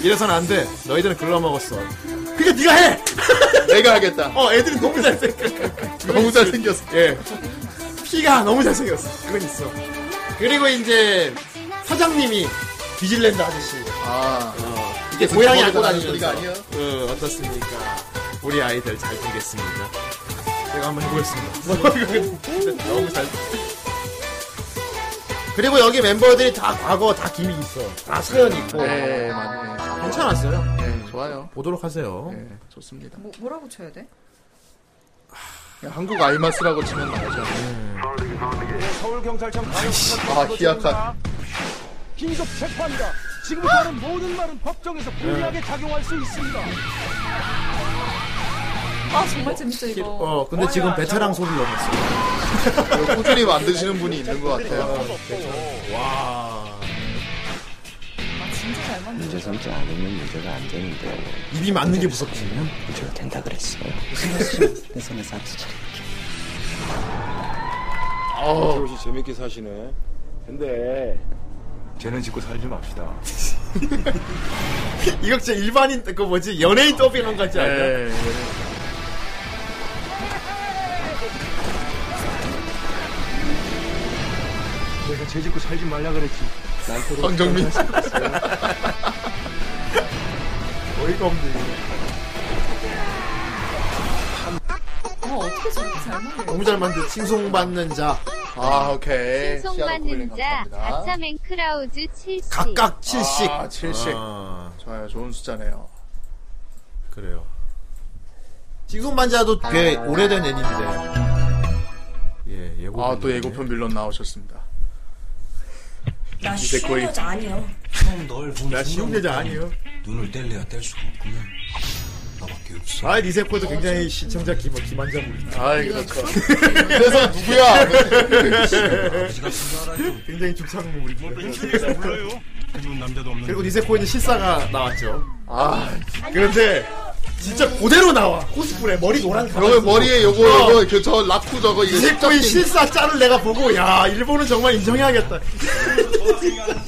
[SPEAKER 1] 이래선 안 돼. 너희들은 글러먹었어. 그게 네가 해.
[SPEAKER 2] 내가 하겠다
[SPEAKER 1] 어 애들이 너무 잘생겨.
[SPEAKER 2] 너무 잘생겼어
[SPEAKER 1] 예. 피가 너무 잘생겼어. 그건 있어. 그리고 이제 사장님이 뒤질랜드 아저씨.
[SPEAKER 2] 아
[SPEAKER 1] 이게
[SPEAKER 2] 무슨
[SPEAKER 1] 고양이 안고 어,
[SPEAKER 2] 저버리고
[SPEAKER 1] 그 다니는
[SPEAKER 2] 소리가 아니에요?
[SPEAKER 1] 어, 어떻습니까? 우리 아이들 잘 키겠습니다. 제가 한번 뭐, <laughs> 해보겠습니다. 너무 잘. 그리고 여기 멤버들이 다 과거 다 기믹 있어. 다 사연 있고.
[SPEAKER 2] 네 맞네
[SPEAKER 1] 괜찮았어요.
[SPEAKER 2] 네 좋아요
[SPEAKER 1] 보도록 하세요.
[SPEAKER 2] 네 좋습니다
[SPEAKER 3] 뭐, 뭐라고 쳐야 돼?
[SPEAKER 2] 한국 아이마스라고 치면 나오죠
[SPEAKER 4] 서울경찰청
[SPEAKER 2] 아 희약한
[SPEAKER 6] 긴급 체포합니다. 지금부터 하는 모든 말은 법정에서 불리하게
[SPEAKER 10] 네.
[SPEAKER 6] 작용할 수 있습니다.
[SPEAKER 3] 아 정말 재밌어 이거.
[SPEAKER 1] 어, 근데 지금 베테랑 소리를 넣었어.
[SPEAKER 2] 이거 꾸준히 만드시는 분이 있는 것 같아요
[SPEAKER 1] 어,
[SPEAKER 3] 아 진짜 잘 만든.
[SPEAKER 11] 문제 삼지 않으면 문제가 안 되는데
[SPEAKER 1] 입이 맞는 게 무섭지.
[SPEAKER 11] 문제가 그렇죠. 된다 그랬어요. 내 손에서 앞서 처리.
[SPEAKER 2] 어
[SPEAKER 11] 재밌게 사시네. 근데 죄는 짓고 살지 맙시다.
[SPEAKER 1] <laughs> 이거 진짜 일반인, 그 뭐지, 연예인 더빙한 거지 않냐?
[SPEAKER 2] 네.
[SPEAKER 11] 내가 죄 짓고 살지 말라 그랬지. 난토로
[SPEAKER 1] 어,
[SPEAKER 2] 황정민
[SPEAKER 1] 어이가 없네.
[SPEAKER 3] 어 어떻게 저렇게 잘 만들어?
[SPEAKER 1] 너무 잘 만든 칭송받는 자.
[SPEAKER 2] 아 오케이
[SPEAKER 9] 송받는 자
[SPEAKER 2] 아
[SPEAKER 9] 아차맨 크라우즈 70
[SPEAKER 1] 각각 7씩.
[SPEAKER 2] 7식 아, 좋아요 좋은 숫자네요
[SPEAKER 1] 그래요. 징송반자도 꽤 오래된 애니인데. 예, 예고.
[SPEAKER 2] 아 또 예고편 빌런 나오셨습니다 이제 거의
[SPEAKER 12] 뭐
[SPEAKER 4] 나 신용여자 아니에요.
[SPEAKER 11] 눈을 뗄래야 뗄 수가 없구만.
[SPEAKER 12] 나밖에 없어.
[SPEAKER 1] 아, 니세코도 굉장히 시청자 기만, 기만자물.
[SPEAKER 2] 아이, <laughs> 그렇죠.
[SPEAKER 1] 그래서 누구야? 굉장히 죽창물이.
[SPEAKER 12] 뭐 그리고 남자도 없는.
[SPEAKER 1] 그 그리고 니세코에는 실사가 나왔죠. 아, 그런데 진짜 그대로 나와. 코스프레, 머리 노란 가방.
[SPEAKER 2] 요거 머리에 요거, 요거, 그, 저, 라쿠 저거, 이거.
[SPEAKER 1] 니세코의
[SPEAKER 2] 십자핀.
[SPEAKER 1] 실사 짤을 내가 보고, 야, 일본은 정말 인정해야겠다.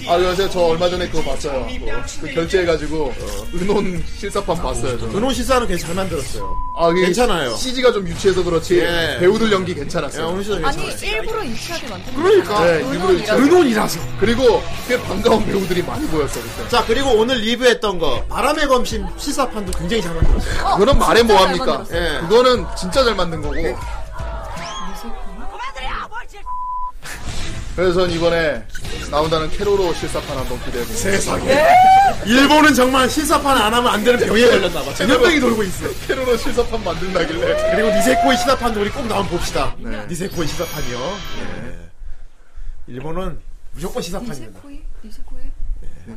[SPEAKER 2] 아, 요새 저 얼마 전에 그거 봤어요. 그거. 그 결제해가지고, 은혼 실사판 봤어요. 저는.
[SPEAKER 1] 그놈 실사는 되게 잘 만들었어요.
[SPEAKER 2] 아, 그게
[SPEAKER 1] 괜찮아요.
[SPEAKER 2] CG가 좀 유치해서 그렇지,
[SPEAKER 1] 예.
[SPEAKER 2] 배우들 연기 괜찮았어요.
[SPEAKER 1] 예, 은혼 실사
[SPEAKER 3] 아니 일부러 유치하게 만든
[SPEAKER 2] 네, 일부러 유치해서.
[SPEAKER 1] 은혼이라서.
[SPEAKER 2] 그리고 꽤 반가운 배우들이 많이 보였어, 그때.
[SPEAKER 1] 자, 그리고 오늘 리뷰했던 거, 바람의 검심 실사판도 굉장히 잘 만들었어요.
[SPEAKER 2] 그런 말에 뭐합니까?
[SPEAKER 1] 예.
[SPEAKER 2] 그거는 진짜 잘 만든 거고. 그래서 전 이번에 나온다는 캐로로 실사판 한번 기대해보고.
[SPEAKER 1] 세상에. 일본은 정말 실사판 안 하면 안 되는 병에 걸렸나봐. 전염병이 돌고 있어.
[SPEAKER 2] 캐로로 실사판 만든다길래.
[SPEAKER 1] 그리고 니세코의 시사판도 우리 꼭 나온 봅시다. 니세코의 시사판이요. 네. 일본은 무조건 시사판입니다.
[SPEAKER 3] 니세코이? 니세코이?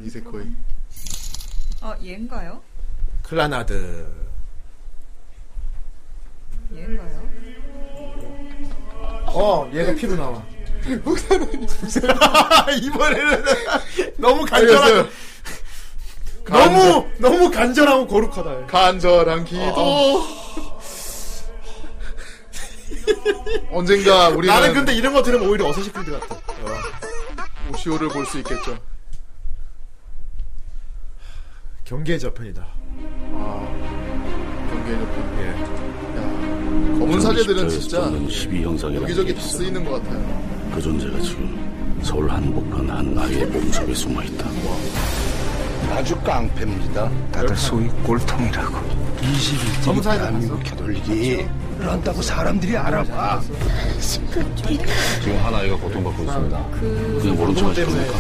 [SPEAKER 2] 니세코이.
[SPEAKER 3] 아 얘인가요?
[SPEAKER 1] 클라나드.
[SPEAKER 3] 얘인가요?
[SPEAKER 1] 어, 얘가 피로 나와. <laughs> 이번에는 너무 간절하고
[SPEAKER 2] 알겠어요.
[SPEAKER 1] 너무 너무 간절하고 거룩하다.
[SPEAKER 2] 간절한 어, 기도. 언젠가 우리는
[SPEAKER 1] 나는 근데 이런 거 들으면 오히려 어서시 필드 같아.
[SPEAKER 2] 오시오를 볼 수 있겠죠.
[SPEAKER 1] 경계의 저편이다.
[SPEAKER 2] 아, 경기에 접근.
[SPEAKER 1] 예.
[SPEAKER 2] 야, 검은 사제들은 진짜
[SPEAKER 10] 12 형상이라는
[SPEAKER 2] 여기저기 다
[SPEAKER 10] 게 있어.
[SPEAKER 2] 쓰이는 것 같아요.
[SPEAKER 10] 그 존재가 지금 서울 한복판 한 아이의 몸속에 숨어 있다. 아주 깡패입니다. 다들 소위 꼴통이라고. 21대 대한민국 개돌리기 그런다고 사람들이 알아봐. 지금 한 아이가 고통받고 있습니다. 그냥 모른 척 하실 겁니까?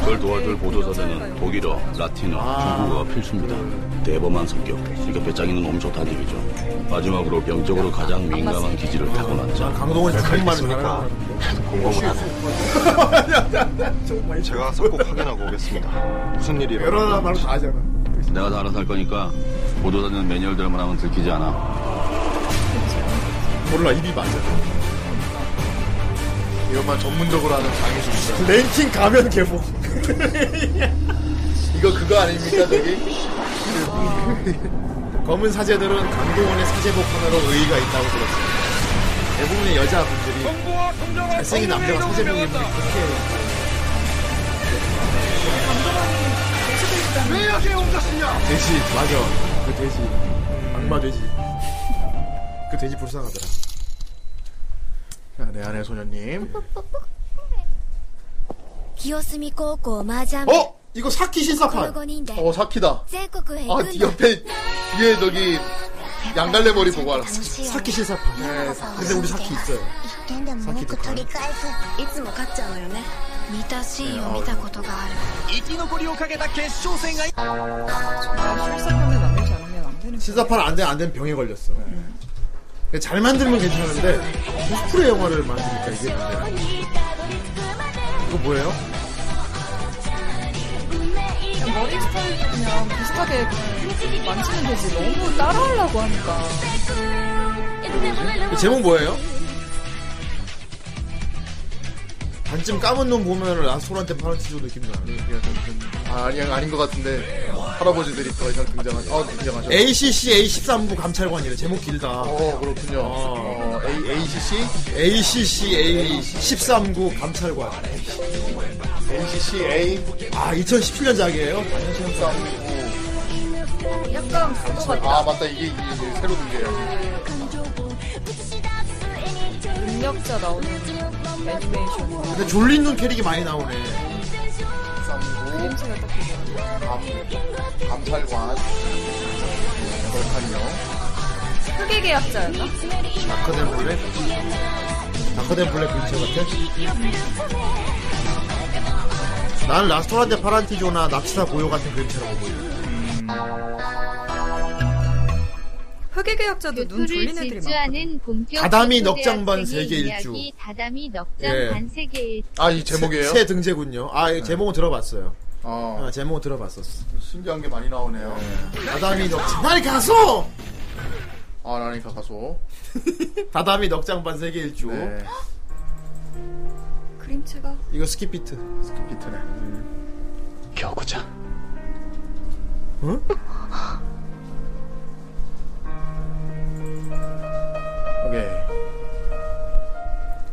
[SPEAKER 10] 그걸 도와줄 보조사자는 독일어, 라틴어,
[SPEAKER 1] 아.
[SPEAKER 10] 중국어가 필수입니다. 대범한 성격, 그러니까 배짱이는 엄청 좋다는 얘기죠. 마지막으로 병적으로 가장 민감한 기질을 타고난 자.
[SPEAKER 1] 강동원이 그런 말을 잘하나?
[SPEAKER 10] 공공을 하고
[SPEAKER 1] <laughs>
[SPEAKER 12] 제가 꼭 확인하고 오겠습니다. 무슨 일이에요?
[SPEAKER 1] 여러 나라 말을 다 하잖아.
[SPEAKER 10] 내가 다 알아서 할 거니까 보도사는 매뉴얼 드라마 하면 들키지 않아.
[SPEAKER 1] 몰라 입이 맞아.
[SPEAKER 2] 이것만 전문적으로 하는 장희준 씨.
[SPEAKER 1] 랭킹 가면 개봉.
[SPEAKER 2] <laughs> 이거 그거 아닙니까 저기?
[SPEAKER 1] <laughs> 검은 사제들은 강동원의 사제복 하나로 의의가 있다고 들었어요. 대부분의 여자분들이 잘생긴 남자가 사제복 입으면 그렇게
[SPEAKER 12] 왜 여기에 옮겼느냐?
[SPEAKER 1] 돼지 맞아 그 돼지 악마 돼지 그 돼지 불쌍하더라.
[SPEAKER 2] 자, 내 아내 네, 소녀님.
[SPEAKER 9] 清澄高校麻雀部
[SPEAKER 1] 어 이거 사키
[SPEAKER 9] この
[SPEAKER 1] 신사판.
[SPEAKER 9] 5人で
[SPEAKER 2] 어 사키다.
[SPEAKER 9] 全国へ行
[SPEAKER 2] 아
[SPEAKER 1] 네,
[SPEAKER 9] くん
[SPEAKER 1] 그러니까.
[SPEAKER 2] 뒤-
[SPEAKER 9] だ
[SPEAKER 2] 옆에 뒤에 저기 양갈래 머리 보고 알았어.
[SPEAKER 9] 楽しいよね
[SPEAKER 1] 사키 네. 신사판. 네,
[SPEAKER 9] 山田さんを
[SPEAKER 1] 근데
[SPEAKER 9] 信
[SPEAKER 1] 우리
[SPEAKER 9] じて
[SPEAKER 1] 사키 있어요.
[SPEAKER 9] 一点でも多く取り返すいつも勝っちゃうのよね似たシーンを見たことがある
[SPEAKER 3] 출사병을 만들지 않으면 안 되는
[SPEAKER 1] 신사판 안 되면 안된 병에 걸렸어.
[SPEAKER 2] 네.
[SPEAKER 1] 근데 잘 만들면 괜찮은데 코스프레 영화를 만드니까 이게 문제야. 이거 뭐예요?
[SPEAKER 3] 그냥 머리 스타일도 그냥 비슷하게 만지면 되지 너무 따라하려고 하니까
[SPEAKER 1] 이그 제목 뭐예요? 반쯤 까만 눈 보면은 라솔한테 파란 티저 느낌 나는.
[SPEAKER 2] 네, 아 아니야 아닌 것 같은데 할아버지들이 더 이상 등장한. 어 등장하죠.
[SPEAKER 1] ACC A13부 감찰관이래. 제목 길다.
[SPEAKER 2] 어
[SPEAKER 1] 아.
[SPEAKER 2] 그렇군요. 어, A A C C
[SPEAKER 1] ACC A13부 감찰관.
[SPEAKER 2] A C C A
[SPEAKER 1] 아, 2017년작이에요?
[SPEAKER 3] 약간 그거가
[SPEAKER 2] 아
[SPEAKER 3] 있다
[SPEAKER 2] 맞다 이게, 이게 이제 새로 등재해요.
[SPEAKER 3] 능력자 나오는 애니메이션
[SPEAKER 1] 근데 졸린 눈 캐릭이 많이 나오네.
[SPEAKER 2] 쌈구
[SPEAKER 3] 냄새가 딱 그거
[SPEAKER 2] 감 감찰관 그렇군요.
[SPEAKER 3] 흑의 계약자였나?
[SPEAKER 1] 다크댄 블랙? 다크댄 블랙 근처 같아? 난 라스토란데 파란티조나 납치사 고요 같은 그림체라고 보여.
[SPEAKER 3] 흑의 계약자도 눈 졸린 애들이 많거든
[SPEAKER 13] 본격
[SPEAKER 1] 다다미 넉장반 세계 일주.
[SPEAKER 13] 다다미
[SPEAKER 1] 예.
[SPEAKER 13] 넉장반 세계 일주
[SPEAKER 2] 아이 제목이에요?
[SPEAKER 1] 새, 새 등재군요. 아, 이 제목은 예, 들어봤어요. 아, 제목 들어봤었어.
[SPEAKER 2] 신기한 게 많이 나오네요.
[SPEAKER 1] 다다미 넉장. 나리 가소!
[SPEAKER 2] 아, 나니 가소.
[SPEAKER 1] 다다미 넉장반 세계 일주.
[SPEAKER 2] 네.
[SPEAKER 3] 그림체가
[SPEAKER 1] 이거 스킵 비트.
[SPEAKER 2] 스킵 비트네. 음.
[SPEAKER 14] 겨우자.
[SPEAKER 1] 응?
[SPEAKER 2] 오케이.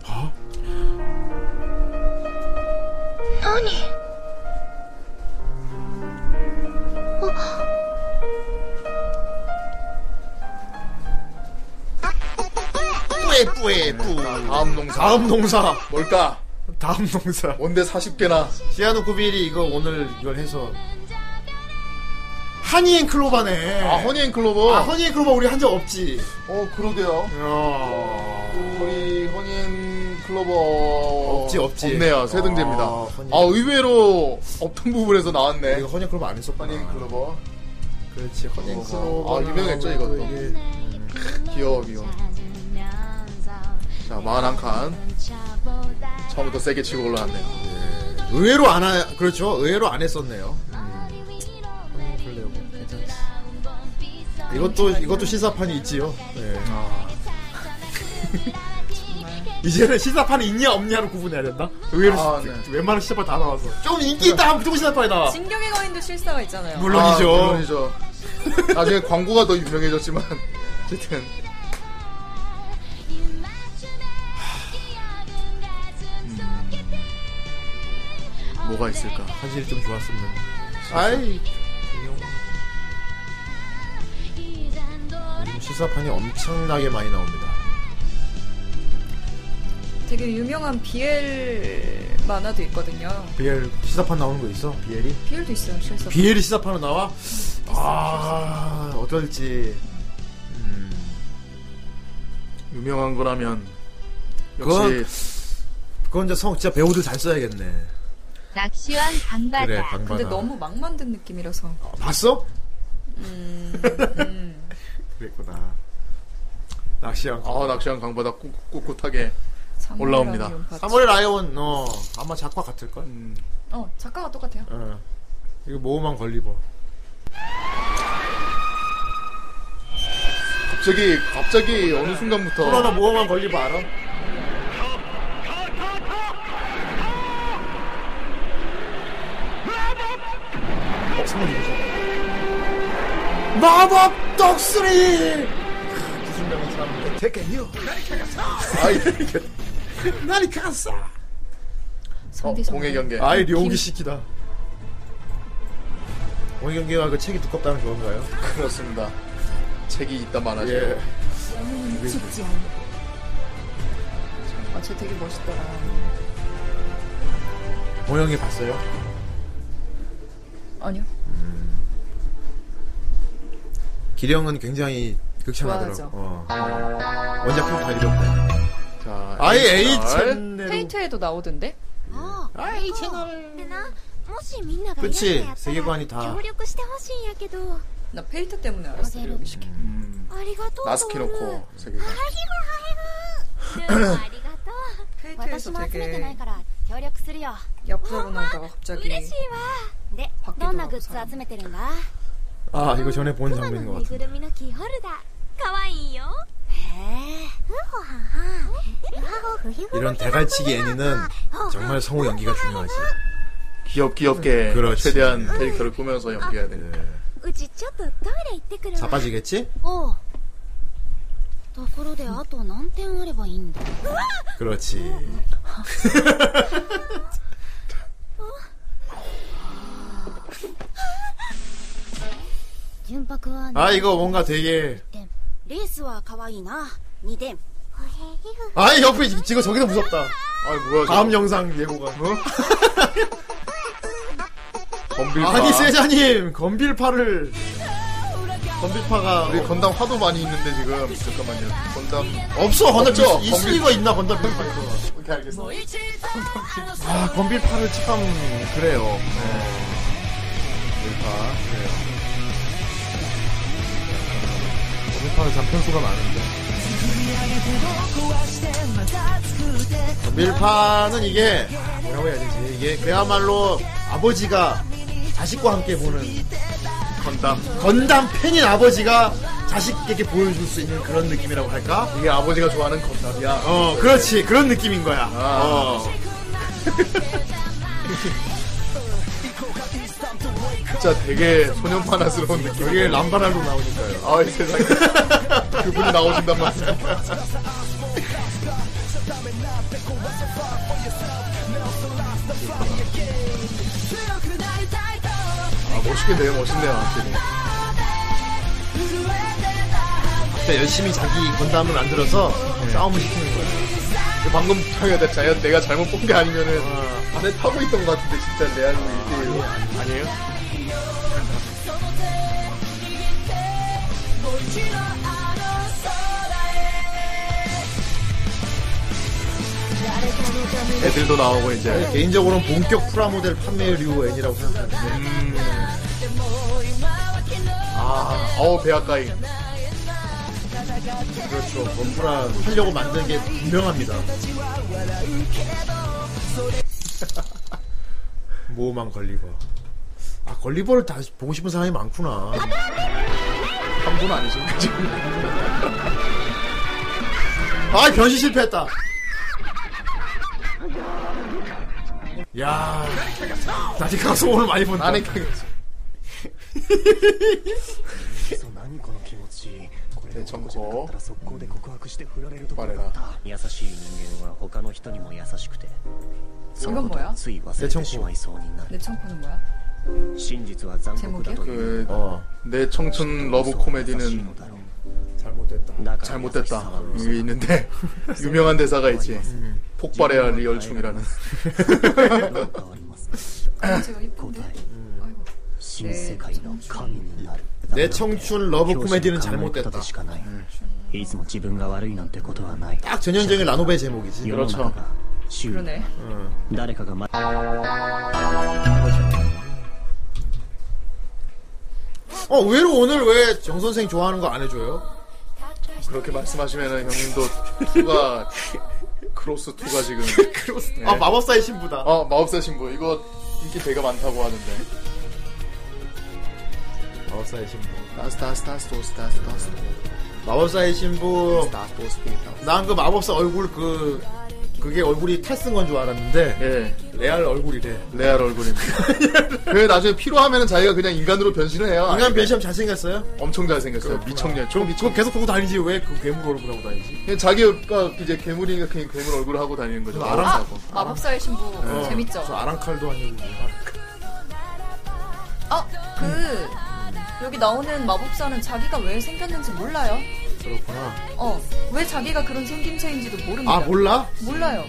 [SPEAKER 1] 어? 뿌에 뿌에 뿌.
[SPEAKER 2] 다음 농사.
[SPEAKER 1] 다음 농사.
[SPEAKER 2] 뭘까?
[SPEAKER 1] 다음 농사.
[SPEAKER 2] 뭔데 40개나.
[SPEAKER 1] 시아노 구비리 이거 오늘 이걸 해서. 하니앤 클로버네.
[SPEAKER 2] 아, 허니앤 클로버.
[SPEAKER 1] 아, 허니앤 클로버 우리 한 적 없지.
[SPEAKER 2] 어, 그러게요. 우리 허니앤 클로버.
[SPEAKER 1] 없지, 없지.
[SPEAKER 2] 없네요. 세 등재입니다.
[SPEAKER 1] 아,
[SPEAKER 2] 아,
[SPEAKER 1] 허니앤
[SPEAKER 2] 의외로 없던 부분에서 나왔네.
[SPEAKER 1] 이거 허니앤 클로버 안 했었구나.
[SPEAKER 2] 허니앤 클로버.
[SPEAKER 1] 그렇지, 허니앤 클로버.
[SPEAKER 2] 아, 유명했죠, 이것도. 귀여워, 귀여워. 자, 41칸. 처음부터 세게 치고 올라왔네요.
[SPEAKER 1] 의외로 안 하, 그렇죠. 의외로 안 했었네요. 음. 이것도 이것도 시사판이 있지요. 네.
[SPEAKER 2] 아.
[SPEAKER 1] <laughs> 이제는 시사판이 있냐 없냐로 구분해야 된다. 의외로
[SPEAKER 2] 아,
[SPEAKER 1] 시-
[SPEAKER 2] 네.
[SPEAKER 1] 웬만한 시사판 다 나와서 좀 인기 있다 하면 무조건 시사판이 나와.
[SPEAKER 3] 진격의 거인도 실사가 있잖아요.
[SPEAKER 1] 물론이죠.
[SPEAKER 2] 아, 물론이죠. 나중에 광고가 더 유명해졌지만 어쨌든 음. 뭐가 있을까?
[SPEAKER 1] 사실 좀 좋았으면.
[SPEAKER 2] 아이
[SPEAKER 1] 요즘 시사판이 엄청나게 많이 나옵니다.
[SPEAKER 3] 되게 유명한 BL 만화도 있거든요.
[SPEAKER 1] BL 시사판 나오는 거 있어? BL이?
[SPEAKER 3] BL도 있어요, 실사.
[SPEAKER 1] BL이 시사판으로 나와? 아 어떨지. 음.
[SPEAKER 2] 유명한 거라면
[SPEAKER 1] 그건-
[SPEAKER 2] 역시
[SPEAKER 1] 그건 이제 성 진짜 배우들 잘 써야겠네.
[SPEAKER 15] 낚시왕 강바다.
[SPEAKER 2] 네,
[SPEAKER 1] 그래, 강바다. 아,
[SPEAKER 3] 근데 너무 막 만든 느낌이라서.
[SPEAKER 1] 봤어?
[SPEAKER 3] 음,
[SPEAKER 1] <laughs> 그랬구나. 낚시왕.
[SPEAKER 2] 아 낚시한 강보다 꿋- 꿋꿋하게
[SPEAKER 3] 사무라이
[SPEAKER 2] 올라옵니다.
[SPEAKER 3] 라이온 봤지.
[SPEAKER 1] 사무엘 아이온 어 아마 작화 같을 걸.
[SPEAKER 2] 음,
[SPEAKER 3] 어, 작가가 똑같아요.
[SPEAKER 1] 어. 이거 모험한 걸리버.
[SPEAKER 2] 갑자기 갑자기 어느 순간부터
[SPEAKER 1] 코로나 모험한 걸리버 알아? 어, 마법 독수리.
[SPEAKER 2] 무슨 명은 사람들
[SPEAKER 1] 대캔요.
[SPEAKER 2] 아이 이렇게
[SPEAKER 1] 나리 카사.
[SPEAKER 2] 공의 경계
[SPEAKER 1] 아이 료기 시키다. 원경계가 그 책이 두껍다는 그건가요?
[SPEAKER 2] 그렇습니다. 책이 있다 말하죠.
[SPEAKER 1] 예.
[SPEAKER 3] 쉽지 않아. 아, 쟤 되게 멋있더라.
[SPEAKER 1] 원경계 봤어요?
[SPEAKER 3] 아니요.
[SPEAKER 2] 네,
[SPEAKER 1] 기령은 굉장히 극찬하더라고.
[SPEAKER 3] 좋아하죠.
[SPEAKER 1] 어. 원작품 다 읽었고.
[SPEAKER 2] 자,
[SPEAKER 1] 아이
[SPEAKER 2] 에이
[SPEAKER 1] 에이
[SPEAKER 2] 채널.
[SPEAKER 3] 페이트에도 나오던데?
[SPEAKER 16] あいいチャンネルなもしみんなが嫌
[SPEAKER 1] 그치
[SPEAKER 16] だやったら
[SPEAKER 1] 세계관이 다
[SPEAKER 16] 協力してほしいんやけど
[SPEAKER 3] 나 페이트 때문에 알았어, 료기 시키.
[SPEAKER 16] ありがとうと思う
[SPEAKER 2] 나스케노코 세계관.
[SPEAKER 3] <laughs>
[SPEAKER 16] 私も集めてないから協力するよ
[SPEAKER 3] 야쿠자로 나오다가 갑자기
[SPEAKER 16] 嬉しいわでどんなグッズ集めてるんだ
[SPEAKER 1] 아 이거 전에 본 장면인 것
[SPEAKER 16] ぬい
[SPEAKER 1] 같아.
[SPEAKER 16] ぐるみのキーホルダーかわいいよへえふほはんはん
[SPEAKER 1] 이런 대갈치기 애니는 정말 성우 연기가 중요하지.
[SPEAKER 2] 귀엽 귀엽게
[SPEAKER 1] 그렇지. 예.
[SPEAKER 2] 최대한 캐릭터를 꾸면서 연기해야 돼.
[SPEAKER 16] うちちょっとトイレ行ってくるわ
[SPEAKER 1] 자빠지겠지?
[SPEAKER 16] おうところであと何点あればいいんだ
[SPEAKER 1] 그렇지.
[SPEAKER 16] 純白は
[SPEAKER 1] 아 이거 뭔가 되게
[SPEAKER 16] レースは可愛いな2点
[SPEAKER 1] 아 옆에 지- 지금 저기도 무섭다.
[SPEAKER 2] 아 뭐야?
[SPEAKER 1] 다음 영상 예고가. 어?
[SPEAKER 2] 건빌파.
[SPEAKER 1] 아니 세자님 건빌파를 건빌파가
[SPEAKER 2] 우리 건담 화도 많이 있는데 지금 잠깐만요. 건담
[SPEAKER 1] 없어 건담
[SPEAKER 2] 없죠?
[SPEAKER 1] 이- 이순이가 있나 건담 빌파에서.
[SPEAKER 2] 오케이 알겠어.
[SPEAKER 1] 아 건빌파를 참 그래요. 네. 건빌파 그래요. 건빌파는 참 편수가 많은데. 밀파는 이게 뭐라고 해야 되지? 이게 그야말로 아버지가 자식과 함께 보는
[SPEAKER 2] 건담
[SPEAKER 1] 건담 팬인 아버지가 자식에게 보여줄 수 있는 그런 느낌이라고 할까?
[SPEAKER 2] 이게 그러니까 아버지가 좋아하는 건담이야.
[SPEAKER 1] 어, 그렇지. 그런 느낌인 거야. 어.
[SPEAKER 2] <laughs> 진짜 되게 소년 만화스러운 느낌.
[SPEAKER 1] 여기에 람바랄로 나오니까요.
[SPEAKER 2] 아이 세상에. <laughs> 그분이 나오신단 말이야. <laughs> 아 멋있게 되게 멋있네요 확실히.
[SPEAKER 1] 진짜 열심히 자기 건담을 만들어서 싸움을 시키는 거야.
[SPEAKER 2] 그 방금 타야 돼 자연 내가 잘못 본 게 아니면은 안에 타고 있던 것 같은데 진짜 레알로 이게 아니에요?
[SPEAKER 1] 애들도 나오고 이제 개인적으로는 본격 프라모델 판매류 N이라고 생각하는데
[SPEAKER 2] 음. 아 어우 배아까이
[SPEAKER 1] 그렇죠 건프라 하려고 만든 게
[SPEAKER 2] <laughs>
[SPEAKER 1] 분명합니다 모험한 걸리버 아 걸리버를 다시 보고 싶은 사람이 많구나
[SPEAKER 2] 한 분 아니죠?
[SPEAKER 1] 아 변신 실패했다 야 나직 가서 오늘 많이 본다
[SPEAKER 2] 나는 가겠어. 네, 정코. 말해라.
[SPEAKER 17] 優しい人間は他の人にも優しくてその
[SPEAKER 3] 건
[SPEAKER 17] ことを
[SPEAKER 3] 뭐야?
[SPEAKER 17] つい忘れて
[SPEAKER 1] 어,
[SPEAKER 17] しまいそうになる
[SPEAKER 3] 내 청코는 뭐야?
[SPEAKER 17] 真実は残酷だという
[SPEAKER 2] 그 내 청춘 러브 코미디는
[SPEAKER 1] 잘못됐다.
[SPEAKER 2] 잘못됐다. 이게 있는데 유명한 대사가 있지. 폭발해야 리얼충이라는.
[SPEAKER 3] 아, 제가 이쁜데? 음. 아이고. 네,
[SPEAKER 17] 新世界の神になる
[SPEAKER 1] 내 청춘 러브 코미디는 잘못됐다. 네.
[SPEAKER 17] いつも自分が悪いなんてことはない
[SPEAKER 1] 딱 전형적인 라노베 제목이지.
[SPEAKER 17] 世の
[SPEAKER 2] 그렇죠.
[SPEAKER 17] 中が周囲
[SPEAKER 3] 그러네.
[SPEAKER 17] 誰かがま
[SPEAKER 1] 어, 의외로 오늘 왜 정선생 좋아하는 거 안 해줘요?
[SPEAKER 2] 그렇게 말씀하시면은
[SPEAKER 1] <laughs>
[SPEAKER 2] 형님도 투가 크로스 투가 지금. 크로스.
[SPEAKER 1] 아, 마법사의 신부다.
[SPEAKER 2] 어 마법사 신부 이거 인기 되게 많다고 하는데.
[SPEAKER 1] 마법사의 신부.
[SPEAKER 2] 스타스타스토스타스토스.
[SPEAKER 1] 마법사의 신부.
[SPEAKER 2] 스타스토스타.
[SPEAKER 1] 난 그 마법사 얼굴 그, 그게 얼굴이 탈쓴 건 줄 알았는데.
[SPEAKER 2] 네.
[SPEAKER 1] 레알 얼굴이래.
[SPEAKER 2] 예, 레알 얼굴입니다. 그 나중에 필요하면은 자기가 그냥 인간으로 변신을 해요.
[SPEAKER 1] 인간
[SPEAKER 2] 아니면
[SPEAKER 1] 변시하면 잘생겼어요?
[SPEAKER 2] 엄청 잘생겼어요. 미청년. 저
[SPEAKER 1] 그거 계속 보고 다니지 왜 그 괴물 얼굴하고 다니지?
[SPEAKER 2] 그냥 자기가 이제 괴물이니까 그냥 괴물 얼굴 하고 다니는 거죠.
[SPEAKER 1] 저 아랑-
[SPEAKER 2] 마법사고.
[SPEAKER 3] 마법사의 신부
[SPEAKER 2] 어.
[SPEAKER 3] 재밌죠?
[SPEAKER 1] 저 아랑칼도 아니고.
[SPEAKER 3] 어, 그 여기 나오는 마법사는 자기가 왜 생겼는지 몰라요.
[SPEAKER 1] 그렇구나.
[SPEAKER 3] 어, 왜 자기가 그런 생김새인지도 모릅니다.
[SPEAKER 1] 아, 몰라? 음.
[SPEAKER 3] 몰라요.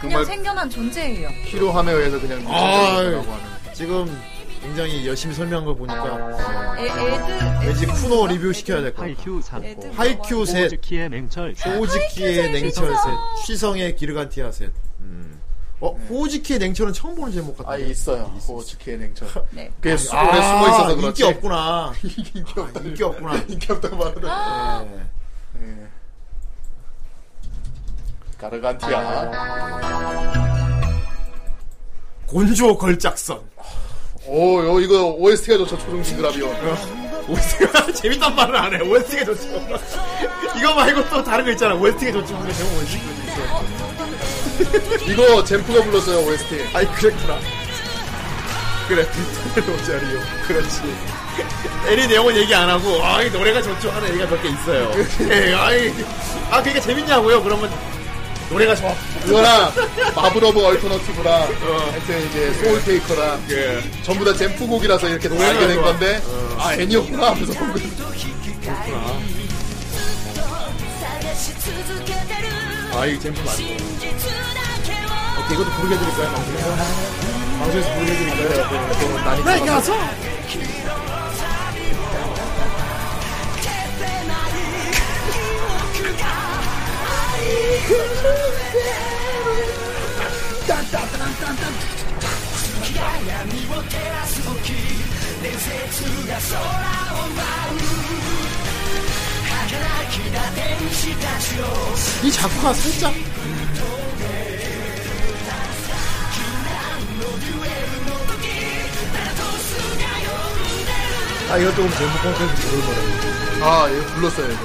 [SPEAKER 3] 그냥
[SPEAKER 2] 정말-
[SPEAKER 3] 생겨난 존재예요.
[SPEAKER 2] 필요함에 의해서 그냥
[SPEAKER 1] 아,
[SPEAKER 2] 미청년이라고 하는.
[SPEAKER 1] 지금 굉장히 열심히 설명한 거 보니까.
[SPEAKER 3] 에, 애드
[SPEAKER 1] 왠지 쿠노 리뷰 시켜야 될 것 같아.
[SPEAKER 3] 애드
[SPEAKER 1] 아, 네. 하이큐 셋.
[SPEAKER 18] 오즈키의 맹철
[SPEAKER 1] 호우지키의 냉철 셋,
[SPEAKER 3] 시선.
[SPEAKER 1] 취성의 기르간티아 셋. 음. 어, 호우지키의 냉철은 처음 보는 제목 같은데.
[SPEAKER 2] 아 있어요. 호츠키의 냉철.
[SPEAKER 3] 네.
[SPEAKER 2] 그게
[SPEAKER 1] 아,
[SPEAKER 2] 수- 오래 숨어 있어서
[SPEAKER 1] 인기
[SPEAKER 2] 그렇지.
[SPEAKER 1] 없구나.
[SPEAKER 2] 인기 없다.
[SPEAKER 1] 인기 없구나.
[SPEAKER 2] <laughs> 인기 없다고 말하더라.
[SPEAKER 1] 네.
[SPEAKER 2] 예. 가르간티아.
[SPEAKER 1] 곤조 걸작선.
[SPEAKER 2] 오, 요, 이거 OST가 좋죠. 초중신 드랍이요.
[SPEAKER 1] OST가 <laughs> 재밌단 말을 안 해. OST가 좋죠. 이거 말고 또 다른 거 있잖아. OST가 좋죠. 근데 제목 뭐지?
[SPEAKER 2] 이거 젠프가 불렀어요 OST.
[SPEAKER 1] 아이, 그랬구나. 그래, 로자리오. 그렇지. 애니 내용은 얘기 안 하고, 아, 이 노래가 좋죠. 하는 얘기가 몇 개
[SPEAKER 2] <laughs>
[SPEAKER 1] 있어요. 예, 아이, 아, 그러니까 재밌냐고요? 그러면 노래가 좋아.
[SPEAKER 2] 그거랑 마블러브 얼터너티브랑 하여튼 이제 소울테이커랑 전부 다 젠프 곡이라서 이렇게 다
[SPEAKER 1] 예. 노래가
[SPEAKER 2] 알게 된
[SPEAKER 1] 좋아. 어.
[SPEAKER 2] 건데 아 애니였구나 하면서
[SPEAKER 1] 아, 이거 잼프 맞네. 오케이, 이것도 부르게 해드릴까요, 방송에서? 방송에서 부르게 해드릴까요? 난이
[SPEAKER 2] 나가서.
[SPEAKER 1] 이 작화가 살짝. 아 이거 조금 전부 콘텐츠 부를 거라고.
[SPEAKER 2] 아, 얘 불렀어요, 이거.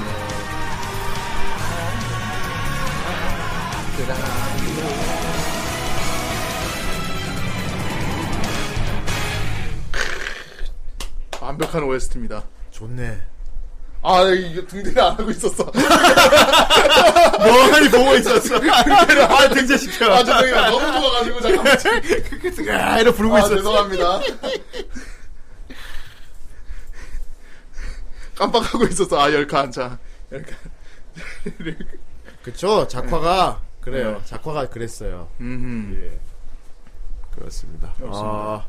[SPEAKER 2] 완벽한 OST입니다.
[SPEAKER 1] 좋네.
[SPEAKER 2] 아, 이거 등대를 안 하고 있었어.
[SPEAKER 1] <laughs> 멍하니 보고 있었어.
[SPEAKER 2] <laughs> 등대를
[SPEAKER 1] 아, 등재시켜.
[SPEAKER 2] 아, 죄송해요. 너무 좋아가지고,
[SPEAKER 1] <laughs>
[SPEAKER 2] 잠깐만.
[SPEAKER 1] 아, 이러 부르고
[SPEAKER 2] 아,
[SPEAKER 1] 있었어. <laughs>
[SPEAKER 2] 죄송합니다. 깜빡하고 있었어. 아, 열칸. 자, 열칸.
[SPEAKER 1] 그쵸? 작화가 그래요.
[SPEAKER 2] 네.
[SPEAKER 1] 작화가 그랬어요.
[SPEAKER 2] 음.
[SPEAKER 1] 예. 그렇습니다.
[SPEAKER 2] 그렇습니다.
[SPEAKER 1] 아,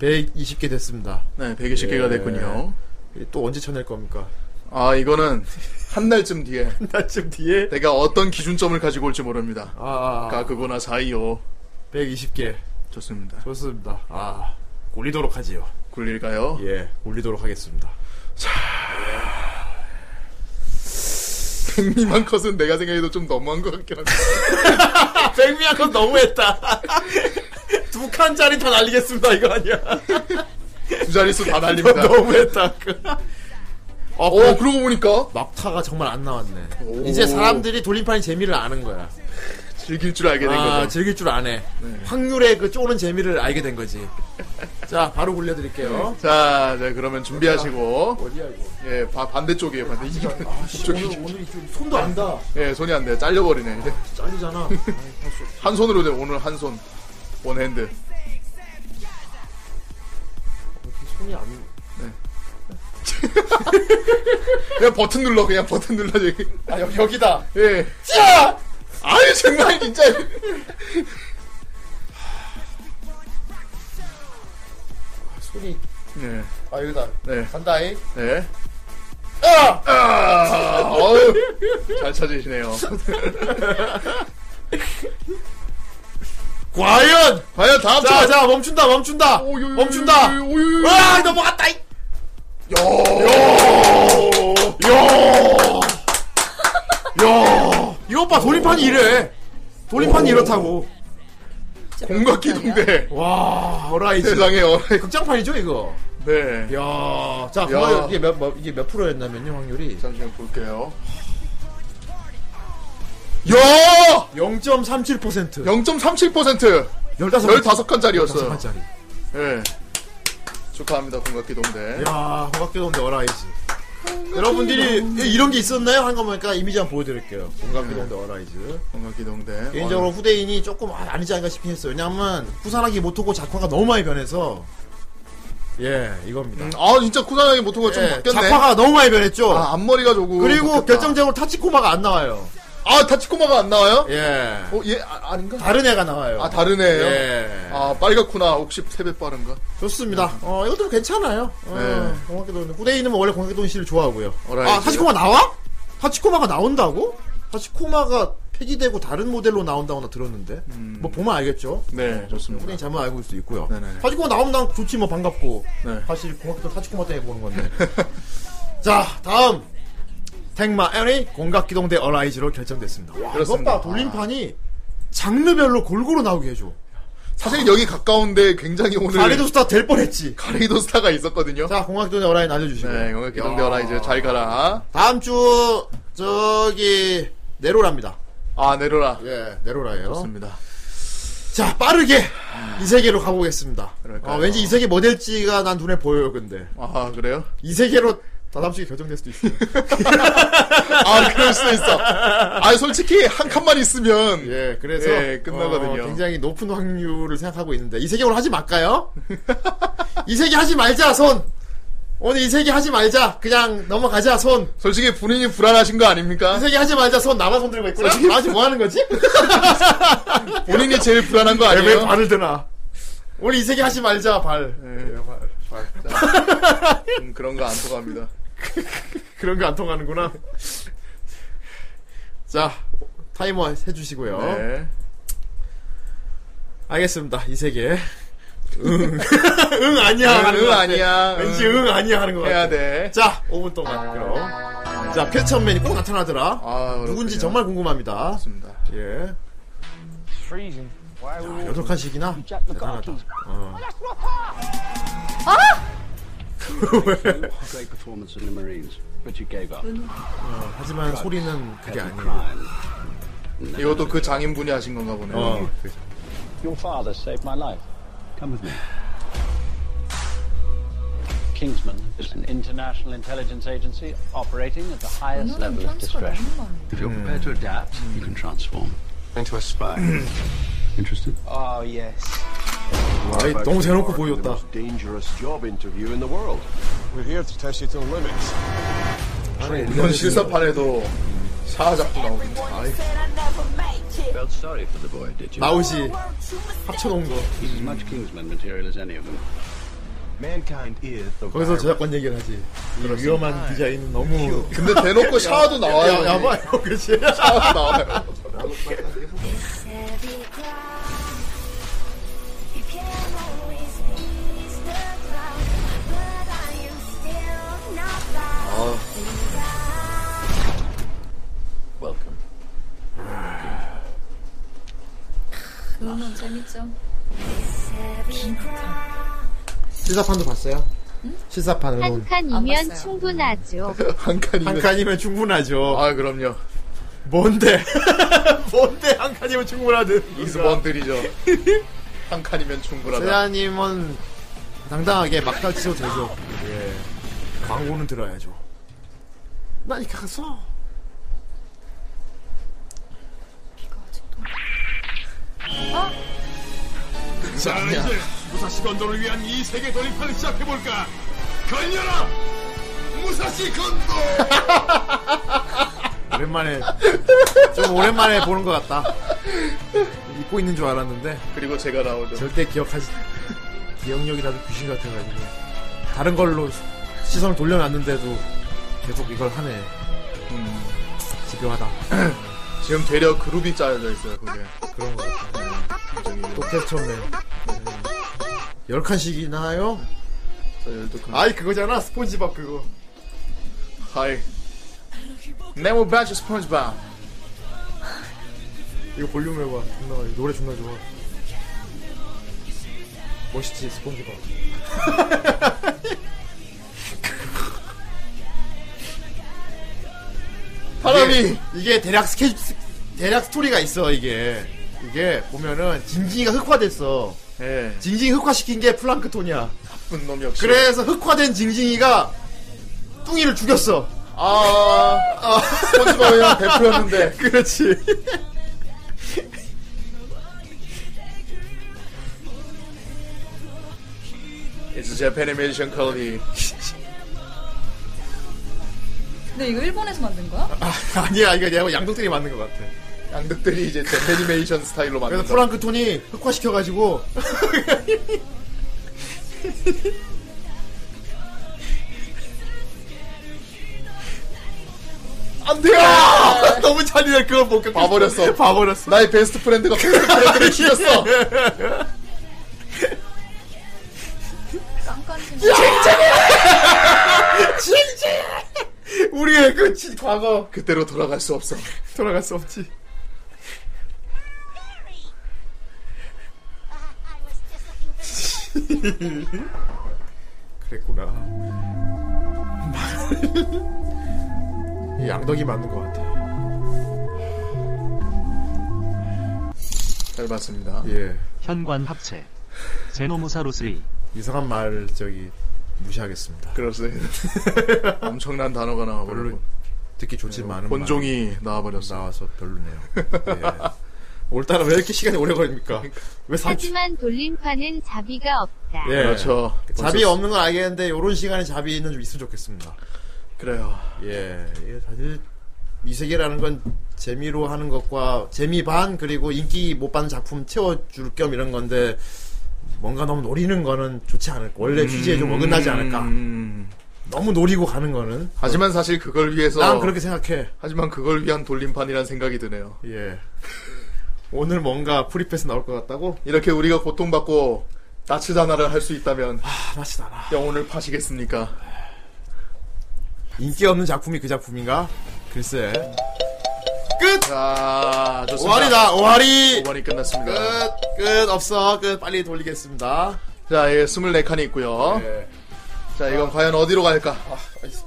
[SPEAKER 1] 120개 됐습니다.
[SPEAKER 2] 네, 120
[SPEAKER 1] 예.
[SPEAKER 2] 개가 됐군요.
[SPEAKER 1] 또 언제 쳐낼 겁니까? <laughs>
[SPEAKER 2] 아, 이거는 한 날쯤 뒤에. 한
[SPEAKER 1] 날쯤 뒤에?
[SPEAKER 2] 내가 어떤 기준점을 가지고 올지 모릅니다.
[SPEAKER 1] 아,
[SPEAKER 2] 까, 그거나 사이요.
[SPEAKER 1] 120개.
[SPEAKER 2] 좋습니다.
[SPEAKER 1] 좋습니다. 아, 굴리도록 하지요.
[SPEAKER 2] 굴릴까요?
[SPEAKER 1] 예, 굴리도록 하겠습니다. <laughs>
[SPEAKER 2] 백미만 컷은 내가 생각해도 좀 너무한 것 같긴 한데.
[SPEAKER 1] 백미야, 그건 너무했다. <laughs> 두 칸짜리 다 날리겠습니다, 이거 아니야.
[SPEAKER 2] 두 자릿수 다 날립니다.
[SPEAKER 1] 그건 <laughs> 너무했다. 아,
[SPEAKER 2] 어, 그러고 보니까.
[SPEAKER 1] 막타가 정말 안 나왔네.
[SPEAKER 2] 오.
[SPEAKER 1] 이제 사람들이 돌림판이 재미를 아는 거야.
[SPEAKER 2] 즐길 줄 알게 된
[SPEAKER 1] 아,
[SPEAKER 2] 거죠.
[SPEAKER 1] 즐길 줄 아네.
[SPEAKER 2] 네.
[SPEAKER 1] 확률의 그 쪼는 재미를 알게 된 거지. 자, 바로 굴려드릴게요.
[SPEAKER 2] 자, 자, 그러면 준비하시고.
[SPEAKER 1] 어디야, 이거?
[SPEAKER 2] 예, 바- 반대쪽이에요, 반대. <laughs> 이게
[SPEAKER 1] 오늘, 오늘 이쪽 손도 안 닿아.
[SPEAKER 2] 예, 손이 안 돼. 잘려버리네. 이제.
[SPEAKER 1] 잘리잖아.
[SPEAKER 2] 한 손으로 돼, 오늘 한 손. 원핸드.
[SPEAKER 1] 손이 안.
[SPEAKER 2] 그냥 버튼 눌러, 그냥 버튼 눌러, 저기.
[SPEAKER 1] 아, 여, 여기다.
[SPEAKER 2] 예.
[SPEAKER 1] 자!
[SPEAKER 2] 아유, 정말, 진짜.
[SPEAKER 1] 손이.
[SPEAKER 2] 예.
[SPEAKER 1] 아, 여기다.
[SPEAKER 2] 네.
[SPEAKER 1] 간다잉.
[SPEAKER 2] 네.
[SPEAKER 1] 아!
[SPEAKER 2] 아, 어휴, 잘 찾으시네요.
[SPEAKER 1] 과연!
[SPEAKER 2] 과연 다음
[SPEAKER 1] 자,
[SPEAKER 2] 차.
[SPEAKER 1] 자, 멈춘다, 멈춘다! 멈춘다! 아, 넘어갔다! 이. 야! 이거 봐, 돌림판이 이래. 돌림판이 이렇다고.
[SPEAKER 2] 공각기 동대.
[SPEAKER 1] 와, 어라이즈.
[SPEAKER 2] 세상에, 어라이.
[SPEAKER 1] 극장판이죠, 이거?
[SPEAKER 2] 네.
[SPEAKER 1] 야 자,
[SPEAKER 2] 야.
[SPEAKER 1] 그거 이게 몇, 몇, 이게 몇 프로였냐면요, 확률이.
[SPEAKER 2] 잠시만 볼게요. 야!
[SPEAKER 1] 0.37%.
[SPEAKER 2] 0.37%!
[SPEAKER 1] 15,
[SPEAKER 2] 15칸짜리였어요.
[SPEAKER 1] 15칸짜리.
[SPEAKER 2] 예. 축하합니다, 공각기 동대.
[SPEAKER 1] 야, 공각기동대 어라이즈. 여러분들이 이런 게 있었나요? 한 거 보니까 이미지 한번 보여드릴게요. 공각기동대 어라이즈.
[SPEAKER 2] 공각기 동대.
[SPEAKER 1] 개인적으로 후대인이 조금 아, 아니지 않을까 싶긴 했어요. 왜냐면 후산하기 못하고 작화가 너무 많이 변해서 예 이겁니다.
[SPEAKER 2] 음, 아, 진짜 쿠사나기 모토가 좀
[SPEAKER 1] 예,
[SPEAKER 2] 바뀌었네.
[SPEAKER 1] 작화가 너무 많이 변했죠.
[SPEAKER 2] 아, 앞머리가 조금.
[SPEAKER 1] 그리고
[SPEAKER 2] 바뀌었다.
[SPEAKER 1] 결정적으로 타치코마가 안 나와요.
[SPEAKER 2] 아, 다치코마가 안 나와요?
[SPEAKER 1] 예
[SPEAKER 2] 어, 얘, 아, 닌가
[SPEAKER 1] 다른 애가 나와요.
[SPEAKER 2] 아, 다른 애예요
[SPEAKER 1] 예.
[SPEAKER 2] 아, 빨갛구나. 혹시 세배 빠른가?
[SPEAKER 1] 좋습니다. 어 이것도 괜찮아요. 어,
[SPEAKER 2] 네.
[SPEAKER 1] 공학기동 후대인은 뭐 원래 공학기동 씨를 좋아하고요.
[SPEAKER 2] 어라이즈.
[SPEAKER 1] 아 타치코마 나와? 타치코마가 나온다고? 타치코마가 폐기되고 다른 모델로 나온다고나 들었는데 뭐 보면 알겠죠.
[SPEAKER 2] 음. 네, 좋습니다.
[SPEAKER 1] 후대인 잘못 알고 있을 수 있고요.
[SPEAKER 2] 네네.
[SPEAKER 1] 타치코마 나오면 난 좋지 뭐 반갑고.
[SPEAKER 2] 네.
[SPEAKER 1] 사실 공학기도 타치코마 때문에 보는
[SPEAKER 2] <laughs>
[SPEAKER 1] 건데. 자, 다음. 택마 애니 공각기동 대 어라이즈로 결정됐습니다. 와, 이것
[SPEAKER 2] 그렇습니다.
[SPEAKER 1] 봐. 돌림판이 장르별로 골고루 나오게 해줘.
[SPEAKER 2] 사실 여기 가까운데 굉장히 오늘.
[SPEAKER 1] 가리도 스타 될 뻔했지.
[SPEAKER 2] 가리도 스타가 있었거든요.
[SPEAKER 1] 자, 공학기동 대 어라이즈 알려주시고요.
[SPEAKER 2] 네, 공각기 동대 어라이즈. 잘 가라.
[SPEAKER 1] 다음 주, 저기, 네로라입니다.
[SPEAKER 2] 아, 내려라.
[SPEAKER 1] 예, 네로라예요
[SPEAKER 2] 좋습니다. 아.
[SPEAKER 1] 자, 빠르게 이 세계로 가보겠습니다.
[SPEAKER 2] 그럴까요?
[SPEAKER 1] 어, 왠지 이 세계 뭐 될지가 난 눈에 보여요, 근데.
[SPEAKER 2] 아, 그래요?
[SPEAKER 1] 이 세계로 다다음 주에 결정될 수도 있어요.
[SPEAKER 2] <laughs> 아, 그럴 수도 있어. 아, 솔직히 한 칸만 있으면.
[SPEAKER 1] 예, 그래서
[SPEAKER 2] 예, 끝나거든요.
[SPEAKER 1] 어, 굉장히 높은 확률을 생각하고 있는데 이 세계로 하지 말까요? <laughs> 이 세계 하지 말자 손. 오늘 이 세계 하지 말자. 그냥 넘어가자 손.
[SPEAKER 2] 솔직히 본인이 불안하신 거 아닙니까?
[SPEAKER 1] 이 세계 하지 말자 손. 나만 손 들고 있구나. 나 지금 뭐 하는 거지?
[SPEAKER 2] <laughs> 본인이 제일 불안한 거
[SPEAKER 1] 왜
[SPEAKER 2] 아니에요?
[SPEAKER 1] 발을 드나? 오늘 이 세계 하지 말자 발.
[SPEAKER 2] 네.
[SPEAKER 1] 예, 발. 발.
[SPEAKER 2] 음, 그런 거 안 통합니다.
[SPEAKER 1] 그런 거 안 통하는구나. 자 타이머 해주시고요.
[SPEAKER 2] 네.
[SPEAKER 1] 알겠습니다. 이 세계. 응. <laughs> 응 아니야. 하는
[SPEAKER 2] 응,
[SPEAKER 1] 것 같아.
[SPEAKER 2] 아니야.
[SPEAKER 1] 왠지 응 아니야 하는 거 같아.
[SPEAKER 2] 해야 돼.
[SPEAKER 1] 자, 5분 동안 그럼. 자, 쾌천맨이 꼭 나타나더라.
[SPEAKER 2] 아,
[SPEAKER 1] 누군지
[SPEAKER 2] 그렇군요.
[SPEAKER 1] 정말 궁금합니다.
[SPEAKER 2] 좋습니다.
[SPEAKER 1] 예.
[SPEAKER 10] 아!
[SPEAKER 1] 여덟 칸씩이나 대단하다. 어.
[SPEAKER 10] Great performance in the Marines, but you gave up.
[SPEAKER 1] 어, 하지만 소리는 그게 아니에요.
[SPEAKER 10] 아니에요.
[SPEAKER 2] 이것도 그 장인분이 하신 건가 보네.
[SPEAKER 1] 어.
[SPEAKER 10] Your father saved my life. Come with me. Kingsman is an international intelligence agency operating at the highest level of discretion. If you're prepared to adapt, you can transform into a spy. <clears throat> Interested?
[SPEAKER 18] Oh, yes.
[SPEAKER 1] 아이, 너무 대놓고 보였다.
[SPEAKER 18] Dangerous job interview in the world. We're here to test you to the limits.
[SPEAKER 2] 아니, 이건 실사판에도 사자꾸 나오는데. 아이.
[SPEAKER 10] Felt sorry for the boy, did you?
[SPEAKER 1] 나우시 합쳐놓은 거.
[SPEAKER 10] He's as much Kingsman material as any of them. Mankind is the
[SPEAKER 1] 거기서 저작권 얘기를 하지. 이 위험한 디자인 너무.
[SPEAKER 2] 근데
[SPEAKER 1] <laughs>
[SPEAKER 2] 대놓고 샤워도 나와요.
[SPEAKER 1] 야, 봐요 그치?
[SPEAKER 2] 샤워도 나와요.
[SPEAKER 10] Welcome.
[SPEAKER 3] 음원 재밌죠?
[SPEAKER 1] 실사판도 봤어요? 실사판은.
[SPEAKER 13] 한 칸이면 충분하죠.
[SPEAKER 1] 한 칸이면. 한 칸이면 충분하죠.
[SPEAKER 2] 아, 그럼요.
[SPEAKER 1] 뭔데? <laughs> 뭔데 한 칸이면 충분하든. 그러니까
[SPEAKER 2] 이스번들이죠. <laughs> 한 칸이면 충분하다.
[SPEAKER 1] 세자님은 당당하게 막달 치셔도 되죠. 예. 광고는 들어야죠. 난 가서.
[SPEAKER 12] 자 이제 무사시 건도를 위한 이 세계 돌림판을 시작해볼까 걸려라 무사시 건도
[SPEAKER 1] 오랜만에 좀 오랜만에 보는 것 같다. 잊고 있는 줄 알았는데
[SPEAKER 2] 그리고 제가 나오죠.
[SPEAKER 1] 절대 기억하지 기억력이 다들 귀신 같아가지고 다른 걸로 시선을 돌려놨는데도 계속 이걸 하네. 집요하다.
[SPEAKER 2] 지금 되려 그룹이 짜여져 있어요, 그게.
[SPEAKER 1] 그런 거 같아요. 또 캐스터네. 열 칸씩이나 요
[SPEAKER 2] 저 열두 칸.
[SPEAKER 1] 아이 그거잖아 스폰지밥 그거.
[SPEAKER 2] 하이. 네모 바지 스폰지밥.
[SPEAKER 1] 이거 볼륨 해봐. 존나, 노래 존나 좋아. 멋있지, 스폰지밥.
[SPEAKER 2] 바람이!
[SPEAKER 1] 이게 대략 스케 대략 스토리가 있어, 이게. 이게 보면은 징징이가 흑화됐어.
[SPEAKER 2] 예.
[SPEAKER 1] 징징이 흑화시킨 게 플랑크톤이야.
[SPEAKER 2] 나쁜 놈 역시.
[SPEAKER 1] 그래서 흑화된 징징이가 뚱이를 죽였어.
[SPEAKER 2] 아, 아, 스폰지밥이랑 대표였는데.
[SPEAKER 1] 그렇지.
[SPEAKER 2] It's Japan Animation Quality.
[SPEAKER 3] 근데 이거 일본에서 만든 거야?
[SPEAKER 1] 아니야, 이거 내가 양동들이 맞는 것 같아.
[SPEAKER 2] 양득들이 이제 제 애니메이션 스타일로
[SPEAKER 1] 아, <laughs> 그래서
[SPEAKER 2] 만든다.
[SPEAKER 1] 플랑크톤이 흑화시켜가지고
[SPEAKER 2] 안 돼요!
[SPEAKER 1] <laughs> 너무 잔인해 그걸 못 겪고
[SPEAKER 2] 아, 봐버렸어.
[SPEAKER 1] 봐버렸어.
[SPEAKER 2] 나의
[SPEAKER 1] <laughs>
[SPEAKER 2] 베스트 프렌드가 베스트 프렌드를 죽였어.
[SPEAKER 3] 깐깐지.
[SPEAKER 1] 진짜 우리의 그 진- 과거
[SPEAKER 2] 그때로 돌아갈 수 없어.
[SPEAKER 1] <laughs> 돌아갈 수 없지. 그랬구나. <laughs> 이 양덕이 맞는 것 같아.
[SPEAKER 2] 잘 봤습니다.
[SPEAKER 1] 예.
[SPEAKER 7] 현관 합체. 제노무사로 3.
[SPEAKER 1] 이상한 말 저기 무시하겠습니다. <laughs>
[SPEAKER 2] 그렇습니다. 엄청난 단어가 나와버리고.
[SPEAKER 1] 별로 듣기 좋지 않은
[SPEAKER 2] 뭐. 네, 본종이 나와버렸어.
[SPEAKER 1] 나와서 별로네요. 예. 올 달은 왜 이렇게 시간이 오래 걸립니까?
[SPEAKER 2] 그러니까.
[SPEAKER 1] 왜 3주?
[SPEAKER 13] 하지만 돌림판은 자비가 없다.
[SPEAKER 1] 예.
[SPEAKER 2] 그렇죠.
[SPEAKER 1] 자비
[SPEAKER 2] 벌써-
[SPEAKER 1] 없는 건 알겠는데 요런 시간에 자비 있는 좀 있으면 좋겠습니다.
[SPEAKER 2] 그래요.
[SPEAKER 1] 예, 이게 사실 이 세계라는 건 재미로 하는 것과 재미 반 그리고 인기 못 받는 작품 채워줄 겸 이런 건데 뭔가 너무 노리는 거는 좋지 않을 원래 취지에 좀 어긋나지 않을까.
[SPEAKER 2] 음.
[SPEAKER 1] 너무 노리고 가는 거는
[SPEAKER 2] 하지만 사실 그걸 위해서.
[SPEAKER 1] 난 그렇게 생각해.
[SPEAKER 2] 하지만 그걸 위한 돌림판이란 생각이 드네요.
[SPEAKER 1] 예. <laughs> 오늘 뭔가 프리패스 나올 것 같다고?
[SPEAKER 2] 이렇게 우리가 고통받고 나치다나를 할 수 있다면
[SPEAKER 1] 아, 맛이 나나.
[SPEAKER 2] 영혼을 파시겠습니까?
[SPEAKER 1] 인기 없는 작품이 그 작품인가? 글쎄. 끝!
[SPEAKER 2] 자, 아, 좋습니다.
[SPEAKER 1] 오하리다, 오하리!
[SPEAKER 2] 5번이 끝났습니다.
[SPEAKER 1] 끝! 끝! 없어. 끝! 빨리 돌리겠습니다.
[SPEAKER 2] 자, 예, 24칸이 있고요.
[SPEAKER 1] 예.
[SPEAKER 2] 자 이건 과연 어디로 갈까?
[SPEAKER 1] 아,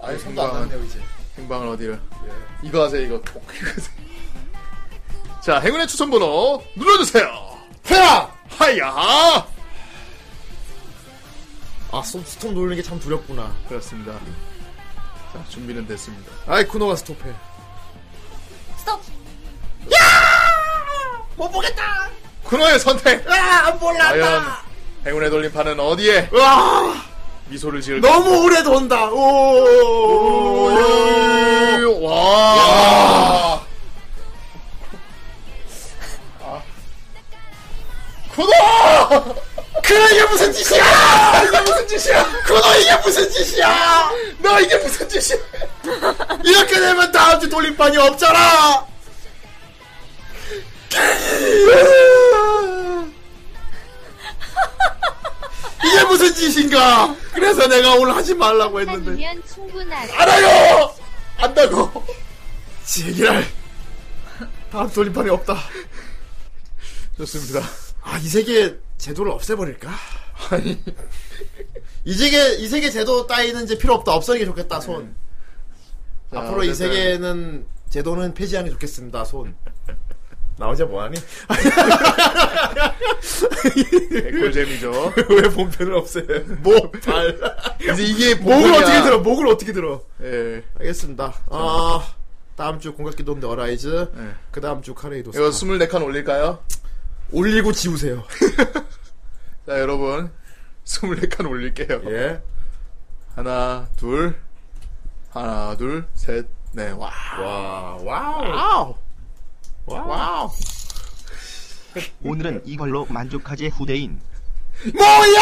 [SPEAKER 1] 아예 손도 안 닿네요, 이제.
[SPEAKER 2] 행방은 어디를? 예. 이거 하세요 이거 꼭 이거 하세요. 자 행운의 추천 번호 눌러주세요.
[SPEAKER 1] 헤라
[SPEAKER 2] 하야.
[SPEAKER 1] 아, 손 스톱 누르는 게 참 두렵구나.
[SPEAKER 2] 그렇습니다. 자 준비는 됐습니다.
[SPEAKER 1] 아이, 쿠노가 스톱해.
[SPEAKER 3] 스톱!
[SPEAKER 1] 못 보겠다!
[SPEAKER 2] 쿠노의 선택.
[SPEAKER 1] 아, 안 몰라!
[SPEAKER 2] 과연 행운의 돌림판은 어디에
[SPEAKER 1] 와!
[SPEAKER 2] 미소를 지을?
[SPEAKER 1] 너무 오래 돈다! 오!
[SPEAKER 2] 것일까요? 와. 아. 쿠노!
[SPEAKER 1] 그래, 이게 무슨 짓이야!
[SPEAKER 2] 이게 무슨 짓이야?
[SPEAKER 1] 쿠노, 이게 무슨 짓이야!
[SPEAKER 2] 너 이게 무슨 짓이야?
[SPEAKER 1] 이렇게 되면 다음 주 돌림판이 없잖아! <laughs> 이게 무슨 짓인가? 그래서 내가 오늘 하지 말라고 했는데.
[SPEAKER 13] 아니면 충분하죠.
[SPEAKER 1] 알아요! 안다고! 제기랄! 다음 돌림판이 없다.
[SPEAKER 2] 좋습니다.
[SPEAKER 1] 아, 이 세계 제도를 없애버릴까?
[SPEAKER 2] 아니
[SPEAKER 1] 이 세계, 이 세계 제도 따위는 이제 필요 없다. 없애는 게 좋겠다, 손.
[SPEAKER 2] 자,
[SPEAKER 1] 앞으로 이
[SPEAKER 2] 어쨌든.
[SPEAKER 1] 세계는 제도는 폐지하는 게 좋겠습니다, 손. 나 혼자 뭐하니? <laughs>
[SPEAKER 2] 꿀잼이죠.
[SPEAKER 1] 왜 본편을 없애? 목, 발.
[SPEAKER 2] 이제 이게
[SPEAKER 1] 목을
[SPEAKER 2] 본편이야.
[SPEAKER 1] 어떻게 들어? 목을 어떻게 들어?
[SPEAKER 2] 예.
[SPEAKER 1] 알겠습니다. 아, 다음 주 공격기도인데 어라이즈. 그 다음 주 카레이도.
[SPEAKER 2] 이거 24칸 올릴까요?
[SPEAKER 1] 올리고 지우세요.
[SPEAKER 2] <laughs> 자, 여러분. 24칸 올릴게요.
[SPEAKER 1] 예.
[SPEAKER 2] 하나, 둘. 하나, 둘, 셋, 넷. 와.
[SPEAKER 1] 와,
[SPEAKER 2] 와우. 와우.
[SPEAKER 7] 오늘은 이걸로 만족하지 후대인.
[SPEAKER 1] 뭐야!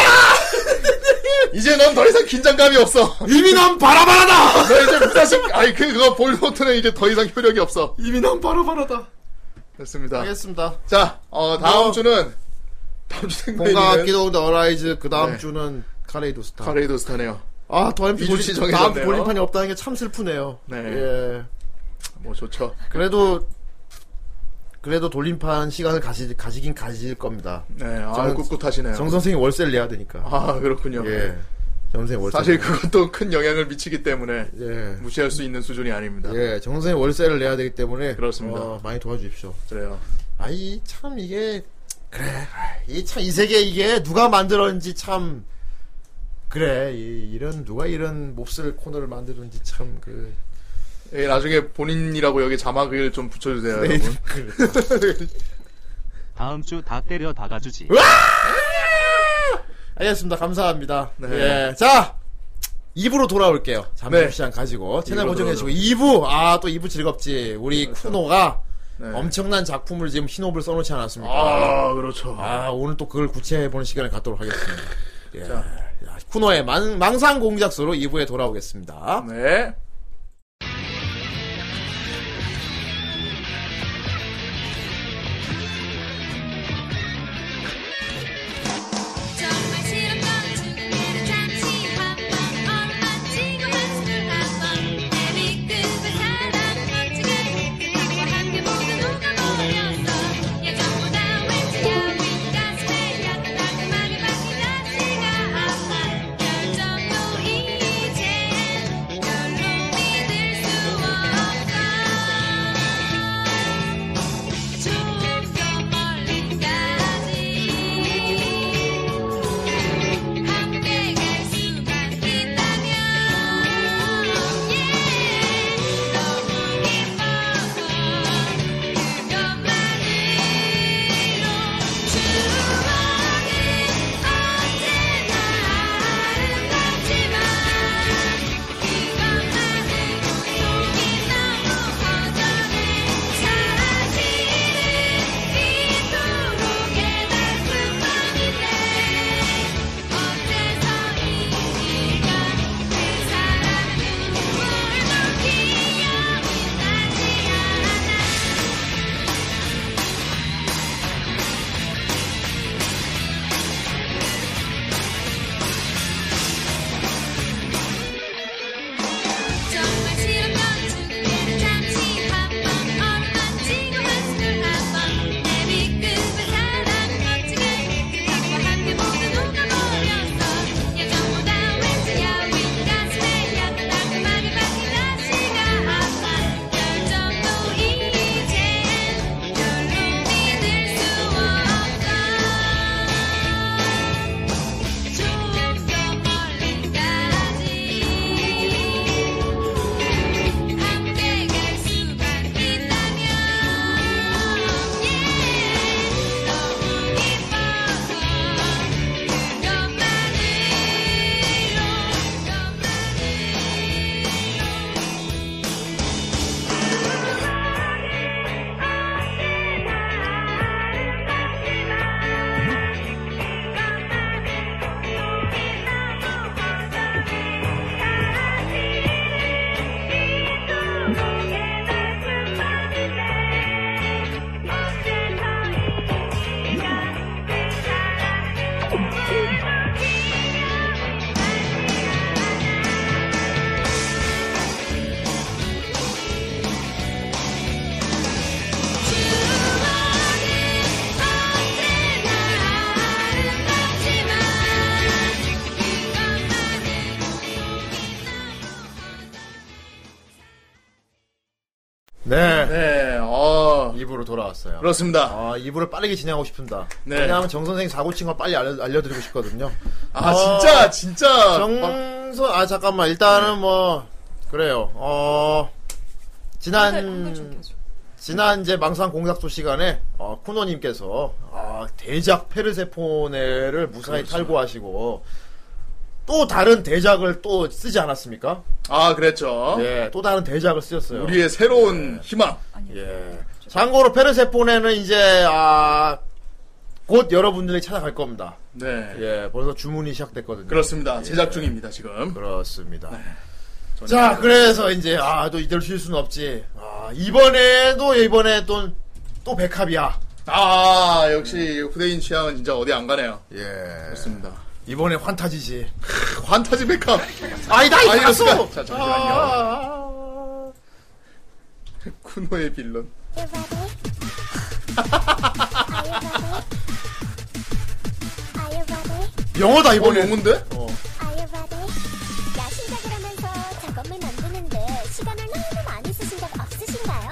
[SPEAKER 2] <laughs> 이제 넌 더 이상 긴장감이 없어.
[SPEAKER 1] 이미 난 바라바라다!
[SPEAKER 2] <laughs> 너 이제 무사시, 아니, 그, 그거 볼노트는 이제 더 이상 효력이 없어.
[SPEAKER 1] 이미 난 바라바라다.
[SPEAKER 2] 됐습니다.
[SPEAKER 1] 알겠습니다.
[SPEAKER 2] 자, 어, 다음
[SPEAKER 1] 뭐,
[SPEAKER 2] 주는, 다음 주 생방이는
[SPEAKER 1] 공격기도인데 어라이즈. 그 다음
[SPEAKER 2] 네.
[SPEAKER 1] 주는 카레이도 스타.
[SPEAKER 2] 카레이도 스타네요.
[SPEAKER 1] 아, 더엠
[SPEAKER 2] 이주 씨
[SPEAKER 1] 다음
[SPEAKER 2] 정해졌네요.
[SPEAKER 1] 볼림판이 없다는 게 참 슬프네요.
[SPEAKER 2] 네.
[SPEAKER 1] 예.
[SPEAKER 2] 뭐 좋죠.
[SPEAKER 1] 그래도 그래도 돌림판 시간을 가시, 가시긴 가실 겁니다.
[SPEAKER 2] 네, 아,
[SPEAKER 1] 저는
[SPEAKER 2] 꿋꿋하시네요.
[SPEAKER 1] 정 선생이 월세를 내야 되니까.
[SPEAKER 2] 아, 그렇군요.
[SPEAKER 1] 예. 정 선생 월세.
[SPEAKER 2] 사실 그것도 큰 영향을 미치기 때문에
[SPEAKER 1] 예.
[SPEAKER 2] 무시할 수 있는 수준이 아닙니다.
[SPEAKER 1] 예, 정 선생 월세를 내야 되기 때문에
[SPEAKER 2] 그렇습니다.
[SPEAKER 1] 어, 많이 도와주십시오.
[SPEAKER 2] 그래요.
[SPEAKER 1] 아이 참 이게 그래. 이 참 이 세계 이게 누가 만들었는지 참 그래. 이, 이런 누가 이런 몹쓸 코너를 만들었는지 참 그.
[SPEAKER 2] 예, 나중에 본인이라고 여기 자막을 좀 붙여주세요,
[SPEAKER 1] 네,
[SPEAKER 2] 여러분.
[SPEAKER 17] 다음 주 다 때려 박아주지.
[SPEAKER 1] 알겠습니다. 감사합니다.
[SPEAKER 2] 네.
[SPEAKER 1] 예. 자! 2부로 돌아올게요.
[SPEAKER 2] 네.
[SPEAKER 1] 잠시시간 가지고. 채널
[SPEAKER 2] 이부로
[SPEAKER 1] 고정해주시고. 2부! 아, 또 2부 즐겁지. 우리 쿠노가
[SPEAKER 2] 네.
[SPEAKER 1] 엄청난 작품을 지금 흰옵을 써놓지 않았습니까?
[SPEAKER 2] 아, 그렇죠.
[SPEAKER 1] 아, 오늘 또 그걸 구체해보는 시간을 갖도록 <laughs> 하겠습니다. 예.
[SPEAKER 2] 자.
[SPEAKER 1] 야, 쿠노의 망, 망상 공작소로 2부에 돌아오겠습니다.
[SPEAKER 2] 네.
[SPEAKER 19] 정말 싫은 건 지금이는 잠시만 엄마 지금 한숨을 한번 내 미끄러 사랑은 지금 나와 함께 모두 누가 모였어 예전보다 왠지 여긴 가슴에 약간 따끔하게 박힌 날씨가 아파 결정도 이제 별로
[SPEAKER 1] 네.
[SPEAKER 2] 네, 어.
[SPEAKER 1] 2부로 돌아왔어요.
[SPEAKER 2] 그렇습니다.
[SPEAKER 1] 아, 2부를 빠르게 진행하고 싶습니다.
[SPEAKER 2] 네.
[SPEAKER 1] 왜냐하면 정선생 사고 친 거 빨리 알려, 알려드리고 싶거든요.
[SPEAKER 2] 아,
[SPEAKER 1] 어,
[SPEAKER 2] 진짜,
[SPEAKER 1] 아,
[SPEAKER 2] 진짜.
[SPEAKER 1] 정선, 아, 잠깐만. 일단은 뭐, 그래요. 어, 지난,
[SPEAKER 3] 네.
[SPEAKER 1] 지난 이제 망상 공작소 시간에, 어, 쿠노님께서, 아, 대작 페르세포네를 무사히
[SPEAKER 2] 그렇죠.
[SPEAKER 1] 탈고하시고, 또 다른 대작을 또 쓰지 않았습니까?
[SPEAKER 2] 아, 그랬죠.
[SPEAKER 1] 예, 또 다른 대작을 쓰셨어요.
[SPEAKER 2] 우리의 새로운 희망.
[SPEAKER 1] 예. 참고로 페르세포네는 이제 아, 곧 여러분들이 찾아갈 겁니다.
[SPEAKER 2] 네.
[SPEAKER 1] 예, 벌써 주문이 시작됐거든요.
[SPEAKER 2] 그렇습니다. 네. 제작
[SPEAKER 1] 예.
[SPEAKER 2] 중입니다, 지금.
[SPEAKER 1] 그렇습니다. 자, 그래서 이제 아, 또 이대로 쉴 수는 없지. 아, 이번에도 이번에 또, 또 백합이야.
[SPEAKER 2] 아, 역시 후대인 취향은 진짜 어디 안 가네요.
[SPEAKER 1] 예.
[SPEAKER 2] 좋습니다.
[SPEAKER 1] 이번에 환타지지.
[SPEAKER 2] 환타지 백합.
[SPEAKER 1] 아니, 나 이거
[SPEAKER 2] 아니,
[SPEAKER 1] 봤어!
[SPEAKER 2] 그러니까- 자, 잠시만요.
[SPEAKER 1] 아,
[SPEAKER 2] 쿠노의 빌런.
[SPEAKER 1] 영어다
[SPEAKER 2] 이번에. 영어인데?
[SPEAKER 16] 야심작을 하면서 작업물 만드는데 시간을 너무 많이 쓰신 적 없으신가요?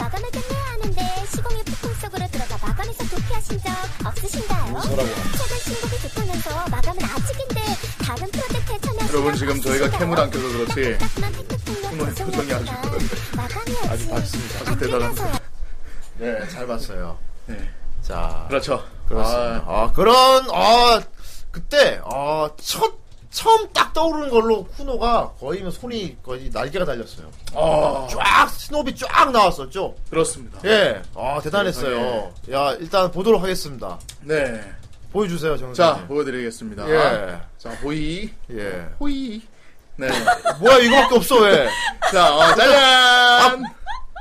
[SPEAKER 16] 마감을 끝내야 하는데 시공의 폭풍 속으로 들어가 마감에서 도피하신 적 없으신가요?
[SPEAKER 2] 웃어라고.
[SPEAKER 16] 최근 신곡이 좋다면서 마감은 아직인데 다른 프로젝트에 참여하신
[SPEAKER 2] 여러분 지금 저희가 캠을 안 켜서 그렇지. 쿠노의 표정이 아주
[SPEAKER 1] 아주 봤습니다.
[SPEAKER 2] <laughs> 아주 대단합니다.
[SPEAKER 1] 네, 잘 봤어요.
[SPEAKER 2] 네.
[SPEAKER 1] 자.
[SPEAKER 2] 그렇죠.
[SPEAKER 1] 그렇습니다. 아, 그런, 아, 그때, 아, 첫, 처음 딱 떠오르는 걸로 쿠노가 거의 뭐 손이 거의 날개가 달렸어요.
[SPEAKER 2] 아.
[SPEAKER 1] 쫙, 스노비 쫙 나왔었죠?
[SPEAKER 2] 그렇습니다.
[SPEAKER 1] 예. 아, 대단했어요. 야, 일단 보도록 하겠습니다.
[SPEAKER 2] 네.
[SPEAKER 1] 보여주세요, 정선
[SPEAKER 2] 자, 보여드리겠습니다. 아.
[SPEAKER 1] 예.
[SPEAKER 2] 자, 보이.
[SPEAKER 1] 예.
[SPEAKER 2] 호이. 네.
[SPEAKER 1] 뭐야, 이거밖에 없어, 왜?
[SPEAKER 2] 자, 어, 짜잔!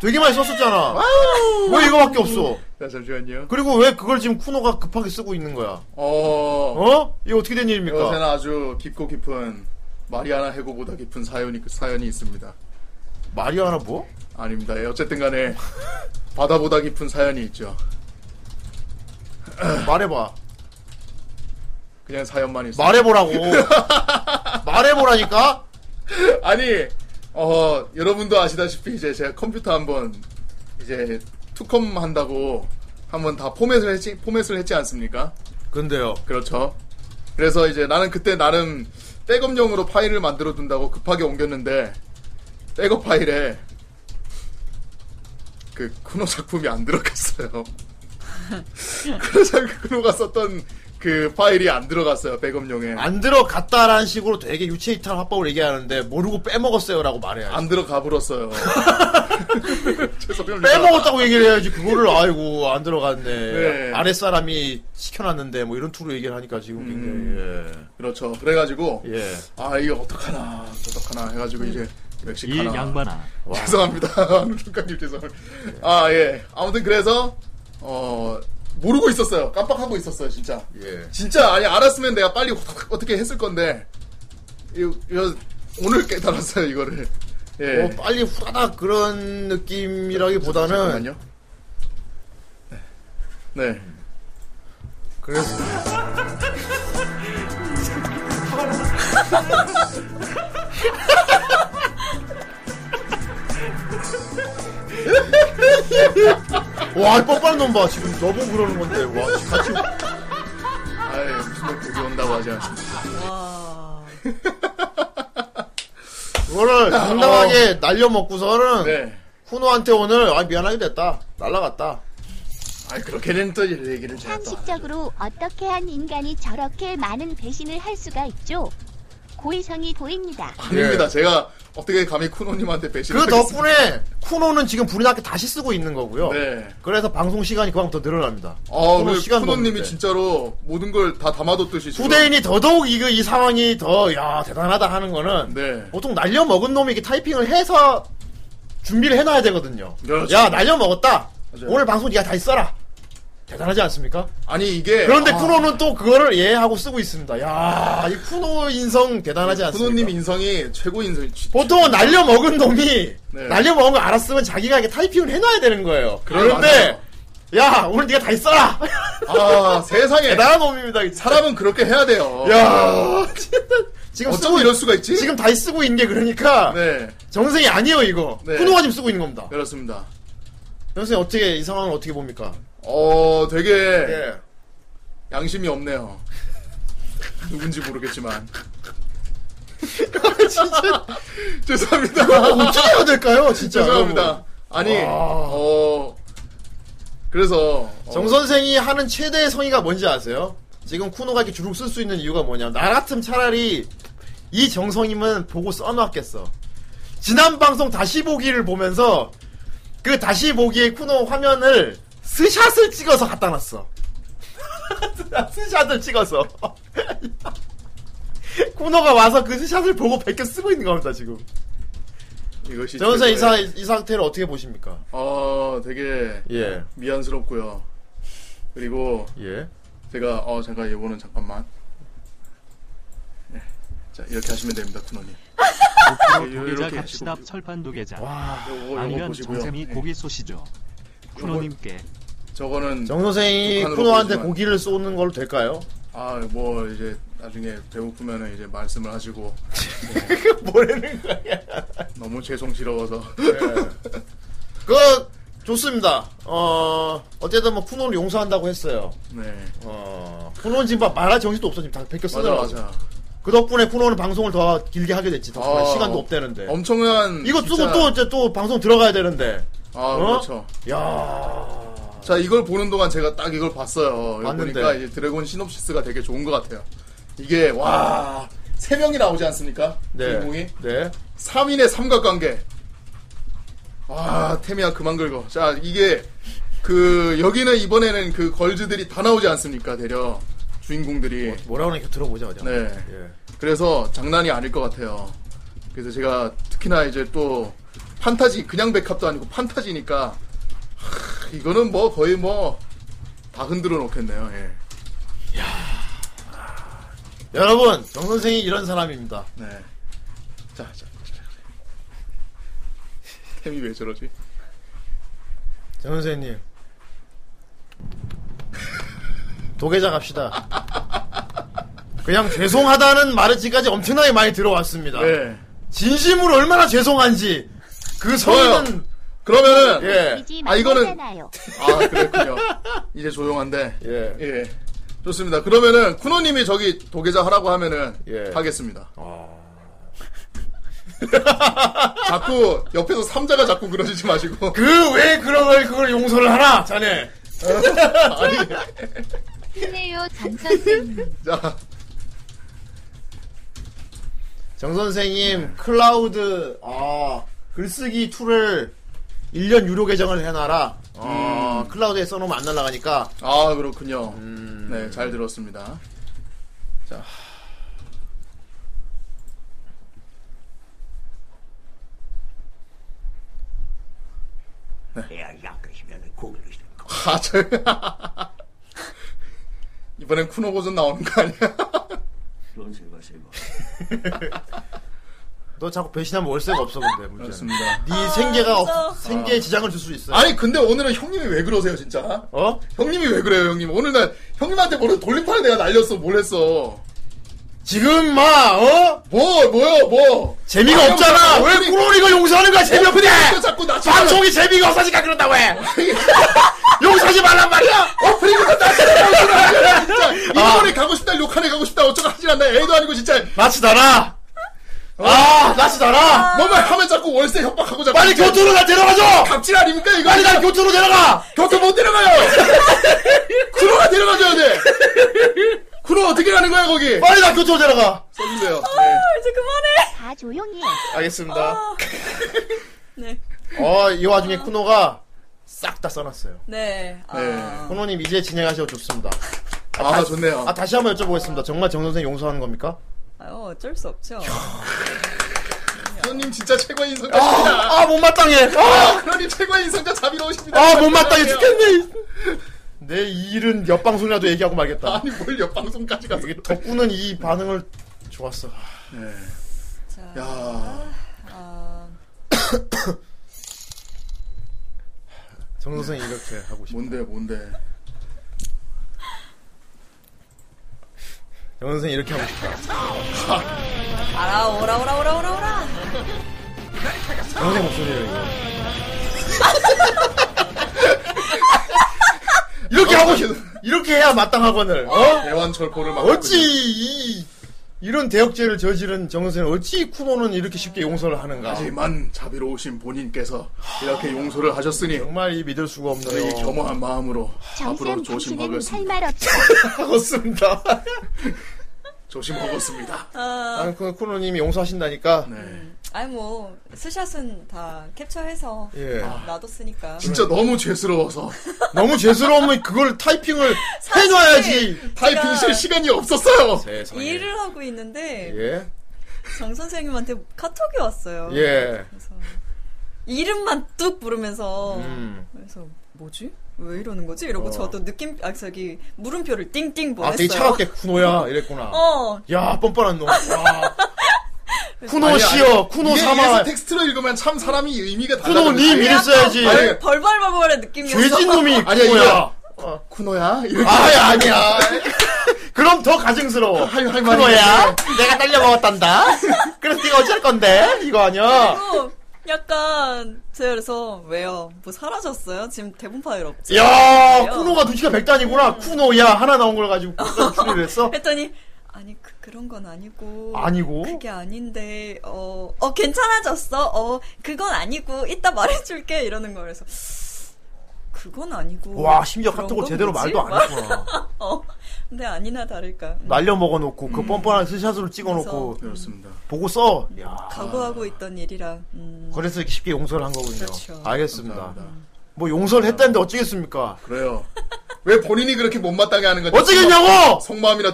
[SPEAKER 1] 되게 많이 썼었잖아.
[SPEAKER 2] 와우!
[SPEAKER 1] 왜 이거밖에 없어?
[SPEAKER 2] 자, 잠시만요.
[SPEAKER 1] 그리고 왜 그걸 지금 쿠노가 급하게 쓰고 있는 거야?
[SPEAKER 2] 어,
[SPEAKER 1] 어? 이거 어떻게 된 일입니까?
[SPEAKER 2] 요새는 아주 깊고 깊은, 마리아나 해고보다 깊은 사연이, 사연이 있습니다.
[SPEAKER 1] 마리아나 뭐?
[SPEAKER 2] 아닙니다. 예, 어쨌든 간에, <laughs> 바다보다 깊은 사연이 있죠.
[SPEAKER 1] 말해봐.
[SPEAKER 2] 그냥 사연만 있어. <laughs>
[SPEAKER 1] 말해보라고. 말해보라니까?
[SPEAKER 2] 아니, 어, 여러분도 아시다시피 이제 제가 컴퓨터 한번 이제 투컴 한다고 한번 다 포맷을 했지, 포맷을 했지 않습니까?
[SPEAKER 1] 근데요.
[SPEAKER 2] 그렇죠. 그래서 이제 나는 그때 나름 백업용으로 파일을 만들어 둔다고 급하게 옮겼는데 백업 파일에 그 쿠노 작품이 안 들어갔어요. <laughs> 그래서 쿠노가 썼던 그 파일이 안 들어갔어요 백업용에.
[SPEAKER 1] 안 들어갔다라는 식으로 되게 유체이탈 화법을 얘기하는데 모르고 빼먹었어요라고 말해야지.
[SPEAKER 2] 안 들어가 불었어요.
[SPEAKER 1] <laughs>
[SPEAKER 2] 죄송합니다.
[SPEAKER 1] 빼먹었다고 얘기를 해야지 그거를 아이고 안 들어갔네.
[SPEAKER 2] 네.
[SPEAKER 1] 아랫사람이 시켜놨는데 뭐 이런 투로 얘기를 하니까 지금
[SPEAKER 2] 그렇죠. 그래가지고
[SPEAKER 1] 굉장히 예. 예.
[SPEAKER 2] 아 이거 어떡하나 어떡하나 해가지고 이제
[SPEAKER 1] 이
[SPEAKER 2] 멕시카나
[SPEAKER 1] 양반아. 와.
[SPEAKER 2] 죄송합니다 <laughs> 눈감길 죄송합니다 아예 아무튼 그래서 어 모르고 있었어요 깜빡하고 있었어요 진짜
[SPEAKER 1] 예.
[SPEAKER 2] 진짜 아니 알았으면 내가 빨리 확 어떻게 했을 건데 이거, 이거 오늘 깨달았어요 이거를 예
[SPEAKER 1] 뭐 빨리 후다닥 그런 느낌이라기보다는
[SPEAKER 2] 잠깐만요 네
[SPEAKER 1] 그래서 와 뻔뻔한 놈봐 지금 너무 그러는 건데 와 같이
[SPEAKER 2] 아이 무슨 말 되게 온다고 하지 않습니까
[SPEAKER 1] 그거를 당당하게 날려먹고서는
[SPEAKER 2] 아, 어. 네
[SPEAKER 1] 쿠노한테 오늘 아 미안하게 됐다 날라갔다 그
[SPEAKER 2] 아이 그렇게는 또 얘기를 잘했다
[SPEAKER 20] 상식적으로 어떻게 한 인간이 저렇게 많은 배신을 할 수가 있죠? 고의성이 보입니다.
[SPEAKER 2] 아닙니다 제가 어떻게 감히 쿠노님한테 배신을
[SPEAKER 1] 예. 그
[SPEAKER 2] 하겠습니까?
[SPEAKER 1] 덕분에 쿠노는 지금 불이 나게 다시 쓰고 있는 거고요
[SPEAKER 2] 네
[SPEAKER 1] 그래서 방송 시간이 그만큼 더 늘어납니다
[SPEAKER 2] 아,
[SPEAKER 1] 쿠노
[SPEAKER 2] 그
[SPEAKER 1] 시간도
[SPEAKER 2] 쿠노님이
[SPEAKER 1] 없는데.
[SPEAKER 2] 진짜로 모든 걸 다 담아뒀듯이 지금-
[SPEAKER 1] 후대인이 더더욱 이, 이 상황이 더, 야, 대단하다 하는 거는,
[SPEAKER 2] 네.
[SPEAKER 1] 보통 날려먹은 놈이 이렇게 타이핑을 해서 준비를 해놔야 되거든요.
[SPEAKER 2] 그렇죠.
[SPEAKER 1] 야, 날려먹었다.
[SPEAKER 2] 맞아요.
[SPEAKER 1] 오늘 방송 니가 다 있어라. 대단하지 않습니까?
[SPEAKER 2] 아니 이게
[SPEAKER 1] 그런데
[SPEAKER 2] 아,
[SPEAKER 1] 쿠노는 또 그거를 예하고 쓰고 있습니다. 야, 이 쿠노 인성 대단하지 않습니까?
[SPEAKER 2] 네, 쿠노님 인성이 최고 인성이 지-
[SPEAKER 1] 보통은 날려먹은 놈이,
[SPEAKER 2] 네.
[SPEAKER 1] 날려먹은 거 알았으면 자기가 이게 타이핑을 해놔야 되는 거예요.
[SPEAKER 2] 그래요,
[SPEAKER 1] 그런데, 야, 오늘 니가 다 있어라!
[SPEAKER 2] 아 세상에
[SPEAKER 1] 대단한 놈입니다. 진짜.
[SPEAKER 2] 사람은 그렇게 해야 돼요.
[SPEAKER 1] 야, <laughs> 지금
[SPEAKER 2] 어쩜 이럴 수가 있지?
[SPEAKER 1] 지금 다이 쓰고 있는 게 그러니까 정생이 아니에요 이거.
[SPEAKER 2] 네.
[SPEAKER 1] 훈호가 지금 쓰고 있는 겁니다.
[SPEAKER 2] 그렇습니다.
[SPEAKER 1] 정생이 어떻게 이 상황을 어떻게 봅니까?
[SPEAKER 2] 어, 되게
[SPEAKER 1] 예.
[SPEAKER 2] 양심이 없네요. 누군지 모르겠지만
[SPEAKER 1] <laughs> 진짜
[SPEAKER 2] <laughs> 죄송합니다.
[SPEAKER 1] 이거 어떻게 해야 될까요, 진짜?
[SPEAKER 2] 죄송합니다. 아니,
[SPEAKER 1] 와.
[SPEAKER 2] 어 그래서 어,
[SPEAKER 1] 정 선생이 하는 최대의 성의가 뭔지 아세요? 지금 쿠노가 이렇게 주룩 쓸 수 있는 이유가 뭐냐면 나 같으면 차라리 이 정성임은 보고 써놨겠어. 지난 방송 다시 보기를 보면서 그 다시 보기의 쿠노 화면을 스샷을 찍어서 갖다 놨어. <laughs> 스샷을 찍어서 <laughs> 쿠노가 와서 그 스샷을 보고 베껴 쓰고 있는 겁니다 지금.
[SPEAKER 2] 이것이
[SPEAKER 1] 정 선생 이, 사-
[SPEAKER 2] 최고의-
[SPEAKER 1] 이 상태를 어떻게 보십니까?
[SPEAKER 2] 어 되게
[SPEAKER 1] 예.
[SPEAKER 2] 미안스럽고요. 그리고
[SPEAKER 1] 예.
[SPEAKER 2] 제가 어 잠깐 요거는 잠깐만. 네. 자 이렇게 하시면 됩니다, 군원님. 네,
[SPEAKER 7] 앞으로 도계자 갑시다 철판 도계자
[SPEAKER 1] 아,
[SPEAKER 2] 요거
[SPEAKER 7] 아니면
[SPEAKER 2] 어, 보시고요. 네.
[SPEAKER 7] 정샘이 고기 쏘시죠 쿠노님께
[SPEAKER 2] 예. 저거는
[SPEAKER 1] 정 선생이
[SPEAKER 2] 북한으로
[SPEAKER 1] 쿠노한테
[SPEAKER 2] 보지만-
[SPEAKER 1] 고기를 쏘는 걸로 될까요?
[SPEAKER 2] 아 뭐 이제 나중에 배고프면은 이제 말씀을 하시고 뭐,
[SPEAKER 1] <laughs>
[SPEAKER 2] 뭐라는 거야? 너무 죄송스러워서 <laughs> 네.
[SPEAKER 1] 그 좋습니다. 어 어쨌든 뭐 쿠노를 용서한다고 했어요.
[SPEAKER 2] 네
[SPEAKER 1] 어 쿠노는 지금 막 말할 정신도 없어 지금 다 베껴
[SPEAKER 2] 맞아
[SPEAKER 1] 쓰느라고.
[SPEAKER 2] 맞아.
[SPEAKER 1] 그 덕분에 쿠노는 방송을 더 길게 하게 됐지. 덕분에
[SPEAKER 2] 아,
[SPEAKER 1] 시간도 없대는데.
[SPEAKER 2] 엄청난
[SPEAKER 1] 네. 이거 쓰고
[SPEAKER 2] 진짜-
[SPEAKER 1] 또 이제 또 방송 들어가야 되는데.
[SPEAKER 2] 아
[SPEAKER 1] 어?
[SPEAKER 2] 그렇죠.
[SPEAKER 1] 야.
[SPEAKER 2] 자 이걸 보는 동안 제가 딱 이걸 봤어요. 이걸
[SPEAKER 1] 봤는데.
[SPEAKER 2] 보니까 이제 드래곤 시놉시스가 되게 좋은 것 같아요. 이게 와. 세 명이 나오지 않습니까?
[SPEAKER 1] 아. 네.
[SPEAKER 2] 주인공이
[SPEAKER 1] 네.
[SPEAKER 2] 3인의 삼각관계. 아, 태미야 그만 긁어. 자, 이게 그 여기는 이번에는 그 걸즈들이 다 나오지 않습니까? 대려 주인공들이.
[SPEAKER 1] 뭐라고 하나 들어보자 그냥. 예.
[SPEAKER 2] 네. 그래서 장난이 아닐 것 같아요. 그래서 제가 특히나 이제 또 판타지 그냥 백합도 아니고 판타지니까 하, 이거는 뭐 거의 뭐 다 흔들어 놓겠네요. 예.
[SPEAKER 1] 여러분 정 선생이 이런 사람입니다.
[SPEAKER 2] 네. 자, 자, <laughs> 자. 태미 왜 저러지?
[SPEAKER 1] 정 선생님. 도계자 갑시다. 그냥 죄송하다는 말을 지금까지 엄청나게 많이 들어왔습니다.
[SPEAKER 2] 네.
[SPEAKER 1] 진심으로 얼마나 죄송한지 그 성은
[SPEAKER 2] 그러면은
[SPEAKER 1] 예.
[SPEAKER 2] 아 이거는
[SPEAKER 20] 나요.
[SPEAKER 2] 아 그랬군요. 이제 조용한데 예. 좋습니다. 그러면은 쿠노님이 저기 도계자 하라고 하면은
[SPEAKER 1] 예.
[SPEAKER 2] 하겠습니다.
[SPEAKER 1] 아.
[SPEAKER 2] <laughs> 자꾸 옆에서 삼자가 자꾸 그러시지 마시고
[SPEAKER 1] 그 왜 그런 걸 그걸 용서를 하나 자네.
[SPEAKER 2] 아니
[SPEAKER 13] 힘내요 장선생님.
[SPEAKER 2] 자
[SPEAKER 1] 정 선생님 클라우드 아 글쓰기 툴을 1년 유료 계정을 해놔라. 아, 클라우드에 써놓으면 안 날아가니까.
[SPEAKER 2] 아 그렇군요.
[SPEAKER 1] 음.
[SPEAKER 2] 네 잘 들었습니다. 자
[SPEAKER 21] 내가
[SPEAKER 17] 그
[SPEAKER 21] 약하시면 고기를 좀
[SPEAKER 2] 아, 저 <laughs> 이번엔 쿠노 고전 나오는 거 아니야?
[SPEAKER 1] 네.
[SPEAKER 21] 그런 생각 세고
[SPEAKER 1] 너 자꾸 배신하면 월세가 없어 근데 문제는.
[SPEAKER 2] 그렇습니다.
[SPEAKER 1] 네 생계가
[SPEAKER 2] 진짜.
[SPEAKER 1] 없, 생계에 지장을 줄 수 있어요.
[SPEAKER 2] 아니 근데 오늘은 형님이 왜 그러세요 진짜?
[SPEAKER 1] 어?
[SPEAKER 2] 형님이 왜 그래요 형님? 오늘 날 형님한테 뭐를 돌림판에 내가 날렸어 뭘 했어?
[SPEAKER 1] 지금 막 어?
[SPEAKER 2] 뭐 뭐요 뭐?
[SPEAKER 1] 재미가
[SPEAKER 2] 아니,
[SPEAKER 1] 없잖아.
[SPEAKER 2] 뭐,
[SPEAKER 1] 왜
[SPEAKER 2] 그러니-
[SPEAKER 1] 꾸러리가 용서하는 거야 재미없게.
[SPEAKER 2] 오프닝 또 자꾸 낮추잖아.
[SPEAKER 1] 방송이 재미가 없어지니까 그런다고 <laughs> 해. 용서하지 말란 말이야. 어?
[SPEAKER 2] 오프닝부터 따지는
[SPEAKER 1] 아.
[SPEAKER 2] 진짜 일본에 가고 싶다 욕하네 가고 싶다 어쩌고 하질 않나 애도 아니고 진짜
[SPEAKER 1] 나치다라. 아 나치다라.
[SPEAKER 2] 뭐만 하면 자꾸 월세 협박하고 자꾸
[SPEAKER 1] 빨리
[SPEAKER 2] 진짜
[SPEAKER 1] 교토로 나 데려가줘.
[SPEAKER 2] 갑질 아닙니까 이거
[SPEAKER 1] 빨리 나 교토로 데려가.
[SPEAKER 2] 교토 못 데려가요 <laughs> 쿠로가 데려가줘야 돼 쿠로 어떻게 가는 거야 거기
[SPEAKER 1] 빨리 나 교토로 데려가.
[SPEAKER 2] 써주세요 네.
[SPEAKER 8] 이제 그만해.
[SPEAKER 20] 다 조용히 해.
[SPEAKER 1] 알겠습니다.
[SPEAKER 8] 네.
[SPEAKER 1] 어, 이 와중에 쿠노가 싹 다 써놨어요.
[SPEAKER 8] 네. 아,
[SPEAKER 1] 쿠노님 이제 진행하셔도 좋습니다.
[SPEAKER 2] 아, 좋네요.
[SPEAKER 1] 아, 다시 한번 여쭤보겠습니다. 정말 정 선생 용서하는 겁니까?
[SPEAKER 8] 아유, 어쩔 수 없죠.
[SPEAKER 2] 쿠로님 진짜 최고의 인성자입니다
[SPEAKER 1] 아, 못마땅해. 아,
[SPEAKER 2] 쿠로님 최고의 인성자 자비로우십니다
[SPEAKER 1] 아 못마땅해 죽겠네. 내 일은 옆방송이라도 얘기하고 말겠다.
[SPEAKER 2] 아니 뭘 옆방송까지 가서
[SPEAKER 1] 덕구는 이 반응을 좋았어. 아,
[SPEAKER 2] 네.
[SPEAKER 8] 자,
[SPEAKER 2] 야
[SPEAKER 8] 아,
[SPEAKER 1] 정 선생 이렇게 하고 싶어.
[SPEAKER 2] 뭔데 뭔데
[SPEAKER 1] 정 선생 이렇게 하고 싶다.
[SPEAKER 3] 알아 오라 오라 오라 오라 오라.
[SPEAKER 1] 영상 목소리예요 이거. 이렇게 하고 싶 이렇게 해야 마땅하거늘. 어?
[SPEAKER 2] 대환 철포를 막.
[SPEAKER 1] 어찌 이, 이런 대역죄를 저지른 정선생 어찌 쿠노는 이렇게 쉽게 용서를 하는가?
[SPEAKER 2] 하지만 자비로우신 본인께서 이렇게 용서를 하셨으니
[SPEAKER 1] 정말 이 믿을 수가 어. 없네요.
[SPEAKER 2] 저희 겸허한 마음으로 <laughs> 앞으로
[SPEAKER 20] 정쌤 당신은
[SPEAKER 2] 조심하겠습니다.
[SPEAKER 20] 할 말 없죠.
[SPEAKER 1] 하겠습니다.
[SPEAKER 2] 조심하겠습니다. 네.
[SPEAKER 3] 아,
[SPEAKER 1] 아니 그 쿠노님이 용서하신다니까.
[SPEAKER 3] 아니 뭐 스샷은 다 캡처해서
[SPEAKER 2] 네.
[SPEAKER 1] 예.
[SPEAKER 2] 아.
[SPEAKER 3] 다 놔뒀으니까.
[SPEAKER 2] 진짜 너무 죄스러워서 <laughs>
[SPEAKER 1] 너무 죄스러우면 그걸 타이핑을 해놔야지.
[SPEAKER 2] 타이핑 쉴
[SPEAKER 3] 제가-
[SPEAKER 2] 시간이 없었어요.
[SPEAKER 1] 세상에.
[SPEAKER 3] 일을 하고 있는데
[SPEAKER 1] 예.
[SPEAKER 3] 정 선생님한테 카톡이 왔어요.
[SPEAKER 1] 예.
[SPEAKER 3] 이름만 뚝
[SPEAKER 2] 어.
[SPEAKER 3] 부르면서
[SPEAKER 1] 음.
[SPEAKER 3] 그래서 뭐지? 왜 이러는 거지? 이러고 저도 느낌 아 저기 물음표를 띵띵 보냈어요.
[SPEAKER 1] 어. 아 되게 차갑게 쿠노야 이랬구나.
[SPEAKER 3] 어.
[SPEAKER 1] 야 뻔뻔한 놈.
[SPEAKER 2] <laughs>
[SPEAKER 1] 야. 쿠노
[SPEAKER 2] 아니, 아니.
[SPEAKER 1] 씨여 쿠노
[SPEAKER 2] 이게-
[SPEAKER 1] 사마
[SPEAKER 2] 이래서 텍스트를 읽으면 참 사람이 의미가 달라.
[SPEAKER 1] 쿠노님 이랬어야지.
[SPEAKER 2] 아니,
[SPEAKER 3] 벌벌벌벌의 느낌이었어.
[SPEAKER 1] 죄진 놈이
[SPEAKER 2] 아니야,
[SPEAKER 1] 쿠노야.
[SPEAKER 2] 쿠노야? 이렇게.
[SPEAKER 1] 아 아니야. 그럼 더 가증스러워.
[SPEAKER 2] 할- 할 말이
[SPEAKER 1] 쿠노야 내가 딸려 먹었단다. <laughs> 그래서 네가 어쩔 건데 이거 아니야.
[SPEAKER 3] 그리고 약간 제가 그래서 왜요? 뭐 사라졌어요? 지금 대본 파일 없지?
[SPEAKER 1] 야
[SPEAKER 3] 왜요? 음.
[SPEAKER 1] 쿠노가 눈치가 백단이구나. 쿠노야 하나 나온 걸 가지고
[SPEAKER 3] <laughs>
[SPEAKER 1] 그걸 추리를 했어.
[SPEAKER 3] 했더니 아니 그, 그런 건 아니고
[SPEAKER 1] 아니고?
[SPEAKER 3] 그게 아닌데 어, 어 괜찮아졌어 어 그건 아니고 이따 말해줄게 이러는 거예요 그래서 그건 아니고
[SPEAKER 1] 와 심지어
[SPEAKER 3] 뭐 그런
[SPEAKER 1] 카톡을
[SPEAKER 3] 건
[SPEAKER 1] 제대로
[SPEAKER 3] 뭐지?
[SPEAKER 1] 말도 안 했구나.
[SPEAKER 3] 어 근데 아니나 다를까
[SPEAKER 1] <laughs>
[SPEAKER 3] 음,
[SPEAKER 1] 날려 먹어놓고 그 뻔뻔한 스샷으로 찍어놓고
[SPEAKER 3] 그래서, 음.
[SPEAKER 1] 보고 써. 야.
[SPEAKER 3] 각오하고 있던 일이라 음,
[SPEAKER 1] 그래서 이렇게 쉽게 용서를 한 거군요.
[SPEAKER 3] 그렇죠. 음.
[SPEAKER 1] 알겠습니다. 뭐 용서를 했다는데 어쩌겠습니까?
[SPEAKER 2] 그래요. 왜 본인이 그렇게 못마땅해 하는 건지.
[SPEAKER 1] 어쩌겠냐고!
[SPEAKER 2] 속마음이나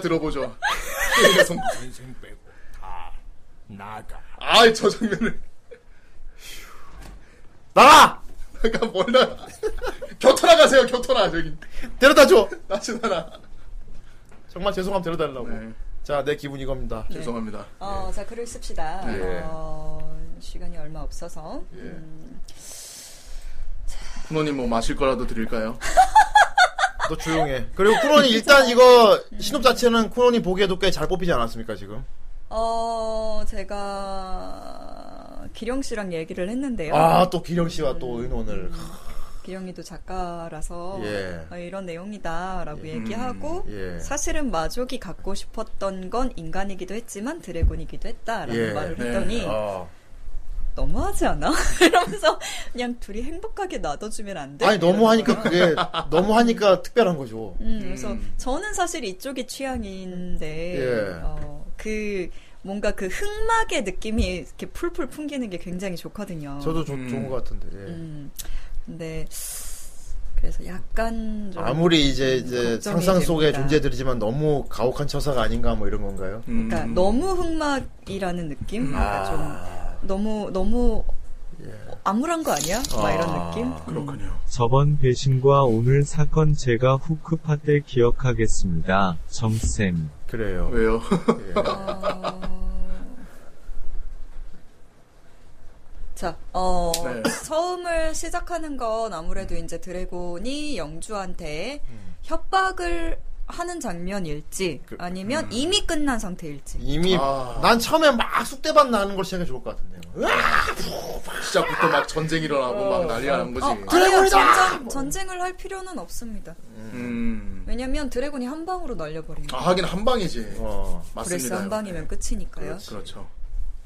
[SPEAKER 1] <laughs>
[SPEAKER 2] 들어보죠. 그러니까 속-
[SPEAKER 4] 인생 빼고 다 나가.
[SPEAKER 2] 아, 저 장면을.
[SPEAKER 1] 나가!
[SPEAKER 2] 그러니까 뭘 나. <laughs> 곁터나 가세요, 곁터나, 저기.
[SPEAKER 1] 데려다 줘!
[SPEAKER 2] 나지 나라. 네,
[SPEAKER 1] 정말 죄송함 데려달라고. 자, 내 기분 이겁니다.
[SPEAKER 2] 죄송합니다.
[SPEAKER 3] 어, 자 글을 씁시다
[SPEAKER 1] 예.
[SPEAKER 3] 어, 시간이 얼마 없어서 음,
[SPEAKER 2] 쿠노님 뭐 마실 거라도 드릴까요?
[SPEAKER 1] 너 조용해. 그리고 쿠론이 일단 이거 신업 자체는 쿠론이 보기에도 꽤 잘 뽑히지 않았습니까, 지금?
[SPEAKER 3] 어 제가 기령 씨랑 얘기를 했는데요
[SPEAKER 1] 아, 또 기령 씨와 또 의논을.
[SPEAKER 3] 기영이도 작가라서
[SPEAKER 1] 예.
[SPEAKER 3] 어, 이런 내용이다라고 얘기하고
[SPEAKER 1] 예.
[SPEAKER 3] 사실은 마족이 갖고 싶었던 건 인간이기도 했지만 드래곤이기도 했다라는
[SPEAKER 1] 예.
[SPEAKER 3] 말을
[SPEAKER 1] 네.
[SPEAKER 3] 했더니
[SPEAKER 1] 어.
[SPEAKER 3] 너무하지 않아? <laughs> 이러면서 그냥 둘이 행복하게 놔둬주면 안 돼?
[SPEAKER 1] 아니, 너무
[SPEAKER 3] 이러는
[SPEAKER 1] 하니까
[SPEAKER 3] 거예요.
[SPEAKER 1] 그게, 너무 하니까 특별한 거죠.
[SPEAKER 3] 음, 그래서 저는 사실 이쪽이 취향인데
[SPEAKER 1] 예.
[SPEAKER 3] 어, 그 뭔가 그 흑막의 느낌이 이렇게 풀풀 풍기는 게 굉장히 좋거든요.
[SPEAKER 1] 저도 좀 좋은 것 같은데, 예.
[SPEAKER 3] 음. 근데 그래서 약간 좀
[SPEAKER 1] 아무리 이제, 이제
[SPEAKER 3] 걱정이
[SPEAKER 1] 상상 속의
[SPEAKER 3] 됩니다.
[SPEAKER 1] 존재들이지만 너무 가혹한 처사가 아닌가 뭐 이런 건가요? 아,
[SPEAKER 3] 그러니까
[SPEAKER 2] 음.
[SPEAKER 3] 너무 흑막이라는 느낌? 그러니까
[SPEAKER 2] 아.
[SPEAKER 3] 좀 너무 너무 암울한 거 아니야? 막 이런 느낌?
[SPEAKER 2] 예. 그렇군요.
[SPEAKER 22] 저번 배신과 오늘 사건 제가 후크파 때 기억하겠습니다. 정쌤.
[SPEAKER 1] 그래요. 예.
[SPEAKER 2] 왜요? <laughs>
[SPEAKER 3] 어. 자, 어,
[SPEAKER 19] 네.
[SPEAKER 3] 처음을 시작하는 건 아무래도 이제 드래곤이 영주한테
[SPEAKER 2] 음.
[SPEAKER 3] 협박을 하는 장면일지
[SPEAKER 2] 그,
[SPEAKER 3] 아니면
[SPEAKER 2] 음.
[SPEAKER 3] 이미 끝난 상태일지
[SPEAKER 1] 이미
[SPEAKER 2] 아.
[SPEAKER 1] 난 처음에 막 쑥대밭 나는 걸 시작해 좋을 것 같은데요.
[SPEAKER 2] 시작부터 막 전쟁 일어나고 막 난리 나는 거지.
[SPEAKER 3] 어, 아니요, 전쟁, 전쟁을 할 필요는 없습니다.
[SPEAKER 2] 음.
[SPEAKER 3] 왜냐면 드래곤이 한 방으로 날려버립니다.
[SPEAKER 2] 아, 하긴 한 방이지.
[SPEAKER 3] 어.
[SPEAKER 1] 어.
[SPEAKER 3] 브레스 한
[SPEAKER 2] 맞습니다.
[SPEAKER 3] 방이면 끝이니까요.
[SPEAKER 2] 그렇죠.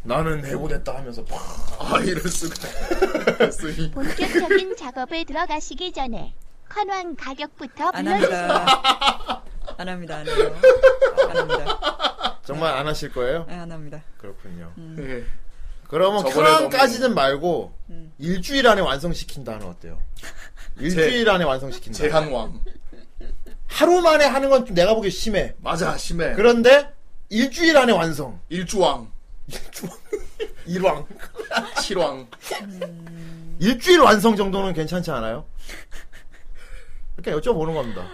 [SPEAKER 1] 나는 해고됐다 하면서 팍.
[SPEAKER 2] 아, 이럴 수가. <laughs>
[SPEAKER 20] 본격적인 <laughs> 작업에 들어가시기 전에 컨왕 가격부터
[SPEAKER 3] 안
[SPEAKER 20] 불러주세요.
[SPEAKER 3] 합니다. 안 합니다. 안 해요. 안 합니다.
[SPEAKER 1] 정말 안 하실 거예요?
[SPEAKER 3] 네, 안 합니다.
[SPEAKER 1] 그렇군요.
[SPEAKER 2] 예.
[SPEAKER 1] 그러면
[SPEAKER 2] 저번에
[SPEAKER 1] 큐랑까지는
[SPEAKER 2] 음.
[SPEAKER 1] 말고 일주일 안에 완성시킨다는 어때요? 일주일 안에 완성시킨다.
[SPEAKER 2] 제한왕.
[SPEAKER 1] 하루 만에 하는 건 좀 내가 보기 심해.
[SPEAKER 2] 맞아, 심해.
[SPEAKER 1] 그런데 일주일 안에 완성.
[SPEAKER 2] 일주왕.
[SPEAKER 1] 일왕.
[SPEAKER 2] 칠왕.
[SPEAKER 1] 일주일 완성 정도는 괜찮지 않아요? 이렇게 여쭤보는 겁니다.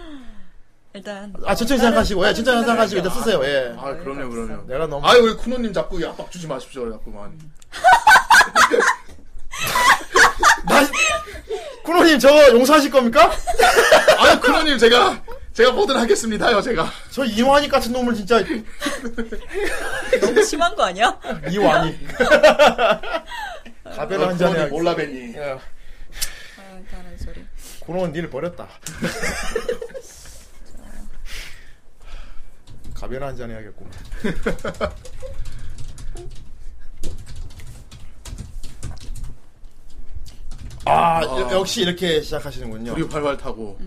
[SPEAKER 3] 일단
[SPEAKER 1] 아 천천히 생각하시고, 예, 천천히 생각하시고 일단 쓰세요. 예.
[SPEAKER 2] 아,
[SPEAKER 3] 네,
[SPEAKER 2] 그럼요, 그럼요.
[SPEAKER 1] 내가 너무
[SPEAKER 2] 아유, 우리 쿠노님 자꾸 압박 주지 마십시오, 자꾸만.
[SPEAKER 1] 쿠노님 저거 용서하실 겁니까?
[SPEAKER 2] 아유, 쿠노님 제가 제가 뭐든 하겠습니다요, 제가.
[SPEAKER 1] 저 이완이 같은 놈을 진짜
[SPEAKER 3] 너무 심한 거 아니야?
[SPEAKER 1] 이완이. 가베라 한 잔에
[SPEAKER 2] 아, 어,
[SPEAKER 1] 예.
[SPEAKER 2] 몰라 뵀니?
[SPEAKER 3] 아, 다른 소리.
[SPEAKER 1] 고노는 니를 버렸다. <laughs> 가베라 한 잔 <laughs> 해야겠구만. 아, 여- 역시 이렇게 시작하시는군요.
[SPEAKER 2] 우리 활활 타고.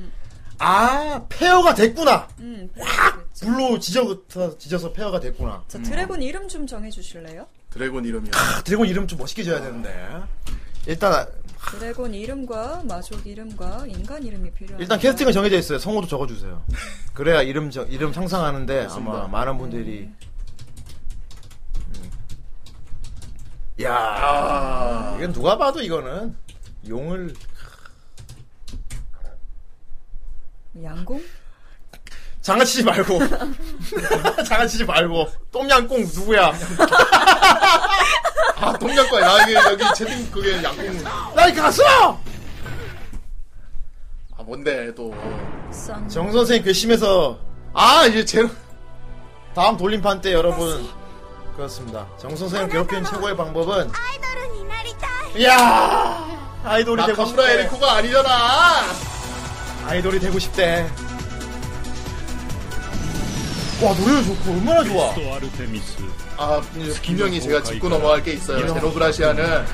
[SPEAKER 1] 아, 페어가 됐구나.
[SPEAKER 3] 음,
[SPEAKER 1] 불로 지져서, 지져서 페어가 됐구나.
[SPEAKER 3] 자, 드래곤 이름 좀 정해주실래요?
[SPEAKER 2] 드래곤 이름이야.
[SPEAKER 1] 아, 드래곤 이름 좀 멋있게 지어야 되는데. 일단,
[SPEAKER 3] 드래곤 이름과 마족 이름과 인간 이름이 필요한.
[SPEAKER 1] 일단 캐스팅은 정해져 있어요. 성호도 적어주세요. 그래야 이름, 저- 이름 상상하는데 아마 많은 분들이. 음. 야 이건 누가 봐도 이거는 용을.
[SPEAKER 3] 양공?
[SPEAKER 1] 장아치지 말고. <laughs> 장아치지 말고. 똠양꿍 누구야?
[SPEAKER 2] 아, 동작과 야, 이게 여기 채팅 그게 양궁.
[SPEAKER 1] 나이 가수!
[SPEAKER 2] 아, 뭔데 또.
[SPEAKER 3] 쌍.
[SPEAKER 1] 정 선생 괘씸해서 아 이제 제로 다음 돌림판 때 여러분 그렇습니다. 정 선생을 괴롭히는 최고의 방법은 이야 아이돌이 되고
[SPEAKER 2] 나카무라
[SPEAKER 1] 싶대.
[SPEAKER 2] 에리코가 아니잖아.
[SPEAKER 1] 아이돌이 되고 싶대. 와 노래도 좋고 얼마나 좋아.
[SPEAKER 2] 아, 분명히 제가 짚고 넘어갈 게 있어요. 제노브라시아는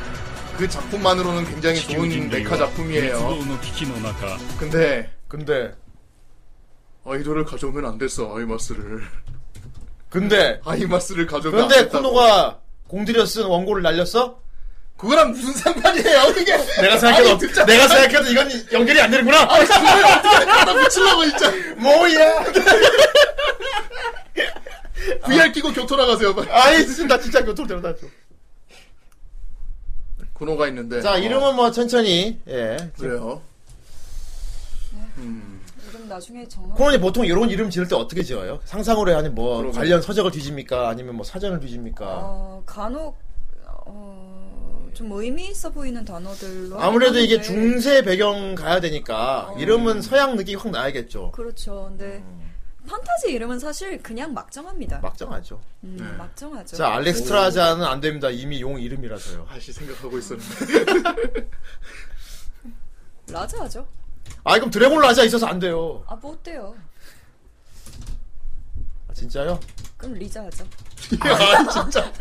[SPEAKER 2] 그 작품만으로는 굉장히 좋은 메카
[SPEAKER 1] 네,
[SPEAKER 2] 작품이에요. 근데
[SPEAKER 1] 근데
[SPEAKER 2] 아이돌을 가져오면 안 됐어 아이마스를. <laughs>
[SPEAKER 1] 근데
[SPEAKER 2] 아이마스를 가져오면 안
[SPEAKER 1] 그런데
[SPEAKER 2] 됐다고.
[SPEAKER 1] 코노가 공들여 쓴 원고를 날렸어?
[SPEAKER 2] 그거랑 무슨 상관이에요 이게?
[SPEAKER 1] 내가 생각해도
[SPEAKER 2] 아니, 듣자.
[SPEAKER 1] 내가 생각해도 이건 연결이 안 되는구나.
[SPEAKER 2] 아, 그걸 어떻게 갖다 붙이려고 진짜.
[SPEAKER 1] <laughs> 뭐야?
[SPEAKER 2] VR 끼고 교토 나가세요. 빨리.
[SPEAKER 1] 아이 진짜 진짜 교통 데려다 줘.
[SPEAKER 2] 군호가 있는데.
[SPEAKER 1] 자
[SPEAKER 2] 어,
[SPEAKER 1] 이름은 뭐 천천히 예
[SPEAKER 2] 그래요.
[SPEAKER 3] 이름 나중에 정하.
[SPEAKER 1] 코너님 보통 이런 이름 지을 때 어떻게 지어요? 상상으로 해요? 아니면 뭐
[SPEAKER 2] 그러게.
[SPEAKER 1] 관련 서적을 뒤집니까? 아니면 뭐 사전을 뒤집니까?
[SPEAKER 2] 아,
[SPEAKER 3] 어, 간혹 어, 좀 의미 있어 보이는 단어들로.
[SPEAKER 1] 아무래도 이게
[SPEAKER 3] 하는데.
[SPEAKER 1] 중세 배경 가야
[SPEAKER 2] 어.
[SPEAKER 1] 되니까 이름은 서양 느낌이 확 나야겠죠.
[SPEAKER 3] 그렇죠. 근데 판타지 이름은 사실 그냥 막정합니다.
[SPEAKER 1] 음. 막정하죠. 네.
[SPEAKER 3] 음, 막정하죠.
[SPEAKER 1] 자 알렉스 트라자는 안 됩니다. 이미 용 이름이라서요.
[SPEAKER 2] 다시 생각하고 있었는데.
[SPEAKER 1] <laughs>
[SPEAKER 3] 라자죠.
[SPEAKER 1] 아 그럼 드래곤 라자 있어서 안 돼요.
[SPEAKER 3] 아, 뭐 어때요?
[SPEAKER 1] 아, 진짜요?
[SPEAKER 3] 그럼 리자 하죠.
[SPEAKER 2] 야, 아, 진짜.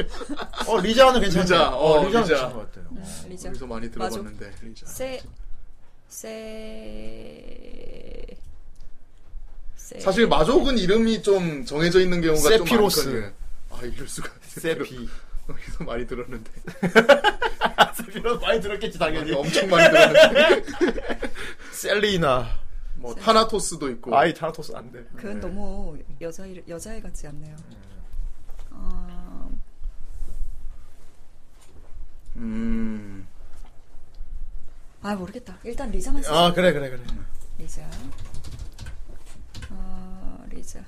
[SPEAKER 1] 어 리자는 괜찮아요.
[SPEAKER 2] 리자, 어, 리자.
[SPEAKER 1] 것 같아요.
[SPEAKER 3] 음, 리자.
[SPEAKER 2] 여기서 뭐 많이 들어봤는데. 리자.
[SPEAKER 3] 세, 세, 세.
[SPEAKER 2] 사실 마족은 이름이 좀 정해져 있는 경우가
[SPEAKER 1] 세피로스.
[SPEAKER 2] 좀 많거든요. 아 이럴 수가. 세피. 여기서 <laughs> 많이 들었는데.
[SPEAKER 1] 세피로스 많이 들었겠지 당연히.
[SPEAKER 2] 엄청 많이 들었는데.
[SPEAKER 1] 셀리나.
[SPEAKER 2] 뭐 타나토스도 있고.
[SPEAKER 1] 아이 타라토스 안 돼.
[SPEAKER 3] 그건
[SPEAKER 2] 네.
[SPEAKER 3] 너무 여자 이 여자애 같지 않네요. 어,
[SPEAKER 2] 음.
[SPEAKER 3] 아 모르겠다. 일단 리자만 쓰자.
[SPEAKER 1] 아 그래 그래 그래.
[SPEAKER 3] 리자. 어, 리자.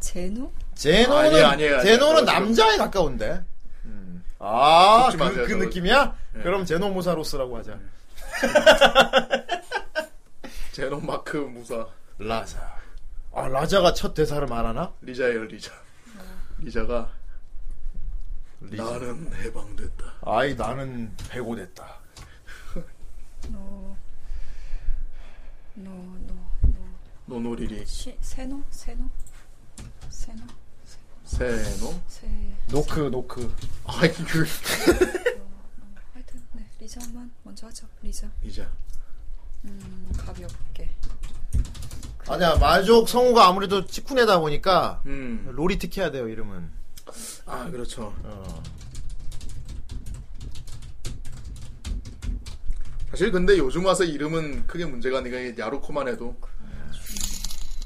[SPEAKER 3] 제노?
[SPEAKER 1] 제노는
[SPEAKER 2] 아니에요, 아니에요, 아니에요.
[SPEAKER 1] 제노는
[SPEAKER 2] 저거 지금-
[SPEAKER 1] 남자에 가까운데. 아,
[SPEAKER 2] 속지
[SPEAKER 1] 그,
[SPEAKER 2] 마세요,
[SPEAKER 1] 그
[SPEAKER 2] 저거. 네.
[SPEAKER 1] 느낌이야?
[SPEAKER 2] 예.
[SPEAKER 1] 그럼 제노 모사로스라고 하자.
[SPEAKER 2] 제롬 마크 무사.
[SPEAKER 1] 라자. 아, 라자가 첫 대사를 말하나?
[SPEAKER 2] 리자예요 리자. 리자가. 나는 해방됐다.
[SPEAKER 1] 아이, 나는 해고됐다.
[SPEAKER 3] 노. 노, 노, 노.
[SPEAKER 2] 노노리리.
[SPEAKER 3] 시, 세노? 세노? 세노?
[SPEAKER 2] 세노.
[SPEAKER 3] 세.
[SPEAKER 1] 노크, 노크.
[SPEAKER 2] 아이 그
[SPEAKER 3] 하여튼, 네. 리자만 먼저 하죠. 리자.
[SPEAKER 2] 리자.
[SPEAKER 3] 음, 가볍게.
[SPEAKER 1] 아니야, 마족 성우가 아무래도 치쿠네다 보니까,
[SPEAKER 2] 음.
[SPEAKER 1] 롤이 특해야 돼요, 이름은.
[SPEAKER 2] 아 그렇죠.
[SPEAKER 1] 어.
[SPEAKER 2] 사실 근데 요즘 와서 이름은 크게 문제가 아니라 이게 야루코만 해도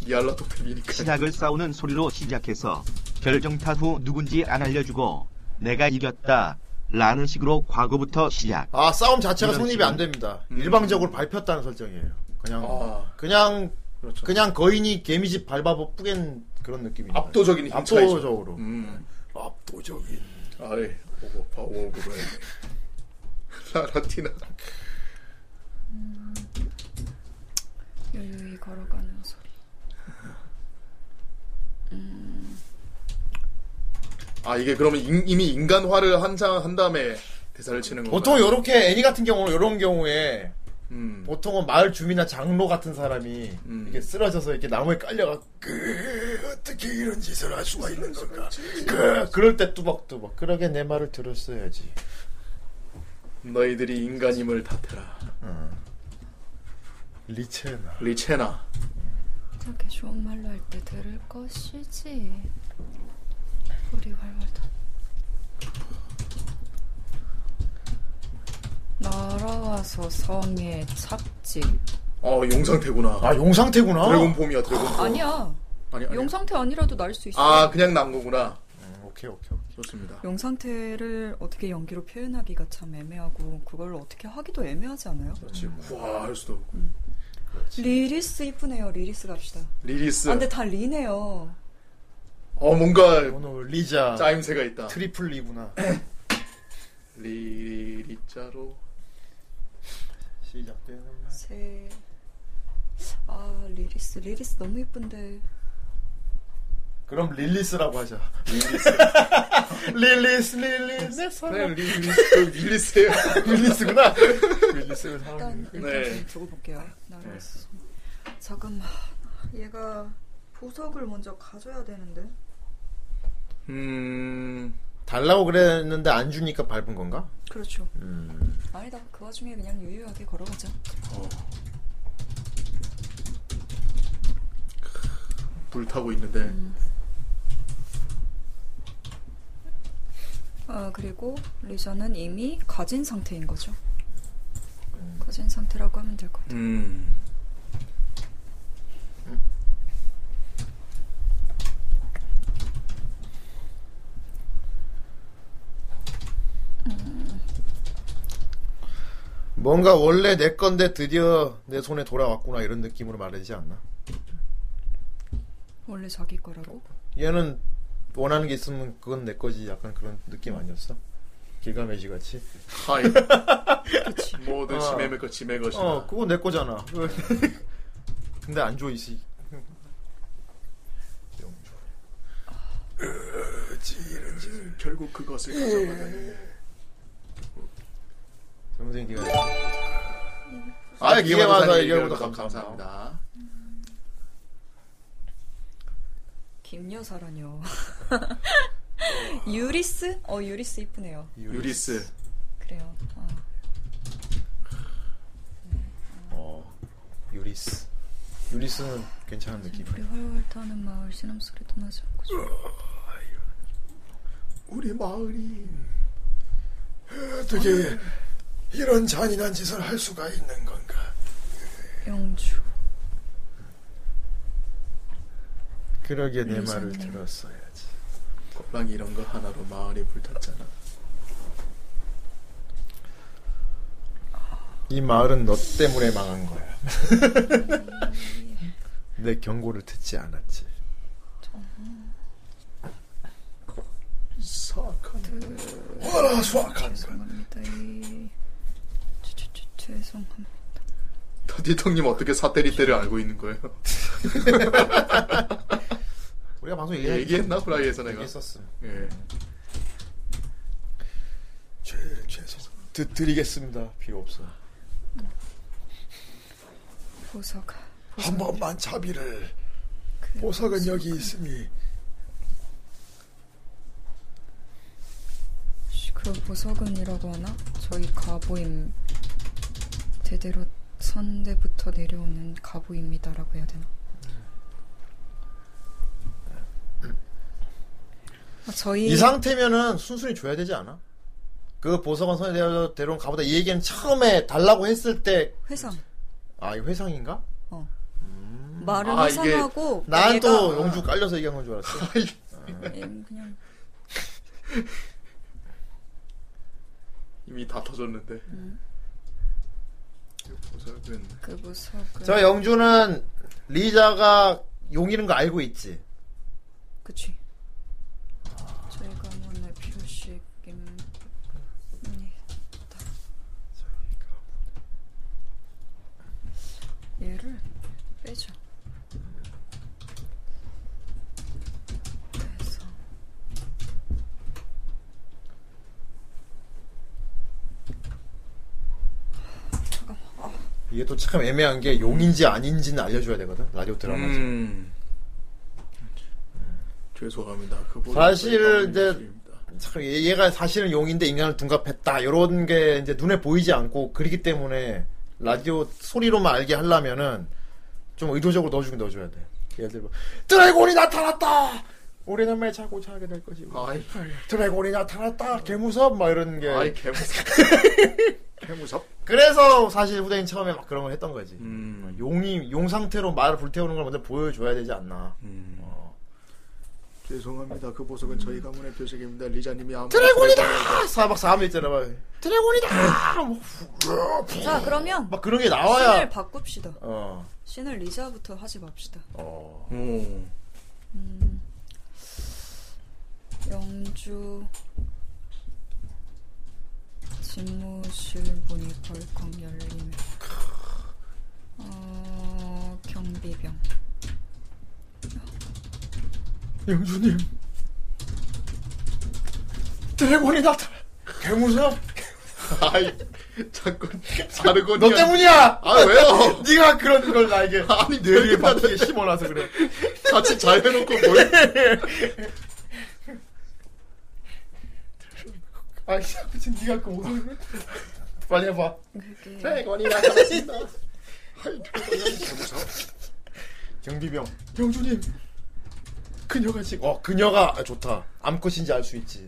[SPEAKER 2] 니알라 토템이니까
[SPEAKER 7] 시작을 싸우는 소리로 시작해서 결정타 후 누군지 안 알려주고 내가 이겼다 라는 식으로 과거부터 시작.
[SPEAKER 1] 아, 싸움 자체가
[SPEAKER 7] 이런
[SPEAKER 1] 성립이
[SPEAKER 7] 식으로.
[SPEAKER 1] 안 됩니다. 일방적으로 밟혔다는 설정이에요. 그냥,
[SPEAKER 2] 음. 아.
[SPEAKER 1] 그냥,
[SPEAKER 2] 그렇죠.
[SPEAKER 1] 그냥 거인이 개미집 밟아보 뿌갠 그런 느낌이에요.
[SPEAKER 2] 압도적인 힘 차이죠.
[SPEAKER 1] 압도적으로.
[SPEAKER 2] 음. 압도적인 아이 예. 오고 파워오브로 라라티나
[SPEAKER 3] 요요히 걸어가는 소리.
[SPEAKER 2] 아 이게 그러면 인- 이미 인간화를 한상 한 다음에 대사를 치는 거예요.
[SPEAKER 1] 보통 요렇게 애니 같은 경우는 요런 경우에
[SPEAKER 2] 음.
[SPEAKER 1] 보통은 마을 주민이나 장로 같은 사람이 이렇게 쓰러져서 이렇게 나무에 깔려가 그 어떻게 이런 짓을 할 수가 있는 건가 그 그럴 때 뚜벅뚜벅 그러게 내 말을 들었어야지
[SPEAKER 2] 너희들이 인간임을 탓해라.
[SPEAKER 1] 리체나
[SPEAKER 2] 리체나
[SPEAKER 8] 저렇게 좋은 말로 할 때 들을 것이지. 우리 활활다.
[SPEAKER 3] 날아와서 성에 착지.
[SPEAKER 2] 어 용상태구나.
[SPEAKER 1] 아, 용상태구나.
[SPEAKER 2] 드래곤폼이야 드래곤.
[SPEAKER 3] 어, 아니야.
[SPEAKER 2] 아니 아니.
[SPEAKER 3] 용상태 아니라도 날 수 있어.
[SPEAKER 2] 아 그냥 난 거구나.
[SPEAKER 1] 오케이 오케이
[SPEAKER 2] 좋습니다.
[SPEAKER 3] 용상태를 어떻게 연기로 표현하기가 참 애매하고 그걸 어떻게 하기도 애매하지 않아요?
[SPEAKER 2] 지금 구할 수도 없고.
[SPEAKER 3] 리리스 이쁘네요. 리리스 갑시다.
[SPEAKER 2] 리리스.
[SPEAKER 3] 아, 근데 다 리네요.
[SPEAKER 2] 어 뭔가
[SPEAKER 1] 오늘 리자
[SPEAKER 2] 짜임새가 있다.
[SPEAKER 1] 트리플 리구나
[SPEAKER 2] 리리리자로
[SPEAKER 1] 시작되는
[SPEAKER 3] 세. 아 리리스 리리스 너무 이쁜데.
[SPEAKER 1] 그럼 릴리스라고 하자
[SPEAKER 2] <laughs>
[SPEAKER 19] 릴리스 릴리스 내 사랑
[SPEAKER 2] 릴리스예요.
[SPEAKER 1] 릴리스구나.
[SPEAKER 2] 릴리스를
[SPEAKER 3] 일단 일단 좀 저거 볼게요. 나르스. 잠깐만. 얘가 보석을 먼저 가져야 되는데.
[SPEAKER 1] 음 달라고 그랬는데 안 주니까 밟은 건가
[SPEAKER 3] 그렇죠.
[SPEAKER 1] 음
[SPEAKER 3] 아니다. 그 와중에 그냥 유유하게 걸어가자.
[SPEAKER 2] 불타고 있는데
[SPEAKER 3] 아 그리고 리저는 이미 가진 상태인 거죠. 가진 상태라고 하면 될 것 같아요.
[SPEAKER 2] 음.
[SPEAKER 1] 뭔가 원래 내 건데 드디어 내 손에 돌아왔구나 이런 느낌으로 말하지 않나
[SPEAKER 3] 원래 자기 거라고?
[SPEAKER 1] 얘는 원하는 게 있으면 그건 내 거지 약간 그런 느낌 아니었어? 길가메지 같이
[SPEAKER 2] 하이 모든 지매매 것 지매 것이다.
[SPEAKER 1] 어 그거 내 거잖아 <laughs> 근데 안 줘 이씨
[SPEAKER 2] 어찌 이런 짓을 결국 그것을 가져가다니.
[SPEAKER 1] 정생 기가
[SPEAKER 2] 아,
[SPEAKER 1] 아
[SPEAKER 2] 기회
[SPEAKER 1] 기회마다
[SPEAKER 2] 와서
[SPEAKER 1] 얘기하고도
[SPEAKER 2] 해결보다
[SPEAKER 1] 감사합니다
[SPEAKER 2] 감사합니다.
[SPEAKER 3] 김여사라뇨. 유리스? 어 유리스 이쁘네요.
[SPEAKER 2] 유리스.
[SPEAKER 3] 그래요. 어.
[SPEAKER 1] 어 유리스 유리스는 괜찮은 느낌
[SPEAKER 3] 우리 활활 타는 마을 신음소리도 나지 않고 좀.
[SPEAKER 2] 우리 마을이
[SPEAKER 1] 어떻게 이런 잔인한 짓을 할 수가 있는 건가
[SPEAKER 3] 영주
[SPEAKER 1] 그러게 내
[SPEAKER 2] 유리스는
[SPEAKER 1] 말을
[SPEAKER 2] 내 말.
[SPEAKER 1] 들었어야지
[SPEAKER 2] 랑이 이런 거 하나로 마을이 불탔잖아.
[SPEAKER 1] 이 마을은 너 때문에 망한 <laughs> 거야 내 경고를 듣지 않았지
[SPEAKER 2] 수학한
[SPEAKER 1] 와라, 수학한
[SPEAKER 3] 죄송합니다. 이... 죄- 죄- 죄- 죄송합니다.
[SPEAKER 2] 더디통님 어떻게 사태리 때를 알고 있는 거예요?
[SPEAKER 1] 우리가 방송
[SPEAKER 2] 얘기했나 후라이에서 내가
[SPEAKER 1] 예. 얘기했었어
[SPEAKER 2] 예.
[SPEAKER 1] 죄, 죄송 듣, 드리겠습니다 필요 없어
[SPEAKER 3] 보석
[SPEAKER 1] 한 번만 차비를 보석은 여기 있으니
[SPEAKER 3] 씨, 그 보석은이라고 하나? 저희 가보임 대대로 선대부터 내려오는 가보입니다라고 해야 되나? 아, 저희
[SPEAKER 1] 이 상태면은 순순히 줘야 되지 않아? 그 보석원 선에 대하여 데려온 가보다 이 얘기는 처음에 달라고 했을 때,
[SPEAKER 3] 회상
[SPEAKER 1] 아, 이거 회상인가?
[SPEAKER 3] 말을
[SPEAKER 1] 아, 이게
[SPEAKER 3] 회상하고
[SPEAKER 1] 난
[SPEAKER 3] 얘가-
[SPEAKER 1] 또 영주 깔려서 얘기한 건 줄 알았어.
[SPEAKER 3] 음, 그냥
[SPEAKER 2] 이미 다 터졌는데.
[SPEAKER 1] 음.
[SPEAKER 2] 보석은
[SPEAKER 3] 그 보석은
[SPEAKER 1] 저 영주는 리자가 용이는 거 알고 있지?
[SPEAKER 3] 그치 저희 가문의 뭐 표식임 음, 얘를 빼자
[SPEAKER 1] 이게 또 참 애매한 게 용인지 아닌지는 알려줘야 되거든 라디오 드라마에서
[SPEAKER 2] 음. 죄송합니다. 그분
[SPEAKER 1] 사실 이제 참 얘- 얘가 사실은 용인데 인간을 둔갑했다 이런 게 이제 눈에 보이지 않고 그리기 때문에 라디오 소리로만 알게 하려면은 좀 의도적으로 넣어주긴 넣어줘야 돼. 예를 들면 드래곤이 나타났다. 우리는 매 자고 자게 될 거지.
[SPEAKER 2] 아이,
[SPEAKER 1] 드래곤이 나타났다. 개무섭 막 이런 게.
[SPEAKER 2] 아이, 개무섭. 개무섭.
[SPEAKER 1] 그래서 사실 후대인 처음에 막 그런 걸 했던 거지. 용이 용 상태로 말을 불태우는 걸 먼저 보여줘야 되지 않나. 어.
[SPEAKER 2] 죄송합니다. 그 보석은 저희 가문의 표식입니다. 리자님이 아무
[SPEAKER 1] 드래곤이다. 4박 4일째라 막. 드래곤이다. 뭐,
[SPEAKER 3] 자, 그러면
[SPEAKER 1] 막 그런 게 나와야.
[SPEAKER 3] 신을 바꿉시다.
[SPEAKER 1] 어.
[SPEAKER 3] 신을 리자부터 하지 맙시다.
[SPEAKER 1] 어.
[SPEAKER 3] 영주 집무실 문이 벌컥 열리네. 어, 경비병.
[SPEAKER 1] 영주님 드래곤이 나타나. 개무섭.
[SPEAKER 2] 아이 자꾸 자르고
[SPEAKER 1] 너 때문이야.
[SPEAKER 2] 아 왜요?
[SPEAKER 1] <laughs> 네가 그런 걸 <laughs> 나에게
[SPEAKER 2] 아니
[SPEAKER 1] 뇌리에 박히게 심어놔서 그래.
[SPEAKER 2] 같이 잘 해놓고 뭘?
[SPEAKER 1] <laughs> 아 자꾸 지금 네가 그 목소리 빨리 해봐.
[SPEAKER 2] 네, 드래곤이 나타났습니다. 아이
[SPEAKER 1] 경비병 영주님 그녀가 지금 어 그녀가 아, 좋다 암컷인지 알 수 있지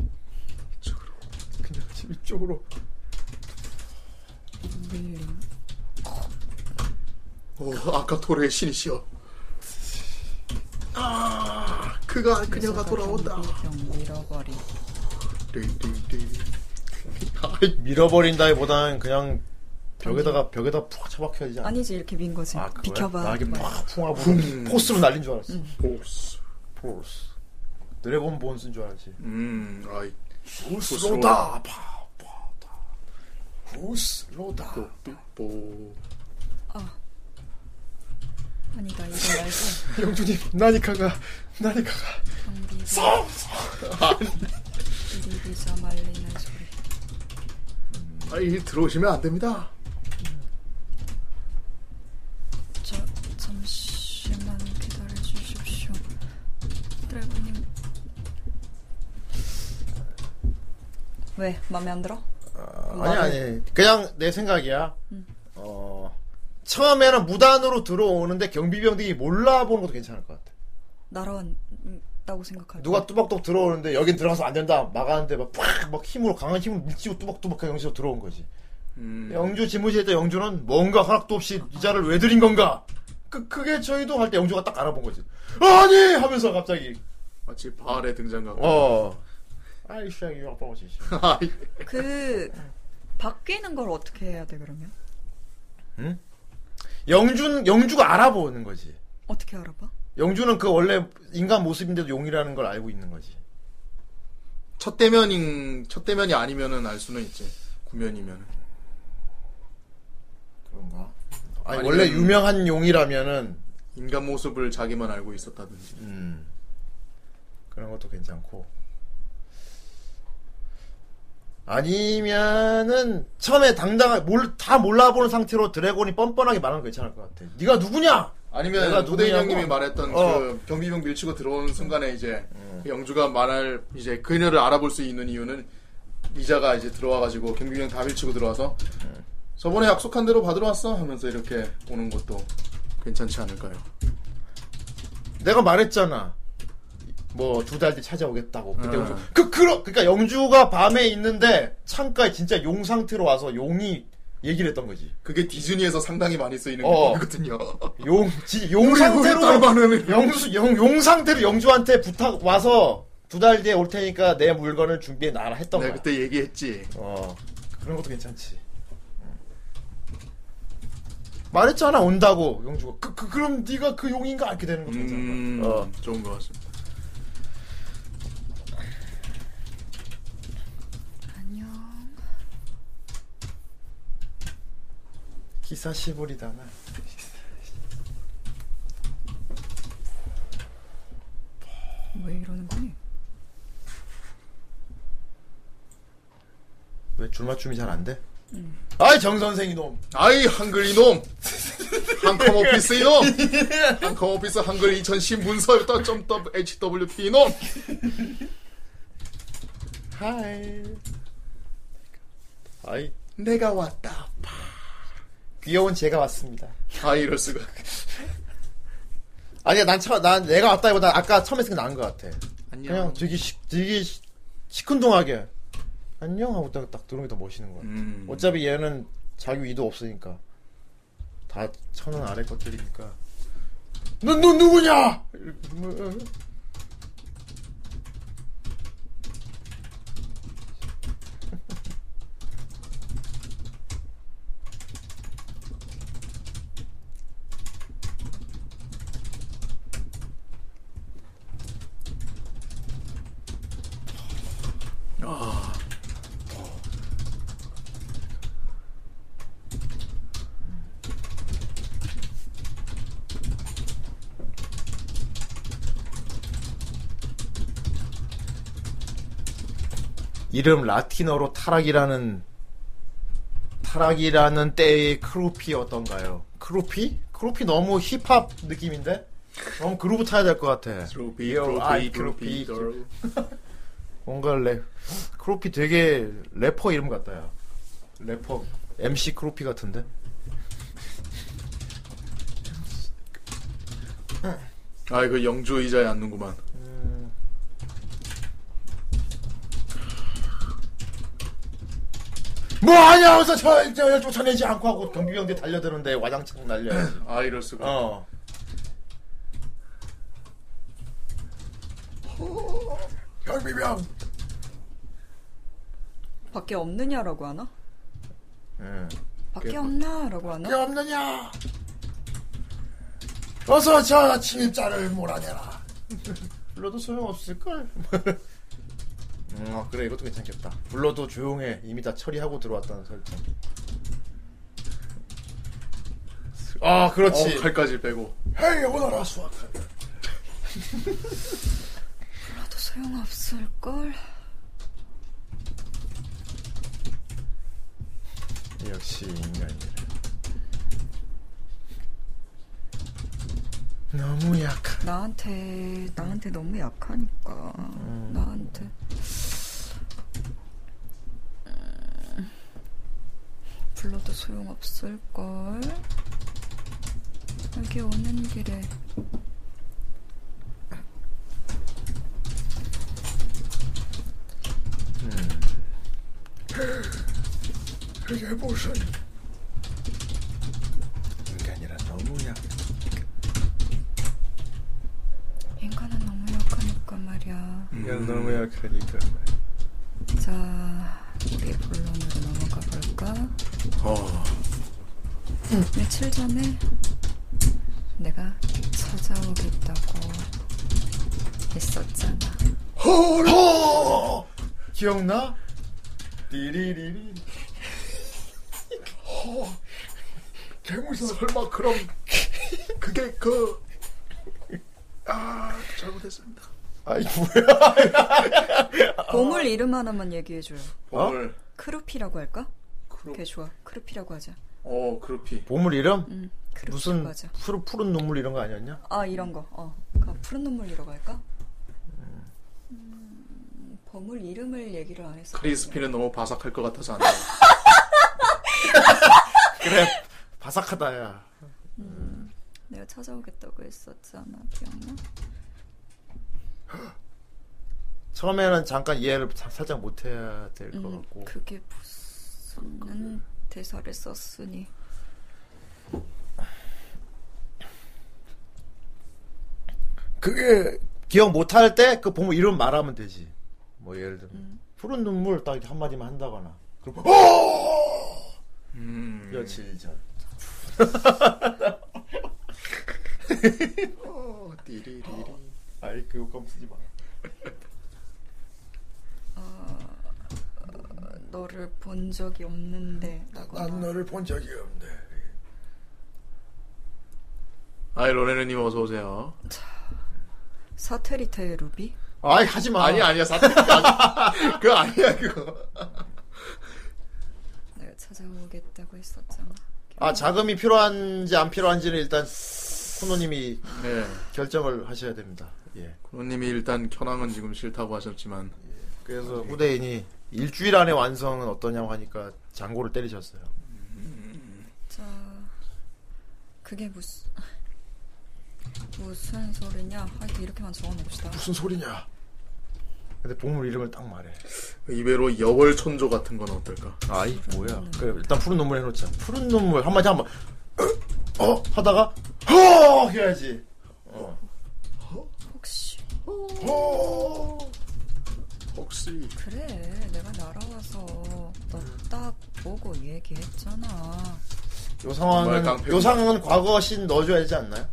[SPEAKER 1] 그녀가 지금 이쪽으로
[SPEAKER 3] 밀림.
[SPEAKER 2] 오 어, 아까 토르의 신이시여. 아 그가 그녀가
[SPEAKER 1] 네,
[SPEAKER 2] 돌아온다.
[SPEAKER 3] 경비병 잃어버린.
[SPEAKER 1] 밀어버린다기보다는 그냥 벽에다가 벽에다 푹 처박혀지지 않아
[SPEAKER 3] 아니지 이렇게 민 거지. 비켜봐. 뭐.
[SPEAKER 1] 나에게 팍 풍하고
[SPEAKER 2] 음.
[SPEAKER 1] 포스로 날린 줄 알았어
[SPEAKER 3] 음.
[SPEAKER 1] 포스 포스 드래곤 본스인 줄 알았지
[SPEAKER 2] 음 아이
[SPEAKER 1] 포스로다 포스로다
[SPEAKER 2] 뽀.
[SPEAKER 3] 아. 아니다 이거 말고
[SPEAKER 1] 영준이 나니카가 나니카가
[SPEAKER 3] 경비병.
[SPEAKER 1] 써!
[SPEAKER 3] 리 리자 말리는 소리.
[SPEAKER 2] 아이 들어오시면 안 됩니다.
[SPEAKER 3] 저 잠시만 기다려 주십시오. 드래곤님. 왜 마음에 안 들어?
[SPEAKER 1] 아니 아니 그냥 내 생각이야. 어 처음에는 무단으로 들어오는데 경비병들이 몰라보는 것도 괜찮을 것 같아.
[SPEAKER 3] 날아왔다고 생각할.
[SPEAKER 1] 누가 뚜벅뚜벅 들어오는데 여긴 들어가서 안 된다 막았는데 막팍막 힘으로 강한 힘으로 밀치고 뚜벅뚜벅하게 영주가 들어온 거지. 영주 집무실에 있던 영주는 뭔가 허락도 없이 이자를 왜 드린 건가? 그 그게 저희도 할 때 영주가 딱 알아본 거지. 아니 하면서 갑자기
[SPEAKER 2] 마치 바알의 등장 같고.
[SPEAKER 1] 어 아이 샹이 아빠 오지.
[SPEAKER 2] <laughs> 아이
[SPEAKER 3] 그 바뀌는 걸 어떻게 해야 돼 그러면?
[SPEAKER 1] 영준 영주가 알아보는 거지.
[SPEAKER 3] 어떻게 알아봐?
[SPEAKER 1] 영주는 그 원래 인간 모습인데도 용이라는 걸 알고 있는 거지.
[SPEAKER 2] 첫 대면인 첫 대면이 아니면은 알 수는 있지. 구면이면은.
[SPEAKER 1] 그런가? 아니, 원래 유명한 용이라면은
[SPEAKER 2] 인간 모습을 자기만 알고 있었다든지.
[SPEAKER 1] 음. 그런 것도 괜찮고. 아니면은 처음에 당당한 뭘다 몰라보는 상태로 드래곤이 뻔뻔하게 말하는 거 괜찮을 것 같아. 네가 누구냐? 내가
[SPEAKER 2] 아니면 노대인
[SPEAKER 1] 누구냐고?
[SPEAKER 2] 형님이 말했던
[SPEAKER 1] 어. 음.
[SPEAKER 2] 그 경비병 밀치고 들어오는 순간에 이제 그 영주가 말할 이제 그녀를 알아볼 수 있는 이유는 이자가 이제 들어와가지고 경비병 다 밀치고 들어와서
[SPEAKER 1] 음.
[SPEAKER 2] 저번에 약속한 대로 받으러 왔어 하면서 이렇게 오는 것도 괜찮지 않을까요?
[SPEAKER 1] 내가 말했잖아. 뭐 두 달 뒤 찾아오겠다고. 그때 영주 그 그러 그러니까 영주가 밤에 있는데 창가에 진짜 용 상태로 와서 용이 얘기를 했던 거지.
[SPEAKER 2] 그게 디즈니에서 상당히 많이 쓰이는
[SPEAKER 1] 어.
[SPEAKER 2] 거거든요.
[SPEAKER 1] 용, 지, 용
[SPEAKER 2] 우리
[SPEAKER 1] 상태로
[SPEAKER 2] 딸 반응을.
[SPEAKER 1] 영수 용, 용 상태로 영주한테 부탁 와서 두 달 뒤에 올 테니까 내 물건을 준비해 놔라 했던
[SPEAKER 2] 내가
[SPEAKER 1] 거야.
[SPEAKER 2] 그때 얘기했지.
[SPEAKER 1] 어 그런 것도 괜찮지. 말했잖아 온다고 영주가. 그, 그 그럼 네가 그 용인가 알게 되는 거죠.
[SPEAKER 2] 음,
[SPEAKER 1] 어.
[SPEAKER 2] 좋은 것 같습니다.
[SPEAKER 1] 기사 시부리다 나.
[SPEAKER 3] 왜 이러는 거니?
[SPEAKER 1] 왜 줄맞춤이 잘 안 돼?
[SPEAKER 2] 음.
[SPEAKER 1] 아이 정 선생 이놈.
[SPEAKER 2] 아이 한글 이놈. 한컴 오피스 이놈. 한컴 오피스 한글 2010 문서 .hwp 이놈. 하이.
[SPEAKER 1] 아이
[SPEAKER 2] 내가 왔다.
[SPEAKER 1] 귀여운 제가 왔습니다.
[SPEAKER 2] 아 이럴 수가.
[SPEAKER 1] 아니야 난, 처, 난 내가 왔다기보다 아까 처음에 생각 나은 것 같아.
[SPEAKER 2] 안녕.
[SPEAKER 1] 그냥 되게 시, 되게 시, 시큰둥하게 안녕 하고 딱, 딱 들어오는 게 더 멋있는 거야.
[SPEAKER 2] 음.
[SPEAKER 1] 어차피 얘는 자기 위도 없으니까 다 천원 아래 것들이니까. 너, 너 누구냐?
[SPEAKER 2] 아.
[SPEAKER 1] 이름 라틴어로 타락이라는 타락이라는 때의 크루피 어떤가요? 크루피? 크루피 너무 힙합 느낌인데? 너무 그루브 타야 될 것 같아.
[SPEAKER 2] 크루피,
[SPEAKER 1] Yo, I,
[SPEAKER 2] 크루피, 크루피.
[SPEAKER 1] 뭔가 랩 크로피 되게 래퍼 이름 같다야. 래퍼 MC 크로피 같은데.
[SPEAKER 2] 아 이거 영주 의자에 앉는구만.
[SPEAKER 1] 뭐 하냐 어서 저저 쫓아내지 않고 하고 경비병대 달려드는데 와장창 날려.
[SPEAKER 2] 아 이럴 수가.
[SPEAKER 1] 어.
[SPEAKER 2] 경비병.
[SPEAKER 3] 밖에 없느냐라고 하나?
[SPEAKER 1] 예.
[SPEAKER 3] 밖에 없나라고 하나?
[SPEAKER 1] 밖에 없느냐? 어서 저 침입자를 몰아내라. 불러도 소용없을걸? 음, 아, 그래 이것도 괜찮겠다. 불러도 조용해. 이미 다 처리하고 들어왔다는 설정. 아 그렇지.
[SPEAKER 2] 어, 칼까지 빼고.
[SPEAKER 1] 헤이 오너라 수학.
[SPEAKER 3] 나도 소용없을걸.
[SPEAKER 1] 역시 인간이래. 너무 약한.
[SPEAKER 3] 나한테 나한테 너무 약하니까 나한테 음, 불러도 소용없을 걸. 여기 오는 길에
[SPEAKER 1] 그게 무슨 인간이라 너무 약.
[SPEAKER 3] 인간은 너무 약하니까 말이야.
[SPEAKER 1] 인간 너무 약하니까.
[SPEAKER 3] 자, 우리 본론으로 넘어가 볼까?
[SPEAKER 1] 어.
[SPEAKER 3] 며칠 전에 내가 찾아오겠다고 했었잖아.
[SPEAKER 1] 허 기억나? 띠리리리.
[SPEAKER 2] 허. 어. 개무서 설마 그럼 그게 그. 아 잘못했습니다.
[SPEAKER 1] 아이 뭐야? 아.
[SPEAKER 3] 보물 이름 하나만 얘기해줘요.
[SPEAKER 2] 보물.
[SPEAKER 3] 크루피라고 할까? 그게 좋아. 크루피라고 하자.
[SPEAKER 2] 어 크루피.
[SPEAKER 1] 보물 이름?
[SPEAKER 3] 응,
[SPEAKER 1] 무슨
[SPEAKER 3] 맞아.
[SPEAKER 1] 푸른, 푸른 눈물 이런 거 아니었냐?
[SPEAKER 3] 아 이런 거. 어. 그러니까 푸른 눈물이라고 할까? 음, 보물 이름을 얘기를 안 했어.
[SPEAKER 2] 크리스피는 너무 바삭할 것 같아서 안 돼.
[SPEAKER 1] 그래 바삭하다야.
[SPEAKER 3] 내가 찾아오겠다고 했었잖아. 기억나?
[SPEAKER 1] 처음에는 잠깐 이해를 자- 살짝 못해야 될 것
[SPEAKER 3] 음,
[SPEAKER 1] 같고.
[SPEAKER 3] 그게 무슨 대사를 썼으니.
[SPEAKER 1] 그게 기억 못할 때 그 보면 이름 말하면 되지. 뭐 예를 들면
[SPEAKER 3] 음.
[SPEAKER 1] 푸른 눈물 딱 이렇게 한마디만 한다거나. 그럼 어! 며칠 전.
[SPEAKER 2] 어, 띠리리리.
[SPEAKER 1] 아이 그 욕감 쓰지 마.
[SPEAKER 3] 너를 본 적이 없는데.
[SPEAKER 1] 아, 난 너를 본 적이 없는데.
[SPEAKER 2] 아이 로레르님 어서 오세요.
[SPEAKER 3] 사테리테의 루비?
[SPEAKER 1] 아이 하지 마.
[SPEAKER 2] 아니 아니야 사태. 그거 아니야 그거.
[SPEAKER 3] 내가 찾 찾아오겠다고 했었잖아.
[SPEAKER 1] 아 자금이 필요한지 안 필요한지는 일단 쿠노님이 결정을 하셔야 됩니다. 예.
[SPEAKER 2] 쿠노님이 일단 현황은 지금 싫다고 하셨지만
[SPEAKER 1] 그래서 후대인이 일주일 안에 완성은 어떠냐고 하니까 장고를 때리셨어요.
[SPEAKER 3] 자, 아, 그게 무슨 무슨 소리냐? 하여튼 이렇게만 적어놓읍시다.
[SPEAKER 1] 무슨 소리냐? 근데 동물 이름을 딱 말해.
[SPEAKER 2] 이외로 여월천조 같은 건 어떨까?
[SPEAKER 1] 아이 뭐야? 그래 일단 푸른 눈물 해놓자. 푸른 눈물 한마디 한번 어 하다가 허 해야지. 어.
[SPEAKER 3] 혹시
[SPEAKER 2] 혹시
[SPEAKER 3] 그래 내가 날아와서 너 딱 보고 얘기했잖아.
[SPEAKER 1] 요 상황은
[SPEAKER 2] 정말 깡패구나.
[SPEAKER 1] 요 상황은 과거 신 넣어줘야 되지 않나요?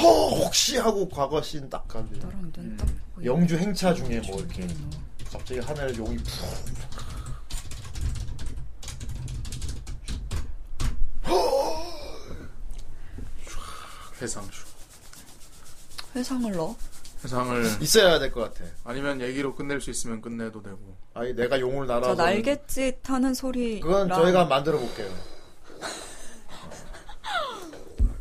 [SPEAKER 1] 허 혹시 하고 과거 신딱 가면 음, 영주 행차 중에 뭐 이렇게 갑자기 하늘 용이 푹
[SPEAKER 2] 회상주
[SPEAKER 3] 회상을 넣어?
[SPEAKER 2] 회상을
[SPEAKER 1] 있어야 될 것 같아.
[SPEAKER 2] 아니면 얘기로 끝낼 수 있으면 끝내도 되고.
[SPEAKER 1] 아니 내가 용을
[SPEAKER 3] 저 날갯짓 하는 소리.
[SPEAKER 1] 그건 저희가 만들어 볼게요.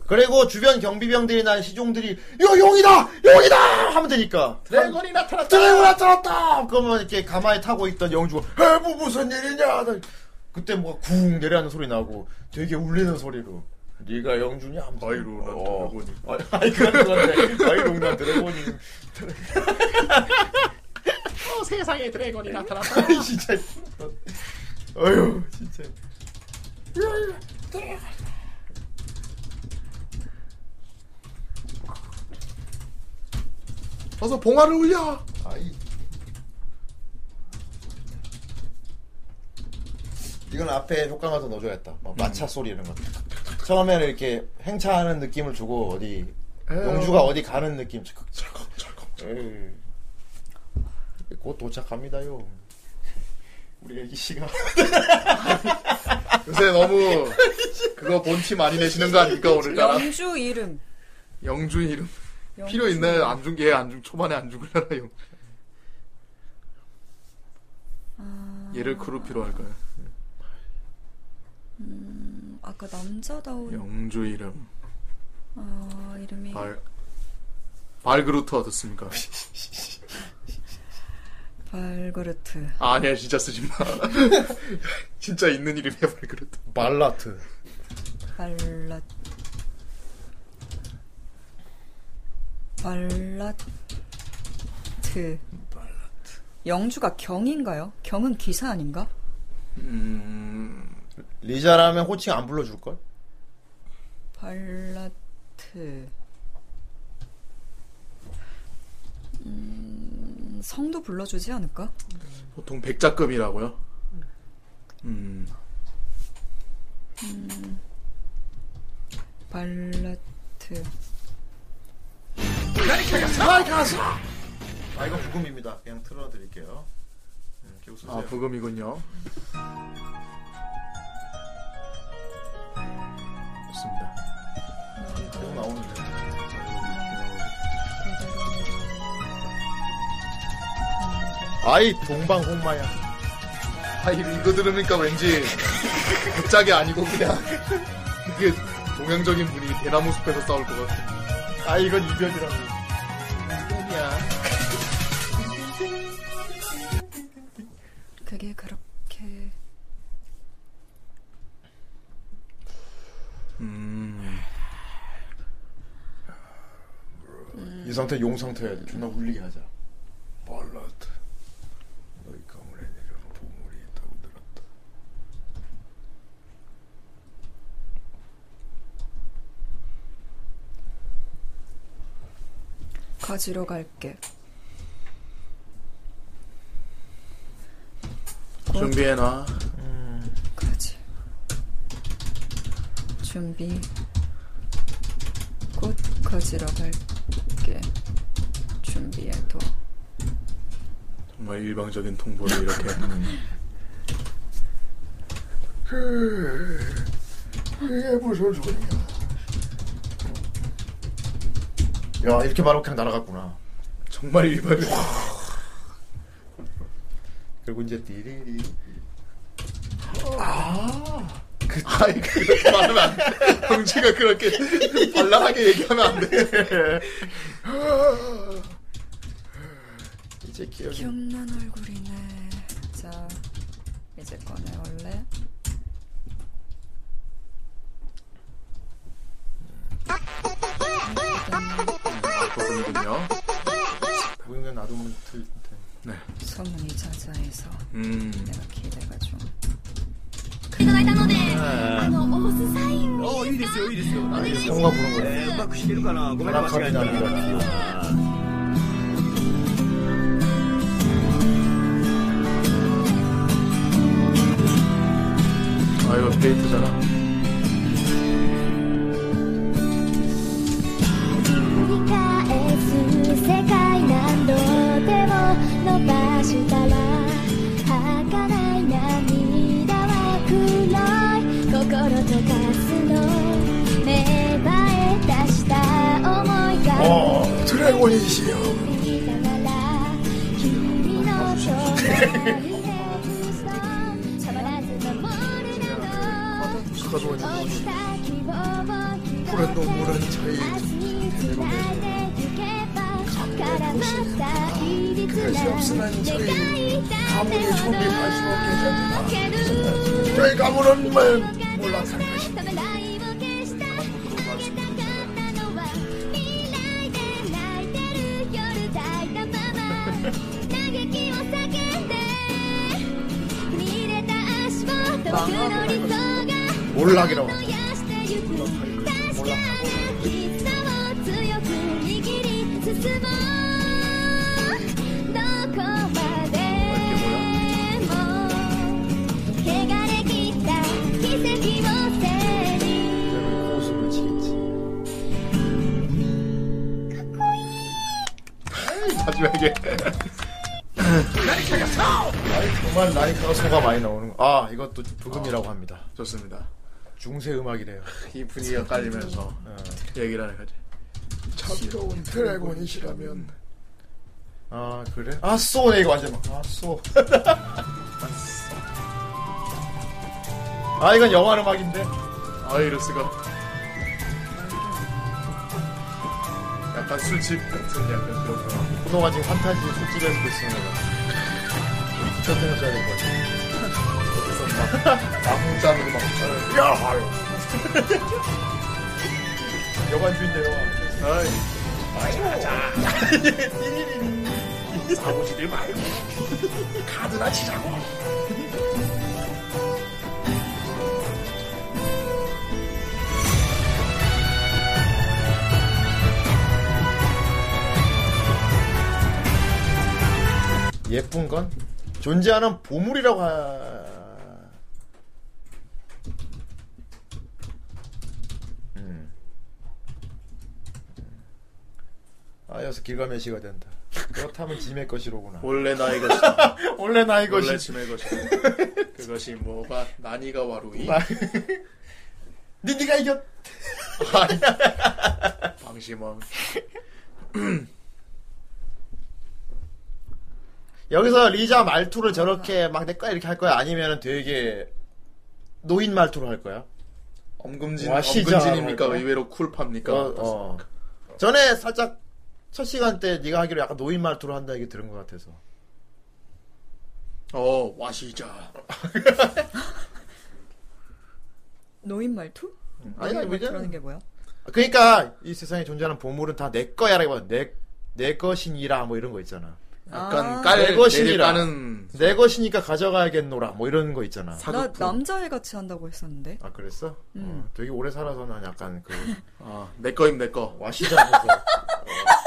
[SPEAKER 1] 그리고 주변 경비병들이나 시종들이 요 용이다 용이다 하면 되니까
[SPEAKER 2] 드래곤이 나타났다!
[SPEAKER 1] 드래곤 나타났다 그러면 이렇게 가만히 타고 있던 영주가 에뭐 무슨 일이냐 그때 뭐가 쿵 내려가는 소리 나고 되게 울리는 소리로 네가 영주냐 아이로 난 드래곤이 어. 아이 그런 건데 아이로 난 드래곤이
[SPEAKER 2] 어, 세상에 드래곤이 나타났다.
[SPEAKER 1] 아이 진짜 어휴 진짜
[SPEAKER 2] 어서 봉화를 울려.
[SPEAKER 1] 아이. 이건 앞에 효과가 더 넣어줘야겠다.
[SPEAKER 2] 음.
[SPEAKER 1] 막 마차 소리 이런 거. 처음에는 이렇게 행차하는 느낌을 주고 어디
[SPEAKER 2] 에어.
[SPEAKER 1] 영주가 어디 가는 느낌. 철컥 철컥 철컥. 에이. 곧 도착합니다요. 우리 애기 씨가
[SPEAKER 2] 요새 너무 그거 본티 많이 내시는 거 아닙니까 오늘따라?
[SPEAKER 3] 영주 이름.
[SPEAKER 2] 영주 이름
[SPEAKER 3] 영주.
[SPEAKER 2] 필요 있나요? 안준게안준 초반에 안 죽으려나 영. 얘를 크루 필요할까요?
[SPEAKER 3] 음, 아까 남자다운
[SPEAKER 2] 영주 이름
[SPEAKER 3] 아 이름이
[SPEAKER 2] 발 발그루트 어떻습니까?
[SPEAKER 3] 발그르트.
[SPEAKER 2] 아, 아니야 진짜 쓰지 마. <laughs> 진짜 있는 이름이야 발그루트.
[SPEAKER 1] 말라트.
[SPEAKER 3] 발라 발라트 영주가 경인가요? 경은 기사 아닌가?
[SPEAKER 2] 음.
[SPEAKER 1] 리자라면 호칭 안 불러줄 걸?
[SPEAKER 3] 발라트 음, 성도 불러주지 않을까?
[SPEAKER 2] 보통 백자급이라고요. 음
[SPEAKER 3] 음, 발라트
[SPEAKER 1] 아 이건 부금입니다. 그냥 틀어드릴게요. 음, 계속 쓰세요.
[SPEAKER 2] 아, 부금이군요. 좋습니다.
[SPEAKER 1] 계속 나오는데. 아이 동방홍마야.
[SPEAKER 2] 아 이거 들으니까 왠지 극작이 아니고 그냥 이게 동양적인 분위기 대나무 숲에서 싸울 것 같아.
[SPEAKER 1] 아 이건 이별이라고.
[SPEAKER 3] 그게 그렇게
[SPEAKER 1] 음. 이 상태 용 상태야 돼. 존나 울리게 하자. 발라드. 너희 가문에 내려온 보물이 있다고 들었다.
[SPEAKER 3] 가지러 갈게.
[SPEAKER 2] 준비해놔.
[SPEAKER 3] 가지. 준비. 곧 가지러 갈게. 준비해도.
[SPEAKER 2] 정말 일방적인 통보를 이렇게.
[SPEAKER 1] 그게 무슨 소리야? 야 이렇게 바로 그냥 날아갔구나.
[SPEAKER 2] 정말 일방적.
[SPEAKER 1] 그리고 이제 디리리.
[SPEAKER 2] 아. 그, 아이, 그렇게 말하면 안 돼. 형제가 그렇게 발랄하게 얘기하면 안 돼.
[SPEAKER 1] 이제 기억이.
[SPEAKER 3] 귀엽는 얼굴이네. 자, 이제 꺼내올래?
[SPEAKER 2] 거군요.
[SPEAKER 1] 무용연 놔두면 틀 텐데.
[SPEAKER 2] 네.
[SPEAKER 3] 소문이 자자해서
[SPEAKER 2] 음.
[SPEAKER 3] 내가 기대가 좀.
[SPEAKER 9] いただいたので、
[SPEAKER 2] 네.
[SPEAKER 1] あ
[SPEAKER 9] の、オースサイン
[SPEAKER 2] 어,
[SPEAKER 9] に。
[SPEAKER 1] いいですよ、いいですよ。
[SPEAKER 9] お願いし
[SPEAKER 1] 성우가 부른 거예요.
[SPEAKER 9] ます。
[SPEAKER 1] 바람카비나 리라.
[SPEAKER 2] 아, 이거 페이트잖아.
[SPEAKER 16] 「繰り返す世界何度でも伸ばしたら」「儚い涙は黒い心とガスの芽生え出した思いが」
[SPEAKER 1] 어, 드래곤이시여.
[SPEAKER 16] 「君のそばにいて触らず守るなど」
[SPEAKER 1] 가지고 있는 거.
[SPEAKER 16] 푸른
[SPEAKER 1] 동물은 저희
[SPEAKER 16] 그것이 없으면 저희 가문이 존립할 수 없게 됩니다.
[SPEAKER 1] 저희 가문은 뭐,
[SPEAKER 16] 몰락한 것입니다.
[SPEAKER 1] 몰락이라고 하죠. 호수를 치겠지. 마지막에.
[SPEAKER 2] 나리카가 소!
[SPEAKER 1] 아니, 정말 나니까 소가 많이 나오는 거. 아, 이것도 부금이라고 합니다.
[SPEAKER 2] 좋습니다.
[SPEAKER 1] 중세 음악이래요.
[SPEAKER 2] 이 분위기가 깔리면서 얘기를 하는 거지.
[SPEAKER 1] 차비로운 드래곤이시라면. 아, 그래? 아, 쏘네, 이거 완전 막. 아, 쏘. 아, 이건 영화 음악인데.
[SPEAKER 2] 아, 이럴 수가. 약간 술집 같은 약간 그런 거.
[SPEAKER 1] 그동안 지금 판타지 술집에 서고 있습니다. 저때문 써야 될것
[SPEAKER 2] <laughs>
[SPEAKER 1] 같아요. 나무자로 막, 야! 아유. 여관주인데요.
[SPEAKER 2] 아이.
[SPEAKER 11] 아버지들 말고 카드나 치자고.
[SPEAKER 1] 예쁜 건 존재하는 보물이라고 하. 음. 아, 여기서 길가메시가 된다. 그렇다면 짐의 것이로구나.
[SPEAKER 11] 뭐?
[SPEAKER 2] 원래 나의 <laughs> 것이다.
[SPEAKER 1] 원래 나의
[SPEAKER 2] 원래
[SPEAKER 1] 것이.
[SPEAKER 2] 짐의 것이다. 그것이 뭐가 나니가 와루이.
[SPEAKER 1] 나- <laughs> 니 니가 이겼.
[SPEAKER 2] <laughs> 방심왕.
[SPEAKER 1] 여기서 리자 말투를 저렇게 막 내 거야 이렇게 할 거야 아니면은 되게 노인 말투로 할 거야.
[SPEAKER 2] 엄금진
[SPEAKER 1] 와, 시작.
[SPEAKER 2] 엄금진입니까? 의외로 쿨팝니까?
[SPEAKER 1] 어, 어. 전에 살짝 첫 시간 때 네가 하기로 약간 노인 말투로 한다 얘기 들은 것 같아서.
[SPEAKER 2] 어, 와시자.
[SPEAKER 3] 노인 말투?
[SPEAKER 1] 아니,
[SPEAKER 3] 노인
[SPEAKER 1] 뭐냐?
[SPEAKER 3] 말투라는 게 뭐야?
[SPEAKER 1] 그러니까 이 세상에 존재하는 보물은 다 내 거야라고 내내 것이니라 뭐 이런 거 있잖아.
[SPEAKER 2] 약간
[SPEAKER 3] 아.
[SPEAKER 2] 깔
[SPEAKER 1] 내 것이니라.
[SPEAKER 2] 까는
[SPEAKER 1] 내 것이니까 가져가야겠노라 뭐 이런 거 있잖아.
[SPEAKER 3] 나 남자애 같이 한다고 했었는데.
[SPEAKER 1] 아 그랬어?
[SPEAKER 3] 음.
[SPEAKER 1] 어, 되게 오래 살아서 난 약간 그 <laughs>
[SPEAKER 2] 아, 내 거임 내 거.
[SPEAKER 1] 와시자 해서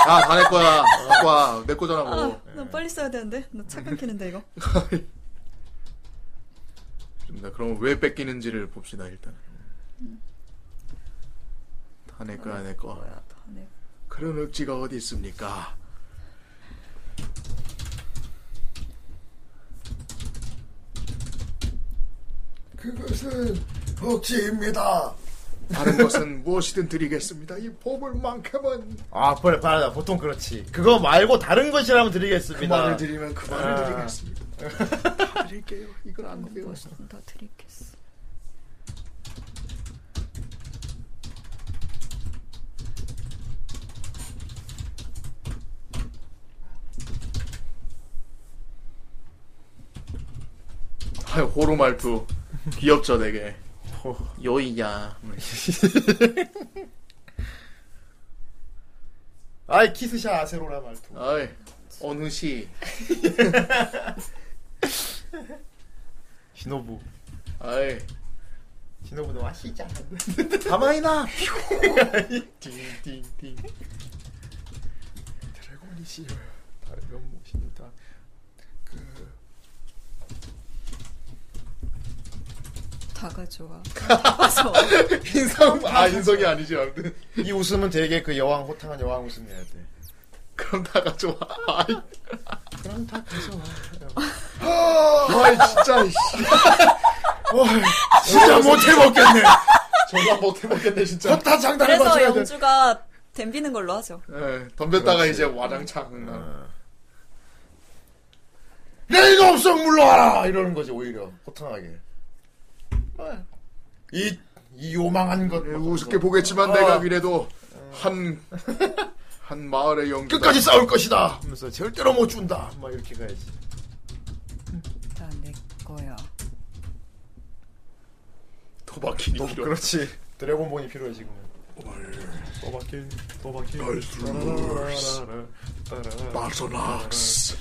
[SPEAKER 2] 아, 다 내 거야. 갖고 와. 내 거잖아 뭐.
[SPEAKER 3] 아, 나 빨리 써야 되는데. 나 차 끊기는데 이거.
[SPEAKER 2] 좋습니다. 그럼 왜 뺏기는지를 봅시다 일단. 다 내 거야 내 거.
[SPEAKER 3] 내
[SPEAKER 2] 그런 억지가 어디 있습니까?
[SPEAKER 1] 그것은 복지입니다.
[SPEAKER 2] 다른 것은 무엇이든 드리겠습니다. 이 보물만큼은
[SPEAKER 1] 아, 벌, 바라다. 보통 그렇지. 그거 말고 다른 것이라면 드리겠습니다.
[SPEAKER 2] 그만을 드리면 그만을
[SPEAKER 1] 아.
[SPEAKER 2] 드리겠습니다. 드릴게요. 이건 안 돼요.
[SPEAKER 3] 더뭐 드리겠어.
[SPEAKER 2] 아유, 호로 말투. 귀엽죠, 되게. 요이야.
[SPEAKER 1] 아이 키스샤 아세로라 말투.
[SPEAKER 2] 아이, 어느 시.
[SPEAKER 1] 히노부.
[SPEAKER 2] 아이,
[SPEAKER 1] 히노부는 와시자. 가만히나. 띵띵띵.
[SPEAKER 2] 드래곤이 씌어요 다른 모신이 다. 그,
[SPEAKER 3] 다 가져와. <laughs>
[SPEAKER 1] 인성
[SPEAKER 2] 아, 인성이 아니지, 아무튼.
[SPEAKER 1] 이 웃음은 되게 그 여왕 호탕한 여왕 웃음이야 돼.
[SPEAKER 2] 그럼 다 가져와. 아이.
[SPEAKER 1] 그럼 다 가져와.
[SPEAKER 2] 아이, 진짜, 씨.
[SPEAKER 1] 진짜 못해 먹겠네.
[SPEAKER 2] 전화 못해 먹겠네, 진짜.
[SPEAKER 1] 헛다 장단을
[SPEAKER 3] 그래서
[SPEAKER 1] 맞춰야 돼.
[SPEAKER 3] 영주가 덤비는 걸로 하죠.
[SPEAKER 2] 예, 덤볐다가
[SPEAKER 1] 그렇지.
[SPEAKER 2] 이제 와장창. 나.
[SPEAKER 1] 내일 없으면 물러와라 이러는 거지 오히려 호탕하게. 이, 이 요망한 것.
[SPEAKER 2] 예, 우습게 보겠지만
[SPEAKER 1] 어.
[SPEAKER 2] 내가 이래도 한, 한 마을의 영
[SPEAKER 1] 끝까지 싸울 것이다. 하면서 절대로 못 준다. 막 이렇게 가야지.
[SPEAKER 3] 다 내 거야.
[SPEAKER 2] 도박이
[SPEAKER 1] 또, 어, 그렇지. 드래곤본이 필요해 지금. 도박길, 도박길.
[SPEAKER 2] 널슬러스.
[SPEAKER 1] 따라라라라.
[SPEAKER 2] 바소낙스.
[SPEAKER 1] 아,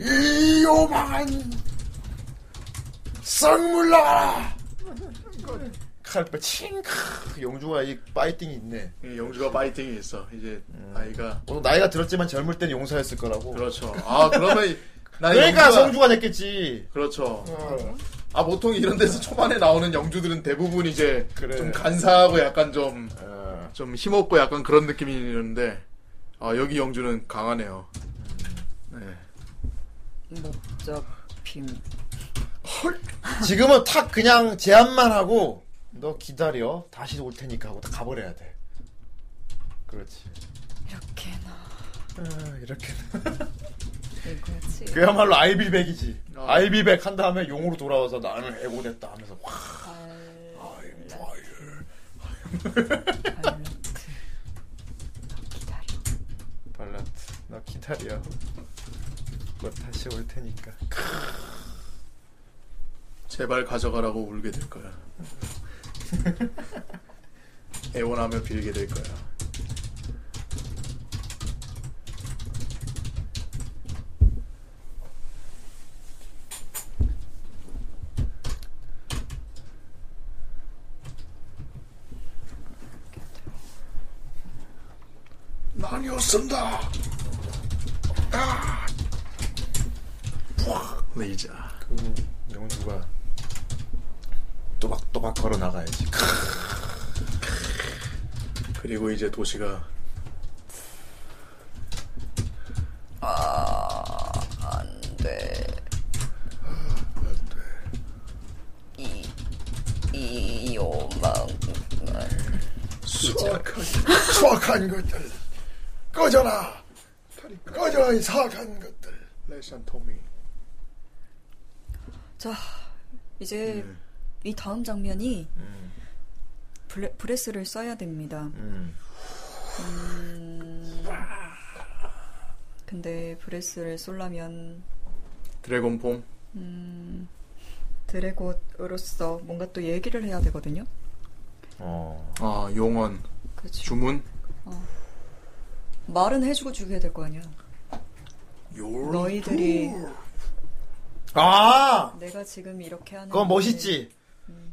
[SPEAKER 1] 이 요망한 썩물러가라. 칼빼 칭크. 영주가 이 파이팅이 있네.
[SPEAKER 2] 예, 영주가 파이팅이 있어. 이제 나이가
[SPEAKER 1] 어, 나이가 들었지만 젊을 땐 용서했을 거라고.
[SPEAKER 2] 그렇죠. 아 그러면
[SPEAKER 1] <laughs>
[SPEAKER 2] 이- 나
[SPEAKER 1] 그러니까
[SPEAKER 2] 영주가-
[SPEAKER 1] 성주가 됐겠지.
[SPEAKER 2] 그렇죠.
[SPEAKER 1] 어.
[SPEAKER 2] 아 보통 이런 데서 초반에 나오는 영주들은 대부분 이제
[SPEAKER 1] 그래.
[SPEAKER 2] 좀 간사하고 약간 좀 좀
[SPEAKER 1] 어.
[SPEAKER 2] 힘없고 약간 그런 느낌이 있는데 아 여기 영주는 강하네요. 네.
[SPEAKER 3] 목적빔.
[SPEAKER 1] 지금은 탁 그냥 제안만 하고 너 기다려 다시 올 테니까 하고 다 가버려야 돼. 그렇지. 아, 이렇게나. 이렇게.
[SPEAKER 3] 이거지.
[SPEAKER 1] 그야말로 아이비백이지. 아이비백 한 다음에 용으로 돌아와서 나는 해고됐다 하면서 와.
[SPEAKER 3] 어,
[SPEAKER 1] I'm fire. <laughs> 발라트. 너 기다려. 곧 다시 올 테니까.
[SPEAKER 2] 제발 가져가라고 울게 될 거야. 애원하며 빌게 될 거야. 나뉘었습니다. 아! 레이자.
[SPEAKER 1] 그러면 영주가 또박또박 걸어 나가야지. <laughs>
[SPEAKER 2] 그리고 이제 도시가
[SPEAKER 3] 아, 안돼. 이, 이 요망은
[SPEAKER 1] 수악한 수악한 것들 꺼져라. 꺼져라 이 사악한 것들.
[SPEAKER 2] 레이션 토미.
[SPEAKER 3] 자 이제 이 다음 장면이 블레, 브레스를 써야 됩니다. 음, 근데 브레스를 쏠려면
[SPEAKER 2] 드래곤 폼.
[SPEAKER 3] 음, 드래곤으로서 뭔가 또 얘기를 해야 되거든요.
[SPEAKER 1] 어.
[SPEAKER 2] 아 용언.
[SPEAKER 3] 그치.
[SPEAKER 2] 주문.
[SPEAKER 3] 말은 해주고 죽여야 될 거 아니야. 너희들이
[SPEAKER 1] 아,
[SPEAKER 3] 내가 지금 이렇게 하는 음.
[SPEAKER 1] 그건 멋있지.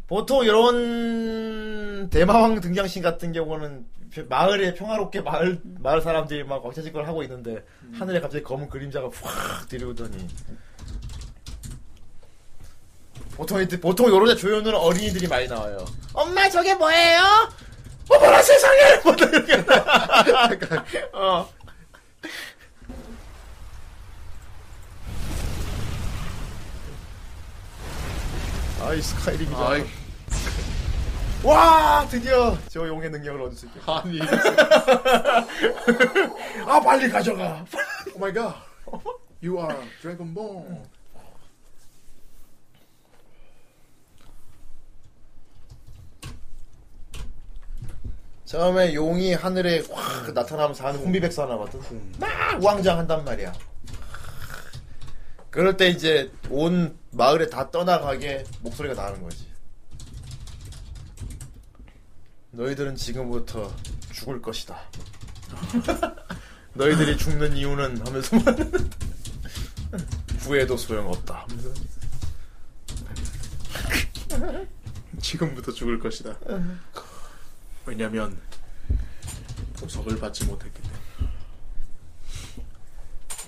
[SPEAKER 1] 보통 이런 대마왕 등장신 같은 경우는 마을에 평화롭게 마을 마을 사람들이 막 왁자지껄 하고 있는데 하늘에 갑자기 검은 그림자가 확 들이오더니 보통 이때 보통 요런 데 조연은 어린이들이 많이 나와요. 엄마 저게 뭐예요? 어머나 세상에! <laughs> 뭐 이렇게. 약간, 어. 아이 스카이림이잖아.
[SPEAKER 2] 아이.
[SPEAKER 1] 와 드디어 저 용의 능력을 얻을 수 있게.
[SPEAKER 2] 아니.
[SPEAKER 1] 아 빨리 가져가.
[SPEAKER 2] Oh <laughs> 오 마이 갓. You are dragonborn.
[SPEAKER 1] 처음에 용이 하늘에 확 나타나면서 하는 혼비백서 하나 봤던 막 우왕좌왕 한단 말이야. 그럴 때 이제 온 마을에 다 떠나가게 목소리가 나는 거지. 너희들은 지금부터 죽을 것이다. <laughs> 너희들이 죽는 이유는 <laughs> 하면서만 후회도 소용없다. 하면서
[SPEAKER 2] 지금부터 죽을 것이다. 왜냐면 보석을 받지 못했기 때문에.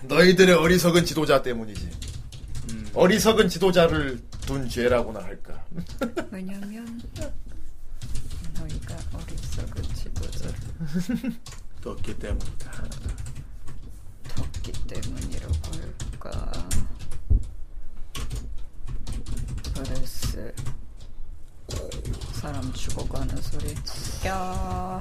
[SPEAKER 1] 너희들의 어리석은 지도자 때문이지.
[SPEAKER 2] 음.
[SPEAKER 1] 어리석은 지도자를 둔 죄라고나
[SPEAKER 2] <laughs>
[SPEAKER 1] 할까.
[SPEAKER 3] 왜냐면 너희가 어리석은 지도자
[SPEAKER 2] 떴기 때문이다.
[SPEAKER 3] 덥기 때문이라고 할까 그랬을 사람 죽어가는 소리 야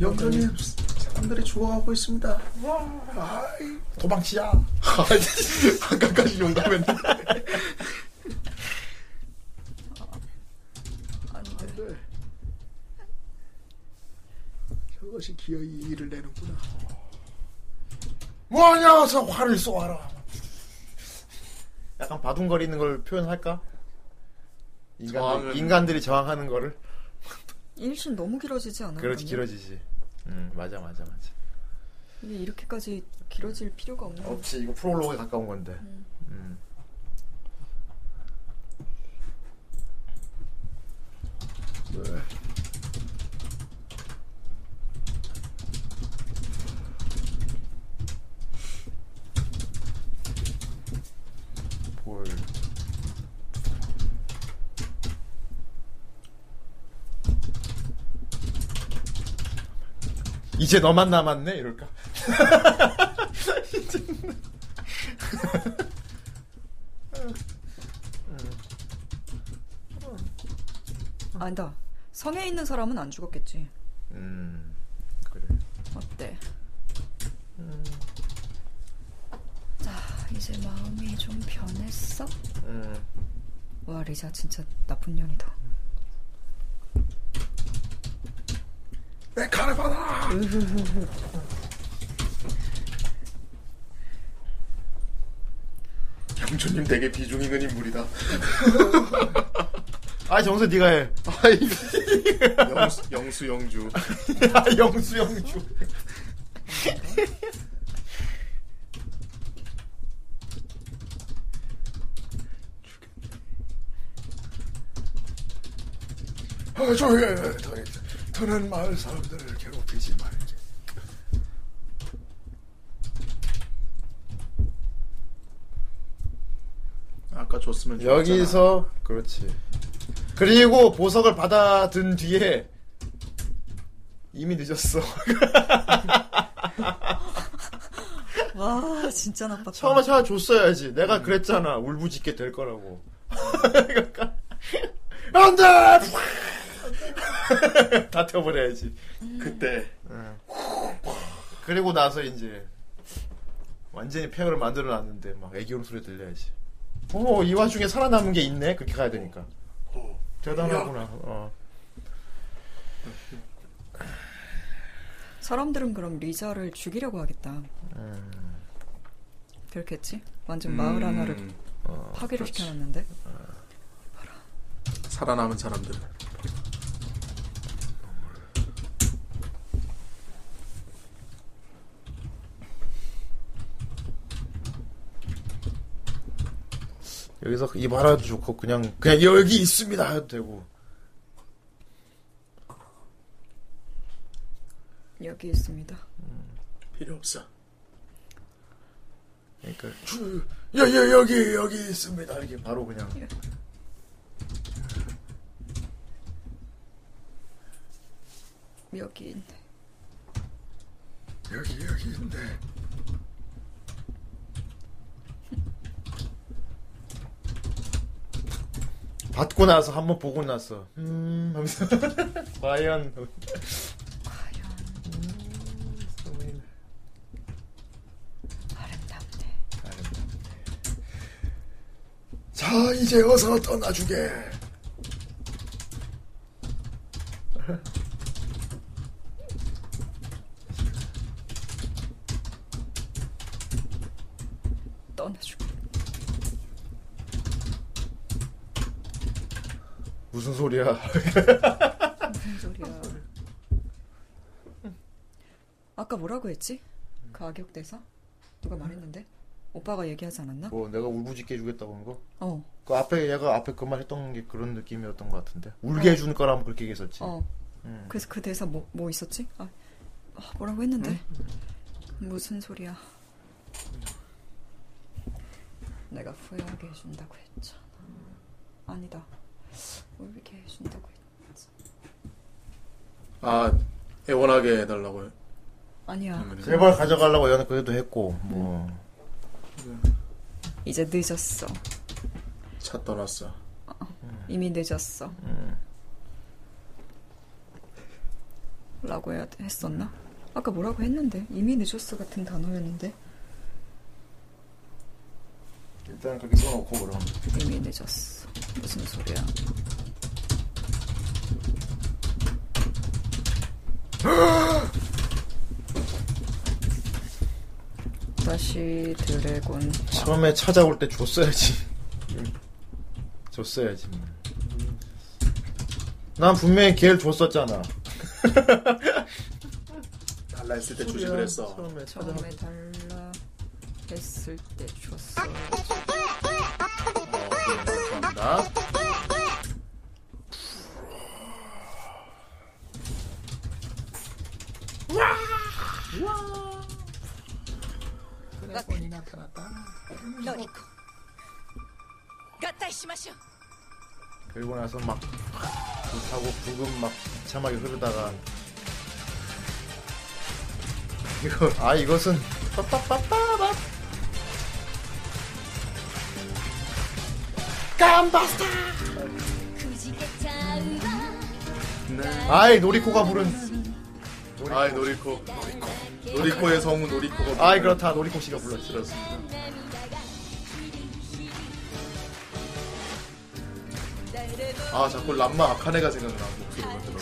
[SPEAKER 2] 여전히 사람들이 죽어가고 있습니다. 아이, 도망치자. <laughs> 아까까지 용감했는데. 안돼. 저것이 기어이 일을 내는구나.
[SPEAKER 1] 뭐하냐, 어서 화를 쏘아라. 약간 바둥거리는 걸 표현할까? 인간,
[SPEAKER 2] 저항은-
[SPEAKER 1] 인간들이 저항하는 거를?
[SPEAKER 3] 일신 너무 길어지지 않아요?
[SPEAKER 1] 그렇지, 길어지지. 응, 맞아, 맞아, 맞아.
[SPEAKER 3] 이게 이렇게까지 길어질 필요가 없는
[SPEAKER 1] 없지, 이거 프롤로그에 가까운 건데. 음. 음.
[SPEAKER 2] 네.
[SPEAKER 1] 볼. 이제 너만 남았네 이럴까? <laughs>
[SPEAKER 3] 아니다 성에 있는 사람은 안 죽었겠지
[SPEAKER 1] 음 그래.
[SPEAKER 3] 어때? 음.
[SPEAKER 8] 자, 이제 마음이 좀 변했어?
[SPEAKER 1] 음.
[SPEAKER 3] 와 리자 진짜 나쁜 년이다
[SPEAKER 2] <laughs> 내 칼을 받아. 양초님 되게 비중 있는 인물이다. <laughs>
[SPEAKER 1] 아 정수 네가 해. <laughs>
[SPEAKER 2] 영수, 영수 영주.
[SPEAKER 1] 야, 아, 영수 영주.
[SPEAKER 2] 아, 조용히 해. 더, 더는 마을 사람들을 괴롭히지 말지. 아까 줬으면
[SPEAKER 1] 여기서 그렇지. 그리고 보석을 받아든 뒤에 이미 늦었어.
[SPEAKER 3] 와 진짜 나빴다
[SPEAKER 1] 처음에 차 줬어야지. 내가 그랬잖아. 울부짖게 될 거라고. <laughs> 안돼. <laughs> 다 태워버려야지. 예.
[SPEAKER 2] 그때.
[SPEAKER 1] 그리고 나서 이제 완전히 팩을 만들어 놨는데 막 애기 울음소리 들려야지. 오, 이 와중에 살아남은 게 있네. 그렇게 가야 되니까.
[SPEAKER 2] 어.
[SPEAKER 1] 대단하구나. 어.
[SPEAKER 3] 사람들은 그럼 리자를 죽이려고 하겠다 음. 그렇겠지? 완전
[SPEAKER 2] 음,
[SPEAKER 3] 마을 하나를 파괴를 시켜놨는데
[SPEAKER 2] 살아남은 사람들.
[SPEAKER 1] 여기서 이 말아도 좋고 그냥 그냥 여기 있습니다 해도 되고.
[SPEAKER 3] 여기 있습니다
[SPEAKER 2] 필요 없어.
[SPEAKER 1] 그러니까
[SPEAKER 2] 주, 여, 여, 여기, 여기 있습니다. 이게
[SPEAKER 1] 바로 그냥.
[SPEAKER 3] 여기 있네
[SPEAKER 2] 여기, 여기 있는데.
[SPEAKER 1] <laughs> 받고 나서 <laughs> 한번 보고 나서 음 하면서 과연 과연
[SPEAKER 2] 자, 이제 어서 떠나주게.
[SPEAKER 3] 떠나주고.
[SPEAKER 1] 무슨 소리야?
[SPEAKER 3] 무슨 소리야? 음. 아까 뭐라고 했지? 가격 대사? 누가 말했는데? 오빠가 얘기하지 않았나?
[SPEAKER 1] 뭐 내가 울부짖게 해주겠다고 한 거?
[SPEAKER 3] 어.
[SPEAKER 1] 그 앞에 얘가 앞에 그 말 했던 게 그런 느낌이었던 것 같은데 울게
[SPEAKER 3] 어.
[SPEAKER 1] 해주는 거라면 그렇게 얘기했었지.
[SPEAKER 3] 어.
[SPEAKER 1] 음.
[SPEAKER 3] 그래서 그 대사 뭐, 뭐 있었지? 아, 아, 뭐라고 했는데?
[SPEAKER 1] 음.
[SPEAKER 3] 무슨 소리야? 내가 후회하게 해준다고 했잖아. 아니다. 울게 해준다고 했지.
[SPEAKER 2] 아, 애원하게 해달라고요.
[SPEAKER 3] 아니야.
[SPEAKER 1] 제발 가져가려고 얘는 그래도 했고 뭐
[SPEAKER 3] 이제 늦었어.
[SPEAKER 2] 차 떠났어.
[SPEAKER 3] 이미 늦었어.
[SPEAKER 1] 음.
[SPEAKER 3] 라고 해야 돼- 했었나? 아까 뭐라고 했는데? 이미 늦었어 같은 단어였는데?
[SPEAKER 1] 일단 그렇게 써놓고 그럼.
[SPEAKER 3] 이미 늦었어. 무슨 소리야? <gasps> 다시 드래곤
[SPEAKER 1] 처음에 찾아올 때 줬어야지. <laughs> 줬어야지. 난 분명히 걔를 줬었잖아.
[SPEAKER 2] 달라 했을 때 주지 그랬어.
[SPEAKER 1] 처음에
[SPEAKER 3] 처음에 달라 했을 때 줬어.
[SPEAKER 2] 감사합니다.
[SPEAKER 19] 드래곤이 나타났다. 너리코. 가타이 시마쇼.
[SPEAKER 1] 그리고 나서 막 불타고 붉은 막 비참하게 흐르다가 이거 아 이것은 빠빠빠빠빠 깜바스타. 아이 노리코가 부른
[SPEAKER 2] 아이 노리코 노리코의 성우 노리코가
[SPEAKER 1] 아이 그렇다 노리코 씨가 불렀지
[SPEAKER 2] 아 자꾸 람마 아카네가 생각나고 목소리가 들어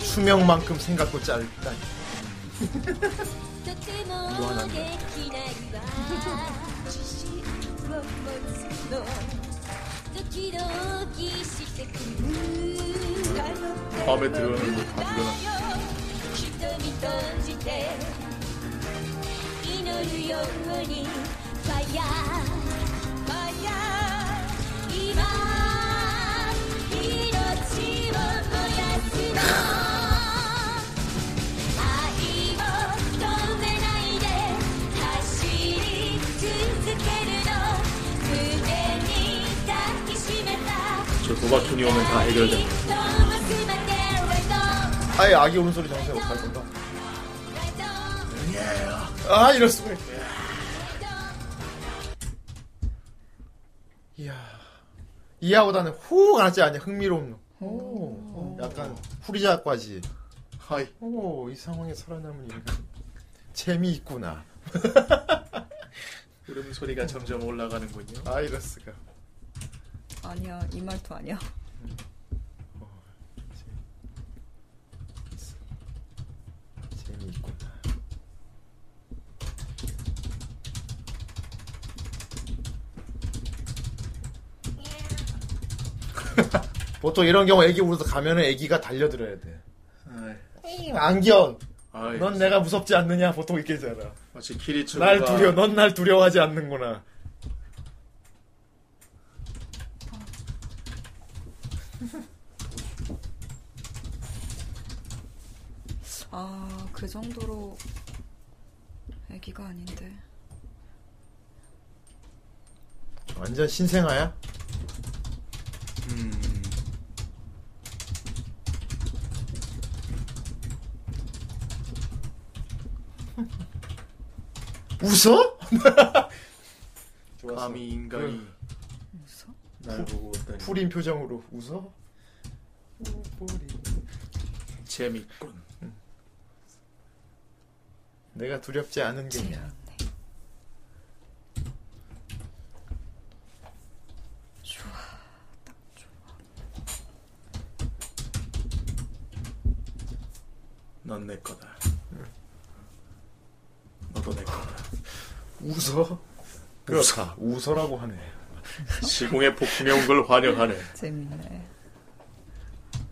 [SPEAKER 1] 수명만큼 생각도 짧다
[SPEAKER 2] 밤에 들어오는 거다 들어나
[SPEAKER 19] 瞳閉じて祈るように Fire Fire 今命を燃やすの愛を止めないで走り続けるの胸に抱きしめた
[SPEAKER 2] 저 도박형이 오면 다
[SPEAKER 19] 人
[SPEAKER 2] 해결돼
[SPEAKER 19] の全てを
[SPEAKER 1] 아예 아기 오는 소리 정세 못할 건다 아 이럴 수가 있 이야 이하보다는 후 하지 아니야 흥미로운 오, 약간 후리자까지 하이 오이 상황에 살아남은 인간 재미있구나
[SPEAKER 2] 울음소리가 점점 올라가는군요
[SPEAKER 1] 아 이럴수가
[SPEAKER 3] 아니야 이 말도 아니야.
[SPEAKER 1] 재미있구나 <laughs> 보통 이런 경우 애기 울어서 가면은 애기가 달려들어야 돼 에이, 안견
[SPEAKER 2] 아이,
[SPEAKER 1] 넌 내가 무섭지 않느냐 보통 이렇게 되잖아
[SPEAKER 2] 마치 키리츠가
[SPEAKER 1] 날 두려 넌 날 두려워하지 않는구나
[SPEAKER 3] 아 그 정도로 애기가 아닌데.
[SPEAKER 1] 완전 신생아야?
[SPEAKER 2] 음, <laughs>
[SPEAKER 1] 웃어?
[SPEAKER 2] 감히 인간이 날 보고 있다니
[SPEAKER 1] 푸린 표정으로 웃어?
[SPEAKER 2] 재밌군
[SPEAKER 1] 내가 두렵지 않은 게
[SPEAKER 2] 넌 내 거다. 너도 내 거다.
[SPEAKER 1] 웃어.
[SPEAKER 2] 웃어.
[SPEAKER 1] 웃어라고 하네.
[SPEAKER 2] 시공의 폭풍에 온 걸 환영하네.
[SPEAKER 3] 재밌네.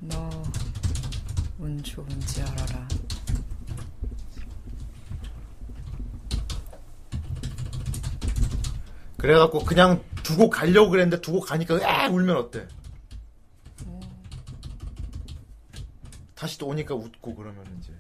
[SPEAKER 3] 너 운 좋은지 알아라.
[SPEAKER 1] 그래갖고 그냥 두고 가려고 그랬는데 두고 가니까 으아 울면 어때? 다시 또 오니까 웃고 그러면 이제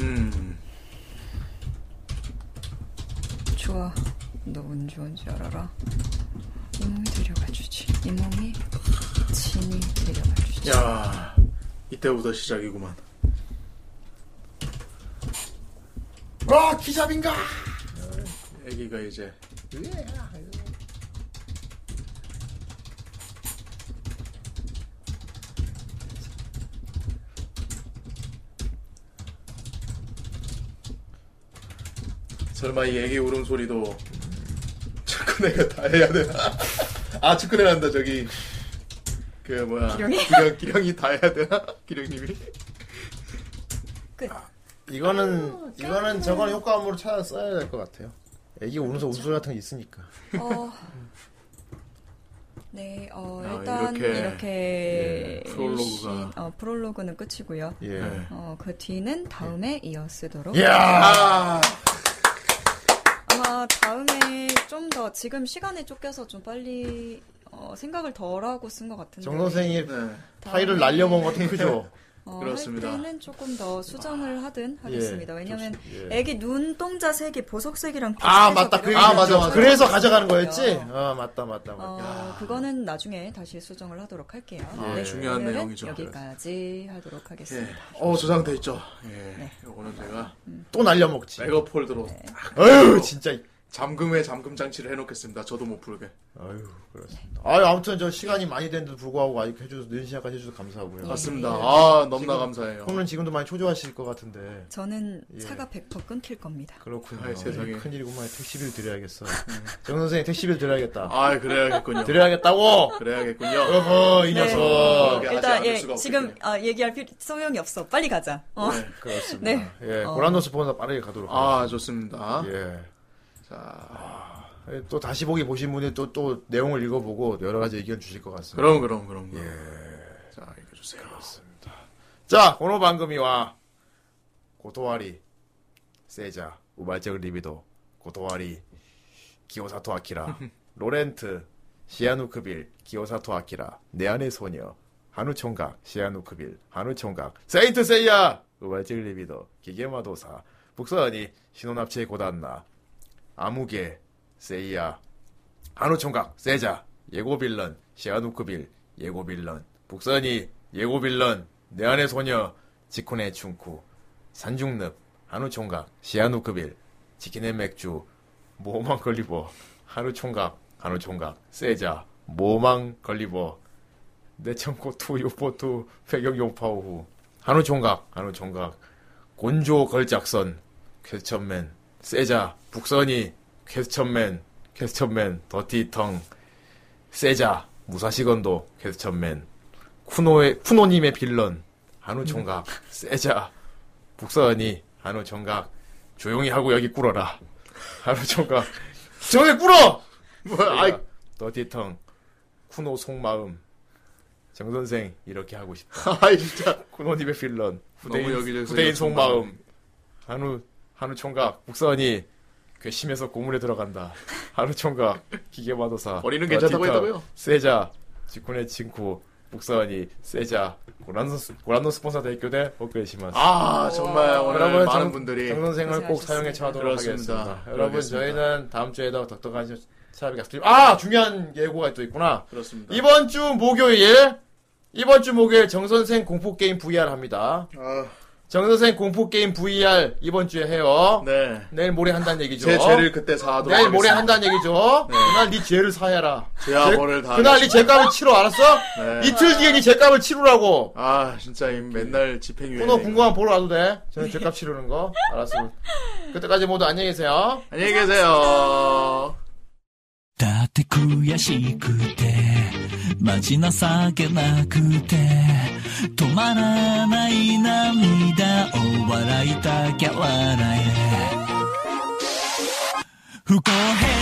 [SPEAKER 2] 음.
[SPEAKER 3] 좋아. 너 운 좋은지 알아라. 이 몸이 데려가주지. 이 몸이 진이 데려가주지.
[SPEAKER 2] 야, 이때부터 시작이구만.
[SPEAKER 1] 아 기잡인가?
[SPEAKER 2] 애기가 이제 설마 이 애기 울음소리도 측근애가 다 해야 되나? 아 측근애란다 저기 그 뭐야
[SPEAKER 1] 기령이?
[SPEAKER 2] 기령, 기령이 다 해야 되나? 기령님이
[SPEAKER 1] 아, 이거는 이거는 저건 효과음으로 찾아 써야 될 것 같아요. 애기 울면서 웃음소리 같은 게 있으니까.
[SPEAKER 3] 어. 네, 어,
[SPEAKER 1] 아,
[SPEAKER 3] 일단
[SPEAKER 1] 이렇게,
[SPEAKER 3] 이렇게,
[SPEAKER 1] 예, 프롤로그가.
[SPEAKER 3] 일신, 어, 프롤로그는 끝이고요.
[SPEAKER 2] 네.
[SPEAKER 1] 예.
[SPEAKER 3] 어, 그 뒤는 다음에 이어 쓰도록.
[SPEAKER 1] 이야!
[SPEAKER 2] 아!
[SPEAKER 3] 아마 다음에 좀 더 지금 시간에 쫓겨서 좀 빨리 어, 생각을 덜 하고 쓴 것 같은데.
[SPEAKER 1] 정 선생이
[SPEAKER 2] 네.
[SPEAKER 3] 아.
[SPEAKER 1] 파일을 날려먹은 것도 크죠.
[SPEAKER 3] 어, 할 때는 조금 더 수정을 하든 하겠습니다.
[SPEAKER 1] 예,
[SPEAKER 3] 왜냐면
[SPEAKER 1] 좋습니다. 예.
[SPEAKER 3] 애기 눈동자 색이 보석색이랑
[SPEAKER 1] <laughs> 아
[SPEAKER 3] 비슷해서
[SPEAKER 1] 맞다 그
[SPEAKER 3] 그래서
[SPEAKER 1] 아 맞아 맞아
[SPEAKER 3] 저는
[SPEAKER 1] 그래서 가져가는 거였지 아 맞다 맞다 맞다
[SPEAKER 3] 그렇죠. 어, 그거는 나중에 다시 수정을 하도록 할게요.
[SPEAKER 2] 아,
[SPEAKER 1] 네.
[SPEAKER 2] 중요한
[SPEAKER 3] 오늘은
[SPEAKER 2] 내용이죠.
[SPEAKER 3] 여기까지 하도록
[SPEAKER 2] 예.
[SPEAKER 3] 하겠습니다.
[SPEAKER 2] 어 저장돼 있죠. 예.
[SPEAKER 1] 네.
[SPEAKER 2] 요거는 제가
[SPEAKER 1] 또 날려먹지.
[SPEAKER 2] 네. 메가폴드로. 딱
[SPEAKER 1] 어휴,
[SPEAKER 2] 해서
[SPEAKER 1] 진짜.
[SPEAKER 2] 잠금에 잠금 장치를 해놓겠습니다. 저도 못 풀게.
[SPEAKER 1] 아유 그렇습니다. 아유 아무튼 저 시간이 많이 됐는데도 불구하고 아직 해줘서 늦은 시간까지 해줘서 감사하고요.
[SPEAKER 2] 맞습니다. 아, 너무나
[SPEAKER 1] 네. 지금
[SPEAKER 2] 감사해요.
[SPEAKER 1] 폰은 지금도 많이 초조하실 것 같은데.
[SPEAKER 3] 저는
[SPEAKER 1] 예.
[SPEAKER 3] 차가 100% 끊길 겁니다.
[SPEAKER 1] 그렇군요.
[SPEAKER 2] 아이, 예, 세상에.
[SPEAKER 1] 어,
[SPEAKER 2] 네.
[SPEAKER 1] 큰일이구만 뭐 택시비를 드려야겠어. 정 선생님 택시비를 드려야겠다.
[SPEAKER 2] 아 그래야겠군요.
[SPEAKER 1] 드려야겠다고.
[SPEAKER 2] 그래야겠군요.
[SPEAKER 1] 어허
[SPEAKER 3] 네.
[SPEAKER 1] 이 녀석.
[SPEAKER 2] 네.
[SPEAKER 3] 일단 예, 지금 아, 얘기할 필요 소용이 없어. 빨리 가자. 어.
[SPEAKER 1] 네, 그렇습니다.
[SPEAKER 3] 네.
[SPEAKER 1] 예,
[SPEAKER 3] 어.
[SPEAKER 1] 고란노스 보면서 빠르게 가도록
[SPEAKER 2] 아,
[SPEAKER 1] 하겠습니다.
[SPEAKER 2] 좋습니다.
[SPEAKER 1] 예. 자. 아, 예, 또 다시 보기 보신 분이 또, 또 내용을 읽어보고 여러 가지 의견 주실 것 같습니다.
[SPEAKER 2] 그럼 그럼 그럼. 그럼. 예.
[SPEAKER 1] 자,
[SPEAKER 2] 읽어주세요.
[SPEAKER 1] 그렇습니다. 자, 오노 방금이와 고토와리, 세자, 우발적 리비도, 고토와리, 기요사토
[SPEAKER 2] <laughs>
[SPEAKER 1] 아키라, 로렌트, 시아누크빌, 기요사토 아키라, 내 안의 소녀, 한우 총각, 시아누크빌, 한우 총각, 세인트 세이야, 우발적 리비도, 기계마도사, 북서연이, 신혼합체 고단나, 아무개, 세이야, 한우 총각, 세자, 예고빌런, 시아누크빌, 예고빌런, 북선이, 예고빌런, 내 안의 소녀, 지코네 춘쿠, 산중늪, 한우 총각, 시아누크빌, 지키네 맥주, 모망 걸리버, 한우 총각, 한우 총각, 세자, 모망 걸리버, 내천코투 요포투 배경 용파오후, 한우 총각, 한우 총각, 곤조 걸작선, 퀘스천맨, 세자, 북선이, 퀘스천맨, 퀘스천맨, 더티텅, 세자, 무사시건도, 퀘스천맨, 쿠노의, 쿠노님의 빌런, 한우 총각, 세자, 북서언이, 한우 총각, 조용히 하고 여기 꿇어라. 한우 총각, 저기 꿇어! 뭐야, 아이. 더티텅, 쿠노 속마음, 정선생, 이렇게 하고
[SPEAKER 2] <laughs>
[SPEAKER 1] 싶다. 아이, 진짜. 쿠노님의 빌런, 후대인,
[SPEAKER 10] 너무 여기저기서
[SPEAKER 1] 후대인
[SPEAKER 10] 이거
[SPEAKER 1] 속마음, 한우, 한우 총각, 북서언이, 괘씸해서 고문에 들어간다. 하루 총각 기계마도사 어,
[SPEAKER 2] 머리는 괜찮다고
[SPEAKER 1] 라틴타,
[SPEAKER 2] 했다고요?
[SPEAKER 1] 세자 직군의 친코 복사원이 세자 고란노 스- 고란노 스폰서 대교대 어그레시마스.
[SPEAKER 2] 아, 정말 오늘
[SPEAKER 1] 여러분,
[SPEAKER 2] 많은
[SPEAKER 1] 정-
[SPEAKER 2] 분들이
[SPEAKER 1] 정선생을 꼭 사용해 청하도록
[SPEAKER 2] 그렇습니다.
[SPEAKER 1] 하겠습니다. 여러분
[SPEAKER 2] 그러겠습니다.
[SPEAKER 1] 저희는 다음 주에도 독특한 시- 차비 가스트. 아 중요한 예고가 또 있구나.
[SPEAKER 2] 그렇습니다.
[SPEAKER 1] 이번 주 목요일 이번 주 목요일 정선생 공포 게임 VR 합니다.
[SPEAKER 2] 아.
[SPEAKER 1] 정선생 공포 게임 VR 이번 주에 해요.
[SPEAKER 2] 네.
[SPEAKER 1] 내일 모레 한다는 얘기죠.
[SPEAKER 2] 제 죄를 그때 사하도록
[SPEAKER 1] 내일 모레
[SPEAKER 2] 하겠습니다.
[SPEAKER 1] 한다는 얘기죠. 그날 네 죄를 사해라.
[SPEAKER 2] 죄악벌을
[SPEAKER 1] 죄-
[SPEAKER 2] 다
[SPEAKER 1] 그날 네
[SPEAKER 2] 하겠습니다.
[SPEAKER 1] 죄값을 치러 알았어?
[SPEAKER 2] 네.
[SPEAKER 1] 이틀 뒤에 네 죄값을 치르라고.
[SPEAKER 2] 아 네. 진짜 이 맨날 집행유예.
[SPEAKER 1] 코너 궁금한 보러 와도 돼. 저는 죄값 치르는 거. 알았어. 그때까지 모두 안녕히 계세요.
[SPEAKER 2] 안녕히 계세요.
[SPEAKER 6] だって悔しくてマジ情けなくて止まらない涙を笑いたきゃ笑え不公平